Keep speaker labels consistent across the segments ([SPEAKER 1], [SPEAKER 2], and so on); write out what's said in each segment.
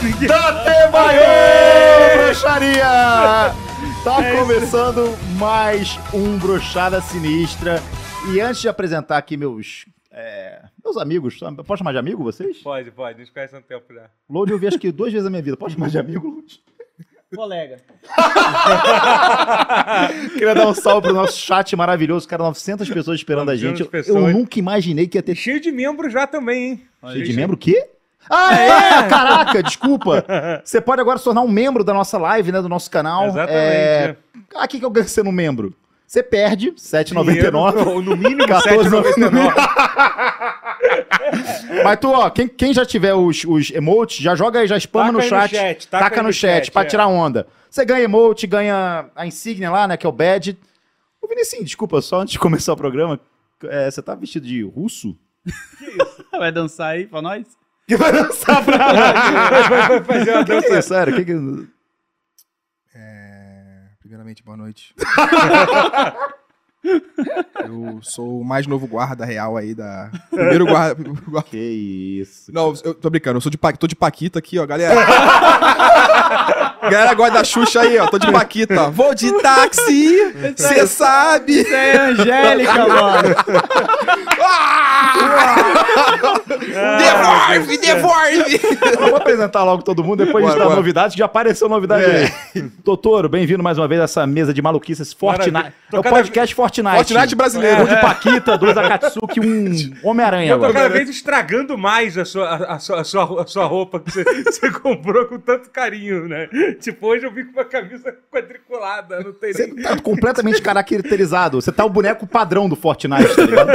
[SPEAKER 1] King.
[SPEAKER 2] Date Maior Bruxaria! Tá
[SPEAKER 1] É isso.
[SPEAKER 2] começando mais um Bruxada Sinistra. E antes de apresentar aqui meus. é, meus amigos, posso chamar de amigo vocês?
[SPEAKER 1] Pode, pode, nos conhece há tanto tempo já.
[SPEAKER 2] Load eu vi acho que duas vezes na minha vida. Posso chamar de amigo, Load?
[SPEAKER 3] Colega.
[SPEAKER 1] Ah,
[SPEAKER 2] Queria dar um salve pro nosso chat maravilhoso, cara, 900 pessoas esperando a
[SPEAKER 1] 900
[SPEAKER 2] gente. Eu
[SPEAKER 1] pessoas.
[SPEAKER 2] nunca imaginei que ia ter
[SPEAKER 1] Cheio de membro já também, hein?
[SPEAKER 2] Cheio de membro o quê? Ah, é! Caraca, desculpa! Você pode agora se tornar um membro da nossa live, né? Do nosso canal.
[SPEAKER 1] Exatamente. né?
[SPEAKER 2] É... Ah, o que que eu ganho sendo um membro? Você perde,
[SPEAKER 1] Dinheiro,
[SPEAKER 2] 7,99.
[SPEAKER 1] ou no mínimo
[SPEAKER 2] 14,99.
[SPEAKER 1] 7,99.
[SPEAKER 2] Mas tu, ó, quem, quem já tiver os, os emotes, já joga aí, já spama
[SPEAKER 1] Taca
[SPEAKER 2] no
[SPEAKER 1] aí no
[SPEAKER 2] chat,
[SPEAKER 1] chat,
[SPEAKER 2] Taca, no chat, pra
[SPEAKER 1] é.
[SPEAKER 2] tirar onda. Você ganha emote, ganha a insígnia lá, né? Que é o badge. Ô, Vinicinho, desculpa, só antes de começar o programa, é, você tá vestido de russo?
[SPEAKER 3] Vai dançar aí pra nós?
[SPEAKER 2] Que vai dançar pra
[SPEAKER 1] Ah, Vai, vai, vai fazer uma
[SPEAKER 2] Que que é,
[SPEAKER 1] dança.
[SPEAKER 2] sério? Que que...
[SPEAKER 4] Primeiramente, boa noite. eu sou o mais novo guarda real aí da. Primeiro guarda. guarda-
[SPEAKER 2] que isso.
[SPEAKER 4] Não, eu tô brincando, eu sou de pa... tô de Paquita aqui, ó, galera. galera gosta da Xuxa aí, ó. Tô de Paquita. Vou de táxi! Você sabe!
[SPEAKER 3] Isso é Angélica, mano.
[SPEAKER 4] Ah! Devolve, devolve!
[SPEAKER 2] Vamos apresentar logo todo mundo, depois
[SPEAKER 4] Bora, É.
[SPEAKER 2] de dar
[SPEAKER 4] bora.
[SPEAKER 2] novidade, que já apareceu novidade aí. Totoro, bem-vindo mais uma vez a essa mesa de maluquices Fortnite.
[SPEAKER 1] Maravilha.
[SPEAKER 2] É o
[SPEAKER 1] Tô cada
[SPEAKER 2] podcast Fortnite.
[SPEAKER 4] Fortnite brasileiro. é.
[SPEAKER 2] Um de Paquita, dois Akatsuki, um Homem-Aranha
[SPEAKER 1] Eu tô
[SPEAKER 2] agora.
[SPEAKER 1] cada vez estragando mais a sua, a, a sua, a sua, a sua roupa que você, você comprou com tanto carinho, né? Tipo, hoje eu vim com uma camisa quadriculada, não tem
[SPEAKER 2] Você
[SPEAKER 1] nem...
[SPEAKER 2] tá completamente caracterizado. Você tá o boneco padrão do Fortnite, tá ligado?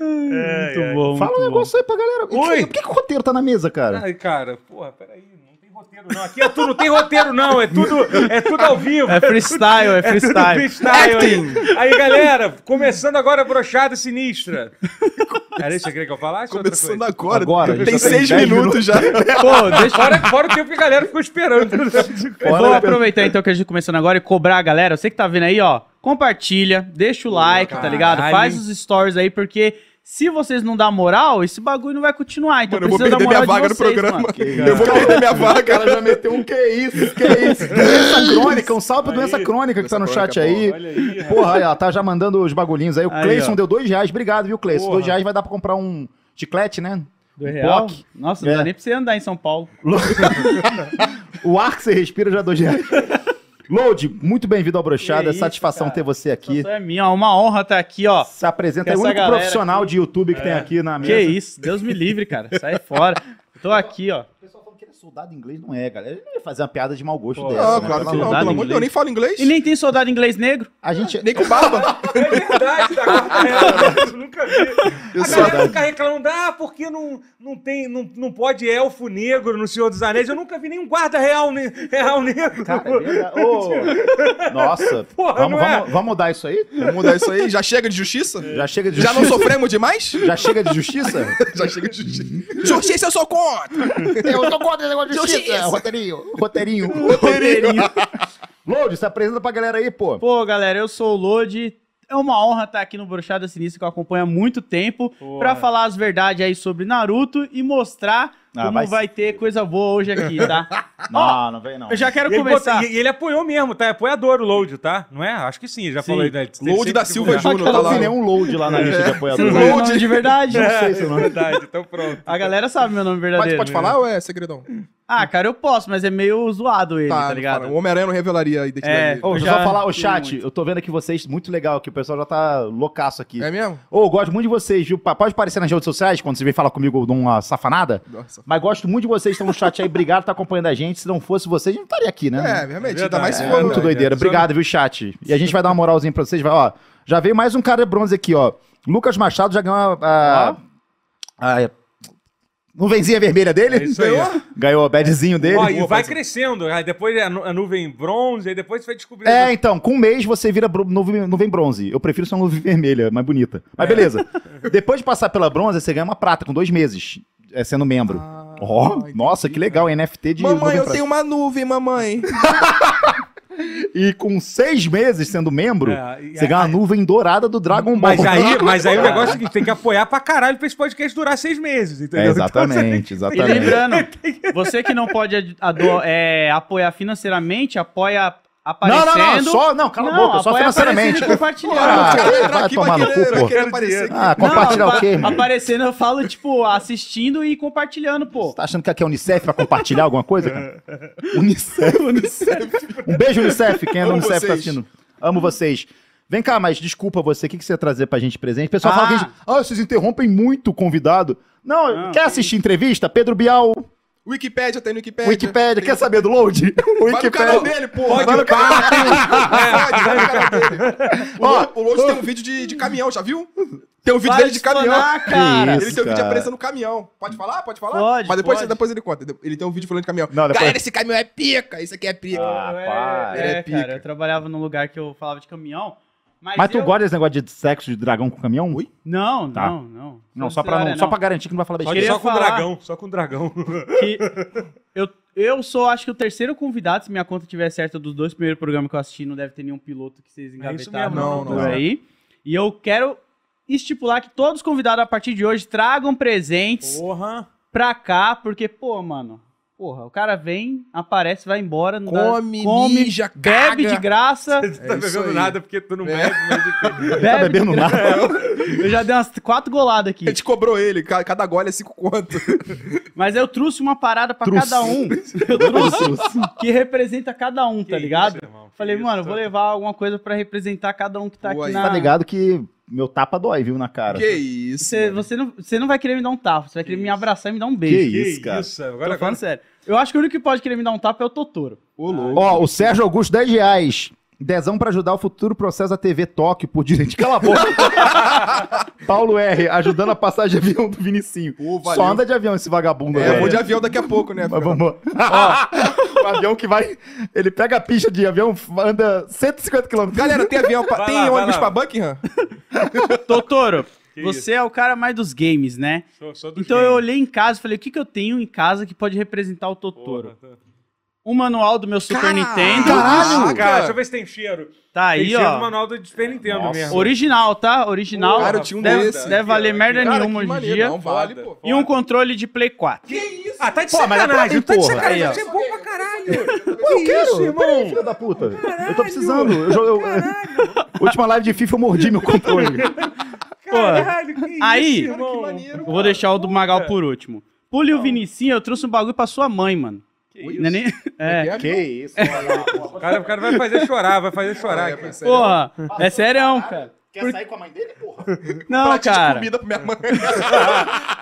[SPEAKER 3] muito bom.
[SPEAKER 2] Fala um
[SPEAKER 3] muito
[SPEAKER 2] negócio aí pra galera. E
[SPEAKER 1] Oi.
[SPEAKER 2] Por que, que o roteiro tá na mesa, cara?
[SPEAKER 1] Ai, cara, porra, peraí, não tem roteiro não. Aqui é tudo, não tem roteiro não, é tudo, é tudo ao vivo.
[SPEAKER 3] bom. É freestyle, é
[SPEAKER 1] É tudo
[SPEAKER 3] freestyle.
[SPEAKER 1] freestyle. Aí. aí, galera, começando agora a brochada sinistra. Era isso que eu queria que eu falasse? ou outra
[SPEAKER 4] Começando
[SPEAKER 1] coisa?
[SPEAKER 4] agora.
[SPEAKER 2] Agora,
[SPEAKER 4] Tem
[SPEAKER 2] já tem
[SPEAKER 4] seis
[SPEAKER 2] dez
[SPEAKER 4] minutos já.
[SPEAKER 3] Pô, deixa
[SPEAKER 1] Fora, fora o tempo que a galera ficou esperando.
[SPEAKER 3] eu
[SPEAKER 2] Fora,
[SPEAKER 3] vou aproveitar então que a gente começando agora e cobrar a galera. Você que tá vendo aí, ó, compartilha, deixa o like, tá
[SPEAKER 1] caralho.
[SPEAKER 3] ligado? Faz os stories aí, porque se vocês não dão moral, esse bagulho não vai continuar. Então
[SPEAKER 4] Mano, eu vou
[SPEAKER 3] precisa da
[SPEAKER 4] perder minha
[SPEAKER 3] moral
[SPEAKER 4] vaga
[SPEAKER 3] de
[SPEAKER 4] no
[SPEAKER 3] vocês,
[SPEAKER 4] programa.
[SPEAKER 3] mano.
[SPEAKER 4] Eu vou perder minha
[SPEAKER 2] O
[SPEAKER 4] vaga.
[SPEAKER 2] cara já meteu um que isso, que isso. Doença crônica, um salve pra doença crônica que tá no
[SPEAKER 4] Doença
[SPEAKER 2] chat
[SPEAKER 4] crônica, é
[SPEAKER 2] aí.
[SPEAKER 1] Olha aí, rapaz.
[SPEAKER 2] Porra, aí, ó, tá já mandando os bagulhinhos aí. O
[SPEAKER 3] Aí,
[SPEAKER 2] Cleison
[SPEAKER 3] ó.
[SPEAKER 2] deu dois reais. Obrigado, viu, Cleison?
[SPEAKER 1] Porra.
[SPEAKER 2] Dois reais vai dar pra comprar um chiclete, né?
[SPEAKER 3] Do real?
[SPEAKER 2] Block.
[SPEAKER 3] Nossa, não
[SPEAKER 2] É.
[SPEAKER 3] dá nem pra você andar em São Paulo.
[SPEAKER 2] O ar que você respira já é dois reais. Load, muito bem-vindo ao Brochada.
[SPEAKER 3] Que
[SPEAKER 2] É
[SPEAKER 3] isso,
[SPEAKER 2] satisfação
[SPEAKER 3] cara.
[SPEAKER 2] ter você aqui.
[SPEAKER 3] Isso é minha, ó, uma honra estar aqui, ó.
[SPEAKER 2] Se apresenta, é o
[SPEAKER 3] Essa
[SPEAKER 2] único
[SPEAKER 3] galera
[SPEAKER 2] profissional de YouTube que tem aqui na
[SPEAKER 3] Que
[SPEAKER 2] mesa.
[SPEAKER 3] isso, Deus me livre, cara. Sai fora. Tô aqui, ó.
[SPEAKER 2] O pessoal falando que ele é soldado inglês, não é, galera. Ele não ia fazer uma piada de mau gosto
[SPEAKER 1] Pô,
[SPEAKER 2] dessa.
[SPEAKER 4] Não,
[SPEAKER 2] né?
[SPEAKER 4] Ah, claro que não,
[SPEAKER 3] Soldado
[SPEAKER 4] pelo amor de Deus, eu nem falo inglês.
[SPEAKER 3] E nem tem soldado inglês negro?
[SPEAKER 2] A gente.
[SPEAKER 4] Nem com barba.
[SPEAKER 1] É verdade, da quarta era, né? eu nunca vi. A galera fica reclamando, ah, porque não, não, tem, não, não pode elfo negro no Senhor dos Anéis? Eu nunca vi nenhum guarda real, ne- real negro.
[SPEAKER 2] Cara, é verdade. Ô, Nossa,
[SPEAKER 1] Porra,
[SPEAKER 2] vamos,
[SPEAKER 1] não é?
[SPEAKER 2] vamos- vamos mudar isso aí?
[SPEAKER 4] Vamos mudar isso aí? Já chega de justiça?
[SPEAKER 2] Já chega de
[SPEAKER 4] Já não
[SPEAKER 2] justiça?
[SPEAKER 4] sofremos demais?
[SPEAKER 2] Já chega de justiça?
[SPEAKER 4] Já chega de justiça. Justiça eu sou contra!
[SPEAKER 2] Eu tô contra esse negócio de
[SPEAKER 4] Justiça.
[SPEAKER 2] justiça. Roteirinho. Roteirinho. Load, se apresenta pra galera aí, pô.
[SPEAKER 3] Pô, galera, eu sou o Lodi. É uma honra estar aqui no Brochada Sinistra, que eu acompanho há muito tempo,
[SPEAKER 1] Porra.
[SPEAKER 3] pra falar as verdades aí sobre Naruto e mostrar
[SPEAKER 2] Ah,
[SPEAKER 3] como
[SPEAKER 2] vai
[SPEAKER 3] vai,
[SPEAKER 2] se-
[SPEAKER 3] ter coisa boa hoje aqui, tá?
[SPEAKER 2] Não, não vem não.
[SPEAKER 3] Eu já quero
[SPEAKER 1] E ele,
[SPEAKER 3] começar.
[SPEAKER 1] bota- e ele apoiou mesmo, tá? É apoiador o Load, tá? Não é? Acho que sim, ele já
[SPEAKER 3] Sim.
[SPEAKER 1] falou aí. Né? Tem
[SPEAKER 4] Load
[SPEAKER 1] sempre
[SPEAKER 4] da
[SPEAKER 1] que
[SPEAKER 4] Silva
[SPEAKER 1] divulgar.
[SPEAKER 4] Júnior tá lá.
[SPEAKER 2] vi nenhum load lá na lista de
[SPEAKER 3] Você É. não
[SPEAKER 2] apoiadores.
[SPEAKER 3] sabe o
[SPEAKER 4] Lodi.
[SPEAKER 3] nome de verdade?
[SPEAKER 2] Não sei se
[SPEAKER 1] É
[SPEAKER 2] não.
[SPEAKER 1] verdade, então pronto.
[SPEAKER 3] A galera sabe meu nome
[SPEAKER 4] Pode,
[SPEAKER 3] verdadeiro. né?
[SPEAKER 4] pode falar ou é segredão?
[SPEAKER 3] Ah, cara, eu posso, mas é meio zoado ele, tá, ligado?
[SPEAKER 4] fala. O Homem-Aranha não revelaria a identidade
[SPEAKER 3] É.
[SPEAKER 4] dele.
[SPEAKER 2] Ô,
[SPEAKER 3] Eu
[SPEAKER 2] deixa eu
[SPEAKER 3] já
[SPEAKER 2] só falar, ô
[SPEAKER 3] vi
[SPEAKER 2] chat,
[SPEAKER 3] muito.
[SPEAKER 2] eu tô vendo aqui vocês, muito legal aqui, o pessoal já tá loucaço aqui.
[SPEAKER 4] É mesmo?
[SPEAKER 2] Ô, eu gosto muito de vocês, viu? Pa- Pode aparecer nas redes sociais quando você vem falar comigo eu dou uma safanada,
[SPEAKER 4] Nossa.
[SPEAKER 2] mas gosto muito de vocês, estão no chat aí, obrigado por estar acompanhando a gente, se não fosse vocês, a gente não estaria aqui, né?
[SPEAKER 4] É, realmente, ainda
[SPEAKER 1] verdade,
[SPEAKER 4] mais se
[SPEAKER 2] É,
[SPEAKER 1] É,
[SPEAKER 4] for.
[SPEAKER 2] muito
[SPEAKER 1] verdade,
[SPEAKER 2] doideira.
[SPEAKER 1] é.
[SPEAKER 2] Obrigado, viu, chat? E a gente vai dar uma moralzinha pra vocês. Vai, ó, já veio mais um cara bronze aqui, ó. Lucas Machado já ganhou a. a, a nuvenzinha vermelha
[SPEAKER 1] É
[SPEAKER 2] dele.
[SPEAKER 1] isso aí. ó.
[SPEAKER 2] ganhou o badzinho dele.
[SPEAKER 1] Ó, e vai crescendo. Aí depois é a nu- a nuvem bronze, aí depois você vai descobrindo.
[SPEAKER 2] É, então, com um mês você vira bro- nuvem, nuvem bronze. Eu prefiro só nuvem vermelha, mais bonita. Mas
[SPEAKER 1] É.
[SPEAKER 2] beleza. Depois de passar pela bronze, você ganha uma prata com dois meses, é, sendo membro.
[SPEAKER 1] Ah,
[SPEAKER 2] Ó,
[SPEAKER 4] Ah, entendi,
[SPEAKER 2] nossa, que legal, NFT de
[SPEAKER 4] Mamãe, eu
[SPEAKER 2] prata.
[SPEAKER 4] tenho uma nuvem, mamãe.
[SPEAKER 2] E com seis meses sendo membro,
[SPEAKER 1] É, e
[SPEAKER 2] você
[SPEAKER 1] aí-
[SPEAKER 2] ganha um a nuvem dourada do Dragon Ball.
[SPEAKER 1] Mas aí, mas aí o negócio é o seguinte, tem que apoiar pra caralho pra esse podcast durar seis meses, entendeu?
[SPEAKER 2] É, exatamente,
[SPEAKER 3] E
[SPEAKER 2] exatamente.
[SPEAKER 3] lembrando, você que não pode ad- ado- é, apoiar financeiramente, apoia
[SPEAKER 2] Não,
[SPEAKER 3] aparecendo.
[SPEAKER 2] não, não, só, não, cala a boca, só
[SPEAKER 3] apoia
[SPEAKER 2] financeiramente.
[SPEAKER 3] aparecendo e compartilhando.
[SPEAKER 2] Ah,
[SPEAKER 4] Cara,
[SPEAKER 2] vai
[SPEAKER 4] entrar aqui,
[SPEAKER 2] tomar
[SPEAKER 4] vai
[SPEAKER 2] no
[SPEAKER 4] querer-
[SPEAKER 2] cu,
[SPEAKER 4] vai
[SPEAKER 2] pô.
[SPEAKER 4] querer aparecer.
[SPEAKER 2] Ah, compartilhar
[SPEAKER 3] apa-
[SPEAKER 2] o quê, irmão?
[SPEAKER 3] Aparecendo, eu falo, tipo, assistindo e compartilhando, pô.
[SPEAKER 2] Tá achando que aqui é Unicef pra compartilhar alguma coisa, cara? Unicef, Unicef. Um beijo, Unicef. Quem é do
[SPEAKER 4] Amo
[SPEAKER 2] Unicef tá
[SPEAKER 4] vocês.
[SPEAKER 2] assistindo? Amo vocês. Vem cá, mas desculpa você, o que, que você ia trazer pra gente de presente? O pessoal
[SPEAKER 3] Ah.
[SPEAKER 2] fala que a gente, ah, vocês interrompem muito o convidado. Não,
[SPEAKER 3] Não,
[SPEAKER 2] quer assistir entrevista? Pedro Bial,
[SPEAKER 4] Wikipédia, tem no Wikipédia.
[SPEAKER 2] Wikipédia, quer saber do load?
[SPEAKER 4] Vai no canal dele, porra.
[SPEAKER 1] Pode
[SPEAKER 4] Vai no canal
[SPEAKER 1] É.
[SPEAKER 4] vai no canal dele. O
[SPEAKER 2] Ó,
[SPEAKER 4] Lo- O Lourdes tem um vídeo de, de caminhão, já viu? Tem um vídeo dele de caminhão.
[SPEAKER 3] Vai cara.
[SPEAKER 2] Isso,
[SPEAKER 4] Ele tem um vídeo de
[SPEAKER 2] cara.
[SPEAKER 4] apresa no caminhão. Pode falar? Pode falar?
[SPEAKER 3] Pode,
[SPEAKER 4] Mas depois,
[SPEAKER 3] pode.
[SPEAKER 4] depois ele conta. Ele tem um vídeo falando de caminhão.
[SPEAKER 2] Não, depois-
[SPEAKER 4] Galera, esse caminhão é pica. Isso aqui é pica.
[SPEAKER 2] Ah,
[SPEAKER 3] Eu- eu-
[SPEAKER 2] pá,
[SPEAKER 3] é,
[SPEAKER 4] ele é pica.
[SPEAKER 3] cara, eu trabalhava num lugar que eu falava de caminhão. Mas,
[SPEAKER 2] Mas tu
[SPEAKER 3] eu...
[SPEAKER 2] gosta desse negócio de sexo de dragão com caminhão?
[SPEAKER 4] Ui.
[SPEAKER 3] Não,
[SPEAKER 2] Tá.
[SPEAKER 3] não, não.
[SPEAKER 2] Não, só pra, não,
[SPEAKER 3] História,
[SPEAKER 2] só pra garantir que não vai falar
[SPEAKER 1] Só,
[SPEAKER 2] besteira.
[SPEAKER 3] Queria
[SPEAKER 1] só com o
[SPEAKER 3] falar-
[SPEAKER 1] dragão, só com o dragão.
[SPEAKER 3] que eu, eu sou, acho que o terceiro convidado, se minha conta tiver certa, dos dois primeiros programas que eu assisti, não deve ter nenhum piloto que vocês
[SPEAKER 1] isso mesmo,
[SPEAKER 3] engavetaram
[SPEAKER 4] não,
[SPEAKER 3] por
[SPEAKER 4] não.
[SPEAKER 3] aí. E eu quero estipular que todos os convidados a partir de hoje tragam presentes
[SPEAKER 1] Porra.
[SPEAKER 3] pra cá, porque, pô, mano, porra, o cara vem, aparece, vai embora, não dá-
[SPEAKER 4] Come, mija,
[SPEAKER 3] bebe
[SPEAKER 4] caga.
[SPEAKER 3] de graça.
[SPEAKER 1] Você não tá
[SPEAKER 4] É isso
[SPEAKER 1] bebendo
[SPEAKER 4] aí.
[SPEAKER 1] nada porque tu não
[SPEAKER 4] É.
[SPEAKER 1] bebe, mas enfim.
[SPEAKER 3] bebe né?
[SPEAKER 2] Tá
[SPEAKER 3] de
[SPEAKER 2] bebendo
[SPEAKER 3] graça.
[SPEAKER 2] nada.
[SPEAKER 3] Eu já dei umas quatro goladas aqui.
[SPEAKER 4] A gente cobrou ele. ca- Cada gole é cinco conto.
[SPEAKER 3] Mas eu trouxe uma parada pra
[SPEAKER 2] Trouxe.
[SPEAKER 3] cada um. Eu trouxe que representa cada um, tá
[SPEAKER 1] Que é
[SPEAKER 3] ligado?
[SPEAKER 1] isso, irmão, que
[SPEAKER 3] Falei,
[SPEAKER 1] isso,
[SPEAKER 3] mano, eu
[SPEAKER 1] tá-
[SPEAKER 3] vou levar alguma coisa pra representar cada um que tá
[SPEAKER 4] Pô,
[SPEAKER 3] aqui
[SPEAKER 4] aí.
[SPEAKER 3] na...
[SPEAKER 2] Tá ligado que meu tapa dói, viu, na cara.
[SPEAKER 4] Que isso.
[SPEAKER 3] Você,
[SPEAKER 4] mano.
[SPEAKER 3] você, não, você não vai querer me dar um tapa, você vai querer me abraçar e me dar um
[SPEAKER 2] Que
[SPEAKER 3] beijo.
[SPEAKER 1] Que
[SPEAKER 2] isso, cara.
[SPEAKER 1] Isso,
[SPEAKER 3] Tô
[SPEAKER 1] agora,
[SPEAKER 3] falando
[SPEAKER 1] agora
[SPEAKER 3] sério. Eu acho que o único que pode querer me dar um tapa é o Totoro.
[SPEAKER 4] Ô, louco.
[SPEAKER 2] Ó, o Sérgio Augusto, 10 reais. Dezão pra ajudar o futuro processo da TV Tóquio por direito. Cala a boca. Paulo R, ajudando a passagem de avião do Vinicinho.
[SPEAKER 4] Pô, valeu.
[SPEAKER 2] Só anda de avião esse
[SPEAKER 3] Ah.
[SPEAKER 2] vagabundo.
[SPEAKER 4] É,
[SPEAKER 2] velho.
[SPEAKER 4] eu vou de avião daqui a pouco, né?
[SPEAKER 2] Mas vamos. Ó, o avião que vai. Ele pega a pista de avião, anda 150 km.
[SPEAKER 4] Galera, tem avião pra...
[SPEAKER 1] Vai
[SPEAKER 4] Tem
[SPEAKER 1] lá, vai
[SPEAKER 4] ônibus
[SPEAKER 1] lá.
[SPEAKER 4] pra Buckingham?
[SPEAKER 3] Totoro,
[SPEAKER 1] Que
[SPEAKER 3] você é o cara mais dos games, né?
[SPEAKER 1] Só- só dos
[SPEAKER 3] Então eu
[SPEAKER 1] games.
[SPEAKER 3] olhei em casa e falei, o que, que eu tenho em casa que pode representar o Totoro?
[SPEAKER 1] Porra, tá-
[SPEAKER 3] Um manual do meu Super
[SPEAKER 4] Caralho!
[SPEAKER 3] Nintendo.
[SPEAKER 4] Caralho!
[SPEAKER 1] Ah, cara, deixa eu ver se tem cheiro.
[SPEAKER 3] Tá
[SPEAKER 1] Tem
[SPEAKER 3] aí,
[SPEAKER 1] cheiro é do
[SPEAKER 3] ó.
[SPEAKER 1] manual do Super Nintendo
[SPEAKER 2] Nossa.
[SPEAKER 1] mesmo.
[SPEAKER 3] Original, tá? Original.
[SPEAKER 4] Cara, eu tinha um
[SPEAKER 3] deve,
[SPEAKER 4] desse.
[SPEAKER 3] deve valer
[SPEAKER 1] Aqui, ó,
[SPEAKER 3] merda
[SPEAKER 1] aqui.
[SPEAKER 4] Cara,
[SPEAKER 3] nenhuma
[SPEAKER 4] que
[SPEAKER 3] hoje em
[SPEAKER 4] maneiro,
[SPEAKER 3] dia.
[SPEAKER 4] Não vale, pô.
[SPEAKER 3] E um controle de Play 4.
[SPEAKER 1] Que isso? Ah, tá de
[SPEAKER 2] Pô, mas
[SPEAKER 1] sacanagem,
[SPEAKER 2] até
[SPEAKER 1] tá
[SPEAKER 2] aí,
[SPEAKER 1] de
[SPEAKER 2] porra.
[SPEAKER 1] sacanagem.
[SPEAKER 3] Aí, ó.
[SPEAKER 1] Isso é bom pra caralho.
[SPEAKER 2] eu
[SPEAKER 1] Que
[SPEAKER 2] quero,
[SPEAKER 1] isso,
[SPEAKER 2] peraí,
[SPEAKER 1] irmão.
[SPEAKER 2] filho da puta. eu tô precisando. Eu, jo- eu- última live de FIFA eu mordi meu controle.
[SPEAKER 1] Caralho, que isso,
[SPEAKER 3] Aí,
[SPEAKER 1] irmão.
[SPEAKER 4] Que maneiro,
[SPEAKER 3] Eu vou deixar o do Magal
[SPEAKER 1] Porra.
[SPEAKER 3] por último. Pule o Vinicinho, eu trouxe um bagulho pra sua mãe, mano. Não é nem- É.
[SPEAKER 4] É.
[SPEAKER 2] que isso, olha,
[SPEAKER 1] O cara, o cara vai fazer chorar, vai fazer chorar.
[SPEAKER 4] É,
[SPEAKER 1] cara.
[SPEAKER 4] parceiro.
[SPEAKER 3] Porra, é sério, cara.
[SPEAKER 2] Quer sair com a mãe dele, porra?
[SPEAKER 3] Não,
[SPEAKER 4] Pratinho de
[SPEAKER 3] cara.
[SPEAKER 4] comida pra minha mãe.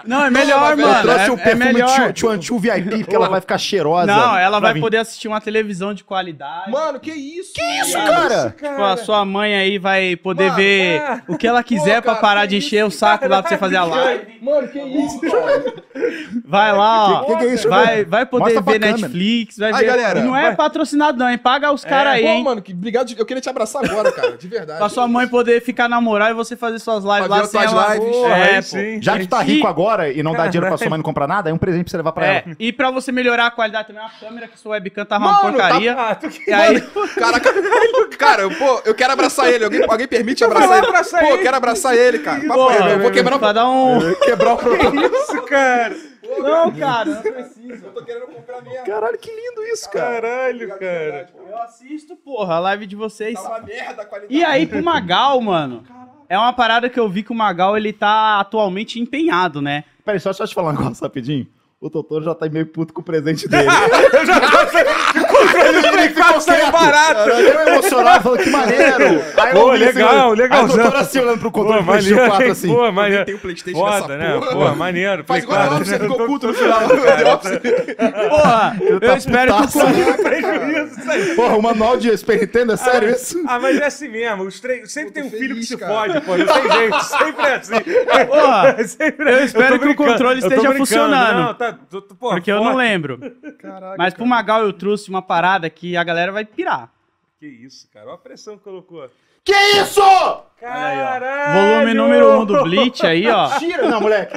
[SPEAKER 3] Não, é melhor,
[SPEAKER 4] mas eu um
[SPEAKER 3] mano.
[SPEAKER 2] Eu trouxe
[SPEAKER 3] é,
[SPEAKER 2] o
[SPEAKER 3] é
[SPEAKER 2] perfume
[SPEAKER 3] melhor.
[SPEAKER 2] Chu- Chuanchu VIP, porque ela vai ficar cheirosa.
[SPEAKER 3] Não, ela
[SPEAKER 2] pra
[SPEAKER 3] vai
[SPEAKER 2] vir.
[SPEAKER 3] poder assistir uma televisão de qualidade.
[SPEAKER 4] Mano, que isso? Que
[SPEAKER 2] Isso, cara!
[SPEAKER 3] Tipo, a sua mãe aí vai poder
[SPEAKER 4] Mano, é.
[SPEAKER 3] ver
[SPEAKER 1] ah.
[SPEAKER 3] o que ela quiser
[SPEAKER 4] Pô, cara,
[SPEAKER 3] pra parar
[SPEAKER 4] que
[SPEAKER 3] de encher
[SPEAKER 4] isso?
[SPEAKER 3] o saco lá pra você fazer a live.
[SPEAKER 4] Mano, que isso, cara?
[SPEAKER 3] Vai lá, ó.
[SPEAKER 2] Que que é isso,
[SPEAKER 3] vai,
[SPEAKER 2] velho?
[SPEAKER 3] vai poder
[SPEAKER 2] Mostra pra
[SPEAKER 3] ver
[SPEAKER 2] câmera.
[SPEAKER 3] Netflix, vai
[SPEAKER 4] Aí,
[SPEAKER 3] ver.
[SPEAKER 4] galera, É.
[SPEAKER 3] E não é
[SPEAKER 1] vai.
[SPEAKER 3] patrocinado, não, hein? Paga os caras Tá aí,
[SPEAKER 4] Pô,
[SPEAKER 3] hein?
[SPEAKER 4] mano, que obrigado. de- Eu queria te abraçar agora, cara, de verdade.
[SPEAKER 3] Pra sua mãe poder ficar namorar e você fazer suas lives
[SPEAKER 4] Pra
[SPEAKER 3] lá
[SPEAKER 4] ver
[SPEAKER 3] sem
[SPEAKER 4] outras
[SPEAKER 3] ela...
[SPEAKER 4] lives.
[SPEAKER 3] É,
[SPEAKER 1] Aí
[SPEAKER 3] pô.
[SPEAKER 1] sim.
[SPEAKER 2] Já que tu tá
[SPEAKER 3] E-
[SPEAKER 2] rico agora e não dá dinheiro pra sua mãe não comprar nada, é um presente pra você levar pra
[SPEAKER 3] É,
[SPEAKER 2] ela.
[SPEAKER 3] e pra você melhorar a qualidade também, uma câmera que sua webcam tá uma
[SPEAKER 4] Mano,
[SPEAKER 3] porcaria.
[SPEAKER 1] Ah, tu que
[SPEAKER 3] E aí,
[SPEAKER 4] Caraca, cara, eu, pô, eu quero abraçar ele. Alguém, alguém permite
[SPEAKER 1] vai
[SPEAKER 4] abraçar
[SPEAKER 1] lá
[SPEAKER 4] ele?
[SPEAKER 1] abraçar
[SPEAKER 4] pô,
[SPEAKER 1] ele.
[SPEAKER 4] eu quero abraçar ele, cara. Papo
[SPEAKER 3] porra,
[SPEAKER 4] reto, eu vou quebrar o
[SPEAKER 3] pra dar um...
[SPEAKER 2] Quebrar o programa.
[SPEAKER 1] isso, cara?
[SPEAKER 3] Não, cara, não precisa.
[SPEAKER 4] Eu tô querendo comprar minha.
[SPEAKER 2] Caralho, que lindo isso, cara.
[SPEAKER 1] Caralho, cara.
[SPEAKER 3] Eu assisto, porra, a live de vocês.
[SPEAKER 4] Tá uma merda a qualidade.
[SPEAKER 3] E aí, pro Magal, mano, é uma parada que eu vi que o Magal, ele tá atualmente empenhado, né?
[SPEAKER 2] Peraí, só deixa eu te falar um negócio rapidinho. O Totoro já tá meio puto com o presente dele.
[SPEAKER 1] Eu já tô
[SPEAKER 2] Ele ficou
[SPEAKER 1] saindo
[SPEAKER 2] quieto.
[SPEAKER 1] barato.
[SPEAKER 2] Caralho, Eu emocionado, falando que maneiro. Aí eu
[SPEAKER 1] Pô,
[SPEAKER 2] ouvi assim,
[SPEAKER 1] legal,
[SPEAKER 2] Aí o
[SPEAKER 1] legalzão.
[SPEAKER 2] Totoro assim, olhando pro controle
[SPEAKER 1] Pô,
[SPEAKER 2] do PlayStation 4 assim.
[SPEAKER 1] Pô,
[SPEAKER 4] Eu
[SPEAKER 1] maneiro.
[SPEAKER 4] tenho o PlayStation
[SPEAKER 1] Foda,
[SPEAKER 4] nessa
[SPEAKER 1] né?
[SPEAKER 4] porra.
[SPEAKER 1] Pô, maneiro. Play
[SPEAKER 4] Faz igual o
[SPEAKER 1] quatro.
[SPEAKER 4] Office, ele ficou puto no final. The Office.
[SPEAKER 3] Porra, eu,
[SPEAKER 2] tá
[SPEAKER 3] espero que o...
[SPEAKER 2] putaço.
[SPEAKER 3] Corinthians-
[SPEAKER 1] Prejuízo, isso aí.
[SPEAKER 2] Porra, o manual de Super Nintendo, é sério isso?
[SPEAKER 1] Ah, mas é assim mesmo. Os três... Sempre tem um filho que
[SPEAKER 4] feliz,
[SPEAKER 1] se
[SPEAKER 4] cara.
[SPEAKER 1] fode, pô. Não tem jeito. Sempre é assim.
[SPEAKER 3] Porra,
[SPEAKER 1] Sempre
[SPEAKER 3] Eu
[SPEAKER 1] tô
[SPEAKER 3] espero que o
[SPEAKER 1] brincando,
[SPEAKER 3] controle
[SPEAKER 1] eu tô
[SPEAKER 3] esteja
[SPEAKER 1] brincando.
[SPEAKER 3] funcionando.
[SPEAKER 1] Não, tá, tu- tu- porra,
[SPEAKER 3] porque eu não
[SPEAKER 1] foda.
[SPEAKER 3] lembro.
[SPEAKER 4] Caraca.
[SPEAKER 3] Mas pro Magal eu trouxe uma parada que a galera vai pirar.
[SPEAKER 1] Que isso, cara. Olha a pressão que colocou.
[SPEAKER 2] Que isso?
[SPEAKER 1] Caralho!
[SPEAKER 2] É,
[SPEAKER 3] Volume número Porra do Bleach aí, ó.
[SPEAKER 2] Tira, não, moleque.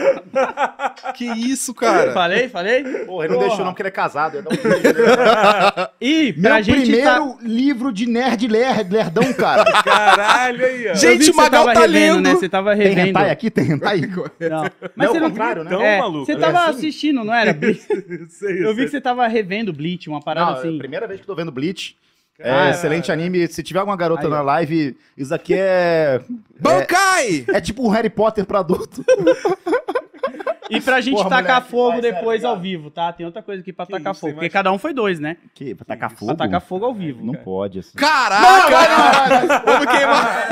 [SPEAKER 4] Que isso, cara?
[SPEAKER 3] Falei, falei.
[SPEAKER 2] Porra, ele não
[SPEAKER 3] Porra.
[SPEAKER 2] deixou não, porque ele é casado. ele dá um-
[SPEAKER 3] E
[SPEAKER 2] Meu
[SPEAKER 3] pra gente tá...
[SPEAKER 2] primeiro livro de nerd ler- lerdão, cara.
[SPEAKER 1] Caralho aí, ó.
[SPEAKER 4] Gente,
[SPEAKER 3] Eu vi que você
[SPEAKER 4] Magal
[SPEAKER 3] tava
[SPEAKER 4] tá
[SPEAKER 3] revendo,
[SPEAKER 4] lendo.
[SPEAKER 3] né? Você tava
[SPEAKER 2] Tem
[SPEAKER 3] revendo.
[SPEAKER 2] hentai aqui? Tem hentai?
[SPEAKER 3] Não. Mas
[SPEAKER 2] Não, assim.
[SPEAKER 3] você
[SPEAKER 2] ao
[SPEAKER 3] não...
[SPEAKER 2] contrário, né?
[SPEAKER 1] Então,
[SPEAKER 3] É,
[SPEAKER 1] maluco.
[SPEAKER 3] você
[SPEAKER 1] né?
[SPEAKER 3] tava assistindo, não era? Bleach?
[SPEAKER 1] Sei,
[SPEAKER 3] Eu vi
[SPEAKER 1] sei.
[SPEAKER 3] que você tava revendo Bleach, uma parada
[SPEAKER 2] Não, é
[SPEAKER 3] assim. Ah,
[SPEAKER 2] a primeira vez que eu tô vendo Bleach. É,
[SPEAKER 1] Cara.
[SPEAKER 2] excelente anime. Se tiver alguma garota
[SPEAKER 3] Aí, ó.
[SPEAKER 2] na live, isso aqui é.
[SPEAKER 4] Bankai!
[SPEAKER 2] É tipo um Harry Potter pra adulto.
[SPEAKER 3] E pra gente
[SPEAKER 2] Porra,
[SPEAKER 3] tacar
[SPEAKER 2] moleque,
[SPEAKER 3] fogo
[SPEAKER 2] vai, sério,
[SPEAKER 3] depois ao
[SPEAKER 2] obrigado.
[SPEAKER 3] vivo, tá? Tem outra coisa aqui pra
[SPEAKER 1] Que
[SPEAKER 3] tacar
[SPEAKER 1] isso,
[SPEAKER 3] fogo.
[SPEAKER 1] tem
[SPEAKER 3] Porque
[SPEAKER 1] mais-
[SPEAKER 3] cada um foi dois, né?
[SPEAKER 2] Que? Pra tacar fogo?
[SPEAKER 3] Pra tacar fogo ao vivo.
[SPEAKER 2] Não
[SPEAKER 3] cara.
[SPEAKER 2] pode, assim.
[SPEAKER 4] Caraca! Vamos queimar!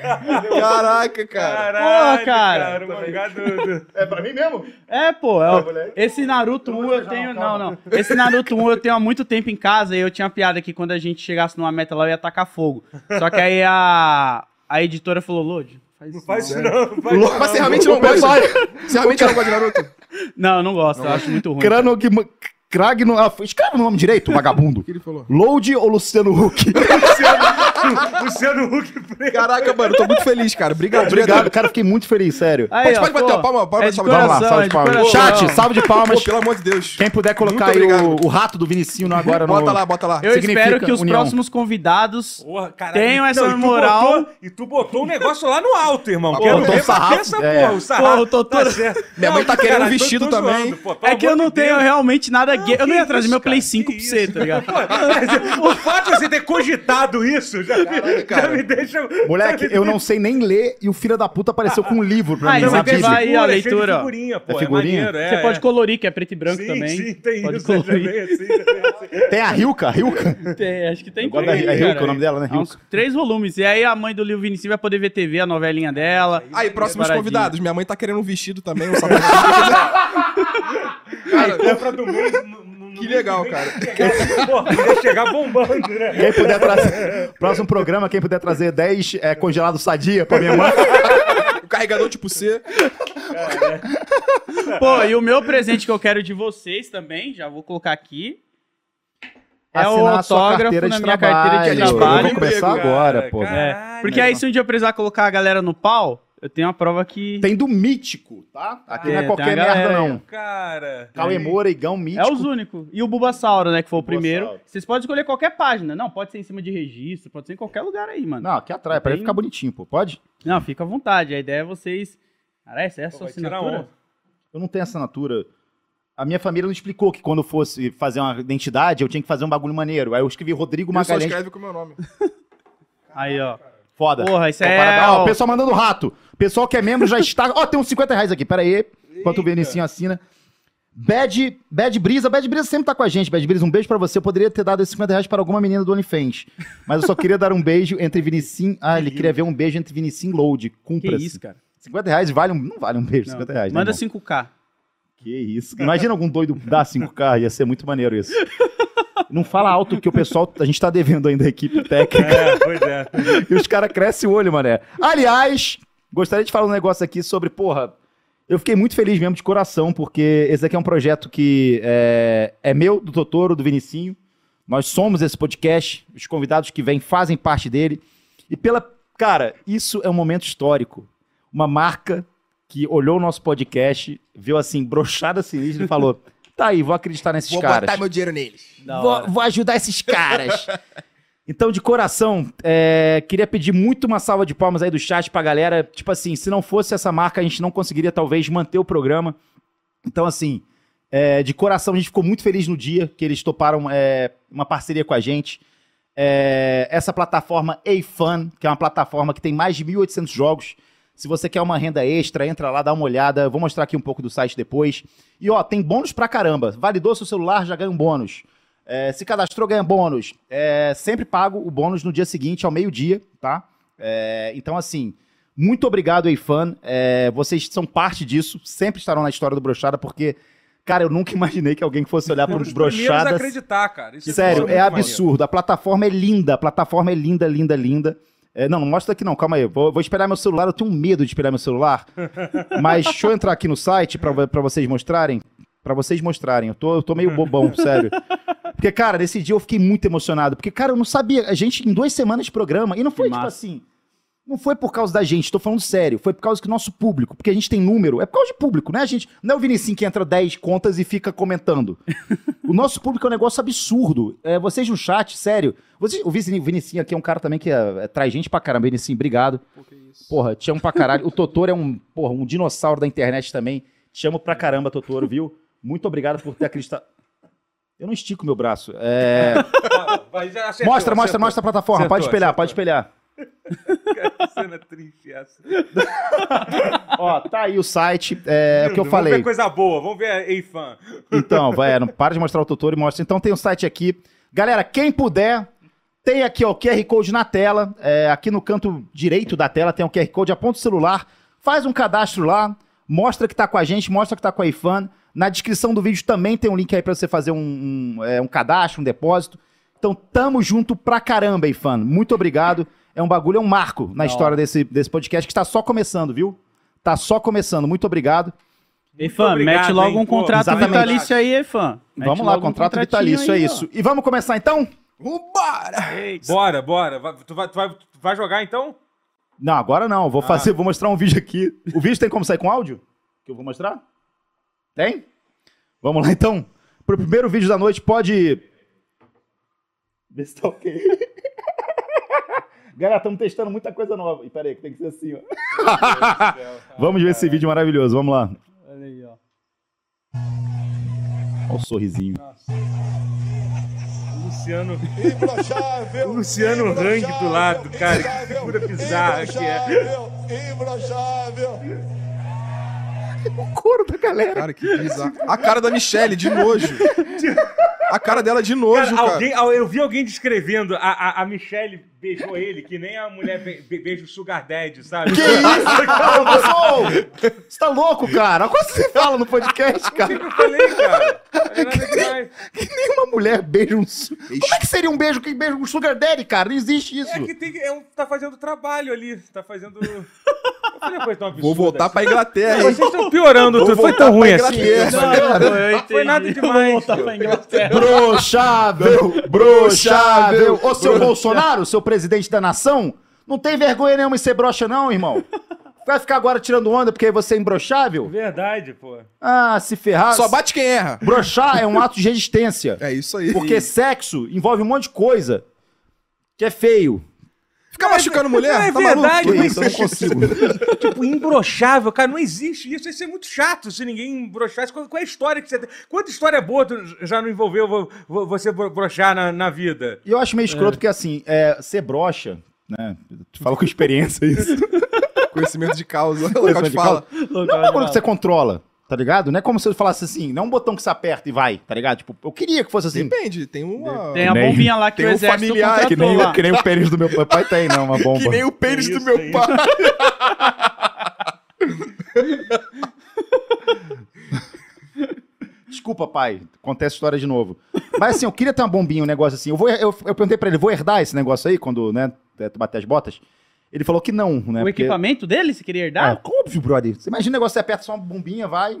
[SPEAKER 4] Caraca, cara.
[SPEAKER 1] Caralho,
[SPEAKER 3] Porra, cara.
[SPEAKER 1] cara. o mangá do- do-
[SPEAKER 2] É pra mim mesmo?
[SPEAKER 3] É, pô. é, ó,
[SPEAKER 2] moleque.
[SPEAKER 3] esse Naruto
[SPEAKER 2] Eu
[SPEAKER 3] 1
[SPEAKER 2] vou
[SPEAKER 3] eu
[SPEAKER 2] beijar,
[SPEAKER 3] tenho. Não,
[SPEAKER 2] calma.
[SPEAKER 3] não. Esse Naruto 1 eu tenho há muito tempo em casa e eu tinha uma piada que quando a gente chegasse numa meta lá eu ia tacar fogo. Só que aí a, a editora falou: Lodi, faz
[SPEAKER 1] Não
[SPEAKER 3] isso.
[SPEAKER 1] faz isso
[SPEAKER 3] não.
[SPEAKER 1] não, faz isso
[SPEAKER 4] Mas você é realmente não gosta? Você realmente não gosta de Naruto?
[SPEAKER 3] Não, eu não gosto, eu acho muito ruim.
[SPEAKER 2] Crano que. Cragno. Ah, escreve o nome direito, vagabundo.
[SPEAKER 4] que ele falou?
[SPEAKER 2] Load ou Luciano Huck?
[SPEAKER 1] Luciano Huck preto.
[SPEAKER 4] Caraca, mano, tô muito feliz, cara. Obrigado,
[SPEAKER 2] Obrigado, cara, fiquei muito feliz, sério.
[SPEAKER 3] Aí,
[SPEAKER 4] Pode-
[SPEAKER 3] ó,
[SPEAKER 4] pode bater
[SPEAKER 3] pô,
[SPEAKER 4] uma palma, palma,
[SPEAKER 3] é de
[SPEAKER 4] salve de palmas.
[SPEAKER 3] Ah, coração,
[SPEAKER 2] Vamos lá, salve de
[SPEAKER 3] é de
[SPEAKER 2] palmas.
[SPEAKER 3] coração.
[SPEAKER 2] Chat, salve de palmas.
[SPEAKER 4] Pô, pelo amor de Deus.
[SPEAKER 2] Quem puder colocar
[SPEAKER 4] Muito
[SPEAKER 2] aí o,
[SPEAKER 4] obrigado.
[SPEAKER 2] o rato do Vinicinho agora no.
[SPEAKER 4] Bota lá, bota lá.
[SPEAKER 3] Eu
[SPEAKER 2] Significa
[SPEAKER 3] espero que os
[SPEAKER 2] união.
[SPEAKER 3] próximos convidados
[SPEAKER 1] Porra, caralho.
[SPEAKER 3] tenham essa
[SPEAKER 1] Não, e tu
[SPEAKER 3] moral.
[SPEAKER 1] botou- e tu botou o negócio lá no alto, irmão.
[SPEAKER 4] Ah,
[SPEAKER 1] Quero
[SPEAKER 4] botou
[SPEAKER 1] ver
[SPEAKER 2] um sarrafo,
[SPEAKER 1] bater essa
[SPEAKER 2] é.
[SPEAKER 1] porra, o sarrafo.
[SPEAKER 3] Pô, o Totoro-
[SPEAKER 1] certo.
[SPEAKER 4] Minha mãe tá
[SPEAKER 1] Não,
[SPEAKER 4] querendo um
[SPEAKER 1] tô-
[SPEAKER 4] vestido
[SPEAKER 1] tô
[SPEAKER 4] também.
[SPEAKER 1] zoando, pô, pelo
[SPEAKER 3] É que
[SPEAKER 1] amor
[SPEAKER 3] eu não
[SPEAKER 1] de
[SPEAKER 3] tenho
[SPEAKER 1] Deus.
[SPEAKER 3] realmente nada gay. Eu não ia
[SPEAKER 1] que
[SPEAKER 3] trazer
[SPEAKER 1] isso,
[SPEAKER 3] meu Play
[SPEAKER 1] cara,
[SPEAKER 3] 5
[SPEAKER 1] que
[SPEAKER 3] pra você,
[SPEAKER 1] isso.
[SPEAKER 3] tá ligado?
[SPEAKER 1] Pô, quer dizer, o fato de você ter cogitado isso já, me- já
[SPEAKER 4] cara.
[SPEAKER 1] me deixa.
[SPEAKER 2] Moleque, eu não sei nem ler e o filho da puta apareceu com um livro pra
[SPEAKER 3] Ah,
[SPEAKER 2] mim.
[SPEAKER 3] isso
[SPEAKER 2] na
[SPEAKER 3] aqui
[SPEAKER 2] Disney.
[SPEAKER 3] vai- aí a
[SPEAKER 1] Pô, é cheio de
[SPEAKER 3] leitura, ó.
[SPEAKER 1] Figurinha, pô,
[SPEAKER 2] É figurinha?
[SPEAKER 1] maneiro, é,
[SPEAKER 3] Você pode
[SPEAKER 1] é.
[SPEAKER 3] colorir, que é preto e branco
[SPEAKER 1] sim,
[SPEAKER 3] também.
[SPEAKER 1] Sim, tem
[SPEAKER 3] pode
[SPEAKER 1] isso.
[SPEAKER 3] colorir.
[SPEAKER 1] também, sim, também, sim.
[SPEAKER 2] Tem a Rilka, Rilka.
[SPEAKER 3] Tem, acho que tem
[SPEAKER 2] Agora é
[SPEAKER 3] três,
[SPEAKER 2] Rilka
[SPEAKER 3] cara.
[SPEAKER 2] o nome dela, né?
[SPEAKER 3] Há uns
[SPEAKER 2] Rilka.
[SPEAKER 3] três volumes. E aí a mãe do Lil Vinicius vai poder ver TV, a novelinha dela.
[SPEAKER 1] É
[SPEAKER 4] Aí, próximos
[SPEAKER 3] Paradinha.
[SPEAKER 4] convidados. Minha mãe tá querendo um vestido também, um sapato.
[SPEAKER 1] Aí, compra do mês. no- no- no
[SPEAKER 4] Que legal,
[SPEAKER 1] mês
[SPEAKER 4] cara.
[SPEAKER 1] que vem, Pô, ia chegar bombando, né?
[SPEAKER 2] Quem puder trazer. Próximo programa, quem puder trazer 10 é, congelados sadia pra minha mãe.
[SPEAKER 4] O carregador tipo C.
[SPEAKER 3] Pô, e o meu presente que eu quero de vocês também, já vou colocar aqui. É o
[SPEAKER 2] Assinar a sua
[SPEAKER 3] autógrafo
[SPEAKER 2] carteira
[SPEAKER 3] na
[SPEAKER 2] de
[SPEAKER 3] minha
[SPEAKER 2] trabalho.
[SPEAKER 3] carteira de
[SPEAKER 4] Eu vou
[SPEAKER 3] trabalho.
[SPEAKER 2] Vamos começar
[SPEAKER 1] Cara,
[SPEAKER 2] agora, pô. né?
[SPEAKER 1] cara.
[SPEAKER 3] É,
[SPEAKER 1] Caralho.
[SPEAKER 3] porque aí se um dia eu precisar colocar a galera no pau, eu tenho uma prova que...
[SPEAKER 2] Tem do Mítico, tá? Aqui não
[SPEAKER 3] É, tem
[SPEAKER 2] é
[SPEAKER 3] a
[SPEAKER 2] qualquer
[SPEAKER 3] galera
[SPEAKER 2] merda,
[SPEAKER 3] aí,
[SPEAKER 2] não.
[SPEAKER 1] Cara.
[SPEAKER 2] Cauê Moura, Igão,
[SPEAKER 3] É
[SPEAKER 2] Mítico.
[SPEAKER 3] os únicos. E o Bulbasauro, né, que foi o
[SPEAKER 2] Bulbasauro.
[SPEAKER 3] primeiro. Vocês podem escolher qualquer página. Não, pode ser em cima de registro, pode ser em qualquer lugar aí, mano.
[SPEAKER 2] Não, aqui atrás, pra ele ficar bonitinho, pô. Pode?
[SPEAKER 3] Não, fica à vontade. A ideia é vocês... Cara, essa é a
[SPEAKER 1] Pô,
[SPEAKER 3] sua
[SPEAKER 1] vai tirar um.
[SPEAKER 3] assinatura?
[SPEAKER 1] onda.
[SPEAKER 2] Eu não tenho assinatura. A minha família não explicou que quando eu fosse fazer uma identidade, eu tinha que fazer um bagulho maneiro. Aí eu escrevi Rodrigo
[SPEAKER 4] Uma só
[SPEAKER 2] Magalhães.
[SPEAKER 4] escreve com o meu nome.
[SPEAKER 3] Aí, ó.
[SPEAKER 2] Foda.
[SPEAKER 3] Porra, isso
[SPEAKER 2] Então,
[SPEAKER 3] é...
[SPEAKER 2] parabéns. Ó,
[SPEAKER 3] ó,
[SPEAKER 2] o pessoal mandando rato. O pessoal que é membro já está. Ó, tem uns 50 reais aqui, pera aí. Enquanto o Vinicinho assina. Bad, Bad Brisa, Bad Brisa sempre tá com a gente. Bad Brisa, um beijo pra você. Eu poderia ter dado esses 50 reais para alguma menina do OnlyFans. Mas eu só queria dar um beijo entre Vinicim. Ah, ele queria ver um beijo entre Vinicim e Load.
[SPEAKER 3] Que
[SPEAKER 2] Cumpra.
[SPEAKER 3] isso, cara.
[SPEAKER 2] 50 reais vale um. Não vale um beijo,
[SPEAKER 3] Não.
[SPEAKER 2] 50 reais. né,
[SPEAKER 3] Manda
[SPEAKER 2] irmão?
[SPEAKER 3] 5K.
[SPEAKER 2] Que isso. Imagina algum doido dar 5K, ia ser muito maneiro isso. Não fala alto que o pessoal. A gente tá devendo ainda a equipe técnica.
[SPEAKER 1] É, pois é.
[SPEAKER 2] E os caras crescem o olho, mané. Aliás, gostaria de falar um negócio aqui sobre, porra, eu fiquei muito feliz mesmo de coração, porque esse aqui é um projeto que é, é meu, do Totoro, do Vinicinho. Nós somos esse podcast, os convidados que vêm fazem parte dele. E pela. Cara, isso é um momento histórico. Uma marca que olhou o nosso podcast, viu assim, brochada sinistra e falou: tá aí, vou acreditar nesses
[SPEAKER 4] Vou
[SPEAKER 2] caras.
[SPEAKER 4] botar meu dinheiro neles.
[SPEAKER 3] Da hora.
[SPEAKER 2] Vou, vou ajudar esses caras. Então, de coração, é, queria pedir muito uma salva de palmas aí do chat pra galera. Tipo assim, se não fosse essa marca, a gente não conseguiria talvez manter o programa. Então, assim, é, de coração, a gente ficou muito feliz no dia que eles toparam é, uma parceria com a gente. É, essa plataforma A-Fun, que é uma plataforma que tem mais de 1.800 jogos. Se você quer uma renda extra, entra lá, dá uma olhada. Eu Vou mostrar aqui um pouco do site depois. E ó, tem bônus pra caramba. Validou seu celular, já ganha um bônus. É, se cadastrou, ganha bônus. É, sempre pago o bônus no dia seguinte, ao meio-dia, tá? É, então, assim, muito obrigado, Eifan. É, vocês são parte disso, sempre estarão na história do Brochada, porque, cara, eu nunca imaginei que alguém fosse olhar para
[SPEAKER 1] Foram
[SPEAKER 2] os
[SPEAKER 1] os primeiros a
[SPEAKER 2] Brochadas.
[SPEAKER 1] acreditar, cara. Isso
[SPEAKER 2] Sério,
[SPEAKER 1] muito
[SPEAKER 2] é
[SPEAKER 1] maneiro.
[SPEAKER 2] absurdo. A plataforma é linda, a plataforma é linda, linda, linda. É, não, não mostra aqui não, calma aí. Vou, vou esperar meu celular, eu tenho medo de esperar meu celular. Mas deixa eu entrar aqui no site pra pra vocês mostrarem. Pra vocês mostrarem. Eu tô, eu tô
[SPEAKER 3] Hum.
[SPEAKER 2] meio bobão, sério. Porque, cara, nesse dia eu fiquei muito emocionado. Porque, cara, eu não sabia. A gente, em duas semanas de programa, e não foi
[SPEAKER 3] Que
[SPEAKER 2] tipo
[SPEAKER 3] massa.
[SPEAKER 2] assim. Não foi por causa da gente, tô falando sério. Foi por causa que o nosso público, porque a gente tem número, é por causa de público, né? A gente não é o Vinicinho que entra 10 contas e fica comentando. o nosso público é um negócio absurdo. É, vocês no chat, sério. Vocês, o Vinicinho- Vinicinho aqui é um cara também que é, é, traz gente pra caramba. Vinicinho, obrigado. Porra, te amo pra caralho. O Totoro é um, porra, um dinossauro da internet também. Te amo pra caramba, Totoro, viu? Muito obrigado por ter acreditado. Eu não estico meu braço. É.
[SPEAKER 1] Vai, já acertou,
[SPEAKER 2] Mostra, mostra,
[SPEAKER 1] acertou.
[SPEAKER 2] mostra a plataforma.
[SPEAKER 1] Acertou,
[SPEAKER 2] pode espelhar,
[SPEAKER 1] acertou.
[SPEAKER 2] pode espelhar.
[SPEAKER 1] Cara, que cena triste essa.
[SPEAKER 2] Ó, tá aí o site. É, o que eu
[SPEAKER 1] Vamos
[SPEAKER 2] falei.
[SPEAKER 1] ver coisa boa, vamos ver a Eifan.
[SPEAKER 2] Então, vai, é, não para de mostrar o tutor e mostra. Então tem o site aqui. Galera, quem puder, tem aqui ó, o QR Code na tela. É, aqui no canto direito da tela tem o QR Code. Aponta o celular, faz um cadastro lá, mostra que tá com a gente, mostra que tá com a iFan. Na descrição do vídeo também tem um link aí pra você fazer um, um, é, um cadastro, um depósito. Então tamo junto pra caramba, iFan. Muito obrigado. É um bagulho, é um marco na
[SPEAKER 3] Da
[SPEAKER 2] história desse, desse podcast que tá só começando, viu? Tá só começando. Muito obrigado.
[SPEAKER 3] Ei, fã,
[SPEAKER 1] obrigado,
[SPEAKER 3] mete logo
[SPEAKER 1] hein,
[SPEAKER 3] um
[SPEAKER 1] pô.
[SPEAKER 3] contrato
[SPEAKER 2] Exatamente.
[SPEAKER 3] vitalício aí, ei, fã. Mete
[SPEAKER 2] Vamos lá,
[SPEAKER 3] logo um
[SPEAKER 2] contrato
[SPEAKER 3] contratinho
[SPEAKER 2] vitalício, é
[SPEAKER 3] aí, ó.
[SPEAKER 2] isso. E vamos começar então?
[SPEAKER 4] Vambora!
[SPEAKER 1] Bora, bora. Vai- Tu vai, tu vai, tu vai jogar então?
[SPEAKER 2] Não, agora não. Vou
[SPEAKER 1] Ah.
[SPEAKER 2] fazer, vou mostrar um vídeo aqui. O vídeo tem como sair com áudio? Que eu vou mostrar? Tem? Vamos lá então. Pro primeiro vídeo da noite, pode. Vê se tá ok. Galera, estamos testando muita coisa nova. E pera aí, que tem que ser assim, ó. Vamos ver esse vídeo maravilhoso, vamos lá.
[SPEAKER 3] Olha aí, ó.
[SPEAKER 2] Olha o sorrisinho.
[SPEAKER 1] Luciano,
[SPEAKER 5] Imbrochável.
[SPEAKER 1] Luciano Hang do lado, cara, que
[SPEAKER 5] imbrochável,
[SPEAKER 1] figura bizarra que é.
[SPEAKER 5] imbrochável, Imbrochável.
[SPEAKER 2] O couro da galera.
[SPEAKER 4] Cara, que bizarro. A cara da Michelle, de nojo. A cara dela de nojo,
[SPEAKER 1] cara,
[SPEAKER 4] cara.
[SPEAKER 1] alguém, al- eu vi alguém descrevendo, a, a, a Michelle beijou ele, que nem a mulher be, be- beija o Sugar Daddy, sabe?
[SPEAKER 2] Que isso, cara? Você tá louco, cara? Olha Quando você fala no podcast, cara?
[SPEAKER 1] Eu falei, cara. Não é nada demais.
[SPEAKER 2] Que nenhuma mulher beija um. su- Como é que seria um beijo que beija um sugar daddy, cara? Não existe isso.
[SPEAKER 1] É que tem, que- é um, tá fazendo trabalho ali, tá fazendo... Eu falei é uma coisa tão
[SPEAKER 4] Vou
[SPEAKER 1] absurda
[SPEAKER 4] voltar pra Inglaterra, hein?
[SPEAKER 1] Vocês estão piorando tudo, foi tão ruim assim. Foi nada demais.
[SPEAKER 3] voltar pra Inglaterra.
[SPEAKER 2] Broxável, broxável. Ô, seu Bolsonaro, seu presidente da nação, não tem vergonha nenhuma em ser broxa, não, irmão. Vai ficar agora tirando onda porque você é embroxável?
[SPEAKER 1] Verdade, pô.
[SPEAKER 2] Ah, se ferrar.
[SPEAKER 4] Só bate quem erra.
[SPEAKER 2] Broxar é um ato de resistência.
[SPEAKER 4] É isso aí.
[SPEAKER 2] Porque sexo envolve um monte de coisa que é feio.
[SPEAKER 4] Fica machucando mulher?
[SPEAKER 1] Não, é
[SPEAKER 4] tá
[SPEAKER 1] verdade,
[SPEAKER 4] maluco?
[SPEAKER 1] não
[SPEAKER 2] Então eu não
[SPEAKER 1] existe.
[SPEAKER 2] consigo.
[SPEAKER 1] Tipo, imbrochável, cara, não existe isso. Isso é muito chato se ninguém embrochasse. Qual, qual é a história que você tem? Quanta história boa tu já não envolveu vo- vo- você bro- brochar na, na vida?
[SPEAKER 2] E eu acho meio escroto porque, assim, é, ser broxa, né? Tu fala com experiência isso.
[SPEAKER 4] Conhecimento de causa. Local de
[SPEAKER 2] de
[SPEAKER 4] fala.
[SPEAKER 2] Não é um bagulho que você controla, tá ligado? Não é como se eu falasse assim, não é um botão que você aperta e vai, tá ligado? Tipo, eu queria que fosse assim. é
[SPEAKER 4] Depende, tem uma.
[SPEAKER 3] Tem a
[SPEAKER 2] Nem-
[SPEAKER 3] bombinha lá que
[SPEAKER 4] tem
[SPEAKER 3] o
[SPEAKER 4] um
[SPEAKER 3] exército
[SPEAKER 4] familiar
[SPEAKER 3] contratou
[SPEAKER 4] que nem-
[SPEAKER 3] lá.
[SPEAKER 2] nem o pênis do meu meu pai tem, não, uma bomba.
[SPEAKER 4] Que nem o pênis
[SPEAKER 1] Tem
[SPEAKER 4] do
[SPEAKER 1] isso,
[SPEAKER 4] meu
[SPEAKER 1] tem
[SPEAKER 4] pai.
[SPEAKER 2] Desculpa, pai, conta essa história de novo. Mas assim, eu queria ter uma bombinha, um negócio assim. Eu, vou, eu, eu perguntei pra ele, vou herdar esse negócio aí, quando, né, tu bater as botas? Ele falou que não, né?
[SPEAKER 3] O
[SPEAKER 2] porque-
[SPEAKER 3] equipamento dele, você queria
[SPEAKER 2] Ah,
[SPEAKER 3] herdar?
[SPEAKER 2] óbvio, brother. Você imagina o negócio, você aperta só uma bombinha, vai.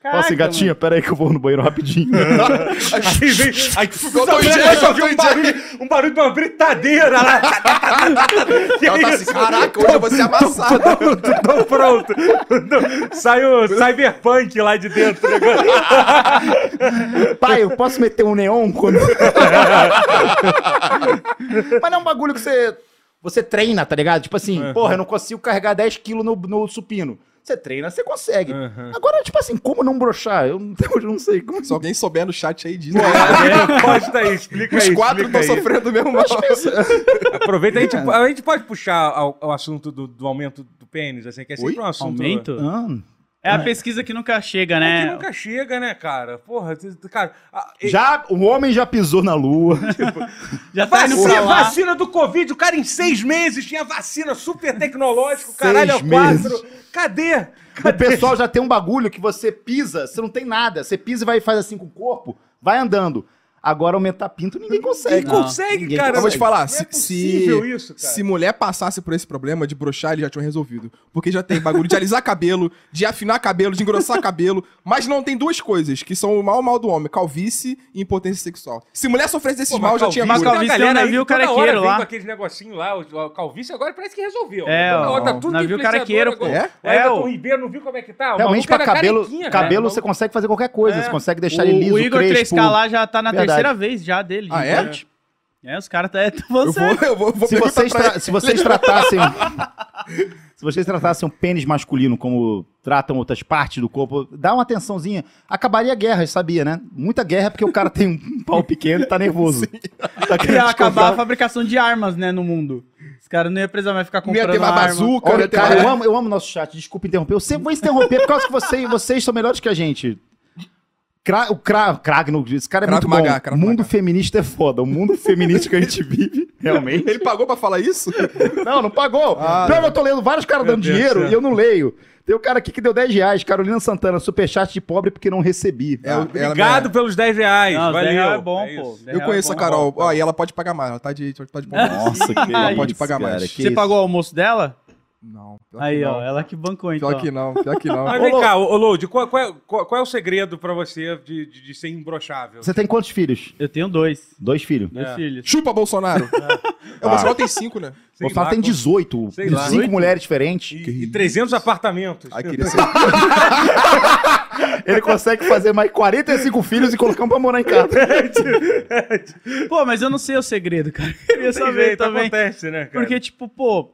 [SPEAKER 2] Fala assim,
[SPEAKER 3] Caraca,
[SPEAKER 2] gatinha, pera aí que eu vou no banheiro rapidinho.
[SPEAKER 1] Aí vem. Aí
[SPEAKER 4] Eu tô
[SPEAKER 1] só-
[SPEAKER 4] em dia,
[SPEAKER 1] só
[SPEAKER 4] eu
[SPEAKER 1] vi
[SPEAKER 4] tô em
[SPEAKER 1] um barulho, um barulho de uma britadeira lá. Que
[SPEAKER 4] Ela tá assim,
[SPEAKER 1] isso?
[SPEAKER 4] caraca, hoje eu vou ser amassado.
[SPEAKER 1] Tô pronto. Sai o cyberpunk lá de dentro. né,
[SPEAKER 2] Pai, eu posso meter um neon quando. Mas não é um bagulho que você. Você treina, tá ligado? Tipo assim, porra, eu não consigo carregar 10 kg no, no supino. Você treina, você consegue.
[SPEAKER 1] Uhum.
[SPEAKER 2] Agora, tipo assim, como não broxar? Eu não- até hoje eu não sei. Como...
[SPEAKER 4] Se alguém souber no chat aí, diz.
[SPEAKER 1] Posta aí, explica aí.
[SPEAKER 4] É. Os quatro É.
[SPEAKER 1] explica
[SPEAKER 4] estão
[SPEAKER 1] aí.
[SPEAKER 4] sofrendo do mesmo mal.
[SPEAKER 2] é
[SPEAKER 1] Aproveita, a gente, a gente pode puxar ao, ao assunto do, do aumento do pênis, assim, que é sempre um assunto...
[SPEAKER 3] Aumento?
[SPEAKER 2] Ah,
[SPEAKER 3] É a pesquisa que nunca chega,
[SPEAKER 1] É que
[SPEAKER 3] né?
[SPEAKER 1] nunca chega, né, cara? Porra, cê- cara... a- e-
[SPEAKER 2] já, o homem já pisou na lua.
[SPEAKER 3] Já tá indo
[SPEAKER 1] Vacina,
[SPEAKER 3] pra lá.
[SPEAKER 1] vacina do Covid, o cara em seis meses tinha vacina super tecnológico, caralho, é
[SPEAKER 2] Seis
[SPEAKER 1] quatro. Cadê?
[SPEAKER 2] o pessoal já tem um bagulho que você pisa, você não tem nada. Você pisa e vai faz assim com o corpo, vai andando. Agora aumentar pinto ninguém consegue.
[SPEAKER 1] Ninguém consegue,
[SPEAKER 2] Ninguém
[SPEAKER 1] cara.
[SPEAKER 4] Eu vou te falar,
[SPEAKER 1] Não é
[SPEAKER 4] se,
[SPEAKER 1] possível
[SPEAKER 4] se,
[SPEAKER 1] isso, cara.
[SPEAKER 4] se mulher passasse por esse problema de broxar, ele já tinha resolvido. Porque já tem bagulho de alisar cabelo, de afinar cabelo, de engrossar cabelo. Mas não tem duas coisas, que são o mal mal do homem: calvície e impotência sexual. Se mulher sofresse desses
[SPEAKER 1] Pô,
[SPEAKER 4] mal, já tinha
[SPEAKER 1] calvície, tem uma
[SPEAKER 4] cura.
[SPEAKER 3] Calvície é um
[SPEAKER 1] galera aí
[SPEAKER 3] navio
[SPEAKER 1] que toda hora
[SPEAKER 3] caraqueiro
[SPEAKER 1] vem
[SPEAKER 3] lá.
[SPEAKER 1] com aqueles negocinho lá, o, o Calvície agora parece que resolveu.
[SPEAKER 3] É,
[SPEAKER 1] Toda
[SPEAKER 3] ó,
[SPEAKER 1] hora tá
[SPEAKER 3] o navio
[SPEAKER 1] influenciador
[SPEAKER 3] caraqueiro,
[SPEAKER 1] agora.
[SPEAKER 4] pô.
[SPEAKER 1] O Everton
[SPEAKER 3] É, o-
[SPEAKER 1] Ribeiro não viu como é que tá? O
[SPEAKER 2] Realmente,
[SPEAKER 1] maluco
[SPEAKER 2] pra
[SPEAKER 1] era
[SPEAKER 2] cabelo,
[SPEAKER 1] carequinha, cara.
[SPEAKER 2] cabelo
[SPEAKER 1] O
[SPEAKER 2] você
[SPEAKER 1] maluco-
[SPEAKER 2] consegue fazer qualquer coisa.
[SPEAKER 1] É.
[SPEAKER 2] Você consegue deixar ele
[SPEAKER 3] O,
[SPEAKER 2] liso,
[SPEAKER 3] o Igor
[SPEAKER 2] crespo.
[SPEAKER 3] 3K lá já tá na
[SPEAKER 2] Verdade.
[SPEAKER 3] terceira vez já dele.
[SPEAKER 4] Ah, é?
[SPEAKER 3] gigante. É, os caras tá, tão
[SPEAKER 4] Eu vou,
[SPEAKER 3] avançando.
[SPEAKER 4] eu vou, eu vou
[SPEAKER 2] se
[SPEAKER 4] perguntar
[SPEAKER 2] vocês,
[SPEAKER 4] pra
[SPEAKER 2] tra-
[SPEAKER 4] ele.
[SPEAKER 2] se vocês tratassem. se vocês tratassem um pênis masculino como tratam outras partes do corpo, dá uma atençãozinha. Acabaria a guerra, sabia, né? Muita guerra porque o cara tem um pau pequeno e tá nervoso. Tá
[SPEAKER 3] Ia
[SPEAKER 2] querendo
[SPEAKER 3] acabar a
[SPEAKER 2] descontar.
[SPEAKER 3] fabricação de armas, né, no mundo. Os caras não iam precisar mais ficar
[SPEAKER 4] Não
[SPEAKER 3] comprando
[SPEAKER 4] ia ter mais
[SPEAKER 3] arma.
[SPEAKER 4] bazuca, né? não
[SPEAKER 2] Olha,
[SPEAKER 4] ia ter
[SPEAKER 2] cara,
[SPEAKER 4] mais-
[SPEAKER 2] eu amo, eu amo nosso chat. Desculpa interromper. Eu sempre vou interromper por causa que você- vocês são melhores que a gente. Cra- o Cra- Cragno, esse cara é
[SPEAKER 4] Krav
[SPEAKER 2] muito
[SPEAKER 4] Maga,
[SPEAKER 2] bom.
[SPEAKER 4] Krav
[SPEAKER 2] O mundo
[SPEAKER 4] Maga.
[SPEAKER 2] feminista é foda. O mundo feminista que a gente vive, realmente.
[SPEAKER 4] Ele pagou pra falar isso?
[SPEAKER 2] Não, não pagou.
[SPEAKER 4] Ah,
[SPEAKER 2] Pior, eu tô lendo vários caras
[SPEAKER 1] Meu
[SPEAKER 2] dando
[SPEAKER 1] Deus do
[SPEAKER 2] dinheiro
[SPEAKER 1] céu.
[SPEAKER 2] e eu não leio. Tem um cara aqui que deu 10 reais, Carolina Santana, superchat de pobre porque não recebi.
[SPEAKER 4] É, o- ela-
[SPEAKER 1] Obrigado pelos 10 reais.
[SPEAKER 3] Não,
[SPEAKER 1] valeu.
[SPEAKER 3] valeu. é bom,
[SPEAKER 1] É
[SPEAKER 3] pô.
[SPEAKER 1] isso.
[SPEAKER 4] Eu conheço a Carol. Ó, e ela pode pagar mais. Ela tá de, tá de bom.
[SPEAKER 2] Nossa, que
[SPEAKER 3] Ela
[SPEAKER 4] pode pagar mais.
[SPEAKER 2] que é
[SPEAKER 3] Você
[SPEAKER 2] isso.
[SPEAKER 3] pagou o almoço dela?
[SPEAKER 4] Não. pior que
[SPEAKER 3] Aí,
[SPEAKER 4] não.
[SPEAKER 3] ó, ela que bancou, então.
[SPEAKER 4] Pior que não, pior que não.
[SPEAKER 1] Mas vem cá, ô Load, qual, qual é- qual- qual é o segredo pra você de, de- de ser imbrochável?
[SPEAKER 2] Você tem quantos filhos?
[SPEAKER 3] Eu tenho dois.
[SPEAKER 2] Dois filhos.
[SPEAKER 3] Dois
[SPEAKER 1] É.
[SPEAKER 3] filhos.
[SPEAKER 4] Chupa, Bolsonaro. É, o
[SPEAKER 2] Ah.
[SPEAKER 4] Bolsonaro tem cinco, né?
[SPEAKER 1] Sei
[SPEAKER 2] Você Bolsonaro
[SPEAKER 1] lá,
[SPEAKER 2] tem
[SPEAKER 1] como-
[SPEAKER 2] 18.
[SPEAKER 1] Sei lá.
[SPEAKER 2] 5 mulheres diferentes.
[SPEAKER 1] E, e 300 apartamentos.
[SPEAKER 4] Aí queria ser.
[SPEAKER 2] Ele consegue fazer mais 45 filhos e colocar um pra morar em casa.
[SPEAKER 3] Pô, mas eu não sei o segredo, cara. Eu
[SPEAKER 1] Tem
[SPEAKER 3] queria saber
[SPEAKER 1] jeito,
[SPEAKER 3] também.
[SPEAKER 1] acontece, né, cara?
[SPEAKER 3] Porque, tipo, pô,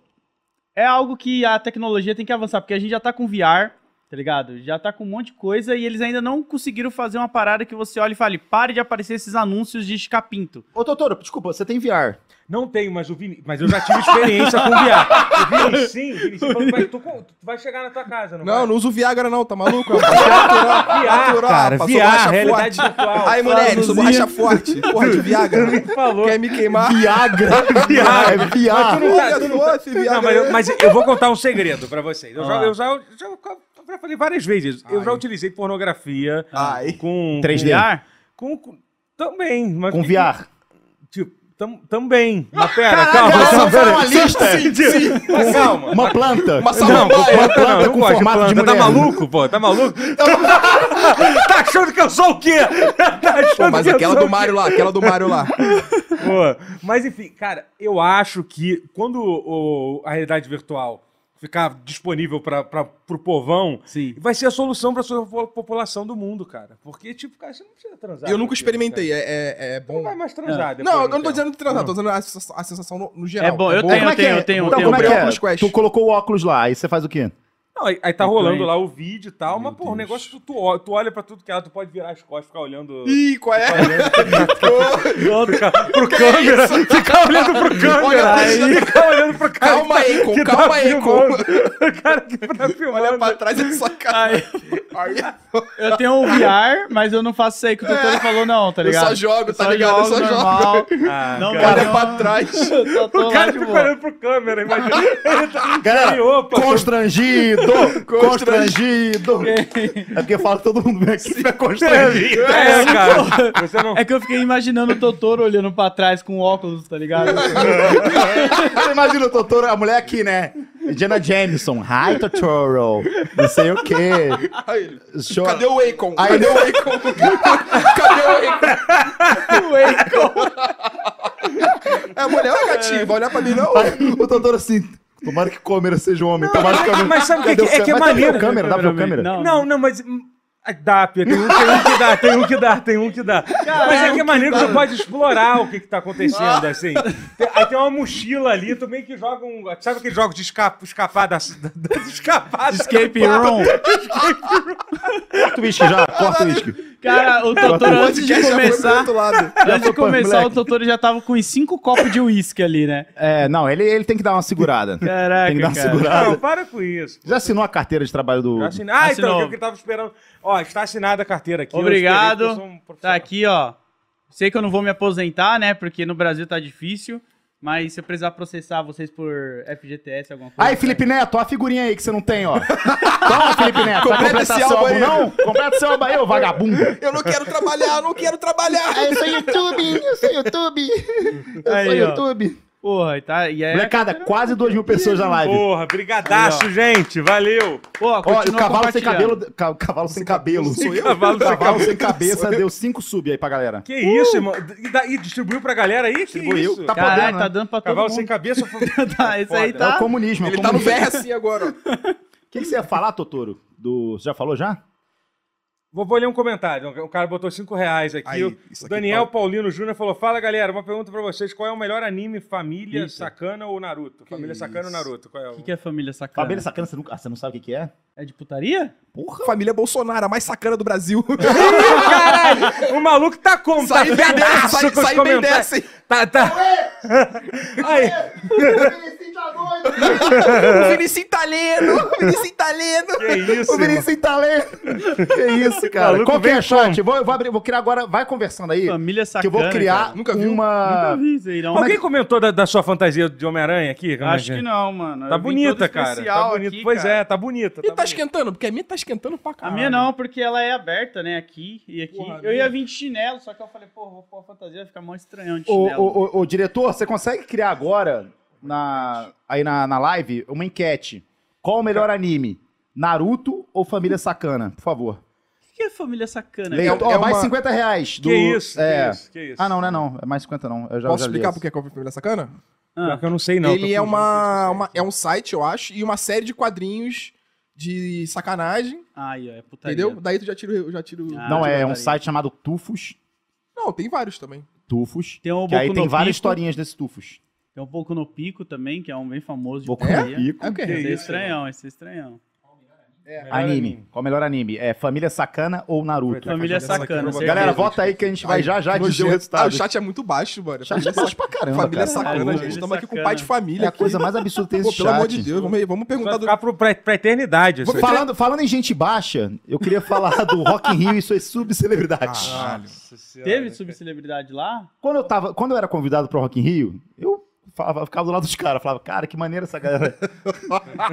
[SPEAKER 3] é algo que a tecnologia tem que avançar, porque a gente já tá com VR, tá ligado? Já tá com um monte de coisa e eles ainda não conseguiram fazer uma parada que você olha e fale, pare de aparecer esses anúncios de escapinto.
[SPEAKER 2] Ô, doutor, desculpa, você tem VR.
[SPEAKER 1] Não tenho, mas o Vini... Mas eu já tive experiência com VR. O Vini sim, o Vini sim. falou, "Mas tu com- tu vai chegar na tua casa, não
[SPEAKER 4] Não,
[SPEAKER 1] vai?"
[SPEAKER 4] não uso Viagra, não, tá maluco? É um bagulho natural,
[SPEAKER 1] VR,
[SPEAKER 4] natural,
[SPEAKER 1] cara,
[SPEAKER 4] rapaz, sou borracha
[SPEAKER 1] VR, realidade
[SPEAKER 4] forte.
[SPEAKER 1] virtual.
[SPEAKER 4] Aí, mulheres, sou borracha forte. Porra de Viagra.
[SPEAKER 1] falou.
[SPEAKER 4] Quer me queimar?
[SPEAKER 2] Viagra.
[SPEAKER 1] Viagra.
[SPEAKER 2] É
[SPEAKER 1] Mas
[SPEAKER 2] VR.
[SPEAKER 4] Olha
[SPEAKER 1] tu não
[SPEAKER 4] só esse Viagra.
[SPEAKER 1] Não, mas, eu, mas eu vou contar um segredo pra vocês. Eu,
[SPEAKER 3] Ah.
[SPEAKER 1] já, eu já, já, já falei várias vezes. isso. Eu
[SPEAKER 4] Ai.
[SPEAKER 1] já utilizei pornografia
[SPEAKER 4] Ai.
[SPEAKER 1] com...
[SPEAKER 2] 3D.
[SPEAKER 3] VR?
[SPEAKER 1] Com, com- também. Mas
[SPEAKER 2] É Com VR.
[SPEAKER 1] Tipo, tam, também. Mas pera, calma.
[SPEAKER 2] Essa foi uma lista.
[SPEAKER 1] Mas calma.
[SPEAKER 2] Uma planta.
[SPEAKER 4] Uma
[SPEAKER 1] Não,
[SPEAKER 4] salva.
[SPEAKER 1] com planta não, eu
[SPEAKER 2] com
[SPEAKER 1] não gosto de
[SPEAKER 2] formato de
[SPEAKER 1] planta. Tá
[SPEAKER 2] mulher.
[SPEAKER 1] maluco, pô? Tá maluco? tá achando que eu sou o quê? Tá achando
[SPEAKER 4] Pô, mas
[SPEAKER 1] que eu
[SPEAKER 4] aquela
[SPEAKER 1] sou
[SPEAKER 4] do
[SPEAKER 1] o quê?
[SPEAKER 4] Mário lá, aquela do Mário lá.
[SPEAKER 1] Pô, mas enfim, cara, eu acho que quando o- a realidade virtual ficar disponível para pro povão,
[SPEAKER 3] Sim.
[SPEAKER 1] vai ser a solução pra sua po- população do mundo, cara. Porque, tipo, cara, você não precisa transar.
[SPEAKER 4] Eu nunca
[SPEAKER 1] com aquilo,
[SPEAKER 4] experimentei, é, é, é
[SPEAKER 1] cara. Não vai
[SPEAKER 4] bom.
[SPEAKER 1] mais transar. depois
[SPEAKER 4] Não, eu
[SPEAKER 1] de um
[SPEAKER 4] não tô
[SPEAKER 1] tempo.
[SPEAKER 4] dizendo de transar, tô dizendo a sensação, a sensação no, no geral.
[SPEAKER 3] É bom, eu
[SPEAKER 2] Aí como
[SPEAKER 3] tenho,
[SPEAKER 2] é
[SPEAKER 3] eu
[SPEAKER 2] que é?
[SPEAKER 3] tenho, eu tenho. eu
[SPEAKER 2] Então,
[SPEAKER 3] tenho.
[SPEAKER 2] como é que
[SPEAKER 4] comprei
[SPEAKER 2] é?
[SPEAKER 4] óculos Quest.
[SPEAKER 2] Tu colocou o óculos lá, aí você faz o quê?
[SPEAKER 1] Não, aí, aí tá
[SPEAKER 3] Então,
[SPEAKER 1] rolando
[SPEAKER 3] hein?
[SPEAKER 1] lá o vídeo e tal, mas, pô, o negócio, tu, tu ol- tu olha pra tudo que ela, tu pode virar as costas, ficar olhando...
[SPEAKER 4] Ih, qual é?
[SPEAKER 1] Pro ca- pro câmera, ficar olhando pro câmera,
[SPEAKER 4] Olha-
[SPEAKER 1] ficar olhando pro cara.
[SPEAKER 4] Calma
[SPEAKER 1] que tá-
[SPEAKER 4] aí, com-
[SPEAKER 1] que tá
[SPEAKER 4] calma aí,
[SPEAKER 1] filmando. O cara que tá filmando.
[SPEAKER 4] Olha pra trás é sacanagem. Aí,
[SPEAKER 3] Eu tenho um VR, mas eu não faço isso aí que o doutor falou, não, tá
[SPEAKER 4] eu
[SPEAKER 3] ligado?
[SPEAKER 4] só jogo, tá ligado? Eu só jogo.
[SPEAKER 3] normal.
[SPEAKER 1] Ah,
[SPEAKER 3] Não,
[SPEAKER 1] cara.
[SPEAKER 4] Olha pra trás.
[SPEAKER 3] Eu só tô
[SPEAKER 1] O
[SPEAKER 3] lá tipo,
[SPEAKER 1] cara
[SPEAKER 3] de
[SPEAKER 1] fica
[SPEAKER 3] boa.
[SPEAKER 1] olhando pro câmera, imagina. Ele tá-
[SPEAKER 2] Galera,
[SPEAKER 1] Aí, opa.
[SPEAKER 2] constrangido, constrangido. É porque fala que todo mundo vem aqui fica constrangido.
[SPEAKER 1] É, cara. Você não...
[SPEAKER 3] É que eu fiquei imaginando o doutor olhando pra trás com óculos, tá ligado?
[SPEAKER 2] Você imagina É. o doutor, a mulher aqui, né? Jenna Jameson, hi, Totoro, não sei o quê.
[SPEAKER 4] Aí,
[SPEAKER 2] Show-
[SPEAKER 4] Cadê o Akon?
[SPEAKER 2] Aí-
[SPEAKER 4] Cadê o Akon? Cadê o Akon?
[SPEAKER 3] tipo,
[SPEAKER 4] É a mulher ou é gatinho? Vai olhar pra mim, não?
[SPEAKER 2] Aí o doutor assim, tomara que câmera seja homem, tomara que câmera...
[SPEAKER 1] Mas sabe o que
[SPEAKER 2] Cadê
[SPEAKER 1] que- é
[SPEAKER 2] câmera?
[SPEAKER 1] que é
[SPEAKER 2] Mas dá pra ver
[SPEAKER 1] maneiro,
[SPEAKER 2] o câmera, dá pra ver o câmera.
[SPEAKER 3] Não,
[SPEAKER 1] Não, não, mas... hum, Dá, Pia, tem um, tem um que dá, tem um que dá, tem um que dá. Mas é que é maneiro que você pode explorar o que, que tá acontecendo, assim. Tem- Aí tem uma mochila ali, tu meio que joga um. Sabe aquele jogo de esca- escapar da. da, da escapar da-
[SPEAKER 3] Escape room.
[SPEAKER 2] Corta o uísque já, corta o uísque.
[SPEAKER 3] Cara, o doutor antes de
[SPEAKER 4] podcast já foi pro
[SPEAKER 3] começar,
[SPEAKER 4] outro lado.
[SPEAKER 3] antes de
[SPEAKER 2] Opa,
[SPEAKER 3] começar, o
[SPEAKER 2] moleque.
[SPEAKER 3] doutor já tava com uns cinco copos de uísque ali, né?
[SPEAKER 2] É, não, ele, ele tem que dar uma segurada.
[SPEAKER 3] Caraca,
[SPEAKER 2] Tem que dar uma
[SPEAKER 3] cara.
[SPEAKER 1] Não,
[SPEAKER 2] segurada.
[SPEAKER 1] para com isso.
[SPEAKER 2] Já assinou a carteira de trabalho do...
[SPEAKER 1] Tá assinado. Ah, então,
[SPEAKER 3] Assinou.
[SPEAKER 1] que eu que tava esperando. Ó, está assinada a carteira aqui. eu esperei,
[SPEAKER 3] Obrigado.
[SPEAKER 1] porque eu sou um
[SPEAKER 3] Tá
[SPEAKER 1] profissional.
[SPEAKER 3] aqui, ó. Sei que eu não vou me aposentar, né? Porque no Brasil tá difícil. Mas se eu precisar processar vocês por FGTS, alguma coisa.
[SPEAKER 2] Aí, Felipe Neto, ó a figurinha aí que você não tem, ó. Toma, Felipe Neto, vai
[SPEAKER 4] Completa
[SPEAKER 2] completar
[SPEAKER 4] esse
[SPEAKER 2] seu
[SPEAKER 4] álbum
[SPEAKER 2] álbum,
[SPEAKER 4] aí.
[SPEAKER 2] não? Completa seu álbum aí, ô vagabundo.
[SPEAKER 4] Eu não quero trabalhar, eu não quero trabalhar.
[SPEAKER 2] Eu sou YouTube, eu sou YouTube. Eu
[SPEAKER 3] Aí, ó.
[SPEAKER 2] YouTube.
[SPEAKER 3] Porra, e tá. E é.
[SPEAKER 2] Molecada, quase 2 mil pessoas na live.
[SPEAKER 1] Porra, brigadaço, gente. Valeu.
[SPEAKER 3] Porra,
[SPEAKER 2] Ó, o
[SPEAKER 3] continua
[SPEAKER 2] cavalo sem
[SPEAKER 3] compartilhando.
[SPEAKER 2] cabelo. ca- Cavalo sem cabelo.
[SPEAKER 4] Sou eu?
[SPEAKER 1] Cavalo sem
[SPEAKER 2] Cavalo
[SPEAKER 1] cabelo.
[SPEAKER 2] sem cabeça deu 5 sub aí pra galera.
[SPEAKER 1] Que
[SPEAKER 3] Uh!
[SPEAKER 1] isso, irmão? E, da- e distribuiu pra galera aí? Que
[SPEAKER 2] Distribuiu.
[SPEAKER 1] isso?
[SPEAKER 2] Tá
[SPEAKER 3] Caralho,
[SPEAKER 2] podendo, né?
[SPEAKER 3] tá dando pra todo
[SPEAKER 1] Cavalo
[SPEAKER 3] mundo.
[SPEAKER 1] sem cabeça. foi-
[SPEAKER 3] Tá, isso aí
[SPEAKER 2] É o
[SPEAKER 3] tá.
[SPEAKER 2] comunismo. é o
[SPEAKER 4] Ele tá no
[SPEAKER 2] comunismo.
[SPEAKER 4] VR assim agora. ó.
[SPEAKER 2] O que, que você ia falar, Totoro? Do... Você já falou já?
[SPEAKER 1] Vou, vou ler um comentário. O cara botou 5 reais aqui.
[SPEAKER 4] Aí,
[SPEAKER 1] O
[SPEAKER 4] isso aqui
[SPEAKER 1] Daniel Paulino Júnior falou: Fala galera, uma pergunta pra vocês: qual é o melhor anime, Família Sacana ou Naruto? família Sacana ou Naruto? Qual é o.
[SPEAKER 3] O que, que é família sacana?
[SPEAKER 2] Fabrício Sacana, você, nunca... ah, você não sabe o que, que é?
[SPEAKER 3] É de putaria?
[SPEAKER 2] Porra.
[SPEAKER 4] Família Bolsonaro, a mais sacana do Brasil.
[SPEAKER 1] Caralho, o maluco tá como? Tá
[SPEAKER 4] Sai bem dessa,
[SPEAKER 1] viadaço
[SPEAKER 4] sai- assim.
[SPEAKER 1] com os
[SPEAKER 4] sai bem
[SPEAKER 1] comentários.
[SPEAKER 4] dessa, hein?
[SPEAKER 1] Tá, tá. Aí,
[SPEAKER 4] O Vinicius Italiano, o Vinicius Italiano.
[SPEAKER 1] que isso,
[SPEAKER 2] O
[SPEAKER 1] irmão.
[SPEAKER 2] Vinicius tá lendo. Que isso, cara.
[SPEAKER 1] Maluco
[SPEAKER 2] Qual que
[SPEAKER 1] vem
[SPEAKER 2] é, chat? Vou, eu vou abrir, vou criar agora. Vai conversando aí.
[SPEAKER 3] Família sacana.
[SPEAKER 2] que eu vou criar ah, é
[SPEAKER 3] cara.
[SPEAKER 4] Nunca viu?
[SPEAKER 2] uma.
[SPEAKER 3] Nunca vi isso aí, não.
[SPEAKER 1] Alguém comentou da, da sua fantasia de Homem-Aranha aqui? Como é
[SPEAKER 3] Acho
[SPEAKER 1] é?
[SPEAKER 3] que não, mano.
[SPEAKER 1] Tá
[SPEAKER 3] Eu vim
[SPEAKER 1] bonita,
[SPEAKER 3] todo
[SPEAKER 1] cara. Tá
[SPEAKER 3] especial
[SPEAKER 1] bonita.
[SPEAKER 3] aqui,
[SPEAKER 1] Pois
[SPEAKER 3] cara.
[SPEAKER 1] é, tá bonita.
[SPEAKER 4] E tá
[SPEAKER 1] bonita.
[SPEAKER 4] esquentando, porque a minha tá esquentando pra
[SPEAKER 3] A
[SPEAKER 4] caralho.
[SPEAKER 3] minha não, porque ela é aberta, né? Aqui e aqui.
[SPEAKER 1] Porra,
[SPEAKER 3] eu ia vir de chinelo, só que eu falei, pô, vou pôr a fantasia, vai ficar mó estranhão de
[SPEAKER 2] Ô,
[SPEAKER 3] chinelo.
[SPEAKER 2] ô, ô, ô, diretor, você consegue criar agora, na, aí na, na live, uma enquete? Qual o melhor anime? Naruto ou Família Sacana? Por favor.
[SPEAKER 3] O que é família sacana?
[SPEAKER 2] Leia.
[SPEAKER 4] é
[SPEAKER 2] Ó, mais
[SPEAKER 4] uma-
[SPEAKER 2] 50 reais.
[SPEAKER 1] Que
[SPEAKER 2] do-
[SPEAKER 1] isso,
[SPEAKER 2] é.
[SPEAKER 1] que isso, que isso.
[SPEAKER 2] Ah, não, não é não. É mais 50 não. Eu já, já
[SPEAKER 4] Posso
[SPEAKER 2] li
[SPEAKER 4] explicar
[SPEAKER 2] essa.
[SPEAKER 4] porque é a Família Sacana?
[SPEAKER 1] Pior
[SPEAKER 3] Ah,
[SPEAKER 1] que eu não sei, não.
[SPEAKER 4] ele
[SPEAKER 1] tô
[SPEAKER 4] é uma,
[SPEAKER 1] fugindo
[SPEAKER 4] uma- é um site, eu acho, e uma série de quadrinhos de sacanagem,
[SPEAKER 3] aí, ó, é putaria.
[SPEAKER 4] entendeu? Daí tu já tira, eu já tiro.
[SPEAKER 3] Ah.
[SPEAKER 2] Não, é um
[SPEAKER 3] Putaria.
[SPEAKER 2] site chamado Tufos.
[SPEAKER 4] Não, tem vários também.
[SPEAKER 2] Tufos.
[SPEAKER 3] Tem um
[SPEAKER 2] Que aí
[SPEAKER 3] Boku
[SPEAKER 2] tem
[SPEAKER 3] no
[SPEAKER 2] várias
[SPEAKER 3] Pico.
[SPEAKER 2] historinha historinhas desse Tufos.
[SPEAKER 3] Tem um pouco no pico também, que é um bem famoso de
[SPEAKER 2] Boku no
[SPEAKER 3] putaria.
[SPEAKER 2] Pico.
[SPEAKER 4] É o quê?
[SPEAKER 1] Que
[SPEAKER 3] Esse é
[SPEAKER 1] isso,
[SPEAKER 3] estranhão, esse é estranhão.
[SPEAKER 4] É,
[SPEAKER 1] isso.
[SPEAKER 2] Anime. Qual o melhor anime? É Família Sacana ou Naruto?
[SPEAKER 1] Aproveitar
[SPEAKER 3] Família
[SPEAKER 1] que eu tô
[SPEAKER 3] Sacana,
[SPEAKER 1] aqui no-
[SPEAKER 3] certeza.
[SPEAKER 2] Galera, vota aí que a gente vai
[SPEAKER 4] Ai,
[SPEAKER 2] já já dizer
[SPEAKER 4] nojento.
[SPEAKER 2] o
[SPEAKER 4] Ah,
[SPEAKER 2] resultado.
[SPEAKER 4] o chat é muito baixo, mano.
[SPEAKER 2] Chat é baixo pra caramba,
[SPEAKER 4] Família
[SPEAKER 2] cara.
[SPEAKER 4] Sacana,
[SPEAKER 3] Maluco.
[SPEAKER 4] gente. Estamos aqui com
[SPEAKER 3] Sacana.
[SPEAKER 4] pai de
[SPEAKER 2] É
[SPEAKER 4] família.
[SPEAKER 2] a
[SPEAKER 4] aqui.
[SPEAKER 2] coisa mais absurda que tem
[SPEAKER 4] Pô,
[SPEAKER 2] esse
[SPEAKER 4] pelo
[SPEAKER 2] chat.
[SPEAKER 4] amor de Deus, vamos, vamos perguntar
[SPEAKER 1] Vai
[SPEAKER 4] do.
[SPEAKER 1] ficar pro, pra, pra eternidade. isso aí.
[SPEAKER 2] Falando, falando em gente baixa, eu queria falar do Rock in Rio e suas subcelebridades.
[SPEAKER 4] Caralho.
[SPEAKER 1] né,
[SPEAKER 3] Teve subcelebridade lá?
[SPEAKER 2] Quando eu tava, quando eu era convidado pro Rock in Rio, eu falava- ficava do lado dos caras, falava, cara, que maneira essa galera,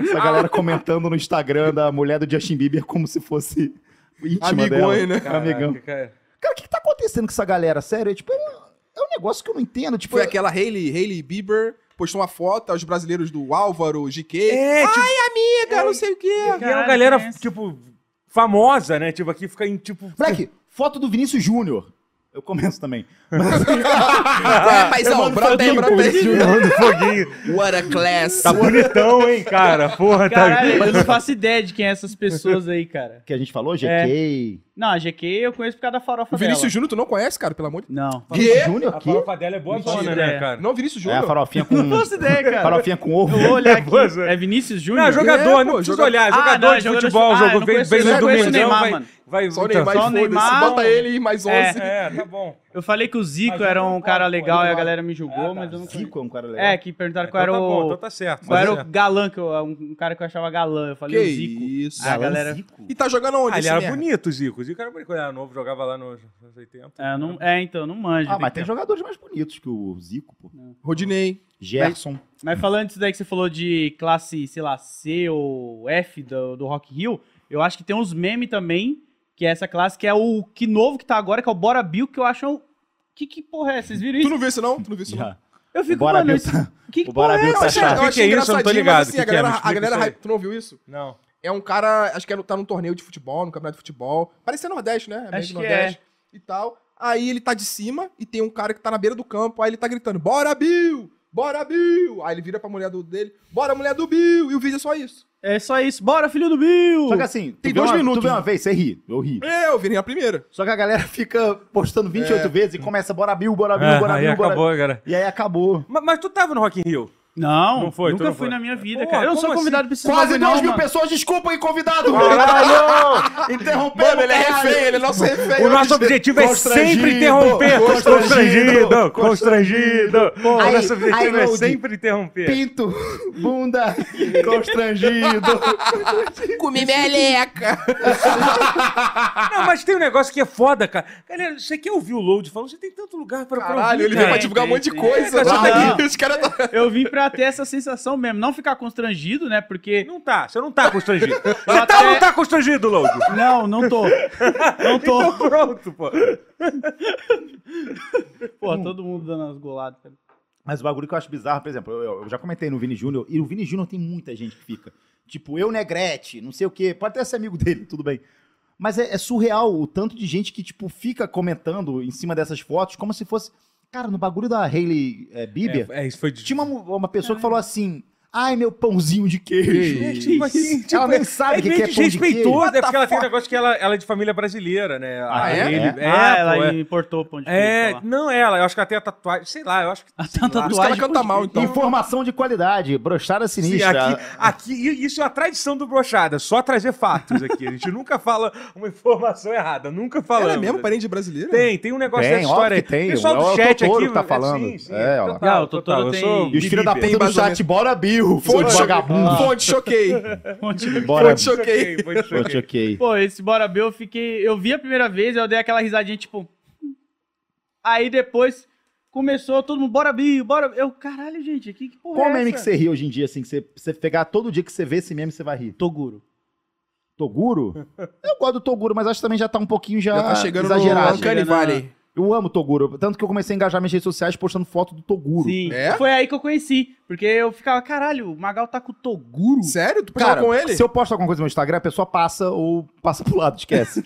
[SPEAKER 2] essa galera comentando no Instagram da mulher do Justin Bieber como se fosse íntima dela,
[SPEAKER 4] Amigões, né?
[SPEAKER 1] Caraca,
[SPEAKER 2] amigão.
[SPEAKER 3] é
[SPEAKER 1] cara.
[SPEAKER 2] Cara, o que, que tá acontecendo com essa galera? Sério, é tipo, é um, é um negócio que eu não entendo, tipo,
[SPEAKER 4] Foi aquela Hailey, Hailey Bieber, postou uma foto aos brasileiros do Álvaro, GK.
[SPEAKER 1] É, tipo,
[SPEAKER 4] Amiga, não sei o quê.
[SPEAKER 1] e é uma
[SPEAKER 3] Caralho,
[SPEAKER 1] galera,
[SPEAKER 3] quem é esse?
[SPEAKER 1] tipo, famosa, né? Tipo, aqui fica em, tipo...
[SPEAKER 2] moleque, foto do Vinícius Júnior. Eu começo também.
[SPEAKER 4] é, mas ó, brota aí, brota aí.
[SPEAKER 1] Jogando foguinho.
[SPEAKER 4] What a class.
[SPEAKER 1] Tá bonitão, hein, cara? Porra, tá...
[SPEAKER 3] Caralho, eu não faço ideia de quem é essas pessoas aí, cara.
[SPEAKER 2] Que a gente falou, é, GK.
[SPEAKER 3] É. Não, a GQ eu conheço por causa da farofa
[SPEAKER 4] O Vinícius Júnior, tu não conhece, cara, pelo amor de
[SPEAKER 3] dela. Não.
[SPEAKER 2] Vinícius
[SPEAKER 4] Quê?
[SPEAKER 2] Júnior
[SPEAKER 1] A
[SPEAKER 2] que?
[SPEAKER 1] farofa dela é boa zona,
[SPEAKER 3] Mentira,
[SPEAKER 1] né,
[SPEAKER 3] é.
[SPEAKER 1] cara?
[SPEAKER 4] Não, Vinícius
[SPEAKER 2] É a
[SPEAKER 4] Júnior.
[SPEAKER 2] farofinha com
[SPEAKER 3] Não faço ideia, cara.
[SPEAKER 2] farofinha com ovo.
[SPEAKER 3] Eu vou olhar aqui.
[SPEAKER 1] Pois é.
[SPEAKER 3] É Vinícius Júnior?
[SPEAKER 1] Não, jogador,
[SPEAKER 4] É,
[SPEAKER 1] não
[SPEAKER 4] pô,
[SPEAKER 1] precisa
[SPEAKER 4] joga-
[SPEAKER 1] olhar.
[SPEAKER 3] Ah,
[SPEAKER 1] Jogador
[SPEAKER 3] não,
[SPEAKER 1] de
[SPEAKER 3] jogador de
[SPEAKER 1] futebol,
[SPEAKER 3] futebol. Ah, eu
[SPEAKER 1] jogou,
[SPEAKER 3] não
[SPEAKER 1] veio,
[SPEAKER 3] conheço-
[SPEAKER 1] veio
[SPEAKER 3] eu
[SPEAKER 1] do
[SPEAKER 3] conheço o
[SPEAKER 1] Mengão,
[SPEAKER 3] Neymar,
[SPEAKER 1] vai,
[SPEAKER 3] mano.
[SPEAKER 1] vai...
[SPEAKER 4] Só o
[SPEAKER 1] então,
[SPEAKER 4] Neymar,
[SPEAKER 3] só o
[SPEAKER 4] foda-se.
[SPEAKER 3] Neymar.
[SPEAKER 4] Bota ele e mais 11.
[SPEAKER 1] É, tá bom.
[SPEAKER 3] Eu falei que o Zico
[SPEAKER 1] Mas
[SPEAKER 3] era
[SPEAKER 1] eu não
[SPEAKER 3] um cara
[SPEAKER 1] concordo,
[SPEAKER 3] legal
[SPEAKER 1] eu
[SPEAKER 3] e a
[SPEAKER 1] não
[SPEAKER 3] galera me julgou,
[SPEAKER 1] Ah,
[SPEAKER 3] mas
[SPEAKER 1] tá.
[SPEAKER 3] eu não conheço.
[SPEAKER 2] Zico é um cara legal.
[SPEAKER 3] É, que perguntaram qual
[SPEAKER 1] Então
[SPEAKER 3] era
[SPEAKER 1] tá bom, então
[SPEAKER 3] o.
[SPEAKER 1] tá certo.
[SPEAKER 3] Qual
[SPEAKER 1] mas
[SPEAKER 3] era
[SPEAKER 1] é.
[SPEAKER 3] o galã, que eu, um cara que eu achava galã. Eu falei
[SPEAKER 4] Que
[SPEAKER 3] o é Zico.
[SPEAKER 4] isso.
[SPEAKER 3] Ah, a galera.
[SPEAKER 2] Zico?
[SPEAKER 4] E tá jogando onde?
[SPEAKER 1] Ah, ele
[SPEAKER 4] esse
[SPEAKER 1] era
[SPEAKER 4] merda?
[SPEAKER 1] bonito, o Zico. O Zico era bonito. Quando era novo, jogava lá nos anos 80.
[SPEAKER 3] É, não, é, então, não manjo.
[SPEAKER 2] Ah, mas tem jogadores mais bonitos que o Zico, pô.
[SPEAKER 4] Rodinei.
[SPEAKER 2] Gerson.
[SPEAKER 3] Mas falando disso daí que você falou de classe, sei lá, C ou F do, do Rock Hill, eu acho que tem uns memes também, que é essa classe, que é o que novo que tá agora, que é o Bora Bill, que eu acho. um- Que, que porra é essa? Vocês viram
[SPEAKER 4] Tu
[SPEAKER 3] isso?
[SPEAKER 4] não viu isso, não? Tu não viu isso, não?
[SPEAKER 2] Já.
[SPEAKER 3] Eu
[SPEAKER 2] O
[SPEAKER 3] fico,
[SPEAKER 2] Bora
[SPEAKER 3] mano,
[SPEAKER 2] Bill
[SPEAKER 3] isso-
[SPEAKER 2] tá,
[SPEAKER 3] que,
[SPEAKER 2] o
[SPEAKER 3] que
[SPEAKER 2] Bora
[SPEAKER 3] porra é
[SPEAKER 2] Bill
[SPEAKER 4] Eu
[SPEAKER 2] tá
[SPEAKER 4] achei,
[SPEAKER 1] achando?
[SPEAKER 2] chato.
[SPEAKER 4] eu
[SPEAKER 1] Que que é
[SPEAKER 4] achei
[SPEAKER 1] isso? Eu não tô
[SPEAKER 4] engraçadinho,
[SPEAKER 1] ligado.
[SPEAKER 4] mas assim,
[SPEAKER 1] Que
[SPEAKER 4] a
[SPEAKER 1] que é? Me
[SPEAKER 4] galera, a
[SPEAKER 1] explica
[SPEAKER 4] galera
[SPEAKER 1] isso aí.
[SPEAKER 4] hype- Tu não viu isso?
[SPEAKER 1] Não.
[SPEAKER 4] É um cara, acho que é- tá num torneio de futebol, no campeonato de futebol. Parece ser Nordeste, né?
[SPEAKER 3] Acho que
[SPEAKER 4] Nordeste e tal. Aí ele tá de cima e tem um cara que tá na beira do campo, aí ele tá gritando: Bora, Bill! Bora, Bill! Aí ele vira pra mulher do dele, bora, mulher do Bill! E o vídeo é só isso.
[SPEAKER 3] É só isso. Bora, filho do Bill!
[SPEAKER 2] Só que assim, tu
[SPEAKER 4] Tem
[SPEAKER 2] vê
[SPEAKER 4] dois
[SPEAKER 2] uma- Tu
[SPEAKER 4] minutos.
[SPEAKER 2] vê uma vez, você ri. Eu ri.
[SPEAKER 4] Eu virei a primeira.
[SPEAKER 2] Só que a galera fica postando 28 vezes e começa Bora Bill, Bora Bill,
[SPEAKER 1] É,
[SPEAKER 2] Bora
[SPEAKER 1] aí
[SPEAKER 2] Bill, Bora
[SPEAKER 1] acabou, cara.
[SPEAKER 2] E aí acabou.
[SPEAKER 1] Mas, mas tu tava no Rock in Rio?
[SPEAKER 3] Não,
[SPEAKER 1] Não foi, tu
[SPEAKER 3] nunca
[SPEAKER 1] não
[SPEAKER 3] fui
[SPEAKER 1] foi.
[SPEAKER 3] na minha vida,
[SPEAKER 1] Porra,
[SPEAKER 3] cara. Eu não
[SPEAKER 1] como
[SPEAKER 3] sou convidado pra esse
[SPEAKER 2] assim? Quase
[SPEAKER 3] bagulho, não,
[SPEAKER 2] 2 mil
[SPEAKER 3] mano.
[SPEAKER 2] pessoas, desculpa aí, convidado.
[SPEAKER 1] Caralho!
[SPEAKER 2] Interrompendo,
[SPEAKER 4] Mano, ele é refém, ele é nosso refém.
[SPEAKER 1] O nosso objetivo é
[SPEAKER 2] Constrangido,
[SPEAKER 1] sempre interromper. Constrangido,
[SPEAKER 2] constrangido,
[SPEAKER 1] constrangido. O
[SPEAKER 2] Aí,
[SPEAKER 1] nosso objetivo
[SPEAKER 2] aí,
[SPEAKER 1] é
[SPEAKER 2] Noldi.
[SPEAKER 1] sempre interromper.
[SPEAKER 2] Pinto, bunda, constrangido.
[SPEAKER 4] Comi meleca.
[SPEAKER 1] Não, mas tem um negócio que é foda, cara. Galera, você quer ouvir o Load falando? Você tem tanto lugar pra, pra
[SPEAKER 4] Caralho,
[SPEAKER 1] ouvir,
[SPEAKER 4] ele veio
[SPEAKER 1] cara.
[SPEAKER 4] pra divulgar um monte de
[SPEAKER 3] Tem,
[SPEAKER 4] coisa.
[SPEAKER 1] tem.
[SPEAKER 4] Lá,
[SPEAKER 3] Não.
[SPEAKER 4] aqui, Os caras tão-
[SPEAKER 3] Eu vim pra ter essa sensação mesmo, não ficar constrangido, né? Porque.
[SPEAKER 1] Não tá, você não tá constrangido. Você
[SPEAKER 3] Eu
[SPEAKER 1] tá ou
[SPEAKER 3] até-
[SPEAKER 1] não tá constrangido, Load?
[SPEAKER 3] Não, não tô. Não tô.
[SPEAKER 1] Então pronto, pô.
[SPEAKER 3] Pô, todo mundo dando as goladas, cara.
[SPEAKER 2] Mas o bagulho que eu acho bizarro, por exemplo, eu- eu, eu já comentei no Vini Júnior, e o Vini Júnior tem muita gente que fica. Tipo, eu Negrete, não sei o quê. Pode até ser amigo dele, tudo bem. Mas é, é surreal o tanto de gente que, tipo, fica comentando em cima dessas fotos como se fosse. Cara, no bagulho da Hailey é, Bieber,
[SPEAKER 1] É, é, isso foi de...
[SPEAKER 2] tinha uma, mu- uma pessoa que falou assim: ai, meu pãozinho de queijo.
[SPEAKER 1] É, tipo assim, tipo,
[SPEAKER 2] ela nem sabe o
[SPEAKER 1] é
[SPEAKER 2] que,
[SPEAKER 1] meio
[SPEAKER 2] que é pão de queijo. Tá
[SPEAKER 1] desrespeitoso, é porque ela tem um negócio que ela, ela é de família brasileira, né? A
[SPEAKER 4] Ah, é?
[SPEAKER 1] Hailey-
[SPEAKER 2] É?
[SPEAKER 3] ah,
[SPEAKER 1] pô,
[SPEAKER 3] ela
[SPEAKER 1] é.
[SPEAKER 3] importou o pão de
[SPEAKER 1] É,
[SPEAKER 3] queijo pra lá.
[SPEAKER 1] não ela, eu acho que ela tem a tatuagem, sei lá, eu acho que.
[SPEAKER 3] Ela tem uma
[SPEAKER 4] Os caras
[SPEAKER 3] tatuagem
[SPEAKER 4] cantam mal, então.
[SPEAKER 2] tipo, Informação de qualidade, brochada
[SPEAKER 1] Sim,
[SPEAKER 2] sinistra.
[SPEAKER 1] aqui, aqui, i- isso é a tradição do Brochada, só trazer fatos aqui. A gente nunca fala uma informação errada, nunca falamos.
[SPEAKER 4] Ela é mesmo parente de brasileiro?
[SPEAKER 1] Tem, tem um negócio
[SPEAKER 2] Tem,
[SPEAKER 1] dessa
[SPEAKER 2] óbvio
[SPEAKER 1] história. aí.
[SPEAKER 2] que tem,
[SPEAKER 1] Pessoal
[SPEAKER 2] é
[SPEAKER 1] do
[SPEAKER 2] o
[SPEAKER 1] chat
[SPEAKER 2] Totoro
[SPEAKER 1] aqui
[SPEAKER 2] que tá falando.
[SPEAKER 1] Sim, sim,
[SPEAKER 2] É, ó.
[SPEAKER 1] total,
[SPEAKER 3] Ah, o Totoro
[SPEAKER 1] total, eu
[SPEAKER 3] tem-
[SPEAKER 1] sou
[SPEAKER 2] E os filhos da
[SPEAKER 1] believer.
[SPEAKER 2] puta do chat, bora Bill, fonte
[SPEAKER 4] Fonte,
[SPEAKER 2] vagabundo.
[SPEAKER 4] cho... Fonte choquei.
[SPEAKER 3] Fonte-
[SPEAKER 2] Bora
[SPEAKER 4] Fonte choquei.
[SPEAKER 1] Ok, foi isso aqui.
[SPEAKER 2] Fonte, ok.
[SPEAKER 3] Pô, esse Bora Bill, eu fiquei. Eu vi a primeira vez, eu dei aquela risadinha, tipo. Aí depois começou todo mundo, bora Bill, bora. Eu, caralho, gente, que, que porra
[SPEAKER 2] Qual
[SPEAKER 3] é
[SPEAKER 2] meme que
[SPEAKER 3] essa?
[SPEAKER 2] você ri hoje em dia, assim? Que você, você pegar todo dia que você vê esse meme, você vai rir?
[SPEAKER 3] Toguro.
[SPEAKER 2] Toguro? Eu gosto do Toguro, mas acho que também já tá um pouquinho já,
[SPEAKER 4] Já tá chegando
[SPEAKER 2] exagerado.
[SPEAKER 4] no Uncanny
[SPEAKER 3] Chega na-
[SPEAKER 4] Valley.
[SPEAKER 2] Eu amo Toguro. Tanto que eu comecei a engajar minhas redes sociais postando foto do Toguro.
[SPEAKER 3] Sim.
[SPEAKER 4] É?
[SPEAKER 3] Foi aí que eu conheci. Porque eu ficava, caralho, o Magal tá com o Toguro?
[SPEAKER 4] Sério? Tu
[SPEAKER 2] Cara,
[SPEAKER 4] passava com ele?
[SPEAKER 2] se eu posto alguma coisa no meu Instagram, a pessoa passa ou passa pro lado, esquece.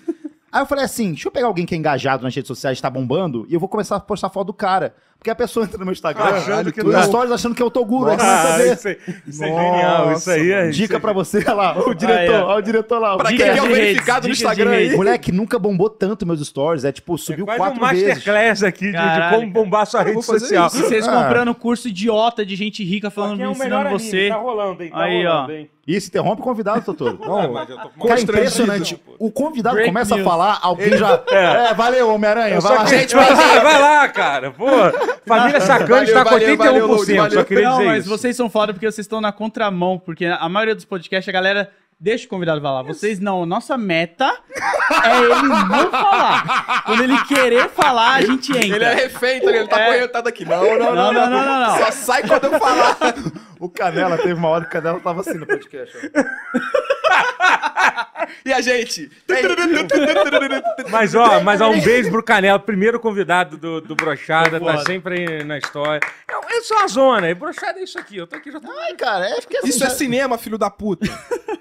[SPEAKER 2] Aí eu falei assim, deixa eu pegar alguém que é engajado nas redes sociais, tá bombando, e eu vou começar a postar foto do cara. Porque a pessoa entra no meu Instagram,
[SPEAKER 1] Achando que
[SPEAKER 2] no
[SPEAKER 1] não.
[SPEAKER 2] stories achando que é o Toguro. aí começa a
[SPEAKER 1] Ah,
[SPEAKER 2] ver.
[SPEAKER 1] isso, aí- isso é genial, isso aí é.
[SPEAKER 2] Dica pra você, olha lá, o diretor,
[SPEAKER 3] Aí, ó.
[SPEAKER 2] olha o diretor lá. o
[SPEAKER 4] Pra quem
[SPEAKER 3] Dicas
[SPEAKER 4] é quer o
[SPEAKER 3] de redes,
[SPEAKER 4] verificado no
[SPEAKER 3] dicas de
[SPEAKER 4] Instagram aí.
[SPEAKER 3] redes.
[SPEAKER 2] Moleque, nunca bombou tanto meus stories. É tipo,
[SPEAKER 1] É
[SPEAKER 2] subiu
[SPEAKER 1] quase um
[SPEAKER 2] quatro vezes.
[SPEAKER 1] masterclass aqui de- de,
[SPEAKER 3] Caralho,
[SPEAKER 1] como bombar sua rede
[SPEAKER 4] vou fazer
[SPEAKER 1] social.
[SPEAKER 4] isso.
[SPEAKER 3] Vocês
[SPEAKER 2] Ah.
[SPEAKER 3] comprando curso idiota de gente rica falando,
[SPEAKER 1] Aqui é
[SPEAKER 3] me
[SPEAKER 1] o melhor
[SPEAKER 3] ensinando
[SPEAKER 1] anime,
[SPEAKER 3] você.
[SPEAKER 1] tá rolando, hein? Tá
[SPEAKER 3] Aí, ó.
[SPEAKER 1] rolando, hein?
[SPEAKER 2] Isso, interrompe o convidado, doutor.
[SPEAKER 1] Ah,
[SPEAKER 2] Não,
[SPEAKER 1] mas eu tô com uma
[SPEAKER 2] cara, é
[SPEAKER 1] constrangido,
[SPEAKER 2] impressionante.
[SPEAKER 1] pô.
[SPEAKER 2] O convidado
[SPEAKER 3] Break
[SPEAKER 2] começa a
[SPEAKER 3] news.
[SPEAKER 2] falar, alguém já... É, valeu, Homem-Aranha, vai lá.
[SPEAKER 1] Gente, vai lá, vai lá, cara. Pô, família Sacana
[SPEAKER 4] Valeu,
[SPEAKER 1] está com 81%.
[SPEAKER 4] valeu, valeu, Lourdes,
[SPEAKER 1] Só
[SPEAKER 4] valeu.
[SPEAKER 1] queria
[SPEAKER 3] não,
[SPEAKER 1] dizer
[SPEAKER 3] mas
[SPEAKER 1] isso.
[SPEAKER 3] vocês são foda porque vocês estão na contramão, porque a maioria dos podcasts, a galera deixa o convidado falar. Vocês não, nossa meta é ele não falar. Quando ele querer falar, a gente entra.
[SPEAKER 4] Ele é refém, tá ligado? Ele tá
[SPEAKER 3] É.
[SPEAKER 4] correntado aqui. Não,
[SPEAKER 3] Não,
[SPEAKER 4] não, não.
[SPEAKER 3] não, não, não, não.
[SPEAKER 4] Só sai quando eu falar.
[SPEAKER 2] O Canela, teve uma hora que o Canela tava assim no podcast. ó.
[SPEAKER 4] E a gente? É
[SPEAKER 1] Mas, ó, mas ó, um beijo pro Canelo, primeiro convidado do, do Brochada, tá
[SPEAKER 3] foda.
[SPEAKER 1] sempre aí na história. É, é só a zona, e Brochada é isso aqui. Eu tô aqui já. Tá,
[SPEAKER 2] Ai, cara, é porque assim...
[SPEAKER 4] Isso é cinema, filho da puta.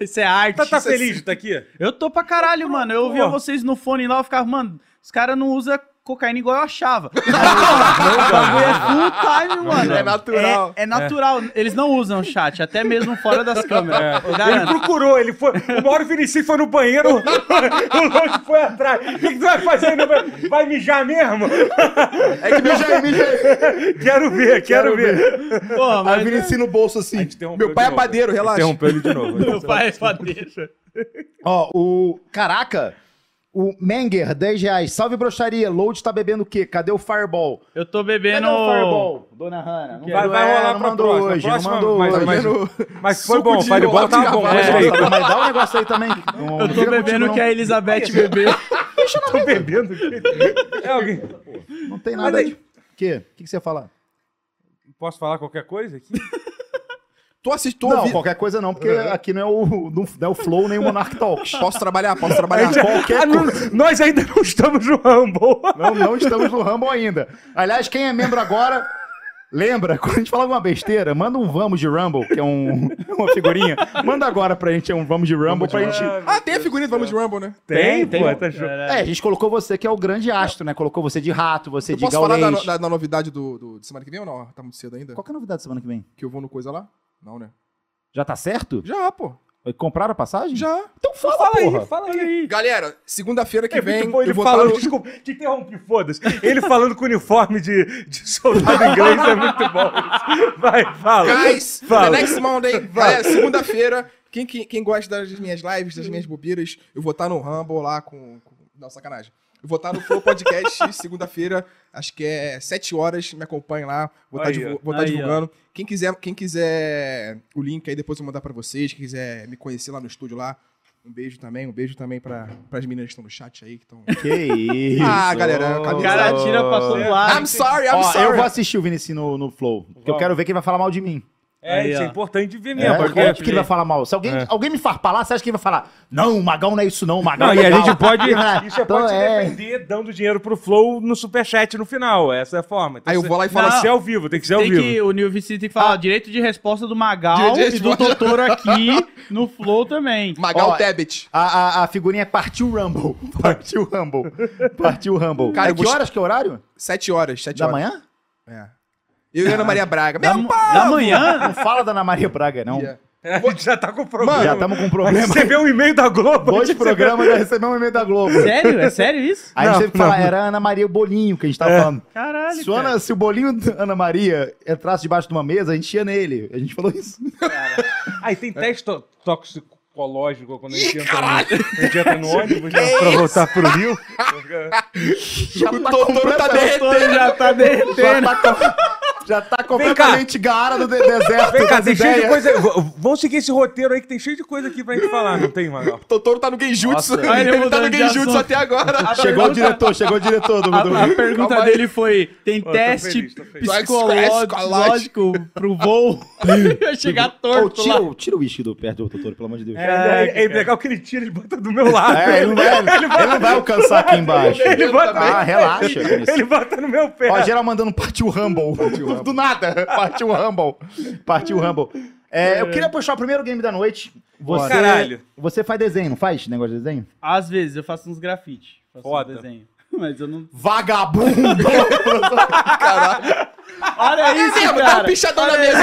[SPEAKER 3] Isso é arte.
[SPEAKER 1] tá, tá
[SPEAKER 3] isso é-
[SPEAKER 1] feliz Tá de tá aqui?
[SPEAKER 3] Eu tô pra caralho, mano. Eu ouvia
[SPEAKER 1] Porra.
[SPEAKER 3] vocês no fone lá, eu ficava, mano, os caras não usam cocaína igual eu achava. Aí, mano, o bagulho é full time, mano.
[SPEAKER 4] É natural.
[SPEAKER 3] É, é natural. Eles não usam chat, até mesmo fora
[SPEAKER 1] É.
[SPEAKER 3] das câmeras. Eu
[SPEAKER 1] Ele
[SPEAKER 3] garanto.
[SPEAKER 1] procurou, ele foi. O Mauro Vinicius foi no banheiro, o Longe foi atrás. O que, que tu vai fazer? no banheiro? Vai mijar mesmo?
[SPEAKER 4] É que mijei, mijei.
[SPEAKER 1] Quero ver, quero, ver.
[SPEAKER 3] Porra,
[SPEAKER 2] A
[SPEAKER 3] mas-
[SPEAKER 2] Vinicius no bolso assim.
[SPEAKER 3] um
[SPEAKER 1] Interrompeu
[SPEAKER 4] Meu
[SPEAKER 1] de
[SPEAKER 4] pai é
[SPEAKER 3] né?
[SPEAKER 1] novo.
[SPEAKER 4] padeiro, relaxa.
[SPEAKER 1] Interrompeu ele de novo.
[SPEAKER 3] Meu pai é padeiro.
[SPEAKER 2] Ó, o. Caraca! O Menger, 10 reais. Salve, broxaria. Load tá bebendo o quê? Cadê o Fireball?
[SPEAKER 3] Eu tô bebendo.
[SPEAKER 2] Cadê o Fireball? Dona Hanna. Não
[SPEAKER 1] Vai, vai
[SPEAKER 2] é,
[SPEAKER 1] rolar
[SPEAKER 2] não
[SPEAKER 1] pra
[SPEAKER 2] mandou
[SPEAKER 1] próxima.
[SPEAKER 2] hoje.
[SPEAKER 1] próxima
[SPEAKER 2] não mandou
[SPEAKER 1] mas,
[SPEAKER 2] hoje.
[SPEAKER 1] mas, mas foi
[SPEAKER 4] Suco
[SPEAKER 1] bom, o
[SPEAKER 4] de
[SPEAKER 1] Fireball tava
[SPEAKER 4] lata de
[SPEAKER 1] bom. é,
[SPEAKER 4] mas-
[SPEAKER 2] Mas,
[SPEAKER 1] gostei.
[SPEAKER 2] mas dá um negócio aí também. Não,
[SPEAKER 3] É. Eu tô bebendo que é- a Elizabeth bebeu.
[SPEAKER 1] Tô bebendo. É alguém.
[SPEAKER 2] Não tem nada.
[SPEAKER 1] Mas
[SPEAKER 2] de- O quê? O que, que você ia falar?
[SPEAKER 1] Posso falar qualquer coisa aqui?
[SPEAKER 4] Tu assistiu
[SPEAKER 2] Não,
[SPEAKER 4] ouvindo?
[SPEAKER 2] qualquer coisa não, porque aqui não é o, não é o Flow nem o Monarch Talks. É
[SPEAKER 4] Posso trabalhar, posso trabalhar.
[SPEAKER 1] Ah,
[SPEAKER 2] Qualquer
[SPEAKER 1] não,
[SPEAKER 2] coisa.
[SPEAKER 1] nós ainda não estamos no Rumble.
[SPEAKER 2] Não, não estamos no Rambo ainda. Aliás, quem é membro agora, lembra, quando a gente fala alguma besteira, manda um Vamos de Rumble, que é um, uma figurinha. Manda agora pra gente é um Vamos de Rumble pra gente.
[SPEAKER 4] Ah, tem a figurinha do Vamos de Rumble, né?
[SPEAKER 1] Tem,
[SPEAKER 2] tem,
[SPEAKER 1] pô.
[SPEAKER 2] tem.
[SPEAKER 1] Tá show.
[SPEAKER 2] É, a gente colocou você que é o grande astro, né? Colocou você de rato, você
[SPEAKER 4] Eu
[SPEAKER 2] de
[SPEAKER 4] posso falar da,
[SPEAKER 2] gaulês.
[SPEAKER 4] da- da novidade do, do- de semana que vem ou não? Tá muito cedo ainda?
[SPEAKER 2] Qual que é a novidade semana que vem?
[SPEAKER 4] Que eu vou no coisa lá? Não, né?
[SPEAKER 2] Já tá certo?
[SPEAKER 4] Já, pô.
[SPEAKER 2] Compraram a passagem?
[SPEAKER 4] Já.
[SPEAKER 2] Então fala,
[SPEAKER 1] Fala
[SPEAKER 2] porra.
[SPEAKER 1] aí, fala aí.
[SPEAKER 4] Galera, segunda-feira que
[SPEAKER 1] É
[SPEAKER 4] vem.
[SPEAKER 1] muito bom ele
[SPEAKER 4] eu vou estar
[SPEAKER 1] falando,
[SPEAKER 4] no-
[SPEAKER 1] desculpa, te interrompi, foda-se. Ele falando com uniforme de, de soldado inglês é muito bom. isso. Vai, fala.
[SPEAKER 4] Guys,
[SPEAKER 1] Fala.
[SPEAKER 4] the next Monday, galera, segunda-feira. Quem, quem, quem gosta das minhas lives, das minhas bobiras, eu vou estar no Rumble lá com. com- Não, sacanagem. Eu vou estar no Flow Podcast segunda-feira, acho que é 7 horas. Me acompanhe lá, vou estar
[SPEAKER 1] Aí, ó.
[SPEAKER 3] Aí, ó.
[SPEAKER 4] divulgando. Quem quiser, quem quiser o link aí, depois eu vou mandar pra vocês. Quem quiser me conhecer lá no estúdio lá, um beijo também. Um beijo também pra, pras meninas que estão no chat aí. Que tão...
[SPEAKER 2] Que isso.
[SPEAKER 4] Ah, galera, É a
[SPEAKER 3] O
[SPEAKER 4] camisa-
[SPEAKER 3] cara tá. tira pra todo lado.
[SPEAKER 4] I'm sorry, I'm
[SPEAKER 2] Ó,
[SPEAKER 4] sorry.
[SPEAKER 2] eu vou assistir o Vinicius no, no Flow. Porque eu
[SPEAKER 1] Vamos.
[SPEAKER 2] quero ver quem vai falar mal de mim.
[SPEAKER 1] É,
[SPEAKER 3] Aí,
[SPEAKER 1] isso
[SPEAKER 3] ó.
[SPEAKER 1] é importante ver
[SPEAKER 2] É,
[SPEAKER 1] mesmo. porque-
[SPEAKER 2] quem que ele vai falar mal? Se alguém,
[SPEAKER 1] É.
[SPEAKER 2] alguém me farpar lá, você acha que ele vai falar, não, o Magal não é isso não, o
[SPEAKER 1] Não,
[SPEAKER 2] Magal é
[SPEAKER 1] e a
[SPEAKER 2] legal."
[SPEAKER 1] gente pode.
[SPEAKER 2] Ele vai falar,
[SPEAKER 1] Isso é
[SPEAKER 2] "Então
[SPEAKER 1] pode se
[SPEAKER 2] é."
[SPEAKER 1] defender dando dinheiro pro Flow no superchat no final. Essa é a forma. Tem
[SPEAKER 4] Aí
[SPEAKER 1] que
[SPEAKER 4] eu
[SPEAKER 1] ser-
[SPEAKER 4] vou lá e falo
[SPEAKER 1] Tem que
[SPEAKER 4] assim,
[SPEAKER 1] ser é ao vivo, tem que ser ao
[SPEAKER 3] Tem
[SPEAKER 1] vivo.
[SPEAKER 3] que, o New VC tem que falar direito de resposta do Magal
[SPEAKER 4] Ah. Direito de
[SPEAKER 3] e do
[SPEAKER 4] resposta.
[SPEAKER 3] doutor aqui no Flow também.
[SPEAKER 4] Magal
[SPEAKER 2] Ó,
[SPEAKER 4] Tebet.
[SPEAKER 2] A, a, a figurinha é partiu Rumble. Partiu Rumble. Partiu Rumble.
[SPEAKER 4] Cara,
[SPEAKER 2] é
[SPEAKER 4] eu
[SPEAKER 2] que
[SPEAKER 4] gost-
[SPEAKER 2] horas que é o horário?
[SPEAKER 4] 7 horas, 7
[SPEAKER 2] Da
[SPEAKER 4] horas.
[SPEAKER 2] manhã?
[SPEAKER 4] É. Eu e Ana Maria Braga.
[SPEAKER 3] Da,
[SPEAKER 4] Meu
[SPEAKER 3] da manhã?
[SPEAKER 2] Não fala da Ana Maria Braga, não.
[SPEAKER 4] pai!
[SPEAKER 1] A gente já tá com problema.
[SPEAKER 2] Já estamos com um
[SPEAKER 1] Vai
[SPEAKER 2] problema.
[SPEAKER 1] receber um e-mail da Globo. a
[SPEAKER 2] Dois
[SPEAKER 1] gente
[SPEAKER 2] programas já recebemos um e-mail da Globo.
[SPEAKER 3] Sério? É sério isso?
[SPEAKER 2] Aí a gente
[SPEAKER 1] Não, É.
[SPEAKER 2] teve que falar, era Ana Maria Bolinho que a gente tava falando.
[SPEAKER 3] Caralho,
[SPEAKER 2] Se o, Ana- se o bolinho da Ana Maria entrasse debaixo de uma mesa, a gente ia nele. A gente falou isso.
[SPEAKER 1] Aí tem teste to- toxicológico quando a gente entra no, a gente entra no ônibus né, pra voltar pro Rio.
[SPEAKER 2] Já
[SPEAKER 4] O Totoro tá
[SPEAKER 2] completamente-
[SPEAKER 4] derretendo.
[SPEAKER 3] já tá
[SPEAKER 2] Já
[SPEAKER 3] derretendo.
[SPEAKER 2] tá, com- já tá completamente gara do de- deserto.
[SPEAKER 1] Vem cá,
[SPEAKER 2] das
[SPEAKER 1] tem cheio de
[SPEAKER 2] ideias.
[SPEAKER 1] coisa. v- Vamos seguir esse roteiro aí que tem cheio de coisa aqui pra gente falar, não tem, Magal?
[SPEAKER 4] O Totoro tá no Genjutsu.
[SPEAKER 2] Nossa.
[SPEAKER 3] Aí ele
[SPEAKER 4] Ele tá
[SPEAKER 3] mudando
[SPEAKER 4] no
[SPEAKER 3] de
[SPEAKER 4] Genjutsu
[SPEAKER 3] assunto.
[SPEAKER 4] até agora.
[SPEAKER 2] Chegou o diretor, chegou o diretor do,
[SPEAKER 3] A,
[SPEAKER 2] do-
[SPEAKER 3] a pergunta
[SPEAKER 4] Calma aí.
[SPEAKER 3] dele foi: tem
[SPEAKER 1] tô
[SPEAKER 3] teste
[SPEAKER 1] feliz, tô feliz.
[SPEAKER 3] psicológico pro voo? Ia chegar
[SPEAKER 4] Tipo,
[SPEAKER 2] Ô,
[SPEAKER 3] torto
[SPEAKER 2] tira,
[SPEAKER 3] lá.
[SPEAKER 2] o- tira o uísque do perto do doutor, pelo amor de Deus. É,
[SPEAKER 1] É, é, é legal que ele tira e bota do meu lado.
[SPEAKER 2] ele, não vai, ele não vai alcançar aqui embaixo.
[SPEAKER 1] Ele bota,
[SPEAKER 2] Ah, relaxa, Vinícius.
[SPEAKER 1] ele bota no meu pé.
[SPEAKER 2] Ó, geral mandando partiu Rumble. Do nada. Partiu Rumble. Partiu Rumble. É, eu queria puxar o primeiro game da noite. Você,
[SPEAKER 1] Caralho.
[SPEAKER 2] Você faz desenho, não faz? Negócio de desenho?
[SPEAKER 3] Às vezes eu faço uns grafites. Faço
[SPEAKER 1] Foda.
[SPEAKER 3] um desenho. Mas eu não.
[SPEAKER 2] Vagabundo!
[SPEAKER 3] Olha
[SPEAKER 4] É
[SPEAKER 3] isso,
[SPEAKER 4] mesmo, tá um
[SPEAKER 3] cara.
[SPEAKER 4] pichadão na mesa,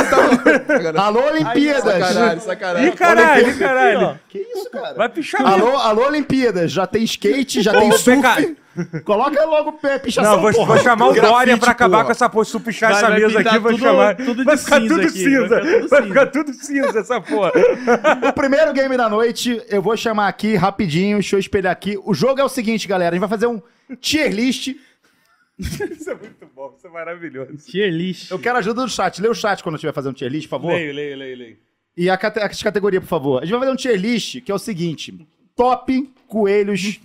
[SPEAKER 4] então.
[SPEAKER 2] Alô, Olimpíadas!
[SPEAKER 4] Sacanagem,
[SPEAKER 1] Ih,
[SPEAKER 4] sacanagem.
[SPEAKER 1] caralho, ih, caralho.
[SPEAKER 2] que isso, cara?
[SPEAKER 1] Vai pichar mesmo.
[SPEAKER 2] Alô, alô, Olimpíadas! Já tem skate, já
[SPEAKER 1] Ô,
[SPEAKER 2] tem
[SPEAKER 1] ô,
[SPEAKER 2] surf.
[SPEAKER 1] PK.
[SPEAKER 2] Coloca logo pé, pichação,
[SPEAKER 1] Não, vou,
[SPEAKER 2] tá porra.
[SPEAKER 1] vou chamar o
[SPEAKER 2] Grafite,
[SPEAKER 1] Dória pra acabar
[SPEAKER 2] porra.
[SPEAKER 1] com essa porra. Se tu pichar
[SPEAKER 3] Vai-
[SPEAKER 1] essa
[SPEAKER 3] vai
[SPEAKER 1] mesa
[SPEAKER 3] pintar
[SPEAKER 1] aqui, vai
[SPEAKER 3] tudo-
[SPEAKER 1] chamar.
[SPEAKER 3] tudo de
[SPEAKER 1] vai ficar
[SPEAKER 3] cinza
[SPEAKER 1] tudo
[SPEAKER 3] aqui,
[SPEAKER 1] cinza.
[SPEAKER 3] vai ficar tudo
[SPEAKER 1] Vai ficar tudo cinza essa porra.
[SPEAKER 2] O primeiro game da noite, eu vou chamar aqui rapidinho, deixa eu espelhar aqui. O jogo é o seguinte, galera, a gente vai fazer um tier list.
[SPEAKER 1] Isso é muito bom, isso é maravilhoso.
[SPEAKER 3] Tier list.
[SPEAKER 2] Eu quero a ajuda do chat. Lê o chat quando eu estiver fazendo tier list, por favor.
[SPEAKER 1] Leio, leio, leio, leio.
[SPEAKER 2] E a, cate- a categoria, por favor. A gente vai fazer um tier list, que é o seguinte. Top coelhos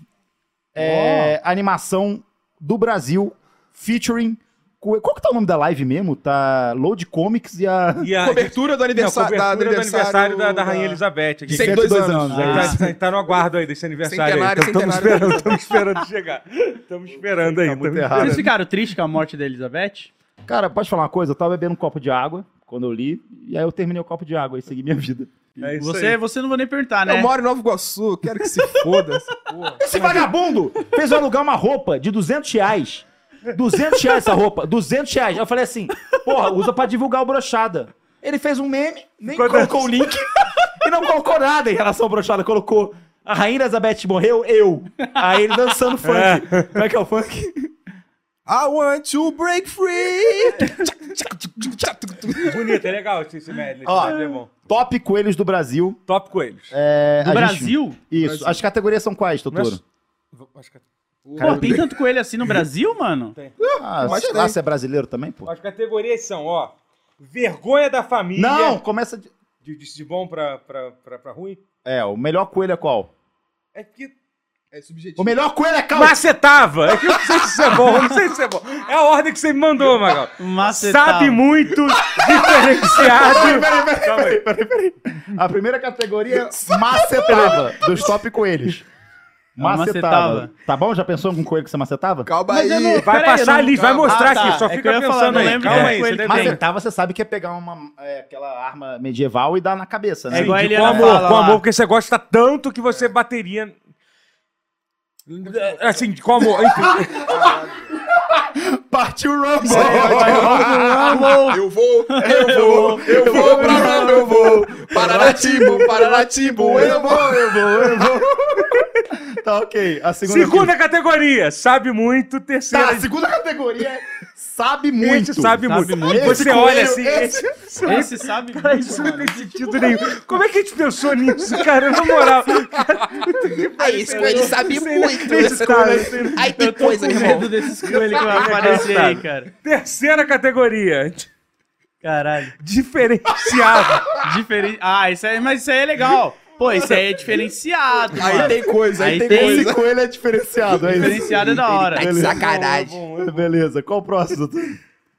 [SPEAKER 2] é, animação do Brasil featuring... coe- Qual que tá o nome da live mesmo? Tá Load Comics e a...
[SPEAKER 1] E a
[SPEAKER 4] Cobertura do
[SPEAKER 1] não,
[SPEAKER 4] aniversário da
[SPEAKER 1] cobertura do aniversário da, da Rainha
[SPEAKER 4] Elizabeth.
[SPEAKER 1] Elizabeth. aqui.
[SPEAKER 4] Cento-
[SPEAKER 2] 102
[SPEAKER 4] 102
[SPEAKER 2] anos.
[SPEAKER 1] Tá- tá, tá no aguardo aí desse aniversário
[SPEAKER 4] Centenário,
[SPEAKER 1] aí. Estamos
[SPEAKER 4] centenário.
[SPEAKER 1] esperando, estamos esperando chegar. Estamos esperando aí.
[SPEAKER 2] Tá muito
[SPEAKER 1] tamo
[SPEAKER 2] errado.
[SPEAKER 1] esperando.
[SPEAKER 3] Vocês ficaram tristes com a morte da Elizabeth?
[SPEAKER 2] Cara, pode falar uma coisa? Eu tava bebendo um copo de água quando eu li, e aí eu terminei o copo de água e segui minha vida.
[SPEAKER 1] É isso
[SPEAKER 3] Você,
[SPEAKER 1] aí.
[SPEAKER 3] você não vou nem perguntar, né?
[SPEAKER 4] Eu moro em Nova Iguaçu, quero que se foda essa porra.
[SPEAKER 2] Esse vagabundo fez eu alugar uma roupa de 200 reais. 200 reais essa roupa, 200 reais. Eu falei assim, porra, usa pra divulgar o brochada. Ele fez um meme, nem
[SPEAKER 1] Quando-
[SPEAKER 2] colocou o link e não colocou nada em relação ao brochada. Colocou a Rainha Elizabeth morreu, eu. Aí ele dançando funk. Como é que é o funk?
[SPEAKER 4] I want to break free.
[SPEAKER 1] Bonito, é legal esse, esse medley.
[SPEAKER 2] Ó.
[SPEAKER 1] Esse medley é bom.
[SPEAKER 2] Top Coelhos do Brasil.
[SPEAKER 1] Top coelhos.
[SPEAKER 2] É,
[SPEAKER 3] Do
[SPEAKER 2] a gente-
[SPEAKER 3] Brasil?
[SPEAKER 2] Isso.
[SPEAKER 4] Brasil.
[SPEAKER 2] As categorias são quais, Totoro?
[SPEAKER 1] Mas- Acho
[SPEAKER 3] é
[SPEAKER 1] que
[SPEAKER 3] Pô, tem tanto coelho assim no Brasil, mano?
[SPEAKER 2] Ah,
[SPEAKER 4] Mas
[SPEAKER 2] sei lá
[SPEAKER 4] tem.
[SPEAKER 2] se é brasileiro também, pô.
[SPEAKER 1] As categorias são, ó. Vergonha da família.
[SPEAKER 2] Não, começa... De...
[SPEAKER 1] De, de, de bom pra, pra, pra, pra ruim.
[SPEAKER 2] É, o melhor coelho é qual?
[SPEAKER 1] É que.
[SPEAKER 4] É
[SPEAKER 2] O
[SPEAKER 4] subjetivo.
[SPEAKER 2] melhor coelho é cal...
[SPEAKER 1] Macetava! É que eu não sei se isso é bom, eu não sei se isso é bom. É a ordem que você me mandou, Magal.
[SPEAKER 3] Macetava.
[SPEAKER 1] Sabe muito, diferenciado. Calma aí.
[SPEAKER 2] A primeira categoria é macetava dos top coelhos. Macetava.
[SPEAKER 3] Macetava.
[SPEAKER 2] Tá bom? Já pensou em algum coelho que você macetava?
[SPEAKER 4] Calma
[SPEAKER 3] Mas eu
[SPEAKER 4] aí.
[SPEAKER 3] não-
[SPEAKER 1] Vai
[SPEAKER 3] Peraí,
[SPEAKER 1] passar
[SPEAKER 3] eu não-
[SPEAKER 1] ali, vai
[SPEAKER 3] Ah,
[SPEAKER 1] mostrar
[SPEAKER 3] tá.
[SPEAKER 1] aqui, só
[SPEAKER 3] É que
[SPEAKER 1] fica
[SPEAKER 3] eu ia falar,
[SPEAKER 1] pensando
[SPEAKER 3] não
[SPEAKER 1] aí.
[SPEAKER 3] lembro
[SPEAKER 1] Calma
[SPEAKER 3] qual
[SPEAKER 1] aí,
[SPEAKER 3] foi
[SPEAKER 1] você
[SPEAKER 3] ele
[SPEAKER 1] deve
[SPEAKER 3] que
[SPEAKER 1] lembrar.
[SPEAKER 2] Macetava, você sabe que é pegar uma, é, aquela arma medieval e dar na cabeça, né?
[SPEAKER 3] É igual
[SPEAKER 1] Sim,
[SPEAKER 3] a
[SPEAKER 1] de
[SPEAKER 3] Eliana
[SPEAKER 1] com amor,
[SPEAKER 3] fala
[SPEAKER 1] com
[SPEAKER 3] lá.
[SPEAKER 1] amor, porque você gosta tanto que você bateria. Assim, de com amor. Enfim,
[SPEAKER 2] Partiu o Rumble!
[SPEAKER 4] Eu vou, eu vou, eu vou pra Rumble, eu vou.
[SPEAKER 6] Paranatimbo, Paranatimbo, eu vou.
[SPEAKER 2] eu vou, eu vou. tá ok. A segunda.
[SPEAKER 1] Segunda categoria, sabe muito. Terceira,
[SPEAKER 6] Tá, a segunda categoria é sabe
[SPEAKER 1] a
[SPEAKER 6] muito.
[SPEAKER 1] gente sabe muito.
[SPEAKER 3] Sabe muito.
[SPEAKER 1] Você
[SPEAKER 6] Esse
[SPEAKER 1] olha
[SPEAKER 6] coelho,
[SPEAKER 1] assim,
[SPEAKER 6] esse-
[SPEAKER 1] esse-
[SPEAKER 3] Esse sabe
[SPEAKER 1] Cara,
[SPEAKER 3] muito,
[SPEAKER 1] isso é não
[SPEAKER 3] mano.
[SPEAKER 1] tem sentido nenhum. Como é que a gente pensou nisso, cara? Na moral.
[SPEAKER 6] Aí, esse coelho sabe
[SPEAKER 4] né?
[SPEAKER 6] muito. esse
[SPEAKER 1] Tá,
[SPEAKER 6] coelho-
[SPEAKER 1] assim,
[SPEAKER 6] Aí tem coisa, meu irmão.
[SPEAKER 3] Medo desses coelhos que vai aparecer aí, cara.
[SPEAKER 1] Terceira categoria.
[SPEAKER 3] Caralho.
[SPEAKER 1] Diferenciado.
[SPEAKER 3] Diferente. Ah, isso aí, mas isso aí é legal. Pô, isso aí é diferenciado.
[SPEAKER 4] Aí
[SPEAKER 3] mano.
[SPEAKER 4] tem coisa, aí,
[SPEAKER 3] Aí
[SPEAKER 4] tem,
[SPEAKER 3] tem-
[SPEAKER 4] coisa. Tá
[SPEAKER 2] Esse coelho é diferenciado, é isso.
[SPEAKER 3] Diferenciado é da hora.
[SPEAKER 6] Ai, que sacanagem.
[SPEAKER 2] Beleza, qual o próximo?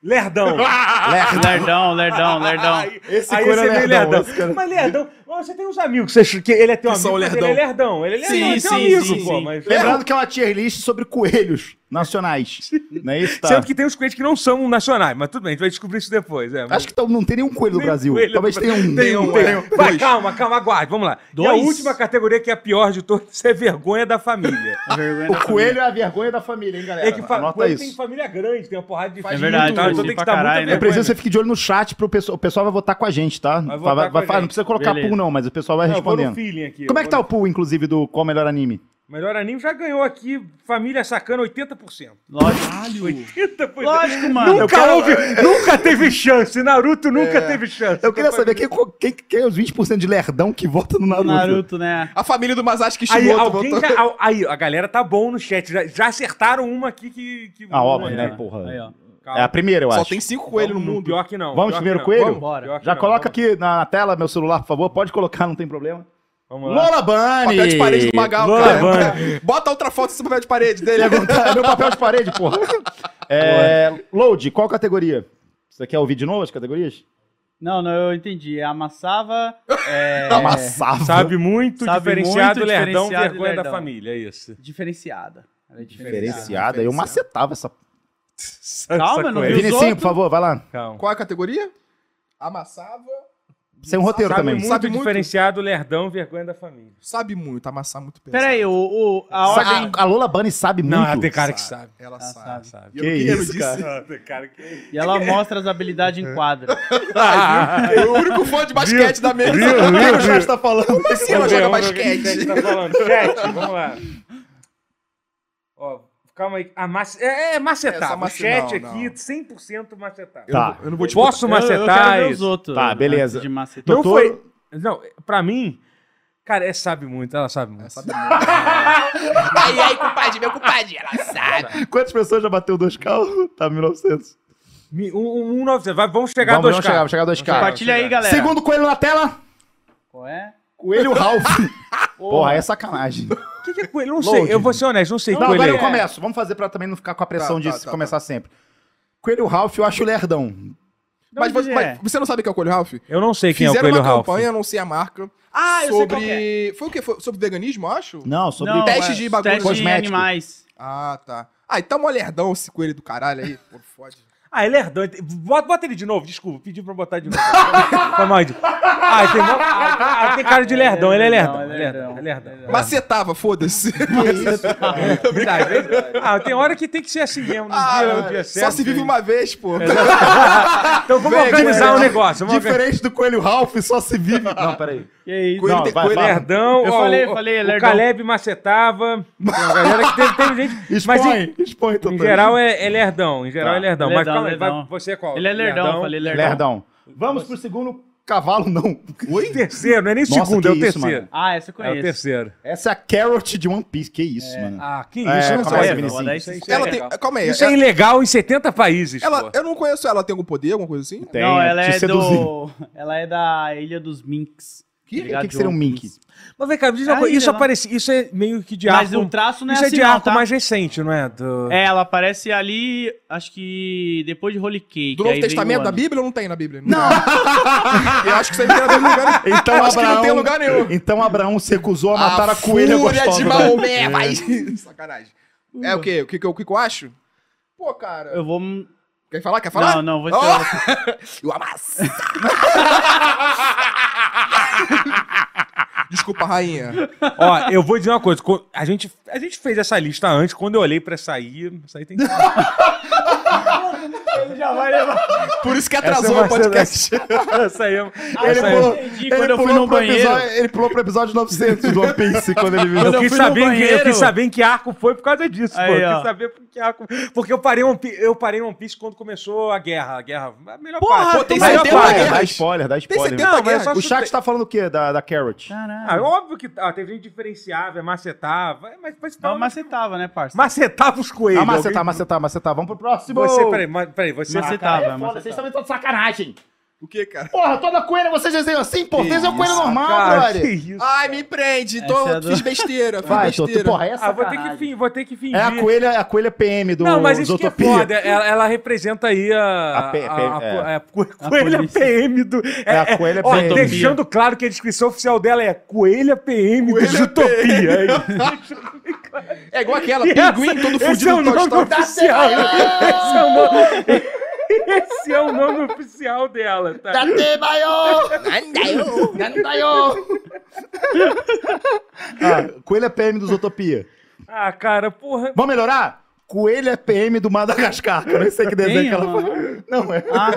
[SPEAKER 1] Lerdão.
[SPEAKER 3] Ah, Lerdão, lerdão, lerdão.
[SPEAKER 2] Esse
[SPEAKER 1] Aí
[SPEAKER 2] coelho
[SPEAKER 1] você
[SPEAKER 2] é
[SPEAKER 1] vem
[SPEAKER 2] lerdão.
[SPEAKER 1] lerdão.
[SPEAKER 2] esse cara-
[SPEAKER 1] Mas lerdão, você tem uns amigos que, você, que ele é teu
[SPEAKER 4] Que são
[SPEAKER 1] amigo, mas ele é lerdão. Ele é lerdão,
[SPEAKER 3] Sim,
[SPEAKER 1] ele é teu
[SPEAKER 3] sim,
[SPEAKER 1] amigo,
[SPEAKER 3] sim,
[SPEAKER 1] pô.
[SPEAKER 3] sim.
[SPEAKER 1] Mas...
[SPEAKER 2] Lembrando que é uma tier list sobre coelhos nacionais. Não é isso, tá?
[SPEAKER 1] Sendo que tem uns clientes que não são nacionais, mas tudo bem, a gente vai descobrir isso depois. É,
[SPEAKER 2] Acho que tal- não tem nenhum coelho no
[SPEAKER 1] Nem
[SPEAKER 2] Brasil.
[SPEAKER 1] coelho
[SPEAKER 2] Talvez
[SPEAKER 1] no
[SPEAKER 2] tenha um.
[SPEAKER 1] Tem um, tem um. Vai,
[SPEAKER 4] Dois.
[SPEAKER 1] calma, calma, aguarde, vamos lá. E a
[SPEAKER 3] Dois?
[SPEAKER 1] última categoria que é a pior de todas é vergonha da família.
[SPEAKER 2] O coelho é a vergonha da família, hein, galera?
[SPEAKER 1] É que fa-
[SPEAKER 2] Anota
[SPEAKER 1] quando
[SPEAKER 2] isso.
[SPEAKER 1] tem família grande, tem uma porrada de
[SPEAKER 3] É
[SPEAKER 1] filho,
[SPEAKER 3] verdade,
[SPEAKER 1] tá? então
[SPEAKER 3] gente,
[SPEAKER 1] tem que
[SPEAKER 3] pra
[SPEAKER 1] dar muita
[SPEAKER 3] caralho, né?
[SPEAKER 2] É
[SPEAKER 1] vergonha.
[SPEAKER 2] preciso que você fique de olho no chat, pro pessoal, o pessoal vai votar com a gente, tá?
[SPEAKER 1] Vai votar com a
[SPEAKER 2] falar, Não
[SPEAKER 1] gente.
[SPEAKER 2] precisa colocar
[SPEAKER 3] Beleza.
[SPEAKER 2] pool, não, mas o pessoal vai
[SPEAKER 1] Não, eu vou no
[SPEAKER 2] respondendo.
[SPEAKER 1] feeling aqui.
[SPEAKER 2] Como
[SPEAKER 1] eu
[SPEAKER 2] é que tá
[SPEAKER 1] vou
[SPEAKER 2] o pool, inclusive, do qual melhor anime?
[SPEAKER 1] no- Melhor anime já ganhou aqui, família sacana 80%.
[SPEAKER 3] Lógico,
[SPEAKER 1] 80%.
[SPEAKER 3] lógico, mano.
[SPEAKER 1] Nunca, houve- nunca teve chance, Naruto nunca teve chance.
[SPEAKER 2] É. Eu queria saber quem, quem, quem é os 20% de lerdão que vota no Naruto.
[SPEAKER 3] Naruto, né?
[SPEAKER 4] A família do Masashi
[SPEAKER 1] Aí,
[SPEAKER 4] Kishimoto
[SPEAKER 1] alguém
[SPEAKER 4] voltou.
[SPEAKER 1] já- al- aí, a galera tá bom no chat. Já, já acertaram uma aqui que. que
[SPEAKER 2] Ah, óbvio,
[SPEAKER 1] é,
[SPEAKER 2] né, porra.
[SPEAKER 3] Aí, ó.
[SPEAKER 1] calma.
[SPEAKER 2] É a primeira, eu
[SPEAKER 4] Só
[SPEAKER 2] acho.
[SPEAKER 4] tem cinco coelhos no
[SPEAKER 1] Vamos-
[SPEAKER 4] mundo.
[SPEAKER 1] Pior que não.
[SPEAKER 2] Vamos
[SPEAKER 1] pior
[SPEAKER 2] primeiro
[SPEAKER 1] que não.
[SPEAKER 2] coelho?
[SPEAKER 1] Vamos,
[SPEAKER 3] Bora.
[SPEAKER 1] pior que
[SPEAKER 2] Já
[SPEAKER 1] não,
[SPEAKER 2] coloca aqui na, na tela, meu celular, por favor. Pode colocar, não tem problema.
[SPEAKER 1] Vamos, vamos lá.
[SPEAKER 2] Lola Bunny!
[SPEAKER 4] Papel de parede do Magal,
[SPEAKER 1] Lola
[SPEAKER 4] cara. Bota outra foto desse papel de parede dele.
[SPEAKER 2] Pergunta- é meu papel de parede, porra. É, load, qual categoria? Você quer ouvir de novo as categorias?
[SPEAKER 3] Não, não, eu entendi. É Amassava. É...
[SPEAKER 2] Amassava.
[SPEAKER 1] Sabe muito,
[SPEAKER 3] Sabe
[SPEAKER 1] diferenciado,
[SPEAKER 3] muito,
[SPEAKER 1] lerdão,
[SPEAKER 3] diferenciado e
[SPEAKER 1] vergonha da
[SPEAKER 3] lerdão.
[SPEAKER 1] família, é isso.
[SPEAKER 3] Diferenciada. Ela é diferenciada.
[SPEAKER 2] Diferenciada, eu macetava essa.
[SPEAKER 1] Essa
[SPEAKER 3] Calma, não
[SPEAKER 1] coisa.
[SPEAKER 3] viu?
[SPEAKER 2] Vinicinho,
[SPEAKER 3] outros?
[SPEAKER 2] por favor, vai lá.
[SPEAKER 1] Calma.
[SPEAKER 4] Qual é a categoria? Amassava.
[SPEAKER 2] Sem um roteiro
[SPEAKER 1] Sabe
[SPEAKER 2] também.
[SPEAKER 1] muito,
[SPEAKER 4] Sabe muito.
[SPEAKER 1] diferenciado, lerdão, vergonha da família.
[SPEAKER 4] Sabe muito, amassar muito pesado.
[SPEAKER 3] Pera aí, o, o- a
[SPEAKER 2] Sa-
[SPEAKER 3] ordem.
[SPEAKER 2] a, a Lola Bunny sabe muito.
[SPEAKER 1] cara
[SPEAKER 4] Sabe, Ela sabe.
[SPEAKER 1] sabe.
[SPEAKER 4] E
[SPEAKER 2] Que
[SPEAKER 4] eu queria
[SPEAKER 2] isso,
[SPEAKER 4] disso.
[SPEAKER 1] Ah, tem cara que...
[SPEAKER 3] E ela mostra as habilidades em quadra.
[SPEAKER 1] Ah,
[SPEAKER 4] É o único fã de basquete da mesa.
[SPEAKER 1] Viu,
[SPEAKER 4] Como
[SPEAKER 1] viu, viu?
[SPEAKER 2] tá falando?
[SPEAKER 4] assim ela joga basquete?
[SPEAKER 1] tá falando? Chat, vamos lá. Ó, calma aí. A mace... É, é
[SPEAKER 4] É, só
[SPEAKER 1] macetado. O
[SPEAKER 4] mace-
[SPEAKER 1] chat
[SPEAKER 4] não,
[SPEAKER 1] aqui,
[SPEAKER 4] não.
[SPEAKER 1] 100% macetado.
[SPEAKER 2] Tá.
[SPEAKER 4] Eu não vou te
[SPEAKER 1] Posso macetar
[SPEAKER 3] quero ver os
[SPEAKER 1] isso?
[SPEAKER 3] outros.
[SPEAKER 2] Tá, beleza.
[SPEAKER 3] antes De macetar.
[SPEAKER 1] Não
[SPEAKER 2] Doutor-
[SPEAKER 1] foi... Não, pra mim... Cara, é sabe muito, ela sabe muito.
[SPEAKER 6] Aí, aí, compadre, meu compadre, ela sabe.
[SPEAKER 2] Quantas pessoas já bateu 2K? Tá 1900.
[SPEAKER 1] Mi- Um, um, um nove- vai, vamos chegar
[SPEAKER 2] Vamos,
[SPEAKER 1] a
[SPEAKER 2] vamos
[SPEAKER 1] 2K.
[SPEAKER 2] chegar, vamos chegar a 2K.
[SPEAKER 3] Compartilha aí, galera.
[SPEAKER 2] tá, Segundo coelho na tela,
[SPEAKER 3] Qual é?
[SPEAKER 2] coelho Ralph. Porra, aí é sacanagem.
[SPEAKER 1] O que, que é coelho? Não sei,
[SPEAKER 2] Load.
[SPEAKER 1] eu vou ser honesto, não sei.
[SPEAKER 2] Não, agora eu
[SPEAKER 1] coelho. é.
[SPEAKER 2] começo. Vamos fazer pra também não ficar com a pressão
[SPEAKER 4] Tá,
[SPEAKER 2] de
[SPEAKER 4] tá,
[SPEAKER 2] se
[SPEAKER 4] tá,
[SPEAKER 2] começar sempre. Coelho Ralph, eu acho lerdão.
[SPEAKER 4] Mas,
[SPEAKER 3] Onde
[SPEAKER 4] você- mas
[SPEAKER 3] é?
[SPEAKER 4] você não sabe o que é o Coelho Ralph?
[SPEAKER 1] Eu não sei quem é o
[SPEAKER 4] Fizeram
[SPEAKER 1] coelho
[SPEAKER 4] uma
[SPEAKER 1] Ralph.
[SPEAKER 4] campanha, não sei a marca.
[SPEAKER 3] Ah, eu sei
[SPEAKER 4] sobre.
[SPEAKER 3] qual que é.
[SPEAKER 4] Foi o quê? Foi sobre veganismo, eu acho?
[SPEAKER 2] Não, sobre.
[SPEAKER 3] Não,
[SPEAKER 4] teste
[SPEAKER 3] é
[SPEAKER 4] de bagulho
[SPEAKER 3] Teste de
[SPEAKER 2] cosmético.
[SPEAKER 3] animais.
[SPEAKER 4] Ah, tá. Ah, então molherdão esse coelho do caralho aí. Pô, fode.
[SPEAKER 1] Ah, ele é herdão. ele- Bota, bota ele de novo, desculpa. Pedi pra botar de novo. Foi mal, Edson. Ah, ele tem, mó- ah, ele tem cara de lerdão. Ele é lerdão. Ele é lerdão. Ele é lerdão.
[SPEAKER 4] Macetava, foda-se.
[SPEAKER 1] Verdade, verdade. Ah, tem hora que tem que ser assim mesmo. No
[SPEAKER 2] Ah,
[SPEAKER 1] dia, no dia
[SPEAKER 4] Ah, Só
[SPEAKER 1] certo.
[SPEAKER 4] se vive uma vez, pô.
[SPEAKER 1] Então vamos
[SPEAKER 2] Vem,
[SPEAKER 1] organizar o
[SPEAKER 2] coelho.
[SPEAKER 1] negócio. Vamos organizar.
[SPEAKER 2] Diferente do coelho Ralph, só se vive. Não, peraí.
[SPEAKER 3] Que é isso?
[SPEAKER 4] Coelho
[SPEAKER 2] Não,
[SPEAKER 4] tem
[SPEAKER 2] vai,
[SPEAKER 4] coelho.
[SPEAKER 2] vai.
[SPEAKER 1] Lerdão,
[SPEAKER 3] Eu
[SPEAKER 1] ó,
[SPEAKER 3] falei,
[SPEAKER 1] o,
[SPEAKER 3] falei,
[SPEAKER 1] o
[SPEAKER 3] lerdão.
[SPEAKER 1] Caleb macetava. Tem uma galera que teve, teve gente.
[SPEAKER 2] Expõe,
[SPEAKER 1] Mas em,
[SPEAKER 2] expõe,
[SPEAKER 1] em
[SPEAKER 2] Totoro.
[SPEAKER 1] geral é, é lerdão. Em geral
[SPEAKER 2] Tá.
[SPEAKER 1] é lerdão.
[SPEAKER 3] Lerdão,
[SPEAKER 1] Mas calma, aí, vai-
[SPEAKER 3] lerdão.
[SPEAKER 1] você é qual?
[SPEAKER 3] Ele é lerdão, eu falei lerdão.
[SPEAKER 2] Lerdão. Vamos pro segundo cavalo, não.
[SPEAKER 1] Oi? Terceiro, não é nem o
[SPEAKER 2] Nossa,
[SPEAKER 1] segundo,
[SPEAKER 2] que
[SPEAKER 1] é o
[SPEAKER 2] isso,
[SPEAKER 1] terceiro.
[SPEAKER 2] mano.
[SPEAKER 3] Ah, essa
[SPEAKER 1] É
[SPEAKER 3] eu
[SPEAKER 1] o
[SPEAKER 3] conheço.
[SPEAKER 1] terceiro.
[SPEAKER 2] Essa é a Carrot de One Piece. Que isso, mano.
[SPEAKER 1] Ah, que isso,
[SPEAKER 2] É,
[SPEAKER 1] eu não
[SPEAKER 2] calma aí,
[SPEAKER 1] sabia.
[SPEAKER 2] Vinicius.
[SPEAKER 3] Vou dar esse-
[SPEAKER 1] Isso é
[SPEAKER 4] Ela
[SPEAKER 1] legal.
[SPEAKER 4] tem. Calma aí.
[SPEAKER 1] Isso é
[SPEAKER 4] ela-
[SPEAKER 1] ilegal em 70 países.
[SPEAKER 4] ela-
[SPEAKER 1] pô.
[SPEAKER 4] eu não conheço ela. Ela tem algum poder, alguma coisa assim?
[SPEAKER 2] Tem,
[SPEAKER 3] não, ela
[SPEAKER 2] te
[SPEAKER 3] é
[SPEAKER 2] seduzir.
[SPEAKER 3] do. Ela é da Ilha dos Minks. Tá
[SPEAKER 2] Que-
[SPEAKER 3] Obrigado,
[SPEAKER 2] o que que seria um
[SPEAKER 3] João.
[SPEAKER 2] mink?
[SPEAKER 1] Mas vem cá, me diz uma
[SPEAKER 3] Aí,
[SPEAKER 1] coisa. Isso,
[SPEAKER 3] sei lá.
[SPEAKER 1] aparece, isso é meio que de
[SPEAKER 3] Mas
[SPEAKER 1] arco.
[SPEAKER 3] o traço não é
[SPEAKER 1] isso é
[SPEAKER 3] assim,
[SPEAKER 1] de
[SPEAKER 3] não,
[SPEAKER 1] arco
[SPEAKER 3] tá?
[SPEAKER 1] mais recente, não é? Do...
[SPEAKER 3] É, ela aparece ali, acho que depois de Holy Cake.
[SPEAKER 4] Do
[SPEAKER 3] aí
[SPEAKER 4] Novo
[SPEAKER 3] vem
[SPEAKER 4] Testamento,
[SPEAKER 3] o
[SPEAKER 4] da
[SPEAKER 3] ano.
[SPEAKER 4] Bíblia ou não tem na Bíblia? Não. Eu acho que isso aí não tem a ver com lugar nenhum.
[SPEAKER 2] Então
[SPEAKER 4] Ah, Acho que não tem lugar nenhum.
[SPEAKER 2] Então Abraão se recusou a matar a, coelha
[SPEAKER 4] fúria
[SPEAKER 2] gostosa.
[SPEAKER 4] de
[SPEAKER 2] né?
[SPEAKER 4] Maomé, vai. Sacanagem. É o quê? O que, que, eu- o que que eu acho? Pô, cara.
[SPEAKER 3] Eu vou.
[SPEAKER 4] Quer falar? Quer falar?
[SPEAKER 3] Não, não, vou
[SPEAKER 4] Ó!
[SPEAKER 3] ser.
[SPEAKER 4] Eu amasso. Desculpa, rainha.
[SPEAKER 1] Ó, eu vou dizer uma coisa. co- A gente, a gente fez essa lista antes, quando eu olhei pra sair, sair tem.
[SPEAKER 3] Ele já vai levar.
[SPEAKER 7] Por isso que
[SPEAKER 1] Essa
[SPEAKER 7] atrasou
[SPEAKER 1] é uma
[SPEAKER 7] o podcast.
[SPEAKER 1] Essa aí é-
[SPEAKER 7] Ele
[SPEAKER 1] essa aí-
[SPEAKER 7] pulou,
[SPEAKER 3] entendi,
[SPEAKER 7] ele
[SPEAKER 3] quando eu fui
[SPEAKER 7] pulou
[SPEAKER 3] no
[SPEAKER 7] pro
[SPEAKER 3] banheiro.
[SPEAKER 7] episódio- ele pulou pro episódio 900 do One Piece quando ele viu.
[SPEAKER 1] Eu
[SPEAKER 3] eu
[SPEAKER 1] quis,
[SPEAKER 3] fui no
[SPEAKER 1] saber em que, eu
[SPEAKER 3] banheiro-
[SPEAKER 1] quis saber em que arco foi por causa disso,
[SPEAKER 3] Aí,
[SPEAKER 1] pô. Eu
[SPEAKER 3] ó.
[SPEAKER 1] quis saber por que arco. Porque eu parei, One Piece, eu parei One Piece quando começou a guerra. A guerra. A melhor
[SPEAKER 4] Porra,
[SPEAKER 1] parte.
[SPEAKER 4] pô, tem
[SPEAKER 1] A melhor
[SPEAKER 4] 70
[SPEAKER 1] parte.
[SPEAKER 4] guerras.
[SPEAKER 7] guerra.
[SPEAKER 2] Dá spoiler, dá spoiler.
[SPEAKER 1] Não, mas eu só
[SPEAKER 2] O
[SPEAKER 1] chutei.
[SPEAKER 2] chat tá falando o quê? Da, da Carrot.
[SPEAKER 1] Ah, é
[SPEAKER 3] Caralho.
[SPEAKER 1] óbvio que ah, teve gente que diferenciava, macetava. é, Mas, mas,
[SPEAKER 3] Não, macetava, né, parça?
[SPEAKER 1] macetava os coelhos.
[SPEAKER 2] Ah, macetar,
[SPEAKER 1] alguém-
[SPEAKER 2] macetar, macetar. Vamos pro próximo.
[SPEAKER 1] Você, peraí, ma- peraí, você.
[SPEAKER 2] Ah, é
[SPEAKER 3] Macetava,
[SPEAKER 2] foda,
[SPEAKER 3] macetava.
[SPEAKER 2] vocês estão de sacanagem.
[SPEAKER 4] O que, cara?
[SPEAKER 2] Porra, toda coelha vocês desenham assim, pô. Vocês é um coelho normal,
[SPEAKER 1] Ah, Cara, que
[SPEAKER 2] brother.
[SPEAKER 1] isso.
[SPEAKER 4] Ai, me prende. Tô,
[SPEAKER 3] Essa é do-
[SPEAKER 4] Fiz besteira, fiz
[SPEAKER 2] Vai, Toto,
[SPEAKER 4] besteira.
[SPEAKER 2] porra, essa
[SPEAKER 1] Ah, vou ter, que fingir, vou ter que fingir.
[SPEAKER 2] É a coelha, a coelha PM do
[SPEAKER 1] Não, mas isso que é
[SPEAKER 2] Zootopia.
[SPEAKER 1] foda. Ela, ela representa aí a.
[SPEAKER 2] A P- P-
[SPEAKER 1] a- a-
[SPEAKER 2] é.
[SPEAKER 1] a co- coelha
[SPEAKER 3] polícia.
[SPEAKER 1] PM do.
[SPEAKER 2] É a coelha
[SPEAKER 1] ó,
[SPEAKER 2] PM.
[SPEAKER 1] Deixando claro que a descrição oficial dela é Coelha PM
[SPEAKER 4] Coelha
[SPEAKER 1] do Zootopia.
[SPEAKER 4] É igual aquela,
[SPEAKER 1] E essa-
[SPEAKER 4] pinguim todo
[SPEAKER 1] Esse é
[SPEAKER 4] fudido
[SPEAKER 1] o
[SPEAKER 4] do Toy
[SPEAKER 1] nome
[SPEAKER 4] Story.
[SPEAKER 1] oficial. Esse é o nome. Esse é o nome oficial dela, tá?
[SPEAKER 2] Ah, coelha PM do Zootopia.
[SPEAKER 1] Ah, cara, porra.
[SPEAKER 2] Vamos melhorar? Coelha PM do Madagascar. que Eu nem sei que desenho
[SPEAKER 3] Tem,
[SPEAKER 2] que ela
[SPEAKER 3] mano?
[SPEAKER 2] foi. Não, é.
[SPEAKER 3] Ah,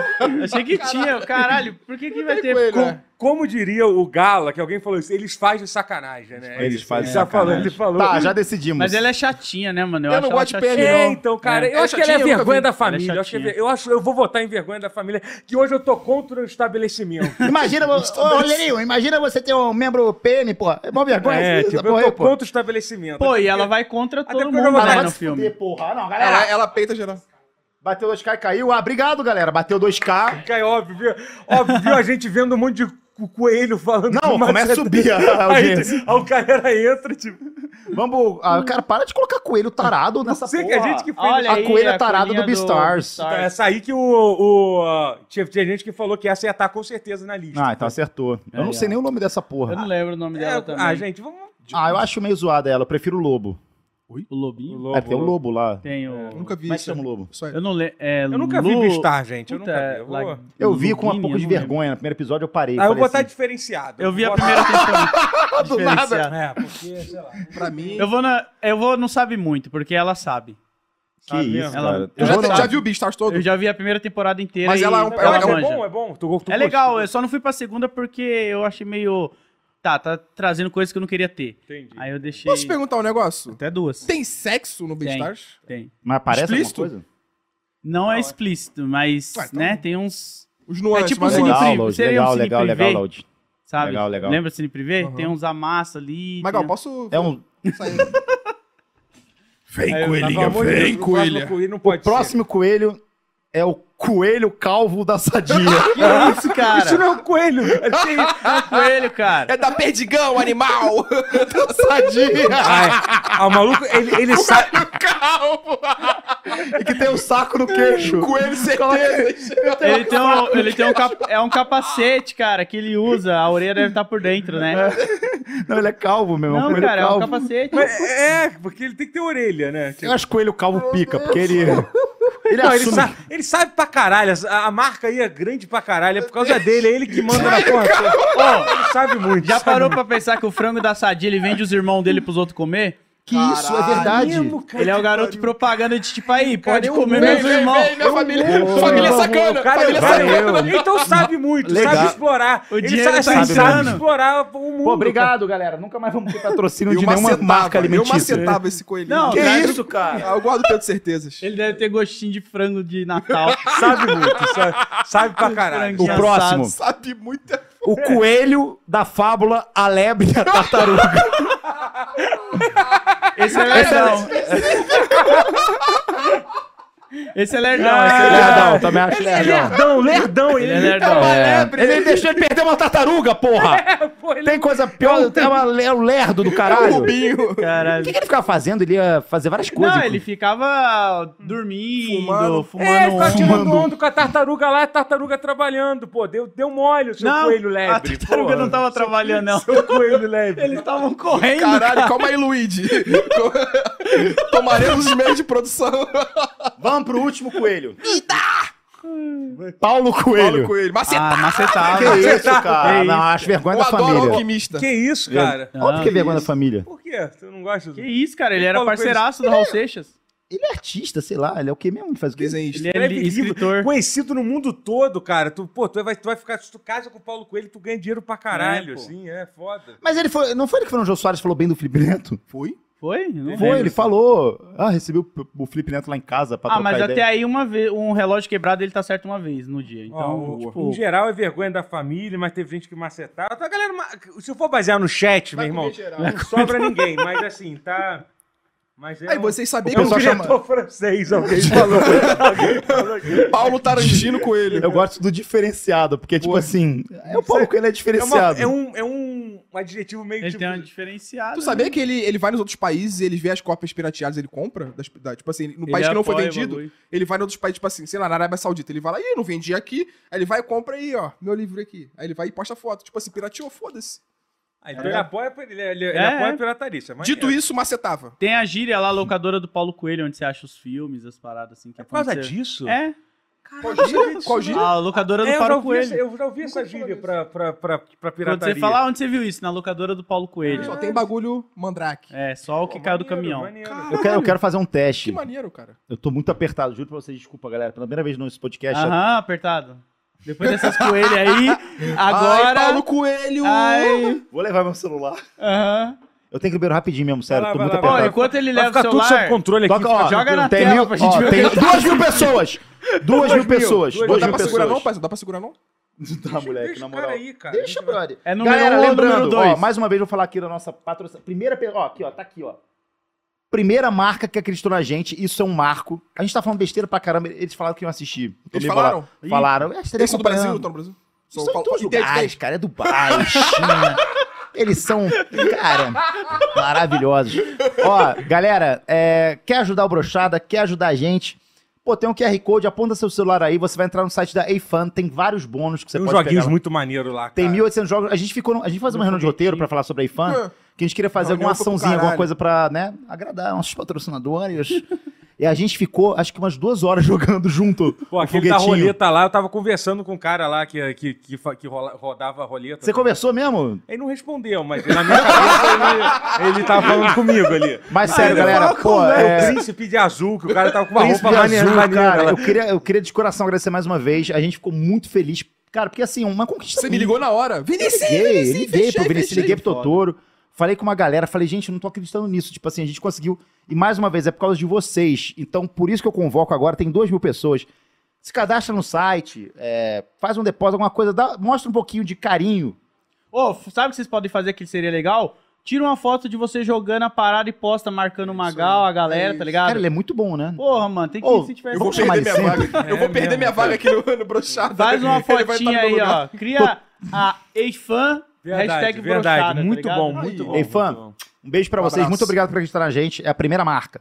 [SPEAKER 3] achei que tinha. Caralho, por que que vai ter...
[SPEAKER 4] coelho,
[SPEAKER 3] co-
[SPEAKER 4] né?
[SPEAKER 1] Como diria o Gala, que alguém falou isso, eles fazem de sacanagem, né?
[SPEAKER 2] Eles fazem
[SPEAKER 1] ele
[SPEAKER 2] de
[SPEAKER 1] tá falando,
[SPEAKER 2] sacanagem.
[SPEAKER 1] ele falou.
[SPEAKER 2] Tá, já decidimos.
[SPEAKER 3] Mas ela é chatinha, né, mano?
[SPEAKER 4] Eu
[SPEAKER 3] acho
[SPEAKER 4] não
[SPEAKER 3] ela
[SPEAKER 4] gosto de
[SPEAKER 3] chatinha.
[SPEAKER 4] pele,
[SPEAKER 1] É,
[SPEAKER 4] Não.
[SPEAKER 1] então, cara,
[SPEAKER 4] É.
[SPEAKER 1] eu
[SPEAKER 4] É
[SPEAKER 1] acho que ela é
[SPEAKER 4] chatinha, eu nunca
[SPEAKER 1] vergonha
[SPEAKER 4] vi.
[SPEAKER 1] da família. eu, acho que é
[SPEAKER 3] chatinha.
[SPEAKER 1] ver- eu acho- eu vou votar em vergonha da família, que hoje eu tô contra o estabelecimento.
[SPEAKER 2] Imagina, ô, ô, Rogerinho, imagina você ter um membro PM, porra. É mó vergonha.
[SPEAKER 1] é,
[SPEAKER 2] essa
[SPEAKER 1] tipo, eu
[SPEAKER 2] porra
[SPEAKER 1] tô
[SPEAKER 2] aí, pô.
[SPEAKER 1] contra o estabelecimento.
[SPEAKER 3] Pô, e ela vai contra
[SPEAKER 1] Até
[SPEAKER 3] todo
[SPEAKER 1] porque eu
[SPEAKER 3] mundo
[SPEAKER 1] não vou
[SPEAKER 3] né,
[SPEAKER 1] mais
[SPEAKER 3] no
[SPEAKER 1] se
[SPEAKER 3] filme.
[SPEAKER 2] porra. Ah, Não,
[SPEAKER 4] Ela, é-
[SPEAKER 2] galera.
[SPEAKER 4] ela peita geral.
[SPEAKER 2] Bateu 2K e caiu. Ah, obrigado, galera. Bateu 2K.
[SPEAKER 1] Fica aí, óbvio, viu? óbvio, viu a gente vendo um monte de co- coelho falando.
[SPEAKER 2] Não,
[SPEAKER 1] de
[SPEAKER 2] começa a subir a- a
[SPEAKER 1] Aí,
[SPEAKER 2] audiência.
[SPEAKER 1] aí o galera entra, tipo.
[SPEAKER 2] Vamos. Ah, cara, para de colocar coelho tarado nessa
[SPEAKER 1] sei que
[SPEAKER 2] porra.
[SPEAKER 1] a gente que fez.
[SPEAKER 3] Olha
[SPEAKER 2] A
[SPEAKER 3] aí,
[SPEAKER 2] coelha tarada do
[SPEAKER 3] coelhinha
[SPEAKER 2] Beastars.
[SPEAKER 3] Ah,
[SPEAKER 1] Então,
[SPEAKER 3] é.
[SPEAKER 1] Essa aí que o. o ah, tinha, tinha gente que falou que essa ia estar com certeza na lista.
[SPEAKER 2] Ah, então acertou. Eu não
[SPEAKER 3] Aí,
[SPEAKER 2] sei
[SPEAKER 3] ó.
[SPEAKER 2] nem o nome dessa
[SPEAKER 3] Eu
[SPEAKER 2] porra.
[SPEAKER 3] não lembro o nome
[SPEAKER 1] É,
[SPEAKER 3] dela também.
[SPEAKER 1] ah, gente, vamos.
[SPEAKER 2] Ah, eu acho meio zoada ela. Eu prefiro o lobo.
[SPEAKER 3] O Lobinho?
[SPEAKER 1] Lobo,
[SPEAKER 2] É, tem um lobo lá.
[SPEAKER 3] Tem o...
[SPEAKER 4] Nunca vi
[SPEAKER 2] Como é que
[SPEAKER 4] isso.
[SPEAKER 2] chama o lobo?
[SPEAKER 4] Só-
[SPEAKER 3] Eu não lembro. É,
[SPEAKER 1] Eu nunca vi
[SPEAKER 3] Lu-
[SPEAKER 1] Beastar, gente. Eu
[SPEAKER 3] Puta, é,
[SPEAKER 1] nunca vi. Eu, vou...
[SPEAKER 3] Lag-
[SPEAKER 2] Eu vi com um
[SPEAKER 3] Lugini,
[SPEAKER 2] pouco
[SPEAKER 3] eu
[SPEAKER 2] de
[SPEAKER 3] não lembro.
[SPEAKER 2] vergonha. No primeiro episódio eu parei.
[SPEAKER 1] Ah, eu vou
[SPEAKER 2] falei
[SPEAKER 1] botar
[SPEAKER 2] assim,
[SPEAKER 1] diferenciado.
[SPEAKER 3] Eu vi a
[SPEAKER 1] Vou botar-
[SPEAKER 3] primeira temporada.
[SPEAKER 2] Do nada.
[SPEAKER 3] Diferenciar. né?
[SPEAKER 1] É, porque, sei lá.
[SPEAKER 4] Pra mim.
[SPEAKER 3] Eu vou na. Eu vou, não sabe muito, porque ela sabe.
[SPEAKER 2] Que
[SPEAKER 1] Ah,
[SPEAKER 2] isso,
[SPEAKER 1] mesmo?
[SPEAKER 2] cara.
[SPEAKER 3] Ela- tá
[SPEAKER 4] Tu
[SPEAKER 2] Eu
[SPEAKER 4] já,
[SPEAKER 2] vou
[SPEAKER 4] já,
[SPEAKER 2] no-
[SPEAKER 4] viu o Beastars todo?
[SPEAKER 3] Eu já vi a primeira temporada inteira.
[SPEAKER 4] Mas
[SPEAKER 3] e
[SPEAKER 4] ela é um-
[SPEAKER 1] Não, mas é
[SPEAKER 3] manja.
[SPEAKER 1] bom, é bom. Tu- tu
[SPEAKER 3] É legal,
[SPEAKER 1] gostou?
[SPEAKER 3] eu só não fui pra segunda porque eu achei meio. Tá, tá trazendo coisas que eu não queria ter.
[SPEAKER 1] Entendi.
[SPEAKER 3] é- Aí eu deixei.
[SPEAKER 4] Posso te perguntar um negócio?
[SPEAKER 3] Até duas.
[SPEAKER 4] Tem sexo no Beastars?
[SPEAKER 3] Tem.
[SPEAKER 2] Mas aparece
[SPEAKER 4] Explícito?
[SPEAKER 2] alguma coisa?
[SPEAKER 3] Não é explícito, mas,
[SPEAKER 4] Ah, Ué, então-
[SPEAKER 3] né, tem uns.
[SPEAKER 4] Os nuances,
[SPEAKER 3] É tipo
[SPEAKER 4] mas
[SPEAKER 3] um
[SPEAKER 4] não.
[SPEAKER 3] Cine
[SPEAKER 2] Legal,
[SPEAKER 3] Privé,
[SPEAKER 2] Load.
[SPEAKER 3] seria um
[SPEAKER 2] Legal,
[SPEAKER 3] Cine
[SPEAKER 2] legal,
[SPEAKER 3] Privé?
[SPEAKER 2] legal, Load.
[SPEAKER 3] Sabe?
[SPEAKER 2] Legal, legal.
[SPEAKER 3] Lembra do Cine Privé?
[SPEAKER 4] Uhum.
[SPEAKER 3] Tem uns amassa ali.
[SPEAKER 4] Mas,
[SPEAKER 3] tem-
[SPEAKER 4] Gal, posso
[SPEAKER 2] É um
[SPEAKER 4] sair?
[SPEAKER 7] Vem,
[SPEAKER 1] Pelo amor de Deus, o próximo coelho não pode
[SPEAKER 2] próximo coelho é o coelho calvo da sadia.
[SPEAKER 3] Que isso,
[SPEAKER 1] ser.
[SPEAKER 3] cara?
[SPEAKER 1] Isso não é assim, um coelho.
[SPEAKER 3] é um coelho, cara.
[SPEAKER 4] É da perdigão, animal!
[SPEAKER 2] sadia.
[SPEAKER 1] Ah, o maluco, ele, ele sabe.
[SPEAKER 2] E É que tem o saco no queixo.
[SPEAKER 4] Coelho, certeza!
[SPEAKER 3] Ele tem um, ele tem um, cap- é um capacete, cara, que ele usa. A orelha deve estar por dentro, né?
[SPEAKER 2] Não, ele é calvo, meu irmão.
[SPEAKER 3] Não,
[SPEAKER 2] coelho
[SPEAKER 3] cara, é um
[SPEAKER 2] calvo.
[SPEAKER 3] capacete.
[SPEAKER 1] É, porque ele tem que ter orelha, né? Tipo,
[SPEAKER 2] Eu acho coelho calvo pica, porque ele. Ele
[SPEAKER 1] não, ele,
[SPEAKER 2] assume.
[SPEAKER 1] sabe, ele sabe pra caralho. A, a marca aí é grande pra caralho. É por causa dele. É ele que manda na porra. toda. Ó, ele sabe muito.
[SPEAKER 3] Já
[SPEAKER 1] sabe
[SPEAKER 3] parou
[SPEAKER 1] muito.
[SPEAKER 3] pra pensar que o frango da sadia ele vende os irmãos dele pros outros comer?
[SPEAKER 2] Que isso, é verdade.
[SPEAKER 1] Mesmo, cara,
[SPEAKER 3] Ele é o
[SPEAKER 1] que
[SPEAKER 3] garoto
[SPEAKER 1] pariu.
[SPEAKER 3] propaganda de tipo aí, pode
[SPEAKER 1] eu
[SPEAKER 3] comer
[SPEAKER 1] mesmo,
[SPEAKER 3] meus irmãos.
[SPEAKER 4] minha família!
[SPEAKER 2] vou.
[SPEAKER 4] família
[SPEAKER 2] Eu vou.
[SPEAKER 4] é sacana!
[SPEAKER 1] Cara,
[SPEAKER 4] família
[SPEAKER 1] ele sabe-
[SPEAKER 4] sacana!
[SPEAKER 1] então sabe muito,
[SPEAKER 2] Legal.
[SPEAKER 1] sabe explorar.
[SPEAKER 3] O
[SPEAKER 1] ele
[SPEAKER 3] dinheiro
[SPEAKER 1] sabe,
[SPEAKER 3] tá
[SPEAKER 1] ele sabe
[SPEAKER 3] entrando.
[SPEAKER 1] explorar o mundo.
[SPEAKER 2] Pô, obrigado, galera. Nunca mais vamos ter patrocínio
[SPEAKER 4] Eu
[SPEAKER 2] de nenhuma
[SPEAKER 4] macetava,
[SPEAKER 2] marca
[SPEAKER 4] eu
[SPEAKER 2] alimentícia.
[SPEAKER 4] macetava esse coelhinho.
[SPEAKER 3] Não,
[SPEAKER 4] que
[SPEAKER 3] traz
[SPEAKER 4] isso, cara? Eu guardo tanto certezas.
[SPEAKER 3] Ele deve ter gostinho de frango de Natal.
[SPEAKER 1] Sabe muito, sabe, sabe pra caralho.
[SPEAKER 2] O
[SPEAKER 3] Engraçado.
[SPEAKER 2] próximo,
[SPEAKER 4] Sabe é muita...
[SPEAKER 2] o coelho da fábula A Lebre e a Tartaruga.
[SPEAKER 3] Esse é lerdão. Esse é lerdão. Esse é lerdão.
[SPEAKER 2] Lerdão, também acho
[SPEAKER 1] Ele é lerdão,
[SPEAKER 2] lerdão.
[SPEAKER 1] lerdão. Ele, tá
[SPEAKER 3] Ele é lerdão.
[SPEAKER 2] Ele ele deixou ele perder uma tartaruga, porra!
[SPEAKER 1] Pô, ele-
[SPEAKER 2] Tem coisa pior, é uma le- um lerdo do caralho. O
[SPEAKER 4] Rubinho!
[SPEAKER 3] Caralho.
[SPEAKER 2] que, que ele ficava fazendo? Ele ia fazer várias coisas.
[SPEAKER 3] Não, ele
[SPEAKER 2] inclusive.
[SPEAKER 3] ficava dormindo,
[SPEAKER 4] Fumando.
[SPEAKER 3] fumando, um-
[SPEAKER 1] É, ele tá tirando
[SPEAKER 2] fumando.
[SPEAKER 1] onda com a tartaruga lá, a tartaruga trabalhando, pô. Deu, deu mole o seu
[SPEAKER 3] Não, Ah,
[SPEAKER 1] coelho lebre.
[SPEAKER 3] a tartaruga
[SPEAKER 1] pô.
[SPEAKER 3] não tava trabalhando, não.
[SPEAKER 1] Seu coelho lebre.
[SPEAKER 3] Eles estavam correndo.
[SPEAKER 4] Caralho, calma aí, Luigi. Tomaremos os meios de produção.
[SPEAKER 2] Vamos pro último coelho. Paulo Coelho.
[SPEAKER 4] Paulo Coelho. Macetado.
[SPEAKER 3] Ah, macetava.
[SPEAKER 2] Que isso,
[SPEAKER 3] Que
[SPEAKER 2] cara?
[SPEAKER 3] isso.
[SPEAKER 2] Não, acho vergonha
[SPEAKER 4] Eu
[SPEAKER 2] da
[SPEAKER 4] adoro
[SPEAKER 2] família.
[SPEAKER 4] alquimista.
[SPEAKER 1] Que isso, cara?
[SPEAKER 3] Ah,
[SPEAKER 2] Óbvio que é vergonha da família.
[SPEAKER 1] Por quê? Tu não gosta
[SPEAKER 3] Que
[SPEAKER 1] do...
[SPEAKER 3] isso, cara? Ele era
[SPEAKER 1] Paulo Coelho.
[SPEAKER 3] parceiraço do Raul Seixas.
[SPEAKER 2] Ele é artista, sei lá, ele é o que mesmo? Ele faz o quê?
[SPEAKER 4] Desenhista.
[SPEAKER 3] Ele é
[SPEAKER 1] Escreve
[SPEAKER 3] li-
[SPEAKER 1] livro.
[SPEAKER 3] escritor.
[SPEAKER 1] Conhecido no mundo todo, cara. Tu, pô, tu vai, tu vai ficar. Se tu casa com o Paulo Coelho, tu ganha dinheiro pra caralho,
[SPEAKER 3] É, pô.
[SPEAKER 1] assim, é foda.
[SPEAKER 2] Mas ele foi, não foi ele que falou, o Jô Soares falou bem do Felipe Neto?
[SPEAKER 4] Foi?
[SPEAKER 3] Foi? Não
[SPEAKER 2] Foi,
[SPEAKER 3] lembro.
[SPEAKER 2] ele falou. Ah, recebeu o- o Felipe Neto lá em casa pra
[SPEAKER 3] Ah,
[SPEAKER 2] trocar
[SPEAKER 3] mas
[SPEAKER 2] ideia.
[SPEAKER 3] até aí uma vez, um relógio quebrado ele tá certo uma vez no dia. Então,
[SPEAKER 1] Ó, o-
[SPEAKER 3] tipo,
[SPEAKER 1] Em geral é vergonha da família, mas teve gente que macetava. Então, a galera, ma- se eu for basear no
[SPEAKER 3] é,
[SPEAKER 1] chat, meu irmão, não sobra ninguém. Mas assim, tá. Mas é
[SPEAKER 4] Aí
[SPEAKER 1] um-
[SPEAKER 4] vocês
[SPEAKER 1] é
[SPEAKER 4] sabiam
[SPEAKER 1] um
[SPEAKER 4] que
[SPEAKER 2] pessoal
[SPEAKER 1] diretor francês, alguém falou. alguém falou aqui.
[SPEAKER 4] o Paulo Tarantino com ele.
[SPEAKER 2] Eu gosto do diferenciado, porque, tipo assim, é o Paulo Coelho
[SPEAKER 1] É,
[SPEAKER 2] é
[SPEAKER 1] uma-
[SPEAKER 2] diferenciado.
[SPEAKER 1] é um, é um adjetivo meio
[SPEAKER 3] ele
[SPEAKER 1] tipo.
[SPEAKER 3] tem um diferenciado.
[SPEAKER 4] Tu sabia que ele, ele vai nos outros países, ele vê as cópias pirateadas, ele compra? das- da- tipo assim, no
[SPEAKER 3] é
[SPEAKER 4] país que não foi vendido, ele vai em outros países, tipo assim, sei lá, na Arábia Saudita. Ele vai lá, ih, não vendi aqui. Aí ele vai e compra aí, ó, meu livro aqui. Aí ele vai e posta foto. Tipo assim, pirateou, foda-se.
[SPEAKER 1] Ah, então ele apoia, ele, ele- ele
[SPEAKER 3] É,
[SPEAKER 1] apoia
[SPEAKER 3] é.
[SPEAKER 1] a piratarícia. Mas
[SPEAKER 4] Dito isso, macetava.
[SPEAKER 3] Tem a gíria lá, a locadora do Paulo Coelho, onde você acha os filmes, as paradas assim. Que
[SPEAKER 1] É por causa
[SPEAKER 3] aconteceram.
[SPEAKER 1] disso?
[SPEAKER 3] É.
[SPEAKER 4] Qual gíria? Qual gíria?
[SPEAKER 3] A locadora do
[SPEAKER 1] É, eu, já
[SPEAKER 3] Paulo
[SPEAKER 1] ouvi essa,
[SPEAKER 3] Coelho.
[SPEAKER 1] eu já ouvi essa gíria pra, pra, pra, pra
[SPEAKER 3] Quando
[SPEAKER 1] pirataria.
[SPEAKER 3] você falar onde você viu isso, na locadora do Paulo Coelho.
[SPEAKER 4] Só tem bagulho mandrake.
[SPEAKER 3] É, só o que
[SPEAKER 1] Pô,
[SPEAKER 3] caiu do
[SPEAKER 1] maneiro,
[SPEAKER 3] caminhão.
[SPEAKER 1] maneiro.
[SPEAKER 2] Eu quero, eu quero fazer um
[SPEAKER 4] Que
[SPEAKER 2] teste.
[SPEAKER 4] maneiro, cara.
[SPEAKER 2] Eu tô muito apertado, juro pra vocês, desculpa, galera. Pela primeira vez nesse podcast. eu-
[SPEAKER 3] Aham, apertado. Depois dessas coelhas aí, agora.
[SPEAKER 4] Ai, Paulo Coelho!
[SPEAKER 3] Ai.
[SPEAKER 2] Vou levar meu celular.
[SPEAKER 3] Aham.
[SPEAKER 2] Eu tenho que beber rapidinho mesmo, sério.
[SPEAKER 1] Vai lá,
[SPEAKER 2] tô
[SPEAKER 1] vai
[SPEAKER 2] muito
[SPEAKER 1] lá, vai
[SPEAKER 3] Ó,
[SPEAKER 2] apertado.
[SPEAKER 3] enquanto ele
[SPEAKER 1] Vai
[SPEAKER 3] leva o
[SPEAKER 1] ficar tudo sob
[SPEAKER 3] celular.
[SPEAKER 1] controle aqui.
[SPEAKER 2] Toca, ó,
[SPEAKER 1] fica
[SPEAKER 3] joga na
[SPEAKER 2] tem
[SPEAKER 3] tela
[SPEAKER 2] mil,
[SPEAKER 3] pra gente
[SPEAKER 2] ó,
[SPEAKER 3] ver.
[SPEAKER 2] Tem duas mil pessoas! Duas mil pessoas!
[SPEAKER 1] Duas
[SPEAKER 4] Pô,
[SPEAKER 2] Duas
[SPEAKER 4] dá
[SPEAKER 2] mil
[SPEAKER 4] pra segurar não,
[SPEAKER 2] pessoas.
[SPEAKER 4] parça? Dá pra segurar não?
[SPEAKER 2] Tá, moleque,
[SPEAKER 1] Deixa
[SPEAKER 2] na
[SPEAKER 1] o cara
[SPEAKER 2] moral.
[SPEAKER 1] aí, cara.
[SPEAKER 2] Deixa, brother.
[SPEAKER 3] É número
[SPEAKER 2] Galera,
[SPEAKER 3] um ou
[SPEAKER 2] lembrando,
[SPEAKER 3] número
[SPEAKER 2] ó,
[SPEAKER 3] dois?
[SPEAKER 2] mais uma vez eu vou falar aqui da nossa patrocinadora. Primeira, pe- ó, aqui, ó, tá aqui, ó. Primeira marca que acreditou na gente, isso é um marco. A gente tá falando besteira pra caramba, eles falaram que iam assistir. Tô
[SPEAKER 4] Eles
[SPEAKER 2] meio
[SPEAKER 4] falaram?
[SPEAKER 2] bolado. Falaram. É, estaria
[SPEAKER 4] Esse é do Brasil?
[SPEAKER 2] comprando.
[SPEAKER 4] Tá no Brasil? Só
[SPEAKER 2] Isso é em
[SPEAKER 4] fala-
[SPEAKER 2] todos os
[SPEAKER 4] ideia de
[SPEAKER 2] lugares, cara. É Dubai, China. Eles são, cara, maravilhosos. Ó, galera, é, quer ajudar o Brochada? Quer ajudar a gente? Pô, tem um QR Code, aponta seu celular aí, você vai entrar no site da AFAN, tem vários bônus que você
[SPEAKER 1] Tem uns
[SPEAKER 2] pode pegar.
[SPEAKER 1] joguinhos
[SPEAKER 2] lá.
[SPEAKER 1] muito maneiro lá, cara.
[SPEAKER 2] Tem 1.800 jogos. A gente ficou, no- a gente faz uma reunião de roteiro pra falar sobre a IFAN,
[SPEAKER 4] É.
[SPEAKER 2] que a gente queria fazer
[SPEAKER 4] Reunião
[SPEAKER 2] alguma
[SPEAKER 4] foi pro
[SPEAKER 2] açãozinha, alguma
[SPEAKER 4] caralho.
[SPEAKER 2] coisa pra, né, agradar nossos patrocinadores. e a gente ficou, acho que umas duas horas jogando junto.
[SPEAKER 1] Pô,
[SPEAKER 2] o
[SPEAKER 1] aquele tá da
[SPEAKER 2] um foguetinho.
[SPEAKER 1] roleta lá, eu tava conversando com um cara lá que, que, que, fa- que rola- rodava a roleta.
[SPEAKER 2] Você conversou mesmo?
[SPEAKER 1] Ele não respondeu, mas na minha cabeça ele, ele tava falando comigo ali.
[SPEAKER 2] Mas
[SPEAKER 1] Ah,
[SPEAKER 2] sério,
[SPEAKER 1] ele
[SPEAKER 2] galera,
[SPEAKER 1] falou,
[SPEAKER 2] pô, é-
[SPEAKER 1] O príncipe de azul, que o cara tava com uma
[SPEAKER 2] Príncipe
[SPEAKER 1] roupa maneira.
[SPEAKER 2] Azul,
[SPEAKER 1] maneira
[SPEAKER 2] cara,
[SPEAKER 1] lá.
[SPEAKER 2] eu queria, eu queria de coração agradecer mais uma vez. A gente ficou muito feliz. Cara, porque assim, uma conquista.
[SPEAKER 4] Você me ligou na hora. Vinicius!
[SPEAKER 2] Liguei, liguei pro Vinicius,
[SPEAKER 4] assim, fechei.
[SPEAKER 2] liguei pro Totoro. Falei com uma galera, falei, gente, eu não tô acreditando nisso. Tipo assim, a gente conseguiu. E mais uma vez, é por causa de vocês. Então, por isso que eu convoco agora, tem duas mil pessoas. Se cadastra no site, é, faz um depósito, alguma coisa, dá- mostra um pouquinho de carinho.
[SPEAKER 3] Ô, f- sabe o que vocês podem fazer que seria legal? Tira uma foto de você jogando a parada e posta,
[SPEAKER 1] É
[SPEAKER 3] marcando o Magal, a galera, tá ligado?
[SPEAKER 2] Cara, ele é muito bom, né?
[SPEAKER 3] Porra, mano, tem que
[SPEAKER 2] Ô,
[SPEAKER 3] se tiver assim,
[SPEAKER 4] Eu
[SPEAKER 2] Vamos
[SPEAKER 4] vou
[SPEAKER 2] chamar
[SPEAKER 4] perder minha
[SPEAKER 2] ele
[SPEAKER 4] vaga. Eu vou perder minha vaga aqui no, no brochado.
[SPEAKER 3] Faz uma
[SPEAKER 4] Ele vai estar no
[SPEAKER 3] fotinha
[SPEAKER 4] meu
[SPEAKER 3] aí,
[SPEAKER 4] lugar.
[SPEAKER 3] ó. Cria a ex-fã,
[SPEAKER 1] Verdade,
[SPEAKER 3] hashtag
[SPEAKER 1] verdade.
[SPEAKER 3] brochada, tá
[SPEAKER 1] muito
[SPEAKER 3] ligado?
[SPEAKER 1] bom, muito bom.
[SPEAKER 2] Ei, fã,
[SPEAKER 1] muito bom.
[SPEAKER 2] Um beijo pra
[SPEAKER 4] Um
[SPEAKER 2] vocês,
[SPEAKER 4] abraço.
[SPEAKER 2] muito obrigado por acreditar na gente. É a primeira marca.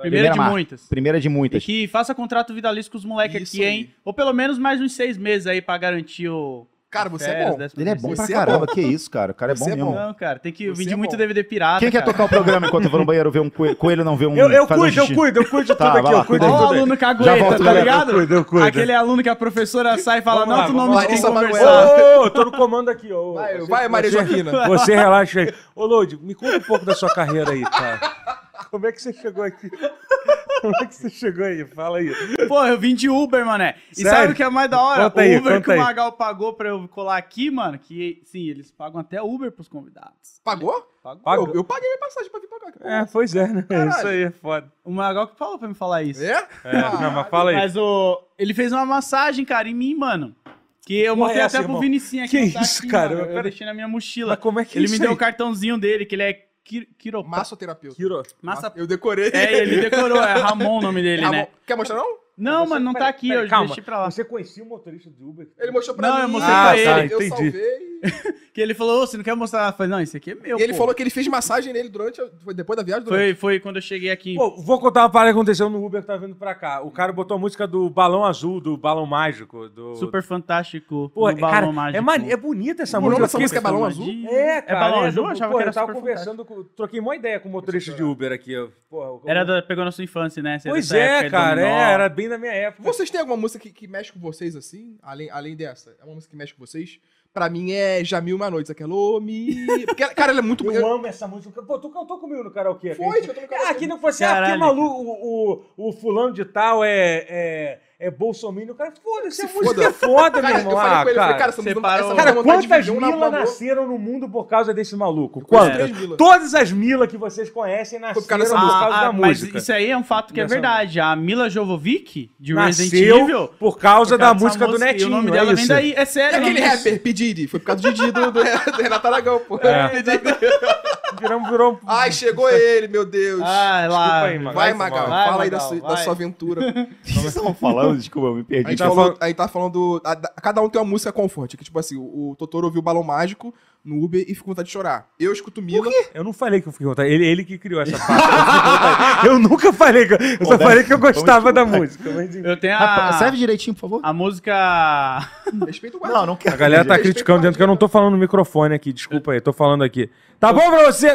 [SPEAKER 3] Primeira de
[SPEAKER 2] marca.
[SPEAKER 3] muitas.
[SPEAKER 2] Primeira de
[SPEAKER 3] E
[SPEAKER 2] muitas.
[SPEAKER 3] que faça contrato vitalício com os moleques
[SPEAKER 4] Isso
[SPEAKER 3] aqui,
[SPEAKER 4] aí.
[SPEAKER 3] hein? Ou pelo menos mais uns seis meses aí pra garantir o...
[SPEAKER 4] Cara, você é bom.
[SPEAKER 2] Ele é bom pra
[SPEAKER 4] Você é
[SPEAKER 2] caramba, que isso, cara. O cara é
[SPEAKER 4] Você
[SPEAKER 2] bom
[SPEAKER 4] é
[SPEAKER 2] mesmo.
[SPEAKER 4] bom.
[SPEAKER 3] Não, cara, tem que
[SPEAKER 4] Você
[SPEAKER 3] vender
[SPEAKER 4] é
[SPEAKER 3] muito
[SPEAKER 4] bom.
[SPEAKER 3] DVD pirata,
[SPEAKER 2] Quem quer
[SPEAKER 3] cara.
[SPEAKER 2] tocar o programa enquanto eu vou no banheiro ver um coelho, coelho não ver um.
[SPEAKER 1] Eu, eu
[SPEAKER 2] fazer um
[SPEAKER 1] cuido, eu
[SPEAKER 2] xixi?
[SPEAKER 1] cuido, eu cuido de
[SPEAKER 2] Tá,
[SPEAKER 1] tudo
[SPEAKER 2] vai
[SPEAKER 1] aqui,
[SPEAKER 2] lá,
[SPEAKER 1] eu cuido
[SPEAKER 2] cuida
[SPEAKER 1] de
[SPEAKER 3] Ó o
[SPEAKER 1] tudo.
[SPEAKER 3] aluno que
[SPEAKER 2] Já
[SPEAKER 3] aguenta,
[SPEAKER 2] volto,
[SPEAKER 3] tá
[SPEAKER 2] galera.
[SPEAKER 3] ligado?
[SPEAKER 1] Eu cuido, eu cuido.
[SPEAKER 3] Aquele é aluno que a professora sai e fala,
[SPEAKER 1] Vamos
[SPEAKER 3] não,
[SPEAKER 1] lá,
[SPEAKER 3] tu nome
[SPEAKER 1] vamos lá.
[SPEAKER 3] de quem
[SPEAKER 4] Larissa Manoela.
[SPEAKER 3] conversar.
[SPEAKER 1] Ô, ô, ô, tô no comando aqui. Ô,
[SPEAKER 4] Vai,
[SPEAKER 1] você-
[SPEAKER 4] vai, Maria
[SPEAKER 1] você-
[SPEAKER 4] Joaquina.
[SPEAKER 1] Você relaxa aí. Ô, Lodi, me conta um pouco da sua carreira aí, cara. Como é que você chegou aqui? Como é que você chegou aí? Fala aí.
[SPEAKER 3] Pô, eu vim de Uber, mané. E
[SPEAKER 1] Sério?
[SPEAKER 3] sabe o que é mais da hora?
[SPEAKER 1] Conta
[SPEAKER 3] o
[SPEAKER 1] aí,
[SPEAKER 3] Uber
[SPEAKER 1] conta
[SPEAKER 3] que o
[SPEAKER 1] aí.
[SPEAKER 3] Magal pagou pra eu colar aqui, mano, que, sim, eles pagam até Uber pros convidados.
[SPEAKER 4] Pagou?
[SPEAKER 1] Pagou.
[SPEAKER 4] Eu, eu paguei minha passagem pra vir pra cá. cara.
[SPEAKER 1] É, pois é, né?
[SPEAKER 4] Caralho.
[SPEAKER 1] Isso aí é foda.
[SPEAKER 3] O Magal que falou pra me falar isso.
[SPEAKER 4] É?
[SPEAKER 1] É, não, mas fala aí.
[SPEAKER 3] Mas o... ele fez uma massagem, cara, em mim, mano. Que eu
[SPEAKER 1] Porra,
[SPEAKER 3] mostrei
[SPEAKER 1] é
[SPEAKER 3] até
[SPEAKER 1] essa,
[SPEAKER 3] pro
[SPEAKER 1] irmão?
[SPEAKER 3] Vinicinho aqui.
[SPEAKER 1] Que
[SPEAKER 3] não tá
[SPEAKER 1] isso, cara?
[SPEAKER 3] mano, Eu
[SPEAKER 1] Pera-
[SPEAKER 3] deixei na minha mochila.
[SPEAKER 1] Mas como é que
[SPEAKER 3] Ele
[SPEAKER 1] é
[SPEAKER 3] me
[SPEAKER 1] isso
[SPEAKER 3] deu um
[SPEAKER 1] aí?
[SPEAKER 3] o cartãozinho dele, que ele é quir... quiro...
[SPEAKER 4] Massoterapeuta.
[SPEAKER 1] Kiro.
[SPEAKER 3] Massa...
[SPEAKER 4] Eu decorei.
[SPEAKER 3] É, ele decorou, é Ramon o nome dele,
[SPEAKER 4] Ah,
[SPEAKER 3] né?
[SPEAKER 4] bom. Quer mostrar não?
[SPEAKER 3] Não,
[SPEAKER 1] Você-
[SPEAKER 3] mano, não tá
[SPEAKER 1] peraí,
[SPEAKER 3] aqui,
[SPEAKER 1] peraí,
[SPEAKER 3] eu
[SPEAKER 1] calma.
[SPEAKER 3] deixei pra lá.
[SPEAKER 1] Você conhecia o motorista do Uber?
[SPEAKER 4] Ele mostrou pra
[SPEAKER 3] Não,
[SPEAKER 4] mim.
[SPEAKER 3] eu mostrei pra
[SPEAKER 1] ele.
[SPEAKER 4] Eu
[SPEAKER 1] entendi.
[SPEAKER 4] salvei.
[SPEAKER 3] Que ele falou, "Ô, você não quer mostrar? Eu falei, não, esse aqui é meu,
[SPEAKER 4] E ele
[SPEAKER 3] pô."
[SPEAKER 4] falou que ele fez massagem nele durante. a- Foi depois da viagem? Durante.
[SPEAKER 3] Foi, foi quando eu cheguei aqui.
[SPEAKER 1] Pô, vou contar uma parada que aconteceu no Uber que tá vindo pra cá. O cara botou a música do Balão Azul, do Balão Mágico. Do...
[SPEAKER 3] Super fantástico.
[SPEAKER 1] Pô,
[SPEAKER 3] no
[SPEAKER 1] cara,
[SPEAKER 3] mágico.
[SPEAKER 1] é, mane... é bonita essa
[SPEAKER 4] nome
[SPEAKER 1] música.
[SPEAKER 4] dessa
[SPEAKER 1] eu fiquei-
[SPEAKER 4] música é Balão Azul?
[SPEAKER 1] É, cara.
[SPEAKER 3] É Balão
[SPEAKER 1] é,
[SPEAKER 3] Azul?
[SPEAKER 1] do-
[SPEAKER 3] Eu achava
[SPEAKER 1] pô,
[SPEAKER 3] que era
[SPEAKER 1] eu tava
[SPEAKER 3] super
[SPEAKER 1] conversando, com, troquei uma ideia com o motorista de Uber aqui. Eu, porra, eu-
[SPEAKER 3] Era da, pegou nossa infância, né? Você
[SPEAKER 1] Pois
[SPEAKER 3] dessa época
[SPEAKER 1] é,
[SPEAKER 3] aí,
[SPEAKER 1] cara,
[SPEAKER 3] Dominó.
[SPEAKER 1] é, era bem da minha época.
[SPEAKER 4] Vocês têm alguma música que, que mexe com vocês assim? Além, além dessa? É uma música que mexe com vocês? Pra mim é Jamil Uma Noite, aquela. Ô, mi. Porque, ela- cara, ela é muito.
[SPEAKER 1] Eu amo essa música. Pô, tu cantou comigo no karaokê.
[SPEAKER 4] Foi,
[SPEAKER 1] cara.
[SPEAKER 4] cantou no karaokê.
[SPEAKER 1] Ah, que não fosse ah, que
[SPEAKER 3] Caralho.
[SPEAKER 1] maluco, o, o, o fulano de tal é, é, é bolsominion. O cara, foda-se, a
[SPEAKER 4] Se
[SPEAKER 1] música é
[SPEAKER 4] Cara,
[SPEAKER 1] foda, meu
[SPEAKER 4] eu
[SPEAKER 1] irmão.
[SPEAKER 4] falei
[SPEAKER 1] Ah,
[SPEAKER 4] com ele, eu falei, cara,
[SPEAKER 1] cara,
[SPEAKER 4] essa
[SPEAKER 3] você
[SPEAKER 4] música
[SPEAKER 3] parou.
[SPEAKER 1] Cara,
[SPEAKER 4] essa música é uma
[SPEAKER 1] quantas
[SPEAKER 4] divisão na
[SPEAKER 1] milas
[SPEAKER 4] Pablo.
[SPEAKER 1] nasceram no mundo por causa desse maluco?
[SPEAKER 4] conheço
[SPEAKER 1] Quantas?
[SPEAKER 4] três milas.
[SPEAKER 1] Todas as milas que vocês conhecem nasceram por
[SPEAKER 4] Por causa
[SPEAKER 1] causa,
[SPEAKER 4] dessa
[SPEAKER 3] Ah,
[SPEAKER 1] da
[SPEAKER 3] ah, mas
[SPEAKER 1] música.
[SPEAKER 3] isso aí é um fato que é
[SPEAKER 1] Dessa-
[SPEAKER 3] verdade. A Mila Jovovic, de Resident
[SPEAKER 1] Nasceu por
[SPEAKER 3] Evil.
[SPEAKER 1] causa
[SPEAKER 3] por causa
[SPEAKER 1] da
[SPEAKER 3] dessa
[SPEAKER 1] música do
[SPEAKER 3] música, e
[SPEAKER 1] Netinho.
[SPEAKER 3] O nome dela
[SPEAKER 1] é
[SPEAKER 3] vem
[SPEAKER 1] isso.
[SPEAKER 3] daí. É
[SPEAKER 4] E
[SPEAKER 3] sério.
[SPEAKER 4] aquele
[SPEAKER 3] não-
[SPEAKER 4] rapper, Pedidi? Foi por causa do Didi do, do, do Renato Aragão, pô.
[SPEAKER 1] É.
[SPEAKER 4] Pedidi.
[SPEAKER 1] Viramos, virou.
[SPEAKER 4] Ai, chegou ele, meu Deus.
[SPEAKER 3] Ah, lá.
[SPEAKER 1] Desculpa aí, mano. vai,
[SPEAKER 4] vai, Magal,
[SPEAKER 3] vai,
[SPEAKER 4] fala aí da
[SPEAKER 3] Magal,
[SPEAKER 4] sua, da
[SPEAKER 3] vai.
[SPEAKER 4] sua aventura.
[SPEAKER 2] vocês estavam falando? Desculpa, eu me
[SPEAKER 4] A
[SPEAKER 2] perdi.
[SPEAKER 4] gente,
[SPEAKER 1] tá
[SPEAKER 4] falou,
[SPEAKER 1] falando-
[SPEAKER 4] a gente tá falando. a- da- cada um tem uma música conforte. Que, tipo assim, o, o Totoro ouviu o Balão Mágico no Uber e ficou com vontade de chorar. Eu escuto Mila.
[SPEAKER 1] Eu não falei que eu fiquei vontade. Ele, ele que criou essa parte. eu nunca falei que eu, eu só
[SPEAKER 2] Bom,
[SPEAKER 1] falei que eu
[SPEAKER 2] vamos
[SPEAKER 1] gostava da música. mas enfim.
[SPEAKER 3] Eu tenho
[SPEAKER 8] Rapaz,
[SPEAKER 3] a,
[SPEAKER 8] Serve direitinho, por favor.
[SPEAKER 3] a música.
[SPEAKER 4] Respeito o guarda.
[SPEAKER 2] Não, não quero.
[SPEAKER 1] A galera tá
[SPEAKER 4] Respeito
[SPEAKER 1] criticando dentro que eu não tô falando no microfone aqui, desculpa aí, tô falando aqui. Tá bom pra você?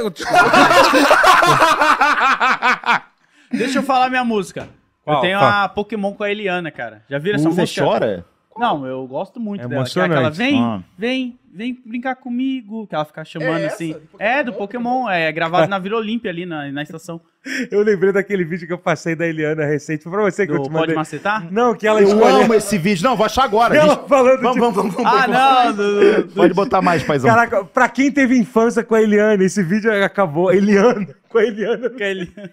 [SPEAKER 3] Deixa eu falar minha música.
[SPEAKER 1] Qual?
[SPEAKER 3] eu tenho
[SPEAKER 1] Qual?
[SPEAKER 3] a Pokémon com a Eliana, cara. Já viram essa
[SPEAKER 2] Você
[SPEAKER 3] música?
[SPEAKER 2] chora?
[SPEAKER 3] Não, eu gosto muito
[SPEAKER 1] É
[SPEAKER 3] dela. que é aquela,
[SPEAKER 1] emocionante.
[SPEAKER 3] vem,
[SPEAKER 2] Ah.
[SPEAKER 3] vem, vem brincar comigo. Que ela fica chamando
[SPEAKER 4] É essa?
[SPEAKER 3] assim.
[SPEAKER 4] Do Pokémon?
[SPEAKER 3] É, do Pokémon. É gravado na Vila Olímpia ali na, na estação.
[SPEAKER 1] Eu lembrei daquele vídeo que eu passei da Eliana recente, foi pra você que eu
[SPEAKER 3] Do
[SPEAKER 1] te
[SPEAKER 3] Pode
[SPEAKER 1] mandei.
[SPEAKER 3] Macetar?
[SPEAKER 1] Não, que ela
[SPEAKER 2] Eu
[SPEAKER 1] escolheu.
[SPEAKER 2] amo esse vídeo. Não, vou achar agora.
[SPEAKER 1] Ela
[SPEAKER 2] gente.
[SPEAKER 1] falando
[SPEAKER 2] Vamos,
[SPEAKER 1] de.
[SPEAKER 2] vamos, vamos, vamos.
[SPEAKER 3] Ah, não. do- do-
[SPEAKER 2] Pode botar mais, paizão.
[SPEAKER 1] Caraca, pra quem teve infância com a Eliana, esse vídeo acabou. Eliana, com a Eliana.
[SPEAKER 3] que a Eliana-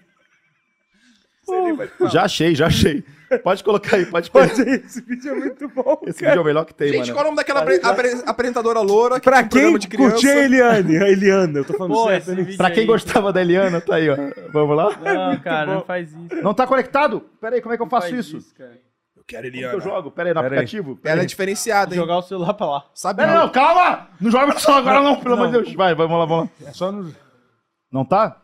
[SPEAKER 2] Já achei, já achei. Pode colocar aí, pode pôr.
[SPEAKER 1] Pode ir, esse vídeo é muito bom.
[SPEAKER 2] Esse
[SPEAKER 1] cara.
[SPEAKER 2] vídeo é o melhor que tem,
[SPEAKER 4] Gente,
[SPEAKER 2] mano.
[SPEAKER 4] qual é o nome daquela apre- apre- apresentadora loura que
[SPEAKER 1] Pra
[SPEAKER 4] tinha um
[SPEAKER 1] quem
[SPEAKER 4] programa de criança?
[SPEAKER 1] curtia a Eliane, a Eliana, eu tô falando
[SPEAKER 3] Pô,
[SPEAKER 1] certo.
[SPEAKER 3] esse
[SPEAKER 1] né?
[SPEAKER 3] vídeo
[SPEAKER 2] Pra quem
[SPEAKER 3] aí.
[SPEAKER 2] gostava da Eliana, tá aí, ó. Vamos lá?
[SPEAKER 3] Não, cara,
[SPEAKER 1] bom.
[SPEAKER 3] não faz isso.
[SPEAKER 2] Não tá conectado? Pera aí, como é que eu faço
[SPEAKER 3] Faz
[SPEAKER 2] isso?
[SPEAKER 3] isso, cara.
[SPEAKER 4] Eu quero
[SPEAKER 2] Como é que eu jogo? Pera aí, no
[SPEAKER 1] Pera aí.
[SPEAKER 2] aplicativo? Pera
[SPEAKER 4] Ela é
[SPEAKER 2] aí.
[SPEAKER 4] diferenciada, hein?
[SPEAKER 3] Jogar o celular pra lá.
[SPEAKER 4] Sabe
[SPEAKER 2] Não, não, calma! Não joga no sol agora não, pelo
[SPEAKER 1] Não.
[SPEAKER 2] amor de Deus. Vai, vamos lá, vamos lá.
[SPEAKER 1] É só no.
[SPEAKER 2] Não tá?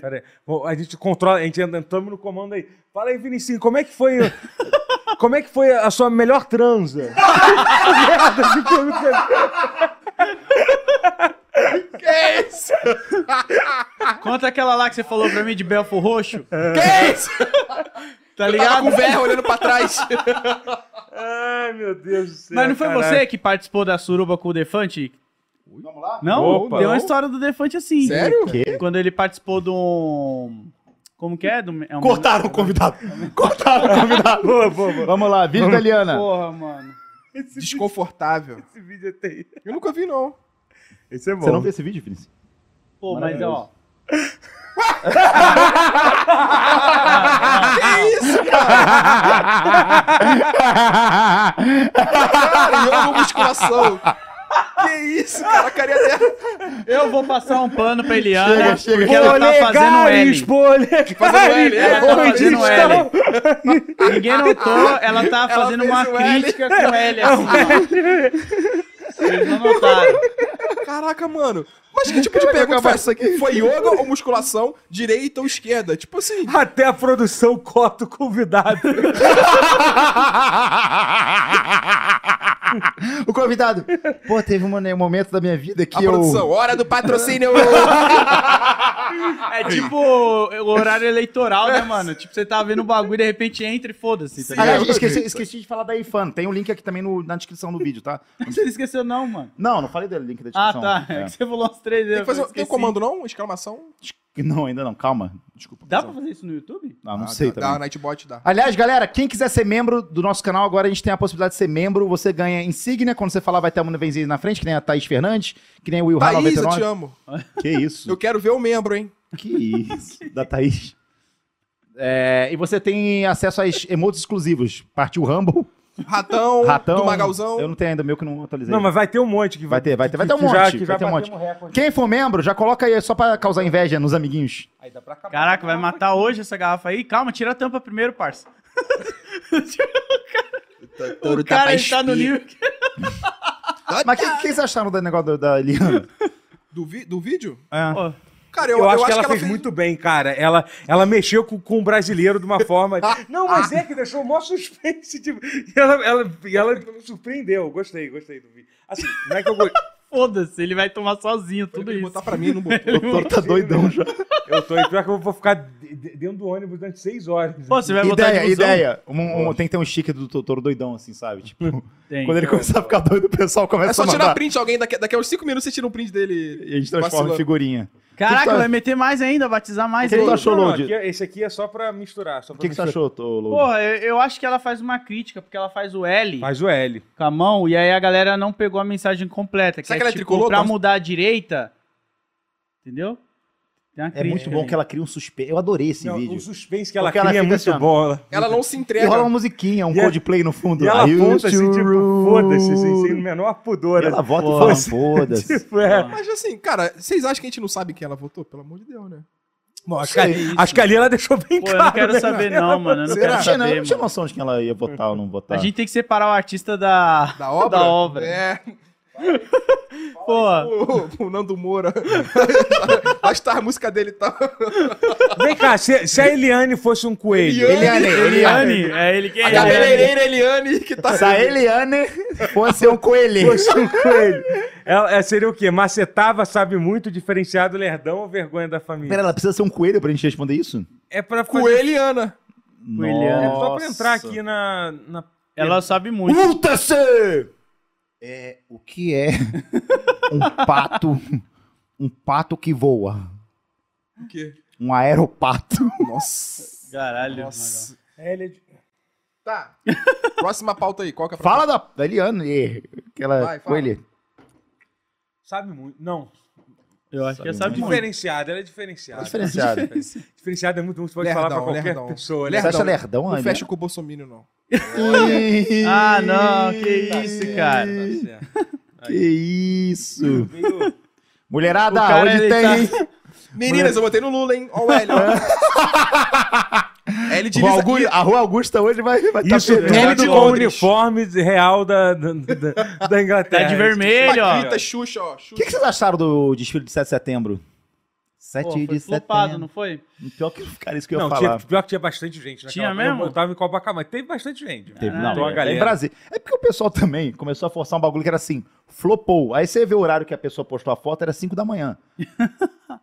[SPEAKER 1] Pera aí. Bom, a gente controla, a gente entra- entramos no comando aí. Fala aí, Vinicinho, como é que foi. como é que foi a sua melhor transa? Merda, que pergunta-
[SPEAKER 4] Que é isso?
[SPEAKER 1] Ah.
[SPEAKER 3] Conta aquela lá que você falou pra mim de Belfo Roxo.
[SPEAKER 4] Que é isso?
[SPEAKER 1] Ah,
[SPEAKER 3] Tá
[SPEAKER 4] Eu tava
[SPEAKER 3] ligado?
[SPEAKER 4] com o verro olhando pra trás.
[SPEAKER 1] Ai, meu Deus do céu.
[SPEAKER 3] Mas não foi
[SPEAKER 1] caralho.
[SPEAKER 3] você que participou da suruba com o Defante?
[SPEAKER 2] Vamos lá?
[SPEAKER 3] Não?
[SPEAKER 1] Opa.
[SPEAKER 3] Tem uma história do Defante assim.
[SPEAKER 4] Sério?
[SPEAKER 3] Quando ele participou de um... Como que é? Do... é um-
[SPEAKER 2] Cortaram o convidado. Cortaram o convidado.
[SPEAKER 1] Boa, boa, boa.
[SPEAKER 2] Vamos lá, vídeo da Eliana.
[SPEAKER 3] Porra, mano.
[SPEAKER 4] Desconfortável.
[SPEAKER 1] Esse vídeo é terrível.
[SPEAKER 4] Eu nunca vi, não.
[SPEAKER 1] Esse é bom.
[SPEAKER 2] Você não viu esse vídeo, Vinícius?
[SPEAKER 3] Pô, mas ó...
[SPEAKER 2] Ah,
[SPEAKER 4] Cara, eu amo musculação. Que isso, cara? A carinha dela.
[SPEAKER 3] Eu vou passar um pano pra
[SPEAKER 2] Chega,
[SPEAKER 3] Eliana,
[SPEAKER 2] chega,
[SPEAKER 3] porque ela tá fazendo um L.
[SPEAKER 1] Bolegares,
[SPEAKER 4] Fazendo L, é,
[SPEAKER 3] tá fazendo
[SPEAKER 1] Bolegares.
[SPEAKER 3] Ninguém notou, ela tá fazendo
[SPEAKER 4] fez
[SPEAKER 3] uma
[SPEAKER 4] um L.
[SPEAKER 3] crítica com L, assim, ó. Eles não notaram.
[SPEAKER 4] Caraca, mano. Mas que tipo de pergunta foi essa aqui? Foi yoga ou musculação? Direita ou esquerda? Tipo assim.
[SPEAKER 2] Ah,
[SPEAKER 1] Até a produção cota o convidado.
[SPEAKER 2] o convidado. Pô, teve um um momento da minha vida que
[SPEAKER 4] A
[SPEAKER 2] eu.
[SPEAKER 4] produção, hora do patrocínio.
[SPEAKER 3] É tipo o horário eleitoral, né, mano? Tipo, você tá vendo o bagulho e de repente entra e foda-se, tá
[SPEAKER 2] Ah,
[SPEAKER 3] ligado?
[SPEAKER 2] eu esqueci, esqueci de falar da Infano. Tem um link aqui também no- na descrição do vídeo, tá?
[SPEAKER 3] Você não esqueceu não, mano.
[SPEAKER 2] Não, não falei do link da
[SPEAKER 3] Ah,
[SPEAKER 2] descrição.
[SPEAKER 3] tá. É
[SPEAKER 2] É.
[SPEAKER 3] que você falou uns três
[SPEAKER 4] Tem
[SPEAKER 3] vezes.
[SPEAKER 4] que fazer, um-
[SPEAKER 3] eu
[SPEAKER 4] tem
[SPEAKER 3] esqueci.
[SPEAKER 4] comando não? Exclamação?
[SPEAKER 2] Não, ainda não. Calma. Desculpa.
[SPEAKER 3] Dá pra fazer isso no YouTube?
[SPEAKER 2] Ah, não
[SPEAKER 4] Ah,
[SPEAKER 2] sei
[SPEAKER 4] dá,
[SPEAKER 2] também. Ah,
[SPEAKER 4] dá, Nightbot dá.
[SPEAKER 2] Aliás, galera, quem quiser ser membro do nosso canal, agora a gente tem a possibilidade de ser membro. Você ganha insígnia. Quando você falar, vai ter uma nuvenzinha na frente, que nem a Thaís Fernandes, que nem o Will Hall
[SPEAKER 4] Thaís, eu te
[SPEAKER 2] 99.
[SPEAKER 4] amo.
[SPEAKER 2] Que isso.
[SPEAKER 4] Eu quero ver o membro, hein?
[SPEAKER 2] Que isso. da Thaís. É, e você tem acesso às emotes exclusivos. Partiu Rumble,
[SPEAKER 4] Ratão,
[SPEAKER 2] Ratão.
[SPEAKER 4] do Magalzão.
[SPEAKER 2] Eu não tenho ainda o meu que não atualizei.
[SPEAKER 1] Não, mas vai ter um monte que
[SPEAKER 2] Vai ter, vai ter, vai ter um
[SPEAKER 1] que já-
[SPEAKER 2] monte,
[SPEAKER 1] que
[SPEAKER 2] vai
[SPEAKER 1] já
[SPEAKER 2] ter um monte.
[SPEAKER 1] batemos recorde.
[SPEAKER 2] Quem for membro, já coloca aí só pra causar inveja nos amiguinhos.
[SPEAKER 1] Aí dá pra acabar.
[SPEAKER 3] Caraca, vai matar hoje essa garrafa aí? Calma, tira a tampa primeiro, parça. o cara ele tá no nível. que-
[SPEAKER 2] Mas o que, que vocês acharam do negócio da, da Eliana?
[SPEAKER 4] Ah, Do, vi- do vídeo?
[SPEAKER 3] Ó,
[SPEAKER 4] Cara,
[SPEAKER 1] Eu, acho, que ela, fez, muito bem, cara. Ela, ela mexeu com, com o brasileiro de uma forma. Não, mas é que deixou o maior suspense. De... E ela, ela, e ela me surpreendeu. Gostei, gostei do vídeo. Assim, não é que eu go-
[SPEAKER 3] Foda-se, ele vai tomar sozinho tudo
[SPEAKER 4] Ele
[SPEAKER 3] isso.
[SPEAKER 4] botar pra mim, não botou.
[SPEAKER 2] O doutor tá doidão já.
[SPEAKER 1] Eu tô. e Pior que eu vou ficar de- de- dentro do ônibus durante seis horas. né?
[SPEAKER 3] Pô, você vai botar
[SPEAKER 2] Ideia,
[SPEAKER 3] de busão?
[SPEAKER 2] ideia. Um- um- tem que ter um sticker do doutor doidão, assim, sabe? Tipo,
[SPEAKER 3] Tem.
[SPEAKER 2] quando ele começar a ficar doido, o pessoal começa
[SPEAKER 4] É só
[SPEAKER 2] a mandar.
[SPEAKER 4] tirar print alguém, daqui, daqui a uns 5 minutos você tira um print dele.
[SPEAKER 2] E a gente transforma
[SPEAKER 4] Vacilando.
[SPEAKER 2] em figurinha.
[SPEAKER 3] Caraca,
[SPEAKER 2] Tu tá-
[SPEAKER 3] vai meter mais ainda, batizar mais
[SPEAKER 2] Que que tu
[SPEAKER 3] ainda.
[SPEAKER 2] acha? achou, Lodi?
[SPEAKER 1] aqui é- esse aqui é só pra misturar. Só
[SPEAKER 2] O
[SPEAKER 1] pra
[SPEAKER 2] que, que você
[SPEAKER 1] misturar.
[SPEAKER 2] achou, ô, Lou?
[SPEAKER 3] Porra, eu, eu acho que ela faz uma crítica, porque ela faz o L
[SPEAKER 1] Faz o L.
[SPEAKER 3] com a mão, e aí a galera não pegou a mensagem completa. Que
[SPEAKER 4] Será
[SPEAKER 3] é,
[SPEAKER 4] que ela é
[SPEAKER 3] tipo,
[SPEAKER 4] tricolor?
[SPEAKER 3] Pra
[SPEAKER 4] Como-
[SPEAKER 3] mudar a direita, entendeu? Tem uma
[SPEAKER 2] É muito bom que ela cria um suspense. Eu adorei esse
[SPEAKER 1] Não,
[SPEAKER 2] vídeo.
[SPEAKER 1] o suspense que ela
[SPEAKER 2] Porque
[SPEAKER 1] cria
[SPEAKER 2] ela
[SPEAKER 1] é
[SPEAKER 2] fica
[SPEAKER 1] muito
[SPEAKER 2] assim, ó.
[SPEAKER 1] bom. ela-
[SPEAKER 4] Ela não se
[SPEAKER 2] E
[SPEAKER 4] entrega.
[SPEAKER 2] rola uma musiquinha, um
[SPEAKER 1] E ela-
[SPEAKER 2] Coldplay no fundo.
[SPEAKER 1] E ela
[SPEAKER 2] I used
[SPEAKER 1] aponta assim,
[SPEAKER 2] to
[SPEAKER 1] tipo,
[SPEAKER 2] rule.
[SPEAKER 1] foda-se, assim, sem o menor pudor.
[SPEAKER 2] Ela
[SPEAKER 1] assim.
[SPEAKER 2] vota
[SPEAKER 3] Pô,
[SPEAKER 2] e fala, foda-se.
[SPEAKER 1] Tipo, é.
[SPEAKER 4] Mas assim, cara, vocês acham que a gente não sabe quem ela votou? Pelo amor de Deus, né?
[SPEAKER 1] Bom, acho, que,
[SPEAKER 2] Sei.
[SPEAKER 1] acho que ali ela deixou bem
[SPEAKER 3] Pô,
[SPEAKER 1] claro.
[SPEAKER 3] eu não quero
[SPEAKER 1] né?
[SPEAKER 3] saber não, mano. Eu não
[SPEAKER 2] Eu
[SPEAKER 3] quero
[SPEAKER 2] não tinha, eu
[SPEAKER 3] saber,
[SPEAKER 2] não tinha
[SPEAKER 3] mano.
[SPEAKER 2] noção de quem ela ia votar ou não votar.
[SPEAKER 3] A gente tem que separar o artista da...
[SPEAKER 4] Da obra?
[SPEAKER 3] Da obra.
[SPEAKER 4] É.
[SPEAKER 3] Pô,
[SPEAKER 4] O, o Nando Moura. Acho que tá a música dele tá.
[SPEAKER 1] Vem cá, se, se a Eliane fosse um coelho.
[SPEAKER 2] é Eliane, Eliane.
[SPEAKER 3] Eliane, é ele quem
[SPEAKER 4] A
[SPEAKER 3] é? Eliane.
[SPEAKER 4] cabeleireira Eliane que tá.
[SPEAKER 2] Se a Eliane fosse um coelhinho.
[SPEAKER 1] Fosse um coelho. Ela, ela seria o quê? Macetava, sabe muito, diferenciado, lerdão ou vergonha da família?
[SPEAKER 2] Pera, ela precisa ser um coelho pra gente responder isso?
[SPEAKER 1] É pra fazer-
[SPEAKER 4] Coelhiana.
[SPEAKER 1] É
[SPEAKER 3] Coelhana.
[SPEAKER 1] só pra entrar aqui na. na-
[SPEAKER 3] Ela sabe muito.
[SPEAKER 2] Multa-se! É o que é um pato. Um pato que voa.
[SPEAKER 4] O quê?
[SPEAKER 2] Um aeropato.
[SPEAKER 4] Nossa.
[SPEAKER 3] Caralho. Magal.
[SPEAKER 4] Nossa.
[SPEAKER 3] é
[SPEAKER 1] Ele-
[SPEAKER 4] Tá. Próxima pauta aí. Qual que é a
[SPEAKER 2] Fala da, da Eliane. Aquela
[SPEAKER 4] Vai, fala.
[SPEAKER 2] coelha.
[SPEAKER 1] Sabe muito. Não.
[SPEAKER 3] Eu acho que ela sabe muito.
[SPEAKER 1] Diferenciada, ela é diferenciada.
[SPEAKER 2] É diferenciada.
[SPEAKER 1] Diferenciada é muito bom, você pode falar pra
[SPEAKER 4] Lerdão,
[SPEAKER 1] qualquer
[SPEAKER 4] lerdão.
[SPEAKER 1] pessoa.
[SPEAKER 2] Você
[SPEAKER 1] Lerdão.
[SPEAKER 2] acha lerdão,
[SPEAKER 4] Não
[SPEAKER 2] Anny?
[SPEAKER 4] fecha com o Bolsonaro, não.
[SPEAKER 3] Ah, não, que isso, cara.
[SPEAKER 1] Tá certo.
[SPEAKER 2] Que isso.
[SPEAKER 1] Veio-
[SPEAKER 2] Mulherada,
[SPEAKER 3] O cara,
[SPEAKER 2] hoje
[SPEAKER 3] ele tá-
[SPEAKER 2] tem...
[SPEAKER 4] Meninas, eu botei no Lula, hein? Ó o Hélio. Hélio de
[SPEAKER 2] Rua Augusta- a Rua Augusta hoje vai estar vai tá
[SPEAKER 1] Isso
[SPEAKER 2] fervendo.
[SPEAKER 4] Ela é
[SPEAKER 1] tudo
[SPEAKER 4] de
[SPEAKER 1] com o
[SPEAKER 4] Londres.
[SPEAKER 1] uniforme melhor da, da, da- da Inglaterra.
[SPEAKER 3] Tá de vermelho, ó.
[SPEAKER 4] Paquita, Xuxa, ó. Xuxa.
[SPEAKER 2] O que, que vocês acharam do desfile de 7 de setembro? 7
[SPEAKER 3] Pô,
[SPEAKER 2] de
[SPEAKER 3] foi flopado, não
[SPEAKER 2] setembro.
[SPEAKER 3] foi?
[SPEAKER 2] Pior que, cara, isso que eu ia
[SPEAKER 1] Não,
[SPEAKER 2] falar.
[SPEAKER 1] tinha, pior que tinha bastante gente. naquela
[SPEAKER 3] Tinha
[SPEAKER 1] época.
[SPEAKER 3] mesmo?
[SPEAKER 1] Eu tava em Copacabana. Teve bastante gente.
[SPEAKER 2] Teve,
[SPEAKER 3] Caralho.
[SPEAKER 2] não,
[SPEAKER 1] Então, a
[SPEAKER 2] é,
[SPEAKER 1] galera-
[SPEAKER 2] em Brasília. É porque o pessoal também começou a forçar um bagulho que era assim, flopou. Aí você vê o horário que a pessoa postou a foto, era 5 da manhã.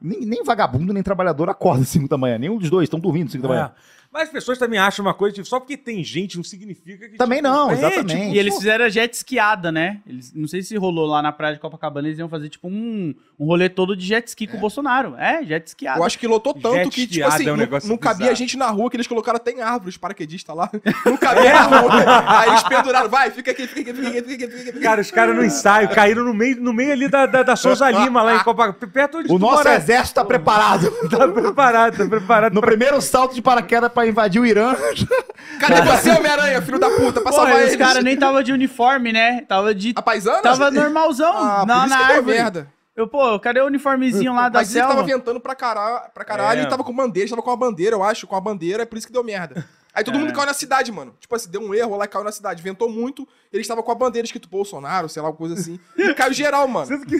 [SPEAKER 2] nem, nem vagabundo, nem trabalhador acorda 5 da manhã. Nenhum dos dois estão dormindo 5 da manhã.
[SPEAKER 1] É. Mas as pessoas também acham uma coisa, tipo, só porque tem gente não significa que...
[SPEAKER 2] Também
[SPEAKER 1] tipo,
[SPEAKER 2] não,
[SPEAKER 1] é,
[SPEAKER 2] exatamente.
[SPEAKER 1] tipo,
[SPEAKER 3] E eles
[SPEAKER 1] pô,
[SPEAKER 3] fizeram a jet esquiada, né? Eles, não sei se rolou lá na praia de Copacabana, eles iam fazer tipo um, um rolê todo de jet ski com o Bolsonaro. É, jet esquiada.
[SPEAKER 4] Eu acho que lotou tanto
[SPEAKER 1] Jet
[SPEAKER 4] que, tipo
[SPEAKER 1] skiada
[SPEAKER 4] assim,
[SPEAKER 1] é um
[SPEAKER 4] não,
[SPEAKER 1] negócio
[SPEAKER 4] não cabia
[SPEAKER 1] bizarro.
[SPEAKER 4] gente na rua, que eles colocaram até em árvores, paraquedista lá. Não
[SPEAKER 1] É.
[SPEAKER 4] cabia na rua. Aí eles penduraram, vai, fica aqui, fica aqui, fica aqui, fica aqui, fica aqui.
[SPEAKER 1] tipo, Cara, os caras no ensaio caíram no meio, no meio ali da, da, da Souza Lima, lá em Copacabana. Perto onde
[SPEAKER 2] O
[SPEAKER 1] tu
[SPEAKER 2] nosso
[SPEAKER 4] é
[SPEAKER 1] mora.
[SPEAKER 2] exército tá preparado.
[SPEAKER 1] Tá preparado, tá preparado.
[SPEAKER 2] No primeiro salto de paraquedas pra invadir o Irã.
[SPEAKER 4] Cadê você, Homem-Aranha, filho da puta, pra
[SPEAKER 3] Porra,
[SPEAKER 4] salvar
[SPEAKER 3] os
[SPEAKER 4] eles?
[SPEAKER 3] caras nem tava de uniforme, né? Tava de.
[SPEAKER 4] A paisana?
[SPEAKER 3] Tava normalzão
[SPEAKER 4] Ah,
[SPEAKER 3] na,
[SPEAKER 4] por isso
[SPEAKER 3] na
[SPEAKER 4] que deu
[SPEAKER 3] árvore.
[SPEAKER 4] merda.
[SPEAKER 3] Eu, pô, cadê o uniformezinho lá da
[SPEAKER 4] Mas ele tava
[SPEAKER 3] selva?
[SPEAKER 4] ventando pra, cara- pra caralho
[SPEAKER 1] É.
[SPEAKER 4] e tava com bandeira, tava com uma bandeira, eu acho, com a bandeira, é por isso que deu merda. Aí todo
[SPEAKER 1] É.
[SPEAKER 4] mundo caiu na cidade, mano. Tipo assim, deu um erro lá e caiu na cidade. Ventou muito, eles estavam com a bandeira escrito Bolsonaro, sei lá, alguma coisa assim. E caiu geral, mano.
[SPEAKER 1] Sendo que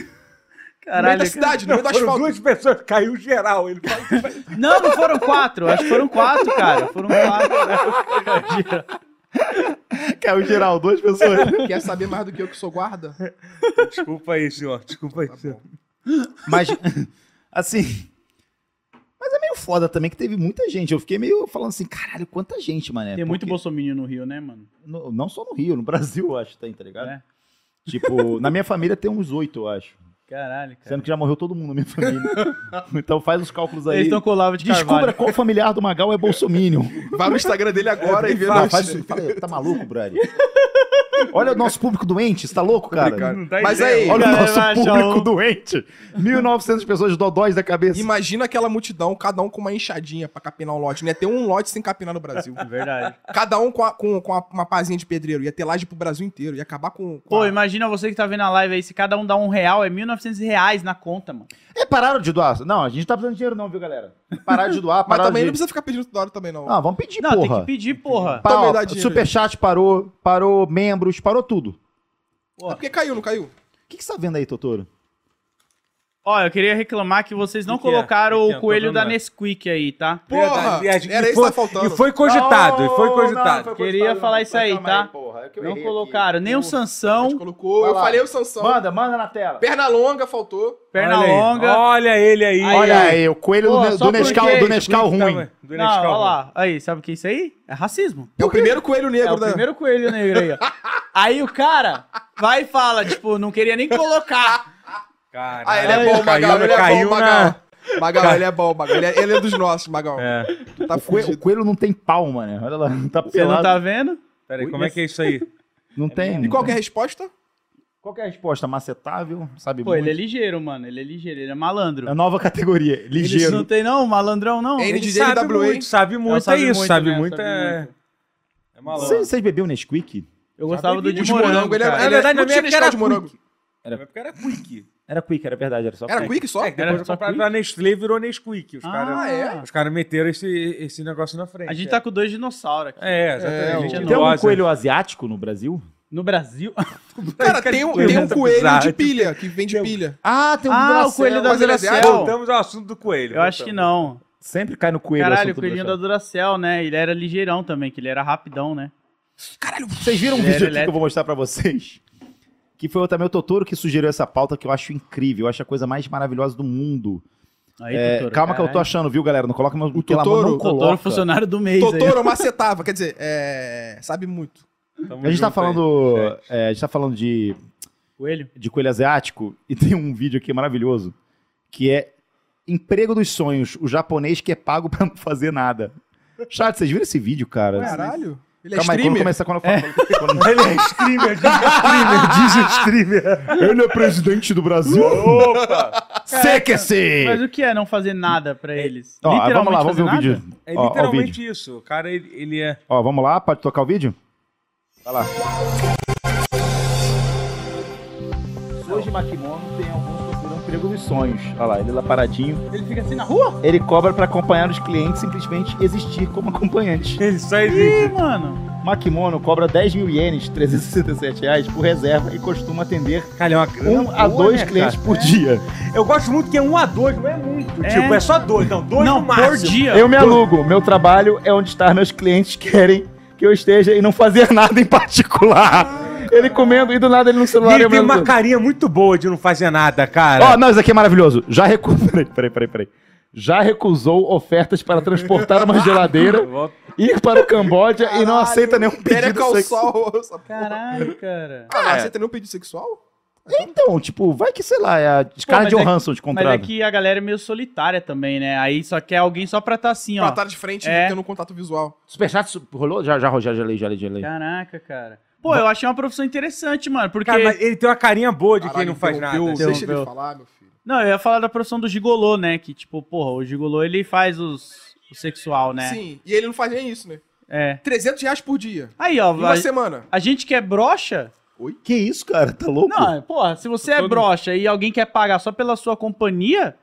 [SPEAKER 4] No meio
[SPEAKER 3] Caralho.
[SPEAKER 4] da
[SPEAKER 3] cara.
[SPEAKER 4] cidade, no
[SPEAKER 1] não,
[SPEAKER 4] meio do
[SPEAKER 1] foram
[SPEAKER 4] asfalto.
[SPEAKER 1] duas pessoas, caiu geral. Ele fala que vai-
[SPEAKER 3] Não, não foram quatro. Acho que foram quatro, cara. Foram quatro.
[SPEAKER 2] Caiu geral, é duas pessoas.
[SPEAKER 4] Quer saber mais do que eu que sou guarda?
[SPEAKER 1] Desculpa aí, senhor. Desculpa aí, senhor.
[SPEAKER 4] Tá
[SPEAKER 2] Mas, assim. Mas é meio foda também que teve muita gente. Eu fiquei meio falando assim, caralho, quanta gente,
[SPEAKER 4] É,
[SPEAKER 2] mané.
[SPEAKER 3] Tem muito
[SPEAKER 2] Porque-
[SPEAKER 3] bolsominion no Rio, né, mano?
[SPEAKER 2] no- não só no Rio, no Brasil, eu acho, tem, tá ligado?
[SPEAKER 3] É.
[SPEAKER 2] Tipo, na minha família tem uns oito, eu acho.
[SPEAKER 3] Caralho, cara.
[SPEAKER 2] Sendo que já morreu todo mundo na minha família. então faz os cálculos aí.
[SPEAKER 3] Eles estão colava de
[SPEAKER 2] Descubra
[SPEAKER 3] Carvalho.
[SPEAKER 2] qual familiar do Magal é bolsominion.
[SPEAKER 4] Vai no Instagram dele agora e vê.
[SPEAKER 2] Fala,
[SPEAKER 4] no-
[SPEAKER 2] faz isso. Fala, tá maluco, brother? Olha o nosso público doente, você tá louco, cara?
[SPEAKER 1] Não dá
[SPEAKER 4] Mas
[SPEAKER 1] ideia.
[SPEAKER 4] aí,
[SPEAKER 2] Olha o
[SPEAKER 3] Cara,
[SPEAKER 2] nosso
[SPEAKER 3] vai achar
[SPEAKER 2] público
[SPEAKER 3] um.
[SPEAKER 2] doente. 1.900 pessoas dodóis da cabeça.
[SPEAKER 4] imagina aquela multidão, cada um com uma enxadinha pra capinar um lote. Não ia ter um lote sem capinar no Brasil.
[SPEAKER 3] É Verdade.
[SPEAKER 4] Cada um com, a- com- com a- uma pazinha de pedreiro. Ia ter laje pro Brasil inteiro. Ia acabar com. com
[SPEAKER 3] Pô,
[SPEAKER 4] a-
[SPEAKER 3] imagina você que tá vendo a live aí, se cada um dá um real, é 1.900 reais na conta, mano.
[SPEAKER 2] É, pararam de doar. Não, a gente não tá precisando de dinheiro não, viu, galera? Pararam de doar,
[SPEAKER 4] Mas
[SPEAKER 2] pararam
[SPEAKER 4] também
[SPEAKER 2] de...
[SPEAKER 4] não precisa ficar pedindo toda hora também, não.
[SPEAKER 2] Ah, vamos pedir,
[SPEAKER 3] Não, tem
[SPEAKER 2] porra.
[SPEAKER 3] que pedir, porra.
[SPEAKER 2] Pa-
[SPEAKER 4] Também
[SPEAKER 2] ó,
[SPEAKER 4] dá dinheiro.
[SPEAKER 2] superchat parou, parou membros, parou tudo. O
[SPEAKER 4] É porque caiu, não caiu?
[SPEAKER 2] que, que você tá vendo aí, Totoro?
[SPEAKER 3] Ó, eu queria reclamar que vocês não
[SPEAKER 1] Que que é?
[SPEAKER 3] colocaram
[SPEAKER 1] Que que é? Tô
[SPEAKER 3] o coelho
[SPEAKER 1] vendo
[SPEAKER 3] da
[SPEAKER 1] lá.
[SPEAKER 3] Nesquik aí, tá?
[SPEAKER 4] Porra!
[SPEAKER 1] Verdade. E a gente-
[SPEAKER 4] Era
[SPEAKER 1] e
[SPEAKER 4] isso que
[SPEAKER 1] foi-
[SPEAKER 4] tá faltando.
[SPEAKER 1] E foi cogitado, e foi cogitado.
[SPEAKER 3] Queria falar isso aí, tá?
[SPEAKER 2] é que eu
[SPEAKER 3] Não
[SPEAKER 2] errei
[SPEAKER 3] colocaram nem o
[SPEAKER 4] A gente
[SPEAKER 3] Sansão,
[SPEAKER 4] colocou,
[SPEAKER 2] Vai
[SPEAKER 4] eu
[SPEAKER 2] lá.
[SPEAKER 4] falei o
[SPEAKER 2] aqui.
[SPEAKER 4] Sansão.
[SPEAKER 2] Manda, manda na tela.
[SPEAKER 4] Perna longa faltou.
[SPEAKER 3] perna
[SPEAKER 1] olha aí.
[SPEAKER 3] longa.
[SPEAKER 1] Olha ele aí.
[SPEAKER 2] Olha aí, o coelho
[SPEAKER 3] Pô,
[SPEAKER 2] do, Ne-
[SPEAKER 3] só
[SPEAKER 2] do Nescau,
[SPEAKER 3] porque-
[SPEAKER 2] do Nescau
[SPEAKER 1] Ele
[SPEAKER 2] ruim.
[SPEAKER 1] tava- do
[SPEAKER 3] Não,
[SPEAKER 1] Nescau
[SPEAKER 3] olha
[SPEAKER 1] ruim.
[SPEAKER 3] lá. Aí, sabe o que é isso aí? É racismo.
[SPEAKER 4] É o primeiro coelho
[SPEAKER 3] É
[SPEAKER 4] negro
[SPEAKER 3] o
[SPEAKER 2] né?
[SPEAKER 4] da.
[SPEAKER 3] primeiro coelho negro aí, ó. Aí o cara vai e fala, tipo, não queria nem colocar.
[SPEAKER 1] Caralho,
[SPEAKER 4] Ah, ele é bom, Magal.
[SPEAKER 1] caiu,
[SPEAKER 4] Ele é
[SPEAKER 1] caiu
[SPEAKER 4] bom,
[SPEAKER 1] na...
[SPEAKER 4] Magal. Magal, ele é bom, Magal. Ele é, ele é dos nossos, Magal.
[SPEAKER 1] É,
[SPEAKER 4] Tu Tá
[SPEAKER 2] O coelho, o
[SPEAKER 4] fugido.
[SPEAKER 2] coelho não tem palma, né? Olha lá, não tá
[SPEAKER 3] Você não
[SPEAKER 2] pelado.
[SPEAKER 3] tá vendo?
[SPEAKER 1] peraí, como é que é isso aí?
[SPEAKER 2] Não tem.
[SPEAKER 4] E qual que é a resposta?
[SPEAKER 2] qual que é a resposta? Macetável, sabe
[SPEAKER 3] Pô,
[SPEAKER 2] muito.
[SPEAKER 3] ele é ligeiro, mano. Ele é ligeiro, ele é malandro.
[SPEAKER 2] É nova categoria,
[SPEAKER 3] Ele
[SPEAKER 2] ligeiro.
[SPEAKER 3] não tem, não, malandrão, não.
[SPEAKER 4] Ele
[SPEAKER 1] Ele
[SPEAKER 4] DJ
[SPEAKER 1] sabe
[SPEAKER 4] WA.
[SPEAKER 1] muito, sabe
[SPEAKER 3] Ela
[SPEAKER 1] muito, é isso, sabe
[SPEAKER 3] né?
[SPEAKER 1] muito, é...
[SPEAKER 3] muito.
[SPEAKER 1] É malandro.
[SPEAKER 2] Vocês, vocês bebiam Nesquik?
[SPEAKER 3] Eu gostava
[SPEAKER 1] Sabe
[SPEAKER 3] do de
[SPEAKER 4] O de morango,
[SPEAKER 3] morango,
[SPEAKER 4] ele é.
[SPEAKER 3] cara.
[SPEAKER 1] Na
[SPEAKER 4] ele
[SPEAKER 1] verdade,
[SPEAKER 4] não
[SPEAKER 1] na minha
[SPEAKER 4] tinha
[SPEAKER 1] época
[SPEAKER 4] Nescau
[SPEAKER 1] era
[SPEAKER 4] de morango.
[SPEAKER 3] É
[SPEAKER 1] Na época era Quick.
[SPEAKER 2] Era Quick, era verdade, era só
[SPEAKER 4] Era
[SPEAKER 2] Quick.
[SPEAKER 4] quick só?
[SPEAKER 1] É, que
[SPEAKER 3] Era
[SPEAKER 1] depois
[SPEAKER 3] só
[SPEAKER 1] compraram
[SPEAKER 3] Quick?
[SPEAKER 1] da Nestlé virou Nesquik. Os
[SPEAKER 3] Ah,
[SPEAKER 1] caras
[SPEAKER 3] é?
[SPEAKER 1] os caras meteram esse, esse negócio na frente.
[SPEAKER 3] A gente
[SPEAKER 1] é.
[SPEAKER 3] tá com dois dinossauros aqui.
[SPEAKER 1] É, exatamente.
[SPEAKER 3] É,
[SPEAKER 1] gente
[SPEAKER 3] o-
[SPEAKER 2] Tem algum
[SPEAKER 1] idosa.
[SPEAKER 2] um coelho asiático no Brasil?
[SPEAKER 3] No Brasil.
[SPEAKER 4] Cara, tem um, tem um
[SPEAKER 1] Tá
[SPEAKER 4] coelho
[SPEAKER 1] bizarro.
[SPEAKER 4] de pilha que vende pilha.
[SPEAKER 2] Ah, tem
[SPEAKER 3] Ah, o coelho da
[SPEAKER 4] mas ele é
[SPEAKER 3] Duracell.
[SPEAKER 1] Voltamos ao assunto do coelho.
[SPEAKER 3] assim, Eu acho que não.
[SPEAKER 2] Sempre cai no coelho. é
[SPEAKER 3] Caralho, o
[SPEAKER 2] assunto do
[SPEAKER 3] coelhinho da
[SPEAKER 2] Brasil.
[SPEAKER 3] Duracell, né? Ele era ligeirão também, que ele era rapidão, né?
[SPEAKER 2] Vocês viram um
[SPEAKER 3] Ele
[SPEAKER 2] vídeo
[SPEAKER 3] era
[SPEAKER 2] aqui que eu
[SPEAKER 3] elétrico.
[SPEAKER 2] vou mostrar pra vocês? Que foi também o Totoro que sugeriu essa pauta que eu acho incrível. Eu acho a coisa mais maravilhosa do mundo.
[SPEAKER 3] Aí,
[SPEAKER 2] É,
[SPEAKER 3] Totoro,
[SPEAKER 2] calma que eu tô
[SPEAKER 3] caralho.
[SPEAKER 2] achando, viu, galera? Não coloca meu.
[SPEAKER 4] O
[SPEAKER 2] pelo amor,
[SPEAKER 4] Totoro-
[SPEAKER 2] não
[SPEAKER 4] o
[SPEAKER 3] Totoro,
[SPEAKER 2] coloca.
[SPEAKER 3] funcionário do mês. aí.
[SPEAKER 4] Totoro macetava, quer dizer, é. Sabe muito.
[SPEAKER 1] Tamo
[SPEAKER 2] A gente
[SPEAKER 1] junto
[SPEAKER 2] tá
[SPEAKER 1] aí.
[SPEAKER 2] falando.
[SPEAKER 1] É.
[SPEAKER 2] é, a gente tá falando de,
[SPEAKER 3] Coelho.
[SPEAKER 2] de coelho asiático e tem um vídeo aqui maravilhoso que é Emprego dos Sonhos, o japonês que é pago pra não fazer nada. Chat, vocês viram esse vídeo, cara?
[SPEAKER 4] Caralho. Ele é
[SPEAKER 2] Calma aí, quando
[SPEAKER 4] streamer.
[SPEAKER 2] começar quando eu falo. quando-
[SPEAKER 1] Ele é streamer, diz streamer, diz streamer.
[SPEAKER 2] Ele é presidente do Brasil. Opa!
[SPEAKER 3] Mas
[SPEAKER 2] Seque-se!
[SPEAKER 3] o que é não fazer nada pra eles?
[SPEAKER 2] Ó, aí vamos lá,
[SPEAKER 3] fazer
[SPEAKER 2] vamos ver o
[SPEAKER 3] nada?
[SPEAKER 2] vídeo.
[SPEAKER 1] É
[SPEAKER 2] Ó, ó, o vídeo.
[SPEAKER 1] literalmente isso. O cara, ele, ele é...
[SPEAKER 2] Ó, vamos lá, pode tocar o vídeo? Vai lá. Hoje, Makimono tem alguns que consideram emprego dos sonhos. Olha lá, ele lá paradinho.
[SPEAKER 3] Ele fica assim na rua?
[SPEAKER 2] Ele cobra pra acompanhar os clientes simplesmente existir como acompanhante.
[SPEAKER 1] Ele só é
[SPEAKER 3] Ih,
[SPEAKER 1] existe.
[SPEAKER 3] mano.
[SPEAKER 2] Makimono cobra 10 mil ienes, 367 reais, por reserva e costuma atender
[SPEAKER 1] Cara, é uma grana
[SPEAKER 2] um a
[SPEAKER 1] boa,
[SPEAKER 2] dois
[SPEAKER 1] né,
[SPEAKER 2] clientes
[SPEAKER 1] cara?
[SPEAKER 2] por dia.
[SPEAKER 1] Eu gosto muito que é um a dois, não é muito.
[SPEAKER 3] É.
[SPEAKER 1] Tipo, é só dois, não. Dois
[SPEAKER 3] não,
[SPEAKER 1] no máximo.
[SPEAKER 3] por dia.
[SPEAKER 2] Eu me alugo, meu trabalho é onde estar meus clientes querem que eu esteja e não fazer nada em particular. Ele comendo e do nada ele no
[SPEAKER 1] E
[SPEAKER 2] celular.
[SPEAKER 1] ele
[SPEAKER 2] eu
[SPEAKER 1] tem
[SPEAKER 2] mesmo-
[SPEAKER 1] uma carinha muito boa de não fazer nada,
[SPEAKER 2] Ó,
[SPEAKER 1] cara.
[SPEAKER 2] não, isso aqui é maravilhoso. Já recusou. Peraí, peraí, peraí, peraí. Já recusou ofertas para transportar uma geladeira, ir para o Camboja e não aceita nenhum
[SPEAKER 4] Pera
[SPEAKER 2] pedido sexual.
[SPEAKER 4] é
[SPEAKER 2] É.
[SPEAKER 4] calçol. essa porra.
[SPEAKER 3] Caralho, cara.
[SPEAKER 4] Ah, mas você tem nenhum pedido sexual?
[SPEAKER 2] Então, tipo, vai que, sei lá, é a
[SPEAKER 3] Pô,
[SPEAKER 2] cara
[SPEAKER 3] mas
[SPEAKER 2] de
[SPEAKER 3] é-
[SPEAKER 2] Johansson de
[SPEAKER 3] Mas
[SPEAKER 2] contrato.
[SPEAKER 3] é que a galera é meio solitária também, né? Aí só quer alguém só pra tá assim,
[SPEAKER 4] Pra
[SPEAKER 3] ó.
[SPEAKER 4] estar de frente
[SPEAKER 3] É.
[SPEAKER 4] e tendo um contato visual.
[SPEAKER 2] Superchat su- rolou? Já, já, já, já, li, já, li, já, li.
[SPEAKER 3] Caraca, cara. Pô, eu achei uma profissão interessante, mano, porque...
[SPEAKER 1] Cara, mas ele tem uma carinha boa de quem não faz nada. assim.
[SPEAKER 4] interrompeu. Deixa
[SPEAKER 3] Interrompeu.
[SPEAKER 4] ele falar, meu filho.
[SPEAKER 3] Não, eu ia falar da profissão do gigolô, né? Que, tipo, porra, o gigolô, ele faz os... o sexual, né?
[SPEAKER 4] Sim, e ele não faz nem isso, né?
[SPEAKER 3] É.
[SPEAKER 4] 300 reais por dia.
[SPEAKER 3] Aí, ó, a,
[SPEAKER 4] Em Uma semana.
[SPEAKER 3] a gente que é broxa...
[SPEAKER 2] Que isso, cara? Tá louco?
[SPEAKER 3] Não, porra, se você é
[SPEAKER 1] Todo-
[SPEAKER 3] broxa e alguém quer pagar só pela sua companhia...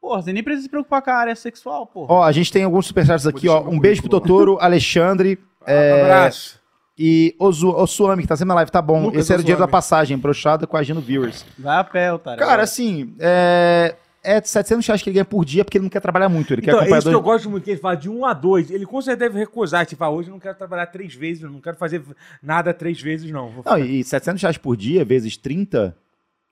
[SPEAKER 3] Porra, você nem precisa se preocupar com a área sexual, porra.
[SPEAKER 2] Ó, a gente tem alguns superchats aqui, ó.
[SPEAKER 4] deixar no
[SPEAKER 2] Um beijo pro Totoro, Alexandre,
[SPEAKER 4] Um
[SPEAKER 1] Abraço.
[SPEAKER 2] E Ozu, Osuami, que tá sempre na live, tá bom.
[SPEAKER 4] Lucas
[SPEAKER 2] Esse era o dinheiro da
[SPEAKER 4] Osuami.
[SPEAKER 2] passagem, brochada com a Gino Viewers.
[SPEAKER 3] Vai a pé, otário.
[SPEAKER 2] Cara, assim, é, é 700 reais que ele ganha por dia porque ele não quer trabalhar muito. Ele
[SPEAKER 1] Então, é
[SPEAKER 2] quer
[SPEAKER 1] isso que eu
[SPEAKER 2] acompanhador.
[SPEAKER 1] gosto muito, que ele fala de um a dois. Ele com certeza deve recusar, tipo, ah, hoje eu não quero trabalhar três vezes, eu não quero fazer nada três vezes, não. Vou
[SPEAKER 2] Não, e 700 reais por dia vezes 30.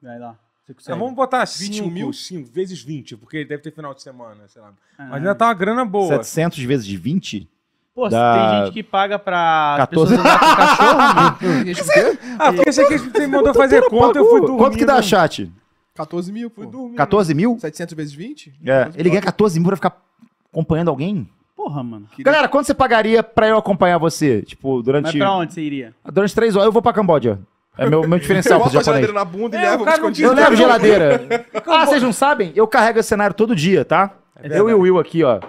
[SPEAKER 3] Vai lá. Você consegue.
[SPEAKER 1] Então, vamos botar
[SPEAKER 4] 21
[SPEAKER 1] cinco,
[SPEAKER 4] mil?
[SPEAKER 1] cinco vezes 20, porque ele deve ter final de semana, sei lá. Mas
[SPEAKER 3] Caralho.
[SPEAKER 1] ainda tá uma grana boa.
[SPEAKER 2] 700 vezes 20?
[SPEAKER 3] Pô,
[SPEAKER 2] Dá-
[SPEAKER 3] tem gente que paga pra as
[SPEAKER 2] 14.
[SPEAKER 3] pessoas andar com cachorro, meu.
[SPEAKER 4] Gente, o quê?
[SPEAKER 1] Ah, porque esse aqui você me mandou fazer conta, eu fui dormir.
[SPEAKER 2] Quanto que dá,
[SPEAKER 1] né?
[SPEAKER 2] chat?
[SPEAKER 4] 14 mil, pô.
[SPEAKER 1] Fui dormir.
[SPEAKER 2] 14 mil?
[SPEAKER 4] 700 vezes 20?
[SPEAKER 2] É.
[SPEAKER 4] 14
[SPEAKER 2] Ele ganha 14 mil pra ficar acompanhando alguém?
[SPEAKER 3] Porra, mano.
[SPEAKER 4] Queria-
[SPEAKER 2] Galera, quanto você pagaria pra eu acompanhar você? Tipo,
[SPEAKER 3] Mas
[SPEAKER 2] durante,
[SPEAKER 3] pra onde você iria?
[SPEAKER 2] durante 3 horas. Eu vou pra Camboja. É meu, meu
[SPEAKER 4] Eu
[SPEAKER 2] diferencial pro
[SPEAKER 4] boto a
[SPEAKER 2] japonês.
[SPEAKER 4] geladeira na bunda e
[SPEAKER 1] É,
[SPEAKER 4] levo
[SPEAKER 1] o cara não
[SPEAKER 4] escondido.
[SPEAKER 2] Eu levo
[SPEAKER 1] Não,
[SPEAKER 2] geladeira. Ah, vocês não sabem? Eu carrego esse cenário todo dia, tá? eu e o Will aqui, ó.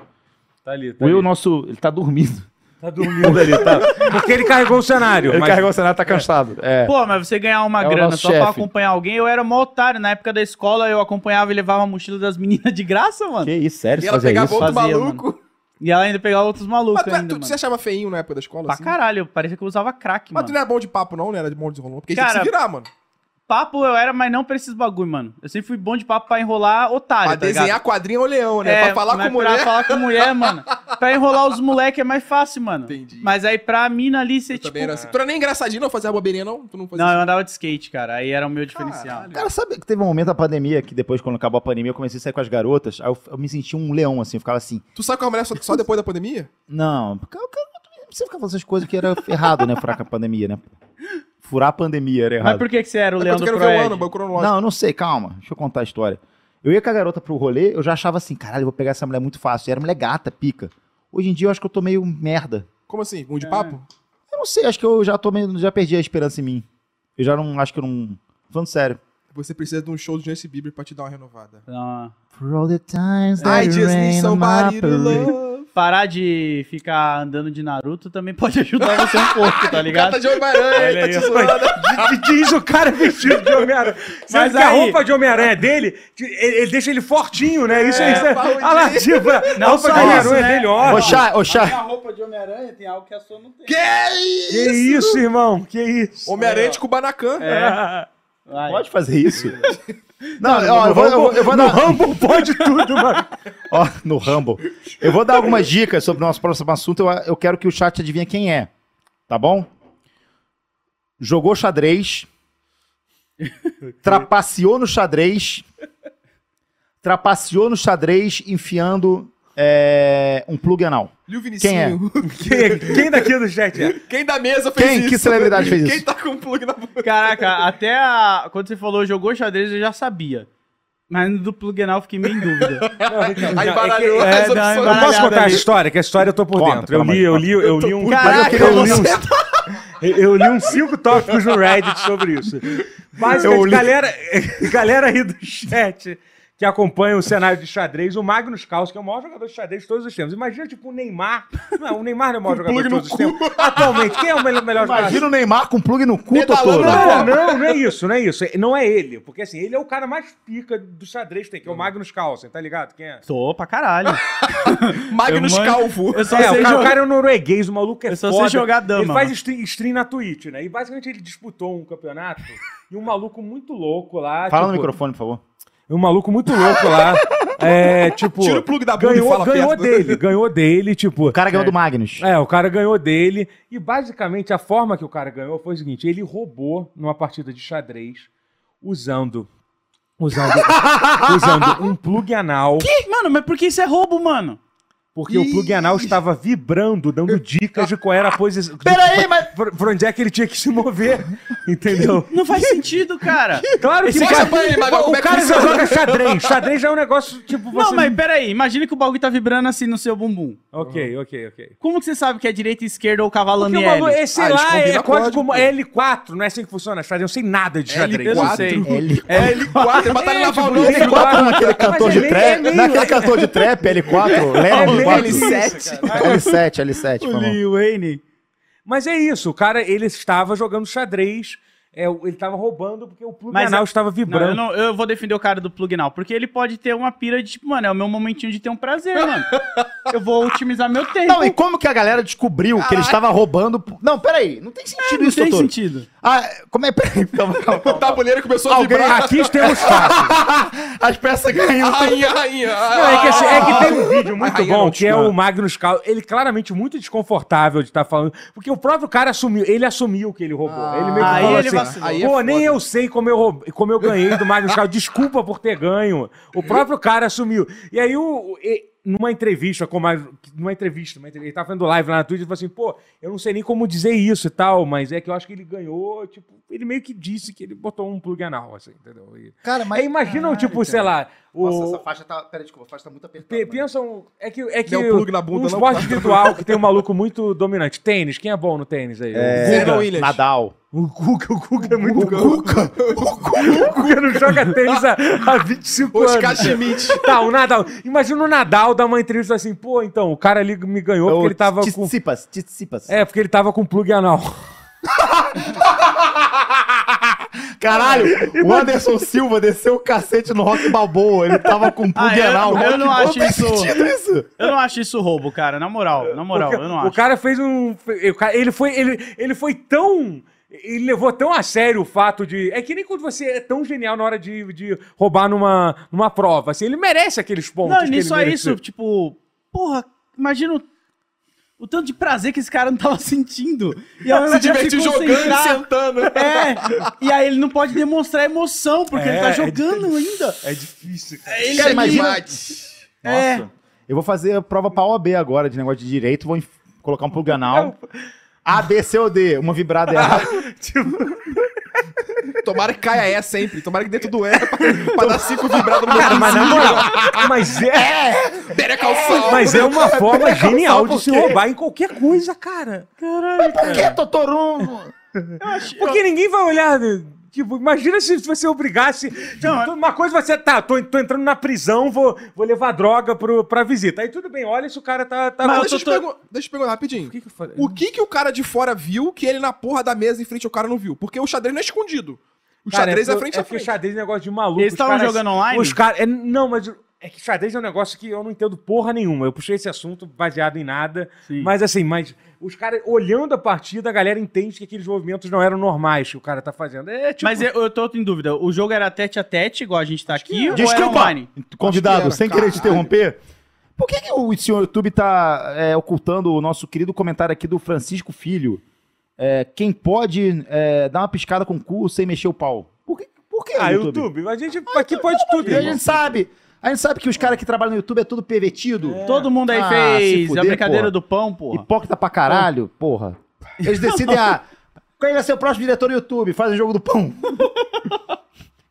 [SPEAKER 1] Tá ali, tá
[SPEAKER 2] O Will,
[SPEAKER 1] ali.
[SPEAKER 2] nosso. Ele tá dormindo.
[SPEAKER 1] Tá dormindo ali, tá. Porque ele carregou o cenário.
[SPEAKER 2] Ele
[SPEAKER 1] mas-
[SPEAKER 2] carregou o cenário, tá cansado. É.
[SPEAKER 3] Pô, mas você ganhar uma
[SPEAKER 2] É o
[SPEAKER 3] grana
[SPEAKER 2] nosso
[SPEAKER 3] só pra
[SPEAKER 2] chefe.
[SPEAKER 3] acompanhar alguém, eu era mó otário. Na época da escola, eu acompanhava e levava a mochila das meninas de graça, mano.
[SPEAKER 2] Que isso, sério?
[SPEAKER 4] E
[SPEAKER 2] Você
[SPEAKER 4] ela
[SPEAKER 2] fazia
[SPEAKER 4] pegava
[SPEAKER 2] isso?
[SPEAKER 4] outro
[SPEAKER 3] Fazia,
[SPEAKER 4] maluco.
[SPEAKER 3] E ela ainda pegava outros malucos
[SPEAKER 4] Mas tu, é-
[SPEAKER 3] ainda,
[SPEAKER 4] tu,
[SPEAKER 3] mano.
[SPEAKER 4] você achava feinho na época da escola?
[SPEAKER 3] Pra
[SPEAKER 4] assim?
[SPEAKER 3] caralho, parecia que eu usava crack,
[SPEAKER 4] Mas tu
[SPEAKER 3] mano.
[SPEAKER 4] não era bom de papo, não, né? Era de bom de rolão. Porque a gente
[SPEAKER 3] Cara,
[SPEAKER 4] se virar, mano.
[SPEAKER 3] Papo eu era, mas não pra esses bagulho, mano. Eu sempre fui bom de papo pra enrolar otário,
[SPEAKER 4] Pra
[SPEAKER 3] tá ligado?
[SPEAKER 4] desenhar quadrinho é o um leão, né? pra falar
[SPEAKER 3] mas
[SPEAKER 4] com mulher.
[SPEAKER 3] Pra falar com mulher, mano. pra enrolar os moleques é mais fácil, mano.
[SPEAKER 4] Entendi.
[SPEAKER 3] Mas aí pra mina ali, você,
[SPEAKER 4] Eu
[SPEAKER 3] tipo...
[SPEAKER 4] também era assim. Tu era nem engraçadinho, não fazia bobeirinha, não? Tu não fazia
[SPEAKER 3] Não, eu andava de skate, cara. Aí era o meu diferencial.
[SPEAKER 2] Cara, sabe que teve um momento da pandemia que depois, quando acabou a pandemia, eu comecei a sair com as garotas. Aí eu, eu me senti um leão, assim. Eu ficava assim,
[SPEAKER 4] Tu sabe com a mulher só, só depois da pandemia? É
[SPEAKER 2] não, porque eu- cara, não precisa ficar fazendo essas coisas que era errado, né? Furar com a pandemia, né? Furar a pandemia era
[SPEAKER 3] Mas
[SPEAKER 2] errado.
[SPEAKER 3] por que, que você era o
[SPEAKER 4] Depois
[SPEAKER 3] Leandro
[SPEAKER 4] É eu quero ver o ano,
[SPEAKER 3] Proed?
[SPEAKER 4] o cronológico.
[SPEAKER 2] Não, eu não sei, calma. Deixa eu contar a história. Eu ia com a garota pro rolê, eu já achava assim, caralho, eu vou pegar essa mulher muito fácil. E era mulher gata, pica. Hoje em dia eu acho que eu tô meio merda.
[SPEAKER 4] Como assim? Um de papo?
[SPEAKER 2] Eu não sei, acho que eu já tô meio, já perdi a esperança em mim. Eu já não, acho que eu não... Falando sério.
[SPEAKER 4] Você precisa de um show do Justin Bieber pra te dar uma renovada.
[SPEAKER 3] Não.
[SPEAKER 2] For all the times that
[SPEAKER 4] I
[SPEAKER 2] you
[SPEAKER 4] just need
[SPEAKER 2] rain on my
[SPEAKER 4] somebody to
[SPEAKER 2] parade.
[SPEAKER 4] love.
[SPEAKER 3] Parar de ficar andando de Naruto também pode ajudar você um pouco, tá
[SPEAKER 4] Cata
[SPEAKER 3] ligado?
[SPEAKER 4] de Homem-Aranha,
[SPEAKER 1] Olha
[SPEAKER 4] tá te
[SPEAKER 1] aí,
[SPEAKER 4] zoando.
[SPEAKER 1] D- d- Diz o cara vestido de Homem-Aranha. Mas
[SPEAKER 3] Mas
[SPEAKER 1] que a
[SPEAKER 3] aí-
[SPEAKER 1] roupa de Homem-Aranha é dele, que ele, ele deixa ele fortinho, né? Isso é, isso é.
[SPEAKER 4] parrudinho.
[SPEAKER 1] Olha lá, tipo, a
[SPEAKER 3] Não
[SPEAKER 1] roupa de
[SPEAKER 3] só isso,
[SPEAKER 1] Homem-Aranha é
[SPEAKER 3] né?
[SPEAKER 1] dele, ó.
[SPEAKER 2] Ô, Chá, ô, Chá.
[SPEAKER 3] roupa de Homem-Aranha tem algo que a sua não tem.
[SPEAKER 4] Que
[SPEAKER 1] Que
[SPEAKER 4] isso?
[SPEAKER 1] isso, irmão? Que isso?
[SPEAKER 4] Homem-Aranha de Kubanacan.
[SPEAKER 2] Pode fazer isso? Não,
[SPEAKER 1] Cara,
[SPEAKER 2] ó,
[SPEAKER 1] no
[SPEAKER 2] eu vou, eu vou-
[SPEAKER 1] Rumble-
[SPEAKER 2] eu vou
[SPEAKER 1] no
[SPEAKER 2] dar.
[SPEAKER 1] Rumble pode tudo, mano.
[SPEAKER 2] Ó, no Rumble. Eu vou dar algumas dicas sobre o nosso próximo assunto. Eu, eu quero que o chat adivinhe quem é. Tá bom? Jogou xadrez. trapaceou no xadrez. Trapaceou no xadrez enfiando é, um plug anal.
[SPEAKER 4] E o Vinicinho?
[SPEAKER 2] Quem é?
[SPEAKER 1] Quem, quem daqui do chat é?
[SPEAKER 4] Quem da mesa fez
[SPEAKER 2] Quem?
[SPEAKER 4] isso?
[SPEAKER 2] Que celebridade fez isso?
[SPEAKER 4] Quem tá com um plug na boca?
[SPEAKER 3] Caraca, até a- quando você falou jogou xadrez, eu já sabia. Mas no do pluginal eu fiquei meio em dúvida.
[SPEAKER 1] então,
[SPEAKER 4] Aí baralhou
[SPEAKER 3] é,
[SPEAKER 4] as
[SPEAKER 3] não,
[SPEAKER 4] opções.
[SPEAKER 1] Eu posso
[SPEAKER 3] Baralhado
[SPEAKER 1] contar a
[SPEAKER 3] ali.
[SPEAKER 1] história, que a história eu tô por
[SPEAKER 2] Conta,
[SPEAKER 1] dentro. tá-
[SPEAKER 2] pelo
[SPEAKER 1] Eu
[SPEAKER 2] amor
[SPEAKER 1] li,
[SPEAKER 2] de
[SPEAKER 1] eu li, eu li um.
[SPEAKER 3] Caraca,
[SPEAKER 1] eu li uns, eu li uns cinco tópicos no Reddit sobre isso. Basicamente, galera, galera aí do chat que acompanha o cenário de xadrez, o Magnus Carlsen, que é o maior jogador de xadrez de todos os tempos. Imagina, tipo, o Neymar. Não, o Neymar não é o maior jogador de todos os tempos. Atualmente, quem é o melhor, melhor jogador?
[SPEAKER 2] Imagina o Neymar com um plug no cu,
[SPEAKER 4] Pedalando
[SPEAKER 2] Totoro.
[SPEAKER 4] na
[SPEAKER 1] Não, não, não é isso, não é isso. Não é ele. Porque assim, ele é o cara mais pica do xadrez que tem, que é o Magnus Carlsen, tá ligado? Quem é?
[SPEAKER 3] Tô pra caralho.
[SPEAKER 4] Magnus
[SPEAKER 3] Eu manjo-
[SPEAKER 4] Calvo.
[SPEAKER 3] Eu só
[SPEAKER 1] É,
[SPEAKER 3] sei
[SPEAKER 1] o, cara, o
[SPEAKER 3] jogar.
[SPEAKER 1] cara é um norueguês, o maluco é
[SPEAKER 3] Eu só sei
[SPEAKER 1] foda.
[SPEAKER 3] jogar dama,
[SPEAKER 1] Ele faz
[SPEAKER 3] mano.
[SPEAKER 1] stream, stream na Twitch, né? E basicamente ele disputou um campeonato e um maluco muito louco lá.
[SPEAKER 2] Fala no
[SPEAKER 1] tipo,
[SPEAKER 2] microfone, por favor.
[SPEAKER 1] Um maluco muito louco lá. É, tipo.
[SPEAKER 4] Tira o plug da bunda e
[SPEAKER 1] ganhou,
[SPEAKER 4] fala
[SPEAKER 1] ganhou
[SPEAKER 4] perto.
[SPEAKER 1] dele, ganhou dele, tipo.
[SPEAKER 2] O cara ganhou do Magnus.
[SPEAKER 1] É, o cara ganhou dele. E basicamente a forma que o cara ganhou foi o seguinte: ele roubou numa partida de xadrez usando. Usando, usando um plug anal.
[SPEAKER 3] Ih, Mano, mas por que isso é roubo, mano?
[SPEAKER 1] Porque o plug anal estava vibrando, dando dicas de qual era a posição.
[SPEAKER 2] Peraí, mas.
[SPEAKER 1] Por, por onde é que ele tinha que se mover, entendeu?
[SPEAKER 3] Não faz sentido, cara.
[SPEAKER 1] Claro que
[SPEAKER 4] Mostra pra ele, Magal,
[SPEAKER 1] o
[SPEAKER 4] como é que
[SPEAKER 1] cara já
[SPEAKER 4] funciona.
[SPEAKER 1] joga xadrez. Xadrez já é um negócio tipo você.
[SPEAKER 3] Não, mas peraí, imagina que o bagulho tá vibrando assim no seu bumbum.
[SPEAKER 1] Ok, ok, ok.
[SPEAKER 3] Como que você sabe que é direita, esquerda ou cavalo
[SPEAKER 1] Porque o
[SPEAKER 3] ML?
[SPEAKER 1] maluco, é, sei
[SPEAKER 4] Ah, eles
[SPEAKER 1] lá, é
[SPEAKER 4] combinam
[SPEAKER 1] código
[SPEAKER 4] código, pô.
[SPEAKER 1] L4, não é assim que funciona xadrez, eu não sei nada de xadrez.
[SPEAKER 3] Eu não sei.
[SPEAKER 4] É, ele quatro, batalha
[SPEAKER 1] É,
[SPEAKER 4] naval
[SPEAKER 1] tipo,
[SPEAKER 4] não.
[SPEAKER 1] ele-
[SPEAKER 2] L4 naquele cantor
[SPEAKER 1] Mas é
[SPEAKER 2] de
[SPEAKER 1] meio- é
[SPEAKER 2] trap.
[SPEAKER 1] meio-
[SPEAKER 2] naquele cantor de trap, L4, Lennon
[SPEAKER 1] meio
[SPEAKER 2] 4.
[SPEAKER 1] isso,
[SPEAKER 2] L7, L7, foi mal.
[SPEAKER 3] Wayne.
[SPEAKER 1] Mas é isso, o cara, ele estava jogando xadrez, é, ele estava roubando porque o plug
[SPEAKER 3] Mas
[SPEAKER 1] anal
[SPEAKER 3] é-
[SPEAKER 1] estava
[SPEAKER 3] Não, eu,
[SPEAKER 1] vibrando.
[SPEAKER 3] não- eu vou defender o cara do plug now, porque ele pode ter uma pira de tipo, mano, é o meu momentinho de ter um prazer, mano. Eu vou otimizar meu tempo.
[SPEAKER 2] Não, e como que a galera descobriu que ele estava roubando? Não, peraí, não tem sentido
[SPEAKER 3] não
[SPEAKER 2] isso,
[SPEAKER 3] tem
[SPEAKER 2] doutor.
[SPEAKER 3] sentido.
[SPEAKER 2] Ah, como é? Peraí, calma, calma,
[SPEAKER 4] O
[SPEAKER 2] calma.
[SPEAKER 4] tabuleiro começou Tá, a vibrar.
[SPEAKER 1] Aqui temos fatos.
[SPEAKER 2] As peças
[SPEAKER 4] A
[SPEAKER 1] Ah,
[SPEAKER 2] ganham.
[SPEAKER 4] rainha, a rainha. Ah,
[SPEAKER 1] Não, é que, assim, é que tem um vídeo
[SPEAKER 4] A
[SPEAKER 1] muito
[SPEAKER 4] rainha
[SPEAKER 1] bom,
[SPEAKER 4] não,
[SPEAKER 1] que é
[SPEAKER 4] Tchan.
[SPEAKER 1] o Magnus Carl. Ele claramente muito desconfortável de estar falando, porque o próprio cara assumiu, ele assumiu que ele roubou. ele meio que
[SPEAKER 3] Ah, aí
[SPEAKER 1] falou
[SPEAKER 3] ele
[SPEAKER 1] assim,
[SPEAKER 3] vacilou.
[SPEAKER 4] Aí é
[SPEAKER 1] pô,
[SPEAKER 4] foda."
[SPEAKER 1] nem eu sei como eu, roubei- como eu ganhei do Magnus Carl, desculpa por ter ganho. O próprio cara assumiu. E aí, o, o- e- numa entrevista com o Magnus, numa entrevista, numa entrevista, ele tava fazendo live lá na Twitch, ele falou assim, pô, eu não sei nem como dizer isso e tal, mas é que eu acho que ele ganhou, tipo, ele meio que disse que ele botou um plug anal, assim, entendeu? E-
[SPEAKER 2] Cara,
[SPEAKER 1] Aí imaginam, tipo, sei lá, o...
[SPEAKER 2] faixa tá. Peraí, desculpa, a faixa tá muito apertada.
[SPEAKER 1] Pe- Pensam. É que, é que
[SPEAKER 4] Deu
[SPEAKER 1] um,
[SPEAKER 4] plug na bunda, não,
[SPEAKER 1] esporte
[SPEAKER 4] cara.
[SPEAKER 1] individual que tem um maluco muito dominante. Tênis, quem é bom no tênis aí?
[SPEAKER 2] É.
[SPEAKER 4] Serena Williams.
[SPEAKER 2] Nadal.
[SPEAKER 1] O Guga, o Guga é muito bom. O Guga, o Guga não joga tênis há, há 25 anos.
[SPEAKER 4] Oscar Schmidt.
[SPEAKER 1] Tá, o Nadal. Imagina o Nadal dar uma entrevista assim, pô, então, o cara ali me ganhou porque ele tava com.
[SPEAKER 2] Tsitsipas, Tsitsipas.
[SPEAKER 1] É, porque ele tava com plug anal.
[SPEAKER 2] Caralho, o Anderson Silva desceu o cacete no Rock Balboa. Ele tava com um
[SPEAKER 3] Ah, eu-
[SPEAKER 2] pungueral.
[SPEAKER 3] eu não acho
[SPEAKER 2] tem
[SPEAKER 3] isso-
[SPEAKER 2] sentido isso.
[SPEAKER 3] Eu não acho isso roubo, cara. Na moral, na moral, eu não
[SPEAKER 1] o
[SPEAKER 3] acho.
[SPEAKER 1] cara fez um. o cara- Ele foi, ele, ele foi tão. Ele levou tão a sério o fato de. É que nem quando você é tão genial na hora de, de roubar numa, numa prova. Assim, ele merece aqueles pontos.
[SPEAKER 3] Não, é
[SPEAKER 1] que
[SPEAKER 3] nem
[SPEAKER 1] ele
[SPEAKER 3] só
[SPEAKER 1] mereceu.
[SPEAKER 3] isso, tipo, porra, imagina o, o tanto de prazer que esse cara não tava sentindo. E
[SPEAKER 1] Ah,
[SPEAKER 3] ao
[SPEAKER 1] é
[SPEAKER 4] Se
[SPEAKER 3] invés de
[SPEAKER 4] divertir
[SPEAKER 3] se
[SPEAKER 1] né?
[SPEAKER 4] jogando,
[SPEAKER 3] concentrar-
[SPEAKER 4] sentando.
[SPEAKER 3] É, e aí ele não pode demonstrar emoção, porque ele tá
[SPEAKER 1] É,
[SPEAKER 3] jogando ainda.
[SPEAKER 1] É difícil, cara.
[SPEAKER 3] Ele
[SPEAKER 4] é
[SPEAKER 9] Cara,
[SPEAKER 3] ali-
[SPEAKER 9] mate.
[SPEAKER 3] É.
[SPEAKER 2] Nossa. Eu vou fazer a prova pra OAB agora de negócio de direito, vou enf- colocar um pluganal. A, B, C ou D, uma vibrada errada.
[SPEAKER 4] Tomara que caia é sempre. Tomara que dentro do é pra, pra dar cinco vibradas no meu
[SPEAKER 1] Cara, mas na
[SPEAKER 4] princípio.
[SPEAKER 1] moral, mas é,
[SPEAKER 4] Pera, calção.
[SPEAKER 1] mas é uma forma genial de
[SPEAKER 2] por
[SPEAKER 1] se
[SPEAKER 2] quê?
[SPEAKER 1] roubar em qualquer coisa, cara.
[SPEAKER 2] Por que, Totorum?
[SPEAKER 1] Porque ninguém vai olhar. né? Tipo, imagina se você obrigasse. tipo,
[SPEAKER 3] Não, é-
[SPEAKER 1] uma coisa você. Tá, tô, tô entrando na prisão, vou, vou levar droga pro, pra visita. Aí tudo bem, olha se o cara tá. tá
[SPEAKER 4] Mas
[SPEAKER 1] com-
[SPEAKER 4] deixa eu, te
[SPEAKER 1] tô- tô-
[SPEAKER 4] pergun- deixa eu te perguntar rapidinho.
[SPEAKER 1] O que que eu falei?
[SPEAKER 4] O que que o cara de fora viu que ele na porra da mesa em frente ao cara não viu? Porque o xadrez não é escondido. O
[SPEAKER 1] Cara,
[SPEAKER 4] xadrez é,
[SPEAKER 1] porque-
[SPEAKER 4] frente a
[SPEAKER 1] porque
[SPEAKER 4] frente.
[SPEAKER 1] xadrez é negócio de maluco. os
[SPEAKER 3] Eles estavam
[SPEAKER 1] caras-
[SPEAKER 3] jogando online?
[SPEAKER 1] Os caras. é, não, mas. É que xadrez é um negócio que eu não entendo porra nenhuma. Eu puxei esse assunto baseado em nada.
[SPEAKER 3] Sim.
[SPEAKER 1] Mas assim, mas os caras, olhando a partida, a galera entende que aqueles movimentos não eram normais que o cara tá fazendo. É tipo.
[SPEAKER 3] Mas eu, eu tô em dúvida, o jogo era tete a tete, igual a gente tá aqui, ou era
[SPEAKER 2] Desculpa,
[SPEAKER 3] online?
[SPEAKER 2] convidado,
[SPEAKER 4] Acho que era,
[SPEAKER 2] sem querer te
[SPEAKER 4] caralho.
[SPEAKER 2] interromper. Por que, que o senhor YouTube tá é, ocultando o nosso querido comentário aqui do Francisco Filho? É, quem pode é, dar uma piscada com o cu sem mexer o pau? Por que, por que
[SPEAKER 1] Ah, YouTube. A gente aqui pode tudo.
[SPEAKER 2] E a
[SPEAKER 1] irmão.
[SPEAKER 2] gente sabe. A gente sabe que os caras que trabalham no YouTube é tudo pervertido.
[SPEAKER 3] Todo mundo aí
[SPEAKER 2] Ah,
[SPEAKER 3] fez
[SPEAKER 2] se fuder,
[SPEAKER 3] a brincadeira
[SPEAKER 2] porra.
[SPEAKER 3] do pão, porra.
[SPEAKER 2] Hipócrita pra caralho, porra. Eles decidem a. Quem vai ser o próximo diretor do YouTube? Fazem o jogo do pão.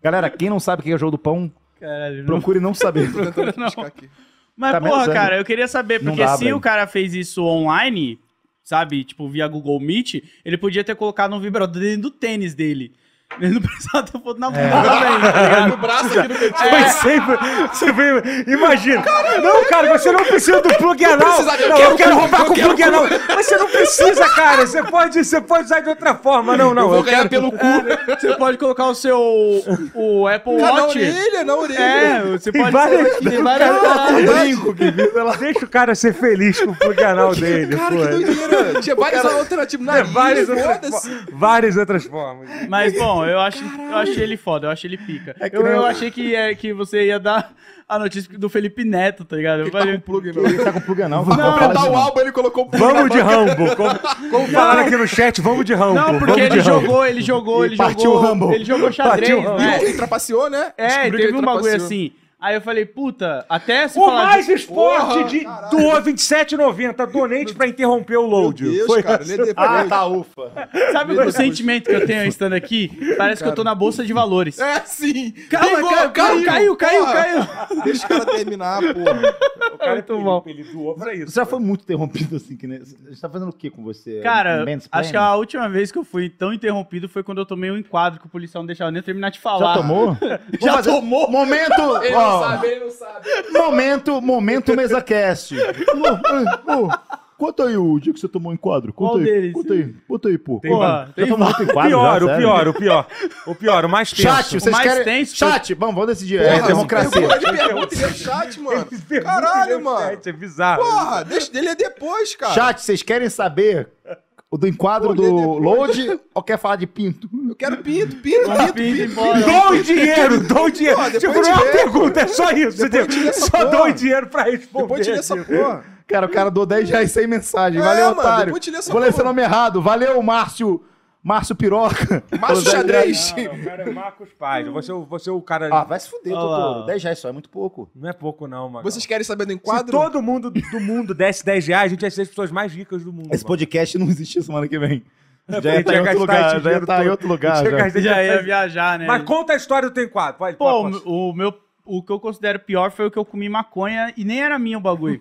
[SPEAKER 2] Galera, quem não sabe o que é o jogo do pão,
[SPEAKER 3] Caralho, não-
[SPEAKER 2] procure não saber.
[SPEAKER 4] Tô tentando criticar aqui.
[SPEAKER 3] Mas,
[SPEAKER 2] Tá
[SPEAKER 3] porra,
[SPEAKER 2] menos, né?
[SPEAKER 3] cara, eu queria saber,
[SPEAKER 2] Não
[SPEAKER 3] porque
[SPEAKER 2] dá,
[SPEAKER 3] se
[SPEAKER 2] velho.
[SPEAKER 3] o cara fez isso online, sabe, tipo, via Google Meet, ele podia ter colocado um vibrador dentro do tênis dele. Ele não precisava ter foto na bunda
[SPEAKER 2] É.
[SPEAKER 3] também, tá ligado?
[SPEAKER 9] No braço aqui do cantinho.
[SPEAKER 3] É,
[SPEAKER 1] Foi
[SPEAKER 4] é.
[SPEAKER 1] sempre. sempre- imagina. não, cara, você não precisa do plug anal.
[SPEAKER 4] precisa, eu
[SPEAKER 1] não,
[SPEAKER 4] quero
[SPEAKER 1] eu quero roubar com o plug anal. Mas você não precisa, cara. Você pode, você pode usar de outra forma. Não, não.
[SPEAKER 4] Eu vou
[SPEAKER 1] eu quero-
[SPEAKER 4] ganhar
[SPEAKER 3] um
[SPEAKER 4] pelo cu.
[SPEAKER 3] Você pode colocar o seu o Apple
[SPEAKER 4] Ah, na
[SPEAKER 2] um
[SPEAKER 3] Watch.
[SPEAKER 4] orelha, na orelha.
[SPEAKER 3] um É, você
[SPEAKER 1] Tem
[SPEAKER 3] pode
[SPEAKER 1] várias-
[SPEAKER 3] tem várias
[SPEAKER 2] um
[SPEAKER 3] paradas.
[SPEAKER 4] Brinco, que
[SPEAKER 1] Deixa o cara ser feliz com o plug anal dele.
[SPEAKER 4] Cara, que
[SPEAKER 1] pô.
[SPEAKER 4] doideira. né? Tinha várias alternativas.
[SPEAKER 1] É,
[SPEAKER 4] Nariz,
[SPEAKER 1] várias, outras,
[SPEAKER 4] foda-se.
[SPEAKER 1] várias outras formas.
[SPEAKER 3] Mas, bom, eu, acho, eu achei ele foda, eu achei ele pica. eu, eu achei que, é, que você ia dar a notícia do Felipe Neto, tá ligado? Eu
[SPEAKER 4] Tá com
[SPEAKER 3] falei,
[SPEAKER 4] plug, não.
[SPEAKER 2] Ele tá com pluga, não.
[SPEAKER 4] Pra
[SPEAKER 2] Fala
[SPEAKER 4] completar
[SPEAKER 2] isso,
[SPEAKER 4] o
[SPEAKER 2] não.
[SPEAKER 4] álbum, ele colocou o plug na
[SPEAKER 1] Vamos de
[SPEAKER 4] banca.
[SPEAKER 1] Rambo. Como, como falaram aqui no chat, vamos de Rambo.
[SPEAKER 3] não, porque
[SPEAKER 1] vamos de
[SPEAKER 3] ele
[SPEAKER 1] Rambo.
[SPEAKER 3] jogou, ele jogou, ele
[SPEAKER 2] partiu o
[SPEAKER 3] jogou.
[SPEAKER 2] Rumble.
[SPEAKER 3] Ele jogou
[SPEAKER 1] Partiu o
[SPEAKER 3] xadrez,
[SPEAKER 1] Rumble.
[SPEAKER 3] né?
[SPEAKER 4] Ele trapaceou, né?
[SPEAKER 3] É,
[SPEAKER 4] Descobriu que
[SPEAKER 3] teve
[SPEAKER 4] ele
[SPEAKER 3] um bagulho
[SPEAKER 4] trapaceou.
[SPEAKER 3] assim. Aí eu falei, puta, até se
[SPEAKER 1] O
[SPEAKER 3] falar.
[SPEAKER 1] mais
[SPEAKER 3] de-
[SPEAKER 1] esporte de doa 27,90 donate pra interromper o
[SPEAKER 4] Meu
[SPEAKER 1] load.
[SPEAKER 4] Deus,
[SPEAKER 1] Foi
[SPEAKER 4] cara. é Lê depois.
[SPEAKER 2] Ah, tá, ufa.
[SPEAKER 3] Sabe o sentimento que eu tenho estando aqui? Parece que eu tô na bolsa de valores.
[SPEAKER 4] É, sim.
[SPEAKER 3] Calma,
[SPEAKER 4] Pegou,
[SPEAKER 3] caiu, caiu, caiu, caiu,
[SPEAKER 4] Porra,
[SPEAKER 3] caiu.
[SPEAKER 4] Deixa o cara terminar, porra.
[SPEAKER 1] O cara
[SPEAKER 3] Muito
[SPEAKER 1] muito
[SPEAKER 3] bom.
[SPEAKER 1] bom. Ele doou pra isso.
[SPEAKER 2] Você já foi muito interrompido assim, que nem. A gente tá fazendo o que com você? Um
[SPEAKER 3] Cara,
[SPEAKER 2] Mansplaining?
[SPEAKER 3] acho que a última vez que eu fui tão interrompido foi quando eu tomei um enquadro que o policial não deixava nem eu terminar de
[SPEAKER 2] Já
[SPEAKER 3] falar.
[SPEAKER 2] tomou?
[SPEAKER 3] Já
[SPEAKER 2] tomou? Momento!
[SPEAKER 9] Ele
[SPEAKER 2] ó,
[SPEAKER 9] não sabe, ele não sabe.
[SPEAKER 2] Momento, momento MesaCast. Ô, ô, ô, Conta aí o dia que você tomou em quadro. Conta
[SPEAKER 3] Qual
[SPEAKER 2] aí.
[SPEAKER 3] deles?
[SPEAKER 2] Conta aí. Conta aí, pô.
[SPEAKER 3] Tem vários.
[SPEAKER 2] Já
[SPEAKER 3] Tem
[SPEAKER 2] tomou muito em
[SPEAKER 1] O
[SPEAKER 2] quadro,
[SPEAKER 1] pior,
[SPEAKER 2] já,
[SPEAKER 1] o
[SPEAKER 2] sério?
[SPEAKER 1] pior, o pior. O pior, o mais tenso.
[SPEAKER 2] Chat, vocês
[SPEAKER 3] mais
[SPEAKER 2] querem...
[SPEAKER 3] tenso foi-
[SPEAKER 2] Chat, vamos, vamos decidir. é
[SPEAKER 4] Porra,
[SPEAKER 2] democracia.
[SPEAKER 4] Ele pergunta e lê o chat, mano.
[SPEAKER 1] Ele pergunta e
[SPEAKER 4] Caralho,
[SPEAKER 1] lê o
[SPEAKER 4] mano.
[SPEAKER 1] chat, É bizarro.
[SPEAKER 4] Porra, deixa ele é depois, cara.
[SPEAKER 2] Chat, vocês querem saber o do enquadro
[SPEAKER 4] Vou ler
[SPEAKER 2] do
[SPEAKER 4] depois.
[SPEAKER 2] load ou quer falar de pinto?
[SPEAKER 4] Eu quero pinto, pinto, pinto,
[SPEAKER 3] Pinto e
[SPEAKER 4] pinto.
[SPEAKER 3] bola.
[SPEAKER 1] Dou o dinheiro, dou o dinheiro.
[SPEAKER 4] Pô, depois
[SPEAKER 1] tipo, não é
[SPEAKER 4] te
[SPEAKER 1] uma
[SPEAKER 4] vê,
[SPEAKER 1] pergunta, é só isso.
[SPEAKER 4] Depois te vê
[SPEAKER 1] entendeu?
[SPEAKER 4] essa
[SPEAKER 1] Só
[SPEAKER 4] porra.
[SPEAKER 1] dou o dinheiro pra responder.
[SPEAKER 4] Depois te lê essa
[SPEAKER 1] tipo.
[SPEAKER 4] porra.
[SPEAKER 2] Cara, o cara dou 10 reais sem mensagem.
[SPEAKER 4] É,
[SPEAKER 2] Valeu,
[SPEAKER 4] mano,
[SPEAKER 2] otário.
[SPEAKER 4] depois te lê essa
[SPEAKER 2] Vou ler
[SPEAKER 4] porra.
[SPEAKER 2] seu nome errado. Valeu, Márcio. Márcio Piroca. Pelos
[SPEAKER 4] Márcio
[SPEAKER 2] 10 reais.
[SPEAKER 4] Xadrez.
[SPEAKER 1] Não, não, o cara é Marcos Paz. Eu vou ser o, vou ser o cara.
[SPEAKER 2] Ah, vai se fuder,
[SPEAKER 3] Olha lá.
[SPEAKER 2] doutor. 10 reais só é muito pouco.
[SPEAKER 1] Não é pouco, não, mano.
[SPEAKER 4] Vocês querem saber do
[SPEAKER 1] Se
[SPEAKER 4] enquadro?
[SPEAKER 1] todo mundo do mundo desse 10 reais, a gente ia ser as pessoas mais ricas do mundo.
[SPEAKER 2] Esse
[SPEAKER 1] mano.
[SPEAKER 2] podcast não existe semana que vem. Já
[SPEAKER 1] a
[SPEAKER 2] ia
[SPEAKER 1] gente
[SPEAKER 2] tá em
[SPEAKER 1] ia gastar esse
[SPEAKER 2] outro lugar, já ia
[SPEAKER 1] dinheiro
[SPEAKER 2] tá em
[SPEAKER 1] todo.
[SPEAKER 2] outro lugar.
[SPEAKER 1] Tinha
[SPEAKER 2] já.
[SPEAKER 1] gastar-
[SPEAKER 3] Já ia viajar, né?
[SPEAKER 1] Mas conta a história do Tem Quadro. Vai,
[SPEAKER 3] Pô,
[SPEAKER 1] pode-
[SPEAKER 3] o, o meu. O que eu considero pior foi o que eu comi maconha e nem era minha o bagulho.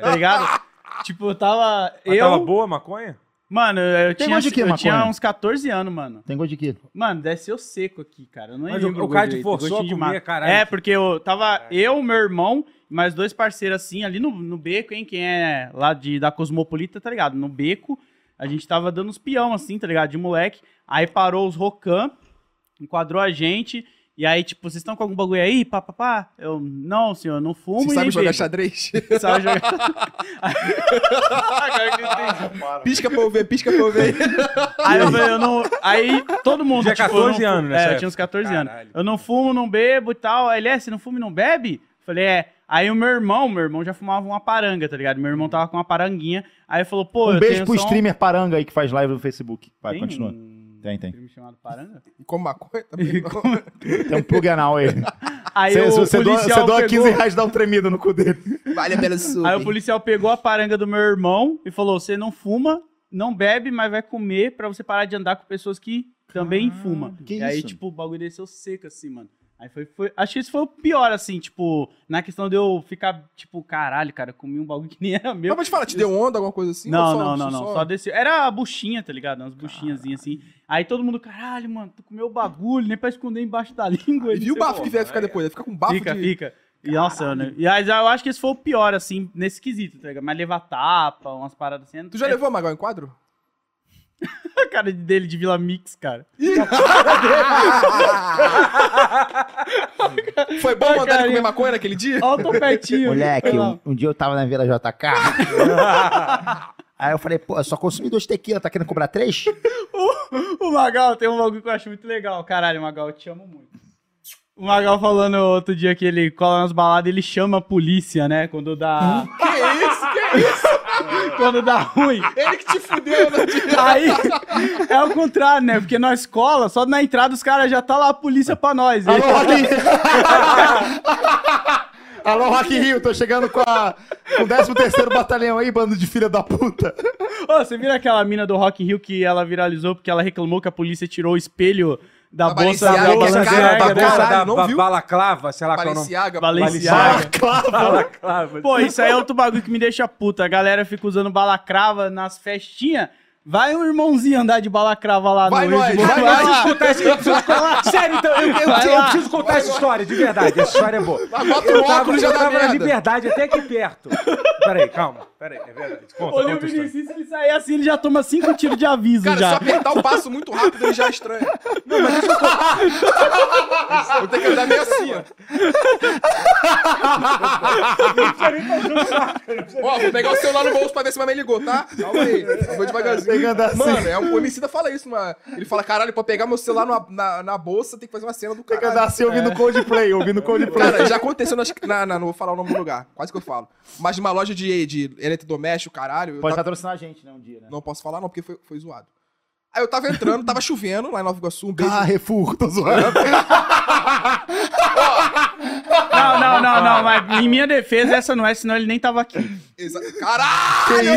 [SPEAKER 3] Tá ligado? Tipo, eu tava.
[SPEAKER 1] Mas
[SPEAKER 3] eu.
[SPEAKER 1] tava boa a maconha?
[SPEAKER 3] Mano, eu,
[SPEAKER 2] Tem
[SPEAKER 3] tinha,
[SPEAKER 2] gosto de quê,
[SPEAKER 3] eu tinha
[SPEAKER 2] maconha?
[SPEAKER 3] uns 14 anos, mano.
[SPEAKER 2] Tem gosto de quê?
[SPEAKER 3] Mano, desceu seco aqui, cara. Eu não
[SPEAKER 1] Mas o-
[SPEAKER 3] lembro
[SPEAKER 1] o cara te
[SPEAKER 3] direito,
[SPEAKER 1] forçou
[SPEAKER 3] gostinho
[SPEAKER 1] a
[SPEAKER 3] de
[SPEAKER 1] comer,
[SPEAKER 3] mato.
[SPEAKER 1] caralho.
[SPEAKER 3] É, porque eu tava eu, meu irmão, mais dois parceiros assim, ali no, no beco, hein? Quem é lá de, da Cosmopolita, tá ligado? No beco, a gente tava dando uns peão assim, tá ligado? De moleque. Aí parou os Rocan, enquadrou a gente. E aí, tipo, vocês estão com algum bagulho aí? Pá, pá, pá. Eu, não, senhor, não fumo
[SPEAKER 4] Você
[SPEAKER 3] e
[SPEAKER 4] sabe
[SPEAKER 3] nem
[SPEAKER 4] jogar
[SPEAKER 3] bebo.
[SPEAKER 4] xadrez?
[SPEAKER 3] Sabe jogar... Agora que eu entendi.
[SPEAKER 4] Pisca pra eu ver, pisca pra eu ver.
[SPEAKER 3] Aí eu, falei, eu não. Aí todo mundo.
[SPEAKER 1] Tinha
[SPEAKER 3] tipo, eu não
[SPEAKER 1] 14
[SPEAKER 3] fu-
[SPEAKER 1] anos né,
[SPEAKER 3] É,
[SPEAKER 1] nessa
[SPEAKER 3] eu tinha uns 14 anos.
[SPEAKER 1] Caralho.
[SPEAKER 3] Eu não fumo, não bebo e tal. Aí ele, "É, você não fuma e não bebe? Eu Falei, é. Aí o meu irmão, meu irmão já fumava uma paranga, tá ligado? Meu irmão tava com uma paranguinha. Aí falou, pô,
[SPEAKER 2] Um
[SPEAKER 3] eu
[SPEAKER 2] beijo
[SPEAKER 3] tenho
[SPEAKER 2] pro
[SPEAKER 3] só um-
[SPEAKER 2] streamer paranga aí que faz live no Facebook. Vai,
[SPEAKER 3] Tem
[SPEAKER 2] continua.
[SPEAKER 3] um
[SPEAKER 2] Tem, tem.
[SPEAKER 3] crime chamado paranga?
[SPEAKER 4] E como maconha também. não.
[SPEAKER 2] Tem um plug anal aí.
[SPEAKER 3] Aí
[SPEAKER 2] Você-
[SPEAKER 3] o
[SPEAKER 2] Você doa- você
[SPEAKER 3] policial
[SPEAKER 2] doa
[SPEAKER 3] pegou-
[SPEAKER 2] 15 reais e dá um tremido no cu dele.
[SPEAKER 10] Vale pelo sul.
[SPEAKER 3] Aí o policial pegou a paranga do meu irmão e falou: você não fuma, não bebe, mas vai comer pra você parar de andar com pessoas que também fumam.
[SPEAKER 2] que
[SPEAKER 3] e aí,
[SPEAKER 2] isso?
[SPEAKER 3] tipo, o bagulho desceu seco, assim, mano. Aí foi, foi. Acho que isso foi o pior, assim, tipo, na questão de eu ficar, tipo, caralho, cara, eu comi um bagulho que nem era meu.
[SPEAKER 4] Mas vou te falar, te deu onda, alguma coisa assim?
[SPEAKER 3] não,
[SPEAKER 4] Ou
[SPEAKER 3] não,
[SPEAKER 4] só-
[SPEAKER 3] não, não. Só desceu. Era a buchinha, tá ligado? Umas buchinhazinhas assim. Aí todo mundo, caralho, mano, tu comeu o bagulho, nem pra esconder embaixo da língua.
[SPEAKER 4] E
[SPEAKER 3] não
[SPEAKER 4] viu o
[SPEAKER 3] sei
[SPEAKER 4] bafo
[SPEAKER 3] como.
[SPEAKER 4] que vai ficar depois? Vai ficar com bafo
[SPEAKER 3] Fica,
[SPEAKER 4] de...
[SPEAKER 3] fica. E nossa, né? E aí, eu acho que esse foi o pior, assim, nesse quesito, tá ligado? Mas levar tapa, umas paradas assim.
[SPEAKER 4] Tu já
[SPEAKER 3] é
[SPEAKER 4] levou, Magal, em quadro?
[SPEAKER 3] a cara dele de Vila Mix, cara.
[SPEAKER 4] Foi bom
[SPEAKER 3] Ah,
[SPEAKER 4] mandar ele
[SPEAKER 3] cara,
[SPEAKER 4] comer
[SPEAKER 3] eu-
[SPEAKER 4] maconha naquele dia?
[SPEAKER 3] Olha o topetinho.
[SPEAKER 2] Moleque,
[SPEAKER 3] Foi lá.
[SPEAKER 2] um, um dia eu tava na Vila JK. aí eu falei, pô, eu só consumi dois tequila, tá querendo cobrar três?
[SPEAKER 3] O Magal tem um bagulho que eu acho muito legal. Caralho, Magal, eu te amo muito. O Magal falando outro dia que ele cola nas baladas, ele chama a polícia, né? Quando dá. que isso? Que isso? Quando dá ruim.
[SPEAKER 4] Ele que te fudeu, né?
[SPEAKER 3] Aí é o contrário, né? Porque na escola, só na entrada os caras já tá lá a polícia pra nós. Ele-
[SPEAKER 2] Alô, Rock in Rio! Alô, Rock in Rio, tô chegando com, a, com o 13º Batalhão aí, bando de filha da puta.
[SPEAKER 3] Ô, você vira aquela mina do Rock in Rio que ela viralizou porque ela reclamou que a polícia tirou o espelho da
[SPEAKER 4] Da
[SPEAKER 3] bolsa
[SPEAKER 4] Balenciaga,
[SPEAKER 3] da
[SPEAKER 4] que
[SPEAKER 3] bolsa
[SPEAKER 4] é cara,
[SPEAKER 1] da
[SPEAKER 4] tá
[SPEAKER 3] Balenciaga, né?
[SPEAKER 4] bom.
[SPEAKER 1] bolsa da,
[SPEAKER 4] Caralho, não
[SPEAKER 1] ba-
[SPEAKER 4] viu?
[SPEAKER 1] balaclava, sei lá qual é o nome.
[SPEAKER 4] Balenciaga.
[SPEAKER 3] Ah, Balenciaga. Pô, isso aí é outro bagulho que me deixa puta. A galera fica usando balacrava nas festinhas. Vai um irmãozinho andar de balacrava lá
[SPEAKER 4] Vai
[SPEAKER 3] no
[SPEAKER 4] nós,
[SPEAKER 3] Edmundo.
[SPEAKER 4] vai
[SPEAKER 3] Vai
[SPEAKER 4] nós.
[SPEAKER 3] lá.
[SPEAKER 1] Contar esse- eu preciso contar- Sério, então, eu, eu-
[SPEAKER 3] Vai
[SPEAKER 1] eu
[SPEAKER 3] lá.
[SPEAKER 1] preciso contar essa história, de verdade. Essa história é boa.
[SPEAKER 4] Bota
[SPEAKER 1] Eu
[SPEAKER 4] o
[SPEAKER 1] tava,
[SPEAKER 4] óculos já
[SPEAKER 1] eu
[SPEAKER 4] dá
[SPEAKER 1] tava na
[SPEAKER 4] merda.
[SPEAKER 1] liberdade até aqui perto. Peraí, calma. Peraí, é verdade. Conta,
[SPEAKER 2] um
[SPEAKER 3] Olha o
[SPEAKER 1] conta a história.
[SPEAKER 3] Vinicius, se ele sair assim, ele já toma cinco tiros de aviso
[SPEAKER 4] Cara,
[SPEAKER 3] já.
[SPEAKER 4] só apertar o passo muito rápido ele já é estranho. Não, mas deixa eu... Vou ter que andar meio assim, ó. Ó, vou pegar o celular no bolso pra ver se minha mãe ligou, tá? Calma aí, eu vou devagarzinho.
[SPEAKER 2] assim.
[SPEAKER 4] Mano, é um o homicida fala isso, mano. Ele fala, caralho, pra pegar meu celular na, na, na bolsa, tem que fazer uma cena do
[SPEAKER 2] Fica
[SPEAKER 4] caralho. É.
[SPEAKER 2] assim ouvindo Coldplay, ouvindo Coldplay.
[SPEAKER 4] Cara, já aconteceu nas... Na, na- não vou falar o nome do lugar, quase que eu falo. Mas numa loja de, de eletrodoméstico, caralho... eu
[SPEAKER 2] Pode
[SPEAKER 4] tava-
[SPEAKER 2] patrocinar a gente, né, um dia, né?
[SPEAKER 4] Não posso falar não, porque foi, foi zoado. Aí eu tava entrando, tava chovendo lá em Nova Iguaçu, um beijo.
[SPEAKER 2] Carrefour, Ah, tô zoando.
[SPEAKER 3] Não, não, não, não. Mas em minha defesa, essa não é, senão ele nem tava aqui.
[SPEAKER 4] Exa- Caralho!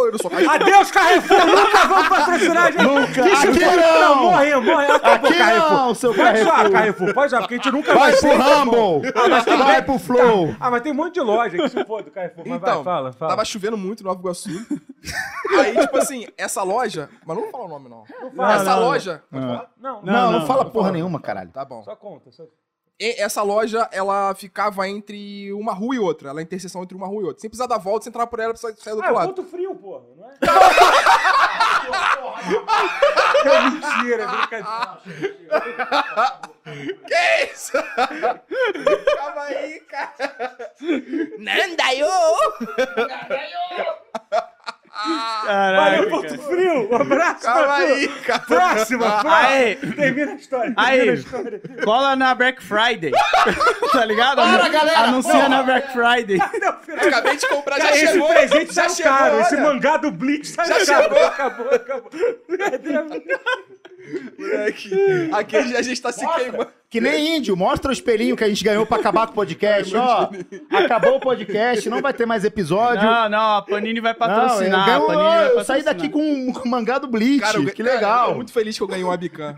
[SPEAKER 4] Eu não sou cachorro.
[SPEAKER 1] Adeus, Carrefour! Nunca vamos patrocinar a gente! Nunca!
[SPEAKER 2] Aqui não.
[SPEAKER 1] Morre, morre! Acabou,
[SPEAKER 2] Aqui
[SPEAKER 1] Carrefour!
[SPEAKER 2] não, seu
[SPEAKER 1] Pode zoar,
[SPEAKER 2] Carrefour.
[SPEAKER 1] Carrefour, pode zoar, porque a gente nunca
[SPEAKER 2] Vai
[SPEAKER 1] ser
[SPEAKER 2] pro
[SPEAKER 1] tão bom.
[SPEAKER 2] Rumble! Vai pro Flow!
[SPEAKER 1] Ah, mas tem um monte de loja que se foda, Carrefour. Mas
[SPEAKER 4] Então,
[SPEAKER 1] vai, fala, fala.
[SPEAKER 4] tava chovendo muito em Nova Iguaçu. Aí, tipo assim, essa loja. Mas não vou falar o nome, não. essa
[SPEAKER 3] não,
[SPEAKER 4] loja. Pode
[SPEAKER 2] Ah.
[SPEAKER 4] falar?
[SPEAKER 1] Não, não,
[SPEAKER 2] Não, não,
[SPEAKER 3] não,
[SPEAKER 2] fala porra nenhuma, caralho.
[SPEAKER 4] Tá bom.
[SPEAKER 1] Só conta, só
[SPEAKER 4] E- essa loja, ela ficava entre uma rua e outra. Ela é a interseção entre uma rua e outra. Sem precisar dar volta, você entrava por ela, precisa sair do
[SPEAKER 1] Ah,
[SPEAKER 4] outro lado.
[SPEAKER 1] ponto frio, porra, não é? é mentira, é brincadeira.
[SPEAKER 4] Que isso? Calma aí, cara.
[SPEAKER 10] Nanda, yo!
[SPEAKER 1] Valeu,
[SPEAKER 3] Caralho.
[SPEAKER 1] ponto frio. Um abraço,
[SPEAKER 4] Calma
[SPEAKER 1] Arthur.
[SPEAKER 4] aí, cara.
[SPEAKER 1] Próxima, próxima.
[SPEAKER 3] Aê.
[SPEAKER 1] Termina a história.
[SPEAKER 3] Aê.
[SPEAKER 1] Termina a história.
[SPEAKER 3] Cola na Black Friday. tá ligado? Anu-
[SPEAKER 4] galera!
[SPEAKER 3] Anuncia na Black Friday.
[SPEAKER 1] Não, pera-
[SPEAKER 4] Acabei de comprar, já
[SPEAKER 1] Cara, esse
[SPEAKER 4] chegou.
[SPEAKER 1] presente
[SPEAKER 4] já
[SPEAKER 1] já
[SPEAKER 4] chegou,
[SPEAKER 1] caro, esse
[SPEAKER 4] olha.
[SPEAKER 1] mangá do Blitz tá
[SPEAKER 4] Já
[SPEAKER 1] caro.
[SPEAKER 4] chegou.
[SPEAKER 1] Acabou, acabou.
[SPEAKER 4] Moleque, Aqui a gente tá se queimando.
[SPEAKER 2] Que nem índio, mostra o espelhinho que a gente ganhou pra acabar com o podcast, ó. Acabou o podcast, não vai ter mais episódio.
[SPEAKER 3] Não, Ah, não, a Panini vai
[SPEAKER 2] Não, eu,
[SPEAKER 3] patrocinar.
[SPEAKER 4] um
[SPEAKER 2] ganho-
[SPEAKER 3] a Panini vai
[SPEAKER 2] eu
[SPEAKER 3] patrocinar.
[SPEAKER 2] saí daqui com um mangá do Bleach,
[SPEAKER 4] eu
[SPEAKER 2] que
[SPEAKER 4] ganhei- cara, eu
[SPEAKER 2] legal.
[SPEAKER 4] tô muito feliz que eu ganhei um Abican.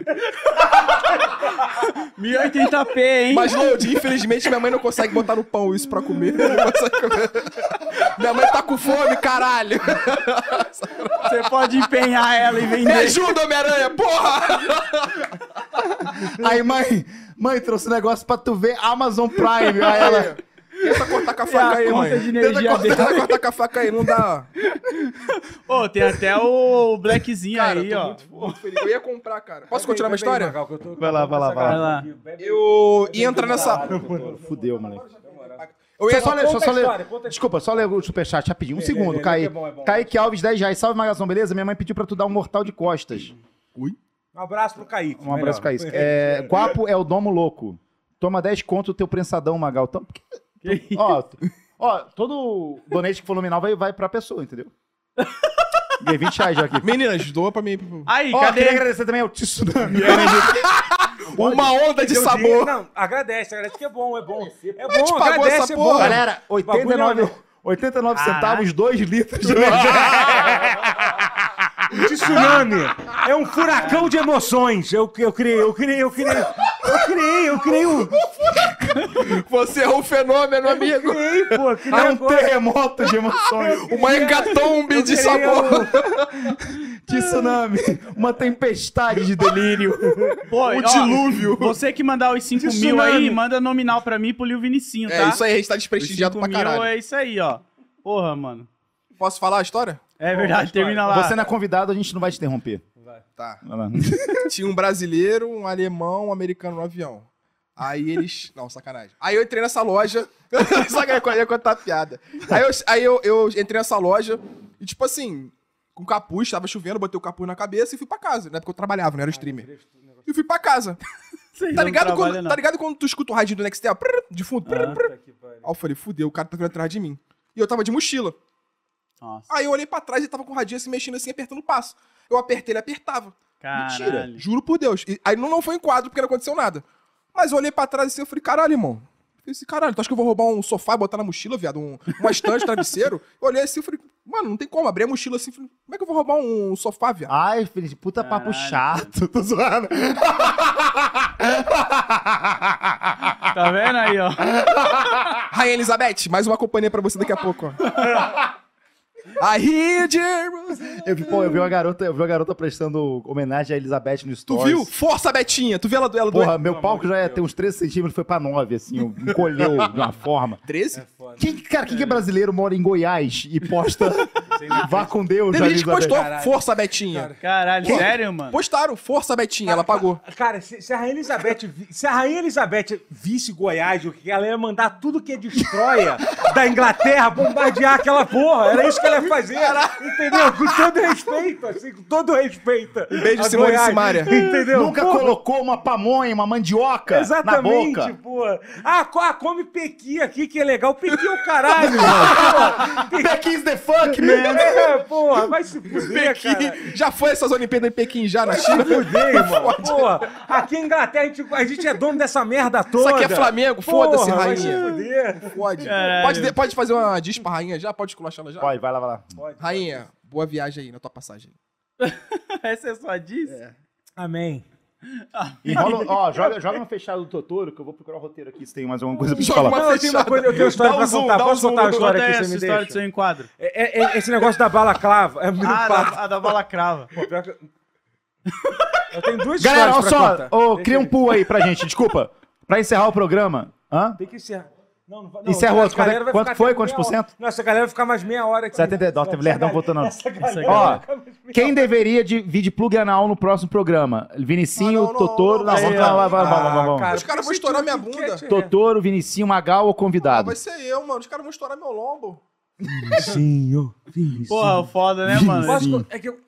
[SPEAKER 3] 1080p, hein?
[SPEAKER 4] Mas, Load, infelizmente minha mãe não consegue botar no pão isso pra comer. Não consegue comer. minha mãe tá com fome, caralho.
[SPEAKER 3] Você pode empenhar ela e
[SPEAKER 4] Me
[SPEAKER 3] vender.
[SPEAKER 4] ajuda, Homem-Aranha, porra!
[SPEAKER 2] Aí, mãe, mãe, trouxe um negócio pra tu ver Amazon Prime. Aí ela,
[SPEAKER 4] Tenta cortar com a
[SPEAKER 3] É
[SPEAKER 4] faca
[SPEAKER 3] a
[SPEAKER 4] aí,
[SPEAKER 3] conta
[SPEAKER 4] mãe.
[SPEAKER 3] de
[SPEAKER 4] Tenta
[SPEAKER 3] energia
[SPEAKER 4] cortar,
[SPEAKER 3] dele.
[SPEAKER 4] tenta cortar com a faca aí, não dá.
[SPEAKER 3] Pô, tem até o Blackzinho
[SPEAKER 4] Cara,
[SPEAKER 3] aí,
[SPEAKER 4] eu tô
[SPEAKER 3] ó.
[SPEAKER 4] muito, muito feliz. Eu ia comprar, cara. Tá Posso continuar minha história?
[SPEAKER 2] Vai lá, vai lá, vai lá.
[SPEAKER 3] Vai lá.
[SPEAKER 4] Eu ia entrar nessa...
[SPEAKER 2] fudeu, moleque.
[SPEAKER 4] Eu
[SPEAKER 2] Só,
[SPEAKER 4] ia...
[SPEAKER 2] só ler, só,
[SPEAKER 1] Conta
[SPEAKER 2] só
[SPEAKER 1] a história,
[SPEAKER 2] ler.
[SPEAKER 1] conta a
[SPEAKER 2] Desculpa, só ler o superchat rapidinho. Um segundo,
[SPEAKER 1] é, é
[SPEAKER 2] Kaique.
[SPEAKER 1] bom, é bom.
[SPEAKER 2] Kaique Alves, 10 reais. Salve, Magazão, beleza? Minha mãe pediu pra tu dar um mortal de costas.
[SPEAKER 1] Um abraço pro Kaique.
[SPEAKER 2] Um abraço,
[SPEAKER 1] melhor.
[SPEAKER 2] Kaique. É, Quapo é o é domo louco. Toma 10 conto o teu prensadão, Magal. Então, porque- ó, ó, todo donate que for nominal vai, vai pra pessoa, entendeu? Ganhei 20 reais já aqui.
[SPEAKER 4] Meninas, doa pra mim.
[SPEAKER 3] Aí,
[SPEAKER 2] Ó,
[SPEAKER 3] cadê?
[SPEAKER 2] queria agradecer também ao né, Tsunami.
[SPEAKER 4] Uma onda de
[SPEAKER 1] Eu
[SPEAKER 4] sabor.
[SPEAKER 1] digo- Não, agradece, agradece, que é bom, é bom. É
[SPEAKER 4] Mas
[SPEAKER 1] bom,
[SPEAKER 4] te pagou
[SPEAKER 1] agradece,
[SPEAKER 4] essa
[SPEAKER 1] é um-
[SPEAKER 4] porra?
[SPEAKER 1] bom.
[SPEAKER 2] Galera,
[SPEAKER 1] Bagulho
[SPEAKER 2] 89,
[SPEAKER 1] não.
[SPEAKER 2] 89
[SPEAKER 3] Caralho.
[SPEAKER 2] centavos, 2 litros de energia.
[SPEAKER 1] De tsunami. É um furacão de emoções. Eu, eu criei, eu criei, eu criei. Eu criei, eu criei um.
[SPEAKER 4] Você é um fenômeno, amigo.
[SPEAKER 1] Criei, pô,
[SPEAKER 4] Ah,
[SPEAKER 1] criei
[SPEAKER 2] É um
[SPEAKER 1] agora.
[SPEAKER 2] terremoto de emoções.
[SPEAKER 4] Uma engatombe de
[SPEAKER 1] Eu criei
[SPEAKER 4] sabor.
[SPEAKER 2] De tsunami. Uma tempestade de delírio.
[SPEAKER 3] Pô,
[SPEAKER 4] O
[SPEAKER 3] ó,
[SPEAKER 4] dilúvio.
[SPEAKER 3] Você que mandar os 5 mil aí, manda nominal pra mim e pro Lil Vinicinho, tá?
[SPEAKER 4] É, isso aí a gente tá
[SPEAKER 3] Os
[SPEAKER 4] desprestigiado
[SPEAKER 3] cinco
[SPEAKER 4] pra caralho.
[SPEAKER 3] mil é isso aí, ó. Porra, mano.
[SPEAKER 4] Posso falar a história?
[SPEAKER 3] É verdade, termina lá.
[SPEAKER 2] Você não é convidado, a gente não vai te interromper.
[SPEAKER 4] Tá.
[SPEAKER 2] Vai lá.
[SPEAKER 4] Tinha um brasileiro, um alemão, um americano no avião. Aí eles. Não, sacanagem. Aí eu entrei nessa loja. sacanagem, eu ia contar a piada. Aí, eu, aí eu, eu entrei nessa loja e, tipo assim, com capuz, tava chovendo, botei o capuz na cabeça e fui pra casa. Na época eu
[SPEAKER 3] Ah,
[SPEAKER 4] trabalhava, não era streamer. E fui pra casa.
[SPEAKER 3] Vocês
[SPEAKER 4] Tá
[SPEAKER 3] não
[SPEAKER 4] ligado,
[SPEAKER 3] trabalham,
[SPEAKER 4] quando,
[SPEAKER 3] não. Ah, tá.
[SPEAKER 4] tá ligado quando tu escuta o radinho do Nextel? Prrr, De fundo. Prrr, prrr. Aí eu falei, fudeu, o cara tá vindo atrás de mim. E eu tava de mochila.
[SPEAKER 3] Nossa,
[SPEAKER 4] Aí eu olhei pra trás e tava com o radinho assim, mexendo assim, apertando o passo. Eu apertei, ele apertava. Ah, Mentira,
[SPEAKER 3] caralho.
[SPEAKER 4] juro por Deus. E, aí não, não foi em quadro porque não aconteceu nada. Mas eu olhei pra trás assim, eu falei, caralho, irmão. Eu falei assim, caralho, tu acha que eu vou roubar um sofá e botar na mochila, viado? Um, uma estante, travesseiro? Eu olhei assim, eu falei, mano, não tem como. Abri a mochila assim, falei, como é que eu vou roubar um sofá, viado?
[SPEAKER 2] Ai, filho de puta papo
[SPEAKER 3] Caralho.
[SPEAKER 2] chato. Tô zoando.
[SPEAKER 3] Tá vendo aí, ó?
[SPEAKER 4] Ah, Rainha Elizabeth, mais uma companhia pra você daqui a pouco, ó. Aí, Jerry.
[SPEAKER 2] Eu vi, pô, eu vi uma garota, eu vi uma garota prestando homenagem a Elizabeth no
[SPEAKER 4] Tu
[SPEAKER 2] Stories.
[SPEAKER 4] viu? Força, Betinha. Tu viu ela, ela
[SPEAKER 2] Porra,
[SPEAKER 4] do
[SPEAKER 2] meu palco já ia ter uns 13 centímetros, foi pra 9, assim, eu- encolheu de uma forma.
[SPEAKER 4] 13?
[SPEAKER 2] Quem, cara, quem que é brasileiro mora em Goiás e posta Vá com Deus,
[SPEAKER 4] Teve gente que
[SPEAKER 2] Elizabeth?
[SPEAKER 4] postou, força, Betinha.
[SPEAKER 3] Caralho,
[SPEAKER 4] Pô,
[SPEAKER 3] sério, mano?
[SPEAKER 4] Postaram, força, Betinha. Ela pagou.
[SPEAKER 1] Cara, se, se a Rainha Elizabeth, vi- se a Rainha Elizabeth visse Goiás, o que ela ia mandar tudo que é destróia da Inglaterra bombardear aquela porra. Era isso que ela ia fazer. Entendeu? Com todo respeito, assim, com todo respeito. Um
[SPEAKER 4] beijo, Simone Simaria.
[SPEAKER 1] Entendeu?
[SPEAKER 2] Nunca
[SPEAKER 1] Porra.
[SPEAKER 2] colocou uma pamonha, uma mandioca
[SPEAKER 1] Exatamente,
[SPEAKER 2] na boca.
[SPEAKER 1] pô. Ah, co- ah, come pequi aqui, que é legal. Pequi é o caralho, mano. Pô,
[SPEAKER 2] Back is the fuck, man!
[SPEAKER 1] É, porra, vai se fuder, cara.
[SPEAKER 4] Pequim. Já foi essas Olimpíadas em Pequim já na China?
[SPEAKER 1] Fudei, mano. Porra, aqui em Inglaterra a gente, a gente é dono dessa merda toda.
[SPEAKER 4] aqui é Flamengo, foda-se,
[SPEAKER 1] Porra, vai
[SPEAKER 4] rainha.
[SPEAKER 1] se fuder.
[SPEAKER 4] Pode.
[SPEAKER 2] É.
[SPEAKER 3] Caralho.
[SPEAKER 4] Pode, de- pode fazer uma diz pra rainha já? Pode esculachar ela já?
[SPEAKER 2] Vai, vai lá, vai lá.
[SPEAKER 4] Rainha, boa viagem aí na tua passagem.
[SPEAKER 3] Essa é só disso?
[SPEAKER 1] Amém.
[SPEAKER 2] Enrola, ó, joga, joga no fechado do Totoro que eu vou procurar o roteiro aqui se tem mais alguma coisa pra te
[SPEAKER 4] Joga
[SPEAKER 2] falar.
[SPEAKER 4] uma-
[SPEAKER 1] Não, eu tenho uma coisa, eu tenho uma história
[SPEAKER 4] Dá um
[SPEAKER 1] pra
[SPEAKER 4] zoom,
[SPEAKER 1] contar.
[SPEAKER 4] dá um
[SPEAKER 1] Posso
[SPEAKER 4] zoom,
[SPEAKER 1] contar uma
[SPEAKER 3] Conta
[SPEAKER 1] história aqui,
[SPEAKER 3] essa
[SPEAKER 1] você me
[SPEAKER 3] história do
[SPEAKER 1] deixa?
[SPEAKER 3] seu enquadro.
[SPEAKER 1] É, é, é, esse negócio da balaclava. É muito
[SPEAKER 3] Ah,
[SPEAKER 1] fácil.
[SPEAKER 3] da, a da balacrava.
[SPEAKER 1] Pô, pior que- Eu tenho duas
[SPEAKER 2] Galera, olha
[SPEAKER 1] histórias
[SPEAKER 2] só,
[SPEAKER 1] pra contar.
[SPEAKER 2] ô,
[SPEAKER 1] Deixa
[SPEAKER 2] cria um
[SPEAKER 1] eu-
[SPEAKER 2] pool aí pra gente, desculpa. Pra encerrar o programa. Hã?
[SPEAKER 1] Tem que encerrar. Não, não, vai-
[SPEAKER 2] Encerra
[SPEAKER 1] não,
[SPEAKER 2] o
[SPEAKER 1] essa
[SPEAKER 2] outro. Quanto é-
[SPEAKER 1] galera vai
[SPEAKER 2] quanto
[SPEAKER 1] ficar
[SPEAKER 2] foi?
[SPEAKER 1] até
[SPEAKER 2] Quantos por
[SPEAKER 1] meia hora.
[SPEAKER 2] cento?
[SPEAKER 1] Não, essa galera vai ficar mais meia hora aqui.
[SPEAKER 2] 79, teve lerdão
[SPEAKER 1] Essa
[SPEAKER 2] voltando.
[SPEAKER 1] Essa galera
[SPEAKER 2] Ó,
[SPEAKER 1] vai ficar mais meia
[SPEAKER 2] Quem deveria de, vir de plug anal no próximo programa? Vinicinho,
[SPEAKER 4] Ah, não, não,
[SPEAKER 2] Totoro. Não,
[SPEAKER 4] não, não,
[SPEAKER 2] vamos
[SPEAKER 4] não,
[SPEAKER 2] lá, vai, vai,
[SPEAKER 1] hora.
[SPEAKER 2] vai, vai,
[SPEAKER 1] Ah,
[SPEAKER 2] vamos.
[SPEAKER 1] cara,
[SPEAKER 4] Os caras vão
[SPEAKER 1] eu
[SPEAKER 4] estourar minha
[SPEAKER 1] senti um
[SPEAKER 4] bunda.
[SPEAKER 1] cat-
[SPEAKER 2] Totoro, Vinicinho, Magal ou
[SPEAKER 4] Ah,
[SPEAKER 2] convidado?
[SPEAKER 4] vai ser eu, mano. Os caras vão estourar meu
[SPEAKER 2] Tá
[SPEAKER 4] lombo.
[SPEAKER 1] Vizinho, vizinho.
[SPEAKER 3] Porra, o foda, né, mano?
[SPEAKER 1] Posso con- é que eu-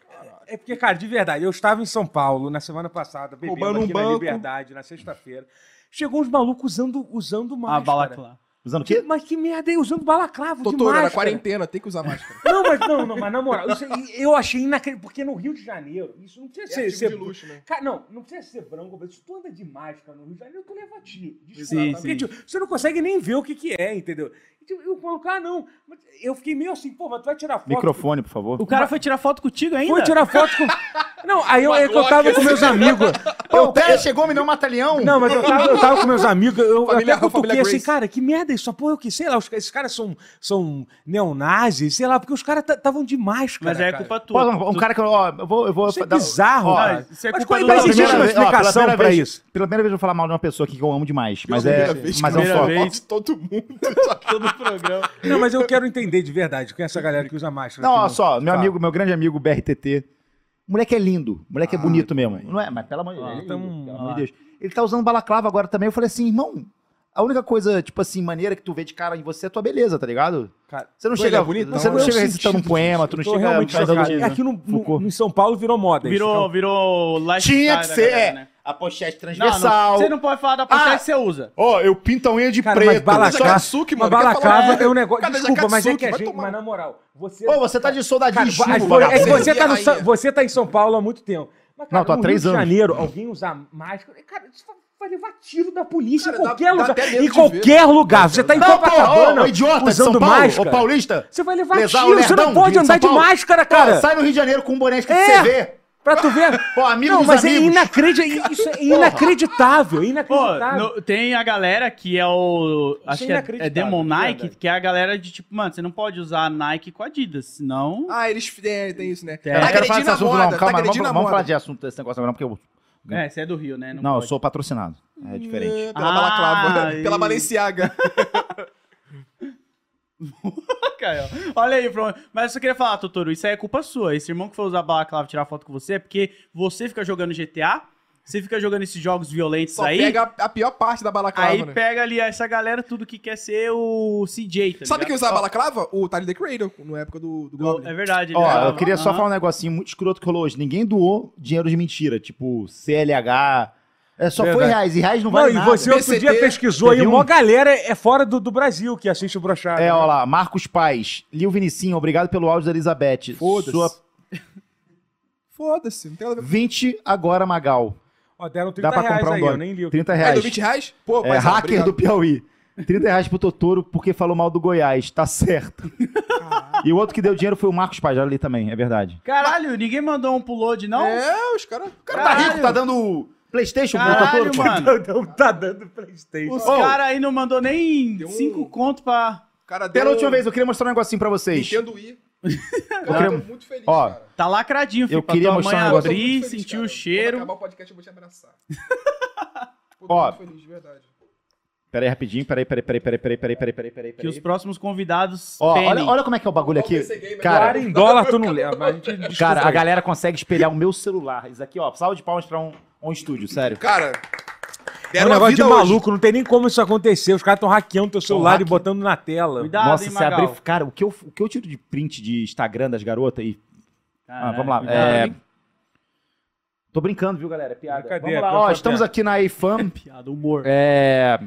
[SPEAKER 1] é porque, cara, de verdade, eu estava em São Paulo na semana passada, bebendo
[SPEAKER 4] Roubando um
[SPEAKER 1] aqui na
[SPEAKER 4] banco.
[SPEAKER 1] Liberdade, na sexta-feira. Chegou uns malucos usando, usando
[SPEAKER 2] Ah,
[SPEAKER 3] A
[SPEAKER 1] máscara.
[SPEAKER 3] balaclava.
[SPEAKER 2] Usando o
[SPEAKER 1] Que-
[SPEAKER 2] quê?
[SPEAKER 1] mas que merda aí, usando balaclavo de
[SPEAKER 4] Doutor, era
[SPEAKER 1] máscara.
[SPEAKER 4] quarentena, tem que usar máscara.
[SPEAKER 1] Não, mas não, não, mas na moral, isso aí eu achei inacreditável, porque no Rio de Janeiro, isso não precisa ser,
[SPEAKER 4] artigo
[SPEAKER 1] ser
[SPEAKER 4] de
[SPEAKER 2] é
[SPEAKER 4] luxo, né?
[SPEAKER 1] Cara, não, não precisa ser branco, mas se tu anda de máscara no Rio de Janeiro, tu leva tiro. Desculpa,
[SPEAKER 3] Sim,
[SPEAKER 1] tá? porque,
[SPEAKER 3] sim.
[SPEAKER 1] tipo, você não consegue nem ver o que que é, entendeu? E, tipo, eu colocar, não. Mas Eu fiquei meio assim, pô, mas tu vai tirar foto.
[SPEAKER 2] Microfone, por favor.
[SPEAKER 3] O cara foi tirar foto contigo ainda?
[SPEAKER 1] Fui tirar foto com. Não, aí eu, é que eu tava com meus amigos.
[SPEAKER 2] o cara chegou, me deu um matalhão.
[SPEAKER 1] Não, mas eu tava, eu tava com meus amigos. Eu, eu
[SPEAKER 4] Família-
[SPEAKER 1] até cutuquei
[SPEAKER 4] família
[SPEAKER 1] assim,
[SPEAKER 4] Grace.
[SPEAKER 1] cara, que merda isso? Porra, eu que sei lá, os, esses caras são, são neonazis, sei lá, porque os caras estavam de máscara.
[SPEAKER 3] Mas aí é
[SPEAKER 1] cara.
[SPEAKER 3] culpa tua.
[SPEAKER 2] Pô, um, um
[SPEAKER 3] Tu-
[SPEAKER 2] cara que. Ó, eu vou. Eu vou
[SPEAKER 1] Isso é
[SPEAKER 2] dar-
[SPEAKER 1] bizarro,
[SPEAKER 2] ó,
[SPEAKER 1] cara.
[SPEAKER 3] isso é
[SPEAKER 1] mas
[SPEAKER 3] culpa
[SPEAKER 1] mas,
[SPEAKER 3] do-
[SPEAKER 2] pela
[SPEAKER 1] existe
[SPEAKER 2] primeira
[SPEAKER 1] uma
[SPEAKER 2] vez- ó, pela
[SPEAKER 1] explicação
[SPEAKER 2] primeira
[SPEAKER 1] pra
[SPEAKER 2] vez-
[SPEAKER 1] isso.
[SPEAKER 2] Pela primeira vez eu vou falar mal de uma pessoa aqui que eu amo demais. Mas é.
[SPEAKER 4] primeira vez,
[SPEAKER 2] Mas é um
[SPEAKER 3] primeira
[SPEAKER 2] foco.
[SPEAKER 3] vez.
[SPEAKER 4] Todo mundo.
[SPEAKER 3] todo tá programa.
[SPEAKER 1] Não, mas eu quero entender de verdade com essa galera que usa máscara.
[SPEAKER 2] Não,
[SPEAKER 1] que
[SPEAKER 2] olha só, meu
[SPEAKER 1] Fala.
[SPEAKER 2] amigo, meu grande amigo BRTT. O moleque é lindo, o moleque é bonito mesmo. Não é, mas pelo amor de
[SPEAKER 1] Ah,
[SPEAKER 2] Deus, ele é
[SPEAKER 1] então,
[SPEAKER 2] lindo, pelo
[SPEAKER 1] ah
[SPEAKER 2] amor
[SPEAKER 1] lá.
[SPEAKER 2] de Deus. Ele tá usando balaclava agora também. Eu falei assim, irmão, A única coisa, tipo assim, maneira que tu vê de cara em você é tua beleza, tá ligado?
[SPEAKER 1] Cara,
[SPEAKER 2] você não
[SPEAKER 4] tu
[SPEAKER 2] chega,
[SPEAKER 4] olha bonitão,
[SPEAKER 2] você não
[SPEAKER 1] né?
[SPEAKER 2] chega
[SPEAKER 1] Eu
[SPEAKER 2] recitando um
[SPEAKER 1] senti-
[SPEAKER 2] poema, tu não
[SPEAKER 1] Tô
[SPEAKER 2] chega
[SPEAKER 1] realmente
[SPEAKER 2] fazendo-
[SPEAKER 1] chocado. Aqui no, no-
[SPEAKER 2] Foucault.
[SPEAKER 1] em São Paulo virou moda. isso,
[SPEAKER 3] Virou,
[SPEAKER 1] então.
[SPEAKER 3] virou lifestyle
[SPEAKER 1] tá
[SPEAKER 2] Tinha que
[SPEAKER 3] da
[SPEAKER 2] ser
[SPEAKER 3] galera,
[SPEAKER 1] né?
[SPEAKER 3] né?
[SPEAKER 2] é, a pochete
[SPEAKER 3] Não, não,
[SPEAKER 2] transversal.
[SPEAKER 3] você não pode falar da postagem
[SPEAKER 2] Ah!
[SPEAKER 3] que você usa.
[SPEAKER 2] Ó, eu pinto a unha de
[SPEAKER 1] Cara, mas
[SPEAKER 2] preto.
[SPEAKER 1] balaclava,
[SPEAKER 4] Jakatsuki,
[SPEAKER 1] mas
[SPEAKER 4] mano, quer
[SPEAKER 1] balaclava
[SPEAKER 4] falar-
[SPEAKER 1] é um negócio...
[SPEAKER 4] Cara,
[SPEAKER 1] Desculpa, mas é que a
[SPEAKER 4] Jakatsuki,
[SPEAKER 1] gente...
[SPEAKER 4] vai
[SPEAKER 1] Mas na moral, você...
[SPEAKER 2] Ô, você tá de
[SPEAKER 1] Cara,
[SPEAKER 2] soldadinho,
[SPEAKER 1] vai- é que
[SPEAKER 2] vagabundo.
[SPEAKER 1] você tá, no,
[SPEAKER 4] Rainha.
[SPEAKER 1] Sa- você tá em São Paulo há muito tempo. Mas,
[SPEAKER 2] Não, tô há
[SPEAKER 1] no
[SPEAKER 2] três
[SPEAKER 1] Rio de
[SPEAKER 2] anos.
[SPEAKER 1] Janeiro, alguém usar máscara... Cara, isso vai- vai levar tiro da polícia em
[SPEAKER 4] Cara, dá-
[SPEAKER 1] qualquer
[SPEAKER 4] dá
[SPEAKER 1] lugar.
[SPEAKER 4] até medo
[SPEAKER 1] Em
[SPEAKER 4] de
[SPEAKER 1] qualquer lugar. Você tá em
[SPEAKER 2] Não, porra,
[SPEAKER 1] Copacabana
[SPEAKER 2] ô, ô, idiota de São
[SPEAKER 1] usando
[SPEAKER 2] Paulo, ô,
[SPEAKER 1] máscara.
[SPEAKER 2] paulista.
[SPEAKER 1] Você vai levar
[SPEAKER 2] Lesar o
[SPEAKER 1] tiro. Você
[SPEAKER 2] lerdão,
[SPEAKER 1] não pode
[SPEAKER 2] Rio de
[SPEAKER 1] andar
[SPEAKER 2] São
[SPEAKER 1] de
[SPEAKER 2] Paulo.
[SPEAKER 1] máscara,
[SPEAKER 2] Pô,
[SPEAKER 1] cara.
[SPEAKER 2] sai no Rio de Janeiro com um boné que
[SPEAKER 1] É.
[SPEAKER 2] você vê.
[SPEAKER 1] Pra tu ver...
[SPEAKER 2] Pô, amigo
[SPEAKER 1] Não,
[SPEAKER 2] dos
[SPEAKER 1] mas é,
[SPEAKER 2] amigos.
[SPEAKER 1] inacredi- isso é inacreditável,
[SPEAKER 3] Pô,
[SPEAKER 1] inacreditável.
[SPEAKER 3] no- tem a galera que é o. Acho
[SPEAKER 1] tá. é
[SPEAKER 3] que é, é
[SPEAKER 1] inacreditável,
[SPEAKER 3] Demon
[SPEAKER 1] de
[SPEAKER 3] Nike,
[SPEAKER 1] verdade.
[SPEAKER 3] que é a galera de tipo, mano, você não pode usar Nike com Adidas, senão.
[SPEAKER 4] Ah, eles é, tem isso, né?
[SPEAKER 2] Eu não
[SPEAKER 4] Tá
[SPEAKER 2] quero falar
[SPEAKER 4] agredindo
[SPEAKER 2] desse
[SPEAKER 4] a
[SPEAKER 2] assunto,
[SPEAKER 4] moda,
[SPEAKER 2] não.
[SPEAKER 4] tá
[SPEAKER 2] Calma, vamos,
[SPEAKER 4] agredindo a
[SPEAKER 2] vamos falar
[SPEAKER 4] moda.
[SPEAKER 2] de assunto desse negócio agora, não, porque eu.
[SPEAKER 3] É, você é do Rio, né?
[SPEAKER 2] Não, eu
[SPEAKER 3] pode.
[SPEAKER 2] sou patrocinado. É diferente.
[SPEAKER 4] É, Pela
[SPEAKER 3] Ah,
[SPEAKER 4] balaclava,
[SPEAKER 3] e-
[SPEAKER 4] pela Balenciaga.
[SPEAKER 3] Caio, Olha aí, Fron. Mas eu só queria falar, Totoro, isso aí é culpa sua. Esse irmão que foi usar balaclava e tirar foto com você é porque você fica jogando GTA, você fica jogando esses jogos violentos
[SPEAKER 4] Só
[SPEAKER 3] aí.
[SPEAKER 4] pega a, a pior parte da balaclava,
[SPEAKER 3] Aí
[SPEAKER 4] né?
[SPEAKER 3] pega ali essa galera tudo que quer ser o CJ, tá
[SPEAKER 4] Sabe
[SPEAKER 3] ligado?
[SPEAKER 4] quem usava balaclava? O Tyler, the Creator, na época do, do
[SPEAKER 3] Ó,
[SPEAKER 4] Goblin.
[SPEAKER 3] É verdade. ele
[SPEAKER 2] Ó,
[SPEAKER 3] usava.
[SPEAKER 2] eu queria só
[SPEAKER 3] Aham.
[SPEAKER 2] falar um negocinho muito escroto que rolou hoje. Ninguém doou dinheiro de mentira, tipo CLH. É, só foi
[SPEAKER 1] Verdade.
[SPEAKER 2] reais, e reais não
[SPEAKER 1] Não,
[SPEAKER 2] vale
[SPEAKER 1] e
[SPEAKER 2] nada.
[SPEAKER 1] você outro
[SPEAKER 4] PCD,
[SPEAKER 1] dia pesquisou aí,
[SPEAKER 2] teve
[SPEAKER 1] uma
[SPEAKER 2] um-
[SPEAKER 1] galera é fora do, do Brasil que assiste o né? Brochado.
[SPEAKER 2] É, ó lá, Marcos Paz, Lil Vinicinho, obrigado pelo áudio da Elizabeth.
[SPEAKER 4] Foda-se.
[SPEAKER 2] Sua
[SPEAKER 4] Foda-se, não tem nada a ver
[SPEAKER 2] 20 agora, Magal.
[SPEAKER 1] Ó, deram 30
[SPEAKER 2] Dá pra
[SPEAKER 1] reais
[SPEAKER 2] comprar um
[SPEAKER 1] aí,
[SPEAKER 2] dólar.
[SPEAKER 1] eu nem li. o que-
[SPEAKER 2] 30
[SPEAKER 4] com... É, deu
[SPEAKER 2] reais.
[SPEAKER 4] 20 reais? Pô,
[SPEAKER 2] É,
[SPEAKER 4] paizão,
[SPEAKER 1] tá
[SPEAKER 2] hacker
[SPEAKER 4] obrigado.
[SPEAKER 2] do Piauí. 30 reais pro Totoro porque falou mal do Goiás. Tá certo. e o outro que deu dinheiro foi o Marcos Paz, olha ali também, é verdade.
[SPEAKER 3] Caralho, ninguém mandou um pulload, não?
[SPEAKER 4] É, os caras...
[SPEAKER 2] O cara tá rico, tá dando Playstation
[SPEAKER 3] Caralho,
[SPEAKER 2] pro Totoro.
[SPEAKER 3] mano.
[SPEAKER 1] Não tá dando Playstation.
[SPEAKER 3] Os
[SPEAKER 2] Ô.
[SPEAKER 3] caras aí não mandou nem
[SPEAKER 4] Deu um-
[SPEAKER 3] cinco conto pra.
[SPEAKER 4] cara deu...
[SPEAKER 2] Pela última vez, eu queria mostrar um negocinho pra vocês.
[SPEAKER 4] Nintendo Wii. Cara,
[SPEAKER 2] queria-
[SPEAKER 4] eu tô muito feliz,
[SPEAKER 2] Ó,
[SPEAKER 4] cara.
[SPEAKER 3] Tá lacradinho, filho.
[SPEAKER 2] Eu queria
[SPEAKER 3] pra tua
[SPEAKER 2] mostrar
[SPEAKER 3] mãe
[SPEAKER 2] um
[SPEAKER 4] Eu tô
[SPEAKER 2] negócio.
[SPEAKER 4] muito
[SPEAKER 3] abrir,
[SPEAKER 4] feliz,
[SPEAKER 3] sentir
[SPEAKER 4] cara.
[SPEAKER 3] o
[SPEAKER 4] Quando
[SPEAKER 3] cheiro.
[SPEAKER 4] acabar o podcast, eu vou te abraçar. Pô, tô
[SPEAKER 2] Ó.
[SPEAKER 4] muito feliz, de verdade.
[SPEAKER 2] Pera aí, rapidinho, pera aí, pera aí, pera aí, pera aí, pera aí, pera aí, pera aí, pera aí, pera aí.
[SPEAKER 3] Que os próximos convidados.
[SPEAKER 2] Ó,
[SPEAKER 3] penem.
[SPEAKER 2] olha, olha como é que é o bagulho aqui.
[SPEAKER 4] Talvez você game,
[SPEAKER 1] Cara,
[SPEAKER 2] Cara,
[SPEAKER 1] em dólar tu não leva. mas a gente- desculpa
[SPEAKER 2] cara, a
[SPEAKER 1] aí.
[SPEAKER 2] galera consegue espelhar o meu celular. Isso aqui, ó, salve de palmas pra um, um estúdio, sério.
[SPEAKER 4] Cara,
[SPEAKER 1] É um
[SPEAKER 4] deram uma
[SPEAKER 1] negócio de
[SPEAKER 4] vida hoje.
[SPEAKER 1] maluco, não tem nem como isso acontecer. Os caras estão hackeando teu celular e
[SPEAKER 2] hacke-
[SPEAKER 1] botando na tela.
[SPEAKER 3] Cuidado,
[SPEAKER 2] Nossa,
[SPEAKER 3] hein,
[SPEAKER 2] se
[SPEAKER 3] Magal.
[SPEAKER 2] abrir. Cara, o que, eu, o que eu tiro de print de Instagram das garotas e. Ah,
[SPEAKER 3] Caralho,
[SPEAKER 2] vamos lá.
[SPEAKER 3] cuidado,
[SPEAKER 2] é,
[SPEAKER 3] hein?
[SPEAKER 2] Tô brincando, viu, galera? É piada.
[SPEAKER 1] Brincadeira,
[SPEAKER 2] Vamos lá,
[SPEAKER 1] piada,
[SPEAKER 2] ó,
[SPEAKER 1] piada.
[SPEAKER 2] estamos aqui na AFAM.
[SPEAKER 3] Piada, humor.
[SPEAKER 2] É,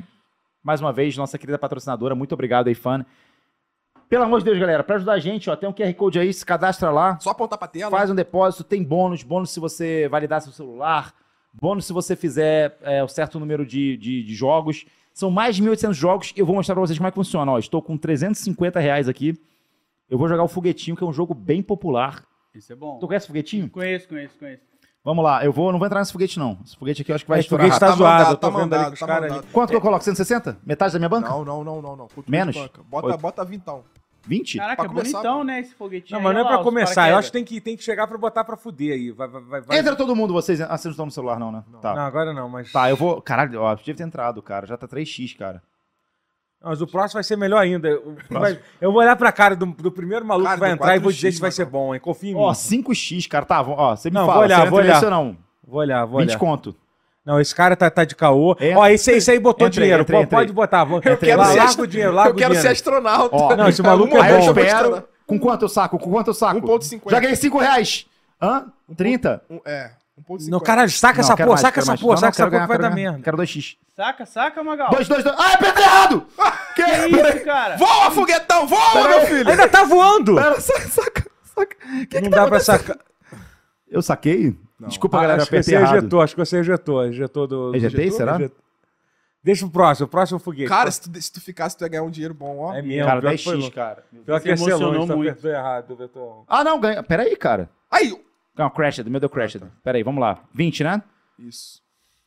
[SPEAKER 2] mais uma vez, nossa querida patrocinadora, muito obrigado, AFAM. Pelo amor de Deus, galera, pra ajudar a gente, ó, tem um QR Code aí, se cadastra lá.
[SPEAKER 4] Só apontar pra tela.
[SPEAKER 2] Faz um depósito, tem bônus, bônus se você validar seu celular, bônus se você fizer é, um certo número de, de, de jogos. São mais de 1.800 jogos eu vou mostrar pra vocês como é que funciona. Ó, estou com 350 reais aqui. Eu vou jogar o Foguetinho, que é um jogo bem popular.
[SPEAKER 3] Isso é bom.
[SPEAKER 2] Tu conhece o Foguetinho?
[SPEAKER 3] Conheço, conheço, conheço.
[SPEAKER 2] Vamos lá, eu vou, não vou entrar nesse foguete não. Esse foguete aqui eu acho que vai
[SPEAKER 1] Esse
[SPEAKER 2] estourar
[SPEAKER 1] foguete tá
[SPEAKER 2] rápido.
[SPEAKER 1] zoado,
[SPEAKER 4] mandado,
[SPEAKER 1] eu tô
[SPEAKER 4] tá
[SPEAKER 1] vendo ali
[SPEAKER 4] mandado,
[SPEAKER 1] que os
[SPEAKER 4] tá
[SPEAKER 1] caras
[SPEAKER 4] mandado.
[SPEAKER 2] Quanto que eu coloco? 160? Metade da minha é banca?
[SPEAKER 4] Não, não, não, não, não. Cultura
[SPEAKER 2] Menos?
[SPEAKER 4] de banca. Bota,
[SPEAKER 2] Oito.
[SPEAKER 4] bota vintão.
[SPEAKER 2] 20?
[SPEAKER 3] Caraca,
[SPEAKER 4] pra
[SPEAKER 3] é
[SPEAKER 4] começar,
[SPEAKER 3] bonitão,
[SPEAKER 4] pô.
[SPEAKER 3] né, esse foguetinho.
[SPEAKER 1] Não, mas não é
[SPEAKER 3] Olha lá,
[SPEAKER 1] pra
[SPEAKER 3] os
[SPEAKER 1] começar. Eu
[SPEAKER 3] paraquedas.
[SPEAKER 1] acho que tem que, tem que chegar pra botar pra fuder aí. Vai, vai, vai, vai.
[SPEAKER 2] Entra todo mundo, vocês. Ah, vocês não estão no celular não, né? Tá.
[SPEAKER 1] Não, agora não, mas.
[SPEAKER 2] Tá, eu vou. Caralho, ó, devia ter entrado, cara. Já tá 3x, cara.
[SPEAKER 1] Mas o próximo vai ser melhor ainda. O- vai- eu vou olhar pra cara do, do primeiro maluco
[SPEAKER 4] Cara,
[SPEAKER 1] que vai
[SPEAKER 4] do
[SPEAKER 1] entrar e vou dizer
[SPEAKER 4] 4X,
[SPEAKER 1] se vai ser
[SPEAKER 4] mano.
[SPEAKER 1] bom, hein? Confia em mim.
[SPEAKER 2] Ó, 5x, cara. Tá, vamos- ó, você me
[SPEAKER 1] Não,
[SPEAKER 2] fala.
[SPEAKER 1] vou olhar,
[SPEAKER 2] você entra
[SPEAKER 1] vou olhar.
[SPEAKER 2] nesse ou não?
[SPEAKER 1] Vou olhar, vou
[SPEAKER 2] 20
[SPEAKER 1] olhar.
[SPEAKER 2] conto.
[SPEAKER 1] Não, esse cara tá, tá de caô.
[SPEAKER 2] É.
[SPEAKER 1] Ó, esse, esse aí botou
[SPEAKER 2] Entrei,
[SPEAKER 1] dinheiro.
[SPEAKER 2] entrei,
[SPEAKER 1] Pô,
[SPEAKER 2] entrei.
[SPEAKER 1] Pode botar. Vamos. Eu
[SPEAKER 2] quero
[SPEAKER 1] lá,
[SPEAKER 2] ser
[SPEAKER 1] larga
[SPEAKER 4] astro-
[SPEAKER 1] o dinheiro, larga
[SPEAKER 4] eu quero
[SPEAKER 1] o
[SPEAKER 4] ser
[SPEAKER 1] dinheiro.
[SPEAKER 4] astronauta.
[SPEAKER 2] Ó,
[SPEAKER 1] não, esse maluco é
[SPEAKER 2] Aí eu
[SPEAKER 1] bom.
[SPEAKER 2] espero. um Com quanto eu saco? Com quanto eu
[SPEAKER 1] um
[SPEAKER 2] saco?
[SPEAKER 4] 1,50.
[SPEAKER 2] Já ganhei 5 reais. Hã? 30?
[SPEAKER 4] Um- É, 1.50.
[SPEAKER 1] Não, cara, saca
[SPEAKER 2] Não,
[SPEAKER 1] essa
[SPEAKER 2] quero
[SPEAKER 1] porra,
[SPEAKER 2] mais,
[SPEAKER 1] saca
[SPEAKER 2] quero
[SPEAKER 1] essa
[SPEAKER 2] mais.
[SPEAKER 1] porra,
[SPEAKER 2] Não,
[SPEAKER 1] saca
[SPEAKER 2] não,
[SPEAKER 1] essa porra
[SPEAKER 2] quero ganhar,
[SPEAKER 1] que vai
[SPEAKER 2] quero
[SPEAKER 1] dar
[SPEAKER 2] ganhar.
[SPEAKER 1] merda.
[SPEAKER 2] Quero 2x.
[SPEAKER 3] Saca, saca, Magal.
[SPEAKER 2] 2, 2, 2. Ah, apertei errado!
[SPEAKER 3] Que isso, cara?
[SPEAKER 4] Voa, foguetão, voa, meu filho!
[SPEAKER 1] Ainda tá voando!
[SPEAKER 2] Pera, saca, saca, saca. Que que
[SPEAKER 1] Não
[SPEAKER 2] tá
[SPEAKER 1] dá pra
[SPEAKER 2] acontecendo?
[SPEAKER 1] sacar.
[SPEAKER 2] Eu saquei? Desculpa,
[SPEAKER 1] Ah,
[SPEAKER 2] galera, eu
[SPEAKER 1] acho que
[SPEAKER 2] apertei
[SPEAKER 1] você
[SPEAKER 2] errado.
[SPEAKER 1] ejetou, acho que é você ejetou. Ejetou do. do-
[SPEAKER 2] Ejetei,
[SPEAKER 1] ejetou?
[SPEAKER 2] será?
[SPEAKER 1] Ejetou. Deixa o próximo, o próximo foguete.
[SPEAKER 3] Então.
[SPEAKER 4] Cara, se tu, se tu ficasse, tu ia ganhar um dinheiro bom, ó.
[SPEAKER 1] é mesmo.
[SPEAKER 2] Cara,
[SPEAKER 1] pior que foi
[SPEAKER 2] 10x,
[SPEAKER 1] longe.
[SPEAKER 2] cara.
[SPEAKER 1] Pior que ia
[SPEAKER 3] Você
[SPEAKER 1] ser
[SPEAKER 3] emocionou
[SPEAKER 1] longe, tu
[SPEAKER 3] muito.
[SPEAKER 1] apertou errado, Beto.
[SPEAKER 2] Ah, não, ganha. Pera aí, cara.
[SPEAKER 4] Aí!
[SPEAKER 2] Não, crashed, meu deu crashed.
[SPEAKER 1] Ah, tá.
[SPEAKER 2] Pera aí, vamos lá. 20, né?
[SPEAKER 4] Isso.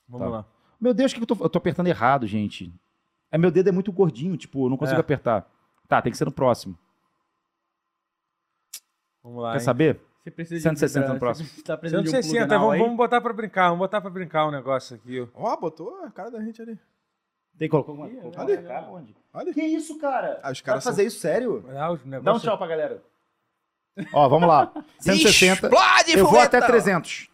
[SPEAKER 1] Vamos
[SPEAKER 2] Tá.
[SPEAKER 1] lá.
[SPEAKER 2] Meu Deus, o que que eu tô... Eu tô apertando errado, gente. É, meu dedo é muito gordinho, tipo, eu não consigo
[SPEAKER 1] É.
[SPEAKER 2] apertar. Tá, tem que ser no próximo.
[SPEAKER 1] Vamos lá.
[SPEAKER 2] Quer
[SPEAKER 1] hein?
[SPEAKER 2] saber?
[SPEAKER 3] Você precisa de
[SPEAKER 2] 160 no
[SPEAKER 3] você
[SPEAKER 2] próximo.
[SPEAKER 3] Tá precisando de um
[SPEAKER 1] 160,
[SPEAKER 3] pluginal
[SPEAKER 1] é, vamos,
[SPEAKER 3] aí?
[SPEAKER 1] vamos botar pra brincar, vamos botar pra brincar um negócio aqui. ó.
[SPEAKER 4] Ó, botou a cara da gente ali.
[SPEAKER 2] Tem que colocar alguma
[SPEAKER 4] olha ali.
[SPEAKER 2] coisa.
[SPEAKER 4] Olha.
[SPEAKER 2] Que isso, cara?
[SPEAKER 4] Ah, os caras
[SPEAKER 2] Vai fazer isso sério?
[SPEAKER 1] Olha os
[SPEAKER 2] Dá um
[SPEAKER 1] negócios.
[SPEAKER 2] tchau pra galera. Ó, vamos lá. 160.
[SPEAKER 11] Explode,
[SPEAKER 2] Eu vou até
[SPEAKER 11] foguetão.
[SPEAKER 2] 300.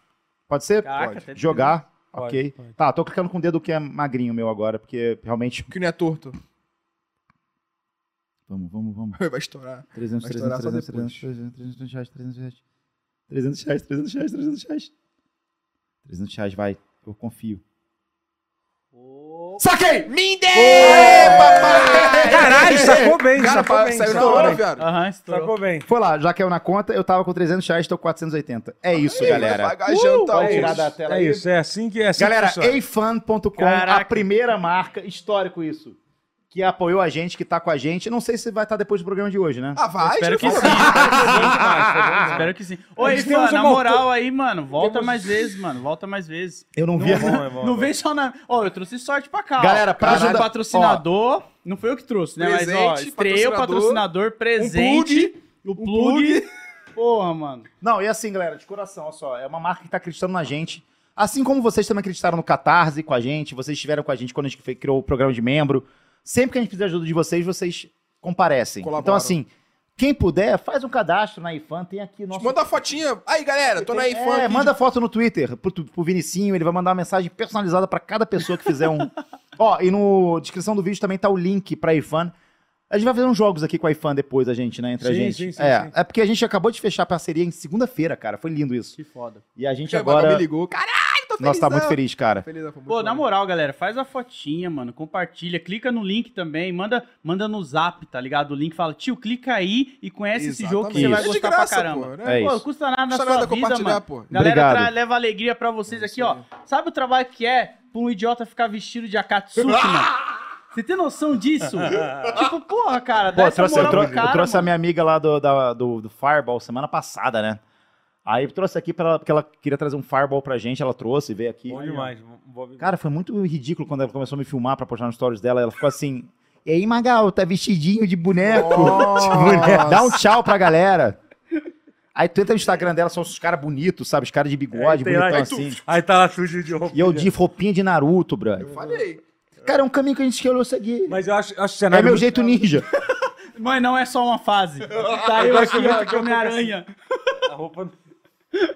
[SPEAKER 2] Pode ser?
[SPEAKER 3] Caraca, é até
[SPEAKER 2] Jogar.
[SPEAKER 1] Pode,
[SPEAKER 2] ok?
[SPEAKER 1] pode.
[SPEAKER 2] Tá, tô clicando com o dedo que é magrinho meu agora, porque realmente.
[SPEAKER 4] Que não é torto.
[SPEAKER 2] Vamos, vamos, vamos.
[SPEAKER 4] Vai estourar.
[SPEAKER 2] 300,
[SPEAKER 4] Vai estourar
[SPEAKER 2] 300,
[SPEAKER 4] só
[SPEAKER 2] 300,
[SPEAKER 4] depois.
[SPEAKER 2] 300, 300, 300 reais, 300 reais. 300 reais, 300 reais, 300 reais. 300 reais, vai. Eu confio.
[SPEAKER 4] Saquei!
[SPEAKER 6] Minde!
[SPEAKER 1] É, Caralho, sacou bem,
[SPEAKER 4] Cara,
[SPEAKER 1] sacou bem.
[SPEAKER 4] saiu na
[SPEAKER 1] sacou
[SPEAKER 4] hora,
[SPEAKER 1] bem.
[SPEAKER 4] viado.
[SPEAKER 2] Ah,
[SPEAKER 3] Aham, estourou.
[SPEAKER 1] Sacou bem.
[SPEAKER 2] Foi lá, já caiu na conta, eu tava com 300 reais, tô com 480. É isso, galera.
[SPEAKER 4] Vai pagar
[SPEAKER 3] Uh,
[SPEAKER 4] jantar
[SPEAKER 2] Pode
[SPEAKER 4] hoje.
[SPEAKER 2] tirar da tela
[SPEAKER 1] É
[SPEAKER 2] aí.
[SPEAKER 1] isso, é assim que é assim que
[SPEAKER 2] Galera,
[SPEAKER 1] funciona.
[SPEAKER 2] afan.com, a
[SPEAKER 3] Caraca.
[SPEAKER 2] primeira marca, histórico isso, que apoiou a gente, que tá com a gente. Não sei se vai estar depois do programa de hoje, né?
[SPEAKER 4] Ah, vai,
[SPEAKER 3] Espero que
[SPEAKER 4] Júlio.
[SPEAKER 3] sim. Espero que sim. Ô,
[SPEAKER 1] Eles
[SPEAKER 3] Eles
[SPEAKER 1] têm
[SPEAKER 3] mano,
[SPEAKER 1] uma
[SPEAKER 3] na
[SPEAKER 1] auto-
[SPEAKER 3] moral aí, mano, volta mais vezes, mano. Volta mais vezes.
[SPEAKER 2] eu não vi.
[SPEAKER 1] É bom, é bom, é
[SPEAKER 3] Não
[SPEAKER 1] bom.
[SPEAKER 3] vem só na. Ó, eu trouxe sorte pra cá. ó.
[SPEAKER 2] Galera, pra
[SPEAKER 3] Trouxe
[SPEAKER 2] ajudar-
[SPEAKER 3] o patrocinador. Não foi eu que trouxe, né? Mas, ó,
[SPEAKER 4] Presente,
[SPEAKER 3] estreia o patrocinador, presente. O plug. Porra, mano.
[SPEAKER 2] Não, e assim, galera, de coração, olha só, é uma marca que tá acreditando na gente. Assim como vocês também acreditaram no Catarse com a gente, vocês estiveram com a gente quando a gente fe- criou o programa de membro. Sempre que a gente precisa da ajuda de vocês, vocês comparecem.
[SPEAKER 4] Colaboram.
[SPEAKER 2] Então, assim, quem puder, faz um cadastro na IFAN, tem aqui nosso.
[SPEAKER 4] Manda a fotinha. Aí, galera, tô na
[SPEAKER 2] É,
[SPEAKER 4] iPhone. aqui.
[SPEAKER 2] manda foto no Twitter pro, tu- pro Vinicinho, ele vai mandar uma mensagem personalizada pra cada pessoa que fizer um. Ó, e no descrição do vídeo também tá o link pra iFan. A gente vai fazer uns jogos aqui com a iFan depois, a gente, né? Entre a
[SPEAKER 1] Sim,
[SPEAKER 2] gente.
[SPEAKER 1] sim, sim,
[SPEAKER 2] é,
[SPEAKER 1] sim.
[SPEAKER 2] é porque a gente acabou de fechar a parceria em segunda-feira, cara. Foi lindo isso.
[SPEAKER 3] Que foda.
[SPEAKER 2] E a gente
[SPEAKER 4] Chega,
[SPEAKER 2] agora.
[SPEAKER 4] me é. ligou. Caralho, tô feliz.
[SPEAKER 2] Nossa, tá muito feliz, cara.
[SPEAKER 3] Pô, na moral, galera, faz a fotinha, mano, compartilha, clica no link também, manda, manda no zap, tá ligado? O link fala, tio, clica aí e conhece esse jogo que você vai
[SPEAKER 2] Isso.
[SPEAKER 3] gostar pra caramba.
[SPEAKER 4] Pô,
[SPEAKER 2] É
[SPEAKER 4] né?
[SPEAKER 2] isso.
[SPEAKER 3] Pô, custa nada na
[SPEAKER 4] Não custa
[SPEAKER 3] sua
[SPEAKER 4] nada
[SPEAKER 3] vida,
[SPEAKER 4] compartilhar, É
[SPEAKER 3] mano.
[SPEAKER 4] pô.
[SPEAKER 3] Galera,
[SPEAKER 2] Obrigado.
[SPEAKER 3] tra- leva alegria pra vocês aqui, ó. Sabe o trabalho que é pra um idiota ficar vestido de Akatsuki, mano? Você tem noção disso? tipo, porra, cara, dá
[SPEAKER 2] Pô, eu
[SPEAKER 3] essa
[SPEAKER 2] trouxe, eu
[SPEAKER 3] moral
[SPEAKER 2] trou-
[SPEAKER 3] pro cara,
[SPEAKER 2] eu trouxe a
[SPEAKER 3] mano.
[SPEAKER 2] minha amiga lá do, da- do, do Fireball semana passada, né? Aí eu trouxe aqui pra ela, porque ela queria trazer um Fireball pra gente, ela trouxe, veio aqui.
[SPEAKER 1] Bom demais. bom demais.
[SPEAKER 2] Cara, foi muito ridículo quando ela começou a me filmar pra postar nos stories dela. Ela ficou assim: E aí, Magal, tá vestidinho de boneco?
[SPEAKER 4] Nossa.
[SPEAKER 2] De boneco. Dá um tchau pra galera. Aí tu entra no Instagram dela, são os caras bonitos, sabe? Os caras de bigode,
[SPEAKER 1] É, tem
[SPEAKER 2] bonitão
[SPEAKER 1] lá-
[SPEAKER 2] assim.
[SPEAKER 1] Aí tá lá sujo de roupa.
[SPEAKER 2] E eu de roupinha de Naruto, brother.
[SPEAKER 4] Falei.
[SPEAKER 2] Cara, é um caminho que a gente escolheu seguir.
[SPEAKER 1] Mas eu acho, eu acho o
[SPEAKER 2] É
[SPEAKER 1] cenário.
[SPEAKER 2] meu
[SPEAKER 1] muito-
[SPEAKER 2] jeito ninja.
[SPEAKER 3] Mas não é só uma fase. Tá eu aqui, outro que Homem-Aranha.
[SPEAKER 1] A roupa não-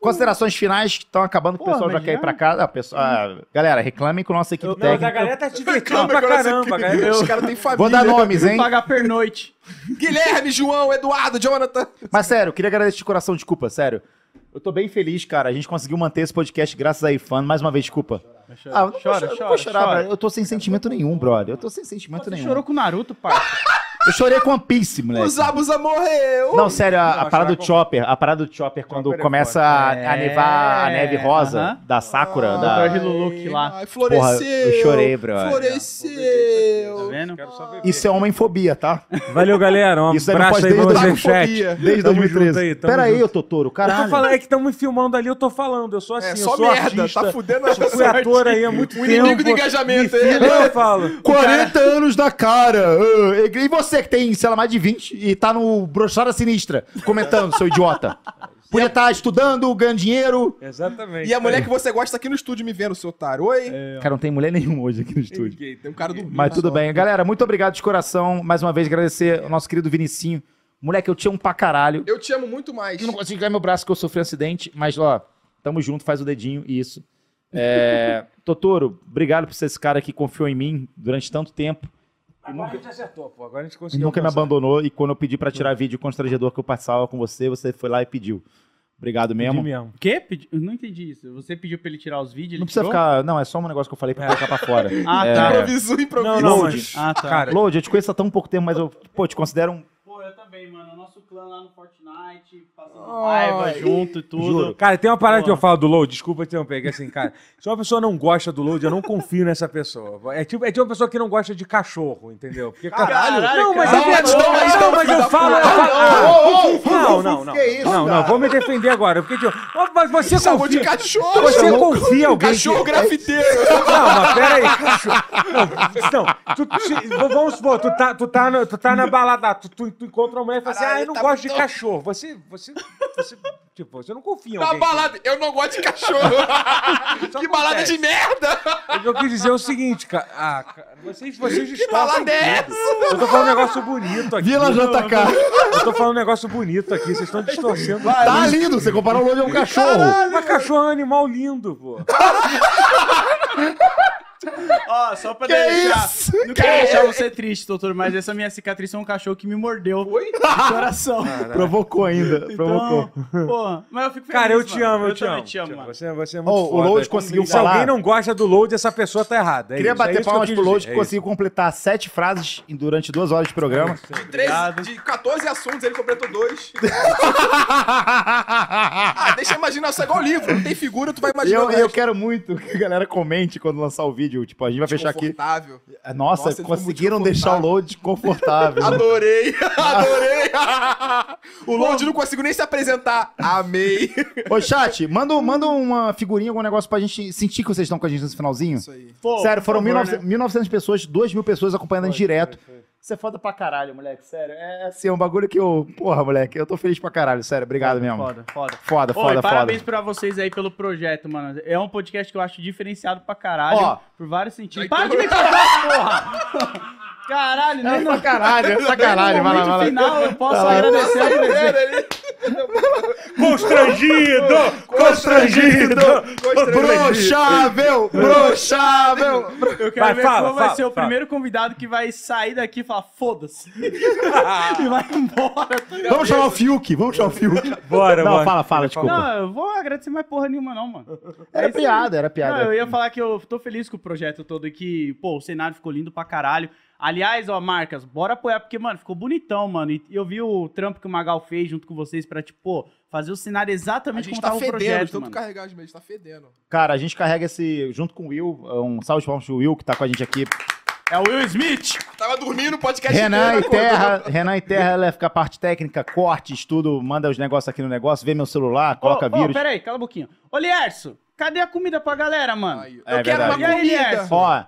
[SPEAKER 2] Considerações finais que estão acabando, que o
[SPEAKER 3] Porra,
[SPEAKER 2] pessoal já
[SPEAKER 3] mas
[SPEAKER 2] quer ir
[SPEAKER 3] já-
[SPEAKER 2] pra casa. Ah, pessoal- ah, galera, reclamem com a nossa equipe
[SPEAKER 1] Não, mas a
[SPEAKER 2] técnica.
[SPEAKER 1] galera tá te divertindo pra caramba, galera.
[SPEAKER 4] Os caras têm família.
[SPEAKER 2] Vou dar nomes, hein?
[SPEAKER 3] Pagar pernoite.
[SPEAKER 4] Guilherme, João, Eduardo, Jonathan.
[SPEAKER 2] Mas sério, eu queria agradecer de coração, desculpa, sério. Eu tô bem feliz, cara. A gente conseguiu manter esse podcast graças a iFan. Mais uma vez, desculpa. Ah, eu não vou chorar, eu não vou chorar, brother. Eu tô sem sentimento nenhum, brother. Eu tô sem sentimento
[SPEAKER 3] Você
[SPEAKER 2] nenhum.
[SPEAKER 3] chorou com o Naruto, parça.
[SPEAKER 2] Eu chorei com One Piece,
[SPEAKER 4] O
[SPEAKER 2] moleque.
[SPEAKER 4] Zabuza morreu.
[SPEAKER 2] Não, sério, a, a
[SPEAKER 1] Não,
[SPEAKER 2] parada do
[SPEAKER 1] chorar com-
[SPEAKER 2] Chopper, a parada do Chopper, quando
[SPEAKER 1] Chopper é
[SPEAKER 2] começa a,
[SPEAKER 3] foda.
[SPEAKER 2] a nevar a
[SPEAKER 3] É,
[SPEAKER 2] neve rosa
[SPEAKER 3] aham.
[SPEAKER 2] da
[SPEAKER 1] Ah,
[SPEAKER 2] Sakura,
[SPEAKER 3] Ai,
[SPEAKER 2] da...
[SPEAKER 3] Torre Luluque lá.
[SPEAKER 4] Ai, floresceu.
[SPEAKER 2] Porra, eu chorei, brother.
[SPEAKER 4] Floresceu.
[SPEAKER 3] Tá vendo?
[SPEAKER 1] Quero só beber.
[SPEAKER 2] Isso é homofobia, tá?
[SPEAKER 1] Valeu, galera. Um
[SPEAKER 2] Isso aí não
[SPEAKER 1] abraço
[SPEAKER 2] pode
[SPEAKER 1] aí pra
[SPEAKER 2] desde
[SPEAKER 1] vocês, chat.
[SPEAKER 4] Fobia.
[SPEAKER 2] Desde
[SPEAKER 1] Tamo
[SPEAKER 2] 2013.
[SPEAKER 1] junto aí, tamo
[SPEAKER 2] Pera aí,
[SPEAKER 1] junto.
[SPEAKER 2] eu tô touro,
[SPEAKER 1] Eu tô
[SPEAKER 2] caralho.
[SPEAKER 1] falando, é que estão me filmando ali, eu tô falando. Eu sou assim,
[SPEAKER 4] É,
[SPEAKER 1] eu
[SPEAKER 4] só
[SPEAKER 1] sou
[SPEAKER 4] merda.
[SPEAKER 1] artista.
[SPEAKER 4] Tá fudendo a
[SPEAKER 1] Eu fui ator aí há muito
[SPEAKER 4] O
[SPEAKER 1] tempo.
[SPEAKER 4] inimigo do engajamento,
[SPEAKER 1] Me
[SPEAKER 4] é.
[SPEAKER 1] filma, eu falo.
[SPEAKER 2] 40 anos na cara. ah, E você que tem, sei lá, mais de 20 e tá no brochada sinistra comentando, seu idiota. Podia estar estudando, ganhando dinheiro.
[SPEAKER 1] Exatamente. é
[SPEAKER 4] E a mulher que você gosta tá aqui no estúdio me vendo, seu otário. Oi.
[SPEAKER 2] Cara, não tem mulher nenhuma hoje aqui no estúdio.
[SPEAKER 4] Tem um cara dormindo.
[SPEAKER 2] Mas tudo
[SPEAKER 4] só.
[SPEAKER 2] bem. Galera, muito obrigado de coração. Mais uma vez, agradecer ao nosso querido Vinicinho. Moleque, eu te amo pra caralho.
[SPEAKER 4] Eu te amo muito mais.
[SPEAKER 2] Eu não consigo ganhar meu braço que eu sofri um acidente, mas ó, tamo junto, faz o dedinho e isso. É, Totoro, obrigado por ser esse cara que confiou em mim durante tanto tempo.
[SPEAKER 1] Agora a gente acertou, pô. Agora a gente
[SPEAKER 2] Você
[SPEAKER 1] conseguiu.
[SPEAKER 2] nunca me
[SPEAKER 1] alcançar.
[SPEAKER 2] abandonou e quando eu pedi pra tirar vídeo constrangedor que eu passava com você, você foi lá e pediu. Obrigado
[SPEAKER 1] Pedi
[SPEAKER 2] mesmo.
[SPEAKER 1] mesmo.
[SPEAKER 3] O quê? Pedi- Eu não entendi isso. Você pediu pra ele tirar os vídeos, ele
[SPEAKER 2] Não precisa
[SPEAKER 3] tirou?
[SPEAKER 2] ficar. Não, é só um negócio que eu falei pra colocar pra fora.
[SPEAKER 3] Ah,
[SPEAKER 2] É.
[SPEAKER 3] tá.
[SPEAKER 4] Improviso, improviso.
[SPEAKER 1] Não, não,
[SPEAKER 2] Load.
[SPEAKER 1] mas.
[SPEAKER 3] Ah, tá.
[SPEAKER 1] Cara,
[SPEAKER 2] Lodi, eu te conheço há tão pouco tempo, mas eu, pô, te considero um.
[SPEAKER 3] Pô, eu também, mano. O nosso clã lá no Fortnite, passando
[SPEAKER 4] Ai.
[SPEAKER 3] raiva junto e tudo.
[SPEAKER 2] Juro.
[SPEAKER 1] Cara, tem uma parada
[SPEAKER 3] Boa.
[SPEAKER 1] que eu falo do load, desculpa te interromper, que assim, cara, se uma pessoa não gosta do load, eu não confio nessa pessoa. É tipo, é tipo uma pessoa que não gosta de cachorro, entendeu? Porque, cara, não, mas,
[SPEAKER 4] cara.
[SPEAKER 1] é verdade.
[SPEAKER 4] Não, mas não,
[SPEAKER 1] não, mas
[SPEAKER 4] filho
[SPEAKER 1] eu
[SPEAKER 4] da
[SPEAKER 1] falo, eu
[SPEAKER 4] puta.
[SPEAKER 1] falo.
[SPEAKER 2] Ô,
[SPEAKER 1] Não,
[SPEAKER 2] ô,
[SPEAKER 1] não, não.
[SPEAKER 2] que isso,
[SPEAKER 1] Não, não,
[SPEAKER 2] cara?
[SPEAKER 1] vou me defender agora. Porque, tipo, mas você
[SPEAKER 4] Chamou de
[SPEAKER 1] confia...
[SPEAKER 4] cachorro.
[SPEAKER 1] Você
[SPEAKER 4] Chamou-
[SPEAKER 1] confia em alguém que-
[SPEAKER 4] Cachorro grafiteiro.
[SPEAKER 1] Não, mas peraí. Não, não tu, tu se- vamos supor, tu tá, tu tá, na- tu tá na balada, tu, tu, tu encontra uma mulher e fala assim,
[SPEAKER 4] Caralho,
[SPEAKER 1] ah, eu não
[SPEAKER 4] tá
[SPEAKER 1] gosto de
[SPEAKER 4] muito-
[SPEAKER 1] cachorro. Você, você, você Tipo, você não confia em
[SPEAKER 12] Na
[SPEAKER 1] alguém.
[SPEAKER 12] balada, eu não gosto de cachorro.
[SPEAKER 1] Isso
[SPEAKER 12] que balada
[SPEAKER 1] acontece.
[SPEAKER 12] de merda!
[SPEAKER 1] O que eu quis dizer é o seguinte, cara. Ah, cara, vocês, vocês distorcem
[SPEAKER 12] balada é
[SPEAKER 1] tudo. Eu tô falando um negócio bonito aqui.
[SPEAKER 2] Vila JK.
[SPEAKER 1] Eu tô falando um negócio bonito aqui. Vocês estão distorcendo.
[SPEAKER 2] Tá lindo, você comparou o Lobo a um cachorro.
[SPEAKER 1] Mas cachorro é um animal lindo, pô.
[SPEAKER 3] Ó, só pra deixar. Não quero deixar você triste, doutor, mas essa minha cicatriz foi um cachorro que me mordeu. Oi? De coração.
[SPEAKER 2] Provocou ainda, Ah, provocou.
[SPEAKER 1] é
[SPEAKER 3] Então, pô, mas eu fico feliz.
[SPEAKER 1] Cara, eu te
[SPEAKER 3] mano.
[SPEAKER 1] amo, eu, te
[SPEAKER 3] também
[SPEAKER 1] amo.
[SPEAKER 3] te amo, mano.
[SPEAKER 1] Você, você é muito
[SPEAKER 2] Ó, o
[SPEAKER 1] foda.
[SPEAKER 2] Load conseguiu
[SPEAKER 1] Se
[SPEAKER 2] falar.
[SPEAKER 1] alguém não gosta do load, essa pessoa tá errada. É
[SPEAKER 2] Queria
[SPEAKER 1] isso, é
[SPEAKER 2] bater
[SPEAKER 1] isso que eu
[SPEAKER 2] palmas
[SPEAKER 1] quis
[SPEAKER 2] pro Load,
[SPEAKER 1] dizer,
[SPEAKER 2] que
[SPEAKER 1] é isso.
[SPEAKER 2] conseguiu completar sete frases em- durante duas horas de
[SPEAKER 1] É
[SPEAKER 2] programa.
[SPEAKER 4] De, três- de 14 assuntos, ele completou dois. ah, deixa a imaginação é igual livro. Não tem figura, tu vai
[SPEAKER 2] E
[SPEAKER 4] imaginar.
[SPEAKER 2] eu, eu quero muito que a galera comente quando lançar o vídeo. Tipo, a gente vai fechar aqui. Nossa,
[SPEAKER 4] Nossa, ele foi muito
[SPEAKER 2] conseguiram deixar o Load confortável.
[SPEAKER 4] Adorei, adorei. o Lodi não conseguiu nem se apresentar. Amei.
[SPEAKER 2] Ô, chat, manda, manda uma figurinha, algum negócio pra gente sentir que vocês estão com a gente nesse finalzinho.
[SPEAKER 4] Isso aí.
[SPEAKER 3] Pô,
[SPEAKER 2] Sério,
[SPEAKER 3] por
[SPEAKER 2] foram
[SPEAKER 3] favor,
[SPEAKER 2] 1900
[SPEAKER 3] né?
[SPEAKER 2] 1.900 pessoas, 2 mil pessoas acompanhando a gente direto. Você é foda pra caralho, moleque, sério. É assim, é um bagulho que eu. Porra, moleque, eu tô feliz pra caralho, sério. Obrigado mesmo.
[SPEAKER 3] É, né? Foda, foda.
[SPEAKER 2] Tá Foda, foda,
[SPEAKER 3] Oi,
[SPEAKER 2] foda.
[SPEAKER 3] parabéns pra vocês aí pelo projeto, mano. É um podcast que eu acho diferenciado pra caralho.
[SPEAKER 2] Ó.
[SPEAKER 3] por vários sentidos. Para
[SPEAKER 1] um
[SPEAKER 3] de me cortar, porra! Caralho, né? Tá nem
[SPEAKER 2] É pra
[SPEAKER 3] no
[SPEAKER 2] caralho, é pra caralho. Vai lá, vai lá.
[SPEAKER 3] um final eu posso agradecer a presença.
[SPEAKER 1] Constrangido! Constrangido!
[SPEAKER 2] Brochável! Brochável!
[SPEAKER 3] Eu quero
[SPEAKER 1] Vai,
[SPEAKER 3] ver
[SPEAKER 1] fala,
[SPEAKER 3] qual vai
[SPEAKER 1] fala,
[SPEAKER 3] ser o
[SPEAKER 1] fala.
[SPEAKER 3] primeiro convidado que vai sair daqui e falar foda-se. e vai embora.
[SPEAKER 2] Vamos chamar o Fiuk, vamos chamar o Fiuk.
[SPEAKER 1] Bora,
[SPEAKER 2] Não,
[SPEAKER 1] bora.
[SPEAKER 2] fala, fala, desculpa.
[SPEAKER 3] Não, eu vou agradecer mais porra nenhuma não, mano.
[SPEAKER 2] Era
[SPEAKER 3] É isso aí.
[SPEAKER 2] piada, era piada.
[SPEAKER 3] Não, eu ia falar que eu tô feliz com o projeto todo e que, pô, o cenário ficou lindo pra caralho. Aliás, ó, Marcas, bora apoiar, porque, mano, ficou bonitão, mano. E eu vi o trampo que o Magal fez junto com vocês pra, tipo, pô, fazer o cenário
[SPEAKER 4] A
[SPEAKER 3] exatamente
[SPEAKER 4] gente
[SPEAKER 3] como
[SPEAKER 4] tá
[SPEAKER 3] tava o
[SPEAKER 4] fedendo, de
[SPEAKER 3] projeto,
[SPEAKER 2] então,
[SPEAKER 4] tanto
[SPEAKER 3] mano.
[SPEAKER 4] carregar de medo, a gente tá fedendo.
[SPEAKER 2] Cara, a gente carrega esse, junto com o Will, um salve de palmas pro Will, que tá com a gente aqui.
[SPEAKER 3] É o Will Smith!
[SPEAKER 4] Tava dormindo o podcast
[SPEAKER 2] Renan e
[SPEAKER 4] inteiro, acordou.
[SPEAKER 3] né?
[SPEAKER 2] Terra, Renan e Terra, ela fica a parte técnica, cortes, tudo, manda os negócios aqui no negócio, vê meu celular, coloca
[SPEAKER 3] Ô, ô,
[SPEAKER 2] vírus.
[SPEAKER 3] pera aí, cala a boquinha. Ô, Lierso, cadê a comida pra galera, mano?
[SPEAKER 4] Aí, ó.
[SPEAKER 2] É
[SPEAKER 4] eu quero
[SPEAKER 2] verdade.
[SPEAKER 4] uma
[SPEAKER 3] E aí,
[SPEAKER 4] comida.
[SPEAKER 3] Elias?
[SPEAKER 2] Ó,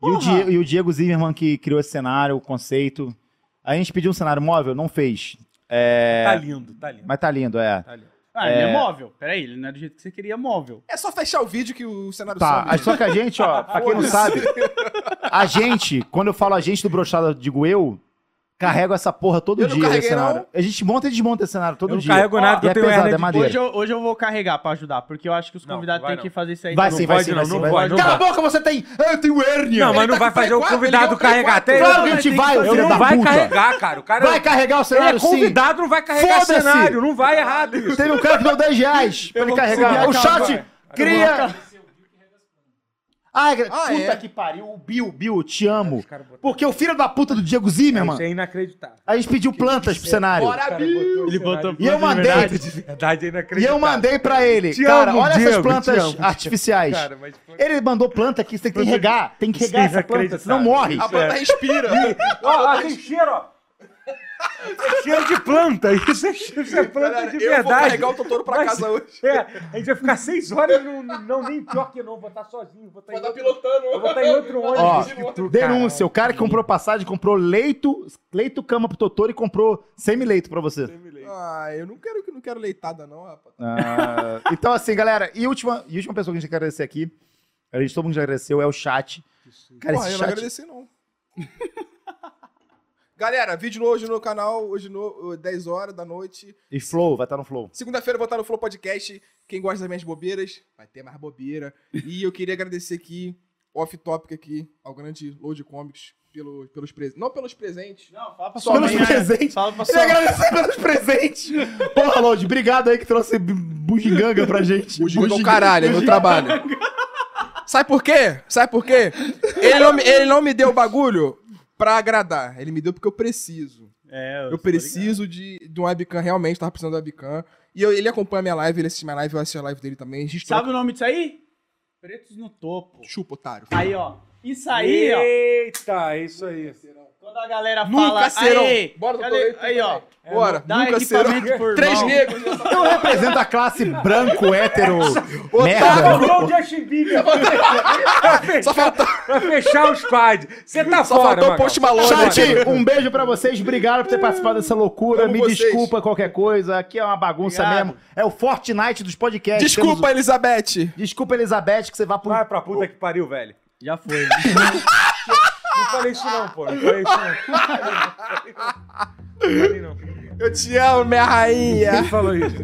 [SPEAKER 2] e o,
[SPEAKER 3] Porra!
[SPEAKER 2] Diego, e o Diego Zimmerman que criou esse cenário, o conceito. A gente pediu um cenário móvel, não fez. É,
[SPEAKER 1] Tá lindo, tá lindo.
[SPEAKER 2] mas tá lindo, é.
[SPEAKER 1] Tá lindo.
[SPEAKER 3] Ah, ele é móvel. Pera aí, ele não é do jeito que você queria, móvel.
[SPEAKER 4] É só fechar o vídeo que o cenário
[SPEAKER 2] Tá,
[SPEAKER 4] some.
[SPEAKER 2] mas só que a gente, ó, pra quem não sabe, a gente, quando eu falo a gente do brochado, eu digo eu, carrego essa porra todo
[SPEAKER 4] Eu não
[SPEAKER 2] dia esse
[SPEAKER 4] carreguei,
[SPEAKER 2] cenário.
[SPEAKER 4] não.
[SPEAKER 2] A gente monta e desmonta esse cenário todo
[SPEAKER 1] Eu não
[SPEAKER 2] dia.
[SPEAKER 1] carrego nada,
[SPEAKER 2] e
[SPEAKER 1] eu
[SPEAKER 2] é
[SPEAKER 1] tenho
[SPEAKER 2] pesado,
[SPEAKER 1] hernia
[SPEAKER 2] é
[SPEAKER 1] de
[SPEAKER 2] madeira.
[SPEAKER 3] Hoje eu, hoje eu vou carregar pra ajudar, porque eu acho que os
[SPEAKER 1] Não,
[SPEAKER 3] convidados
[SPEAKER 1] vai
[SPEAKER 3] têm
[SPEAKER 1] não.
[SPEAKER 3] que fazer isso aí.
[SPEAKER 2] Vai
[SPEAKER 3] também.
[SPEAKER 2] sim,
[SPEAKER 1] pode
[SPEAKER 2] vai sim,
[SPEAKER 1] não,
[SPEAKER 2] vai sim.
[SPEAKER 1] não
[SPEAKER 2] vai.
[SPEAKER 1] vai, não
[SPEAKER 2] Cala a
[SPEAKER 1] vai.
[SPEAKER 2] boca, você tem. Ah, Eu tenho hérnia.
[SPEAKER 1] Não, mas não
[SPEAKER 4] tá
[SPEAKER 1] vai
[SPEAKER 4] com Play
[SPEAKER 1] fazer o
[SPEAKER 4] quatro,
[SPEAKER 1] convidado
[SPEAKER 4] ele quer o Play
[SPEAKER 1] carregar
[SPEAKER 4] quatro.
[SPEAKER 1] até.
[SPEAKER 2] Claro que
[SPEAKER 1] ele.
[SPEAKER 2] a gente
[SPEAKER 3] tem que
[SPEAKER 2] vai,
[SPEAKER 3] fazer.
[SPEAKER 2] filho
[SPEAKER 1] Ele
[SPEAKER 2] da
[SPEAKER 1] não vai
[SPEAKER 2] puta.
[SPEAKER 1] carregar, cara. O cara
[SPEAKER 2] Vai carregar o
[SPEAKER 1] ele é
[SPEAKER 2] cenário, sim.
[SPEAKER 1] convidado, não vai carregar
[SPEAKER 2] Foda-se.
[SPEAKER 1] cenário. Não vai errado isso.
[SPEAKER 2] Teve um cara que deu 10 reais pra ele carregar. O
[SPEAKER 3] conseguir
[SPEAKER 2] chat cria. Ai,
[SPEAKER 4] Ah,
[SPEAKER 2] puta
[SPEAKER 4] é?
[SPEAKER 2] que pariu. O Bill, Bill, eu te amo. Porque o filho da puta do Diego Zimmerman,
[SPEAKER 1] Isso é inacreditável.
[SPEAKER 2] a gente pediu plantas pro cenário.
[SPEAKER 1] O cara botou o
[SPEAKER 3] Ele
[SPEAKER 1] cenário
[SPEAKER 3] botou
[SPEAKER 2] E eu mandei.
[SPEAKER 1] de verdade, de verdade, é
[SPEAKER 2] E
[SPEAKER 1] inacreditável.
[SPEAKER 2] eu mandei pra ele.
[SPEAKER 1] Te
[SPEAKER 2] cara,
[SPEAKER 1] amo,
[SPEAKER 2] olha essas
[SPEAKER 1] Diego, te
[SPEAKER 2] plantas
[SPEAKER 1] amo.
[SPEAKER 2] artificiais.
[SPEAKER 1] Cara, mas foi-
[SPEAKER 2] Ele mandou planta aqui, você tem que regar. Tem que regar
[SPEAKER 1] Isso é
[SPEAKER 2] essa planta,
[SPEAKER 1] inacreditável.
[SPEAKER 2] senão morre.
[SPEAKER 4] A planta
[SPEAKER 3] é.
[SPEAKER 4] respira.
[SPEAKER 1] Ó, ó, tem cheiro, ó. É cheiro de planta. Isso é, cheiro- isso é planta
[SPEAKER 4] Galera,
[SPEAKER 1] de
[SPEAKER 4] eu vou
[SPEAKER 1] verdade.
[SPEAKER 4] carregar o Totoro pra
[SPEAKER 1] Mas-
[SPEAKER 4] casa hoje.
[SPEAKER 1] É, a gente vai ficar seis horas no, no- não, nem pior que não. Vou estar sozinho, vou estar em
[SPEAKER 12] Tá
[SPEAKER 1] outro,
[SPEAKER 12] pilotando.
[SPEAKER 1] eu vou estar em outro
[SPEAKER 2] Ó,
[SPEAKER 4] tipo,
[SPEAKER 1] ônibus. que tu,
[SPEAKER 2] Denúncia, o cara que comprou passagem, comprou leito, leito cama pro Totoro e comprou semi-leito pra você.
[SPEAKER 4] Ah, eu não quero, não quero leitada, não, rapaz.
[SPEAKER 2] Ah, então, assim, galera, e última, e última pessoa que a gente quer agradecer aqui, a gente todo mundo já agradeceu, é o chat. Cara,
[SPEAKER 4] Porra, eu
[SPEAKER 2] esse
[SPEAKER 4] não
[SPEAKER 2] chat.
[SPEAKER 4] agradeci, não. Galera, vídeo novo hoje no canal, hoje no, uh, 10 horas da noite.
[SPEAKER 2] E Flow, vai estar no Flow.
[SPEAKER 4] Segunda-feira eu vou estar no Flow Podcast. Quem gosta das minhas bobeiras, vai ter mais bobeira. E eu queria agradecer aqui, off-topic aqui, ao grande Load Comics, pelo, pelos presentes. Não pelos presentes.
[SPEAKER 3] Não, fala pra sua
[SPEAKER 2] Pelos
[SPEAKER 3] mãe. né?
[SPEAKER 2] presentes.
[SPEAKER 3] Fala pra
[SPEAKER 2] Ele
[SPEAKER 3] sua mãe.
[SPEAKER 2] agradecer pelos presentes. Porra, Lodi, obrigado aí que trouxe bu- bugiganga pra gente.
[SPEAKER 4] Bugiganga é o caralho, é meu trabalho. Sabe por quê? Sabe por quê? Ele não, me- ele não me deu o bagulho pra agradar. Ele me deu porque eu preciso.
[SPEAKER 3] É,
[SPEAKER 4] Eu
[SPEAKER 3] tô
[SPEAKER 4] preciso de, de um webcam, realmente, tava precisando de webcam. E eu- ele acompanha minha live, ele assiste minha live, eu assisto a live dele também. A gente
[SPEAKER 3] Sabe o nome disso aí? Pretos no topo.
[SPEAKER 4] troca- Chupa, otário.
[SPEAKER 3] Aí, ó. Isso aí, ó.
[SPEAKER 1] Eita, isso aí. Tá,
[SPEAKER 3] Quando a galera
[SPEAKER 4] Nunca
[SPEAKER 3] fala.
[SPEAKER 4] serão.
[SPEAKER 3] Aí,
[SPEAKER 4] Bora,
[SPEAKER 3] cadê-
[SPEAKER 4] doutor,
[SPEAKER 3] aí, ó.
[SPEAKER 4] Bora,
[SPEAKER 3] é, Dá
[SPEAKER 4] nunca serão.
[SPEAKER 3] equipamento por
[SPEAKER 4] Três
[SPEAKER 3] mão.
[SPEAKER 4] negros.
[SPEAKER 2] Eu represento a classe branco, hétero,
[SPEAKER 1] Tá
[SPEAKER 2] merda.
[SPEAKER 1] bom, o Justin Bieber.
[SPEAKER 4] Só faltou,
[SPEAKER 1] Pra fechar o squad. Você tá
[SPEAKER 4] só
[SPEAKER 1] fora,
[SPEAKER 4] faltou o
[SPEAKER 1] Magal.
[SPEAKER 4] post malone.
[SPEAKER 2] Chat, um beijo pra vocês. Obrigado por ter participado dessa loucura.
[SPEAKER 4] Amo
[SPEAKER 2] Me
[SPEAKER 4] vocês.
[SPEAKER 2] desculpa qualquer coisa. Aqui é uma bagunça
[SPEAKER 3] Obrigado.
[SPEAKER 2] mesmo. É o Fortnite dos
[SPEAKER 3] É,
[SPEAKER 2] podcasts.
[SPEAKER 4] Desculpa,
[SPEAKER 3] um-
[SPEAKER 2] Temos-
[SPEAKER 4] Elizabeth.
[SPEAKER 2] Desculpa, Elizabeth, que você vai pro.
[SPEAKER 1] Vai pra puta que pariu, velho.
[SPEAKER 3] Já foi. né?
[SPEAKER 1] Não falei isso não, pô. Não falei isso não. Não falei não.
[SPEAKER 4] Eu te amo, minha rainha.
[SPEAKER 1] Quem falou isso?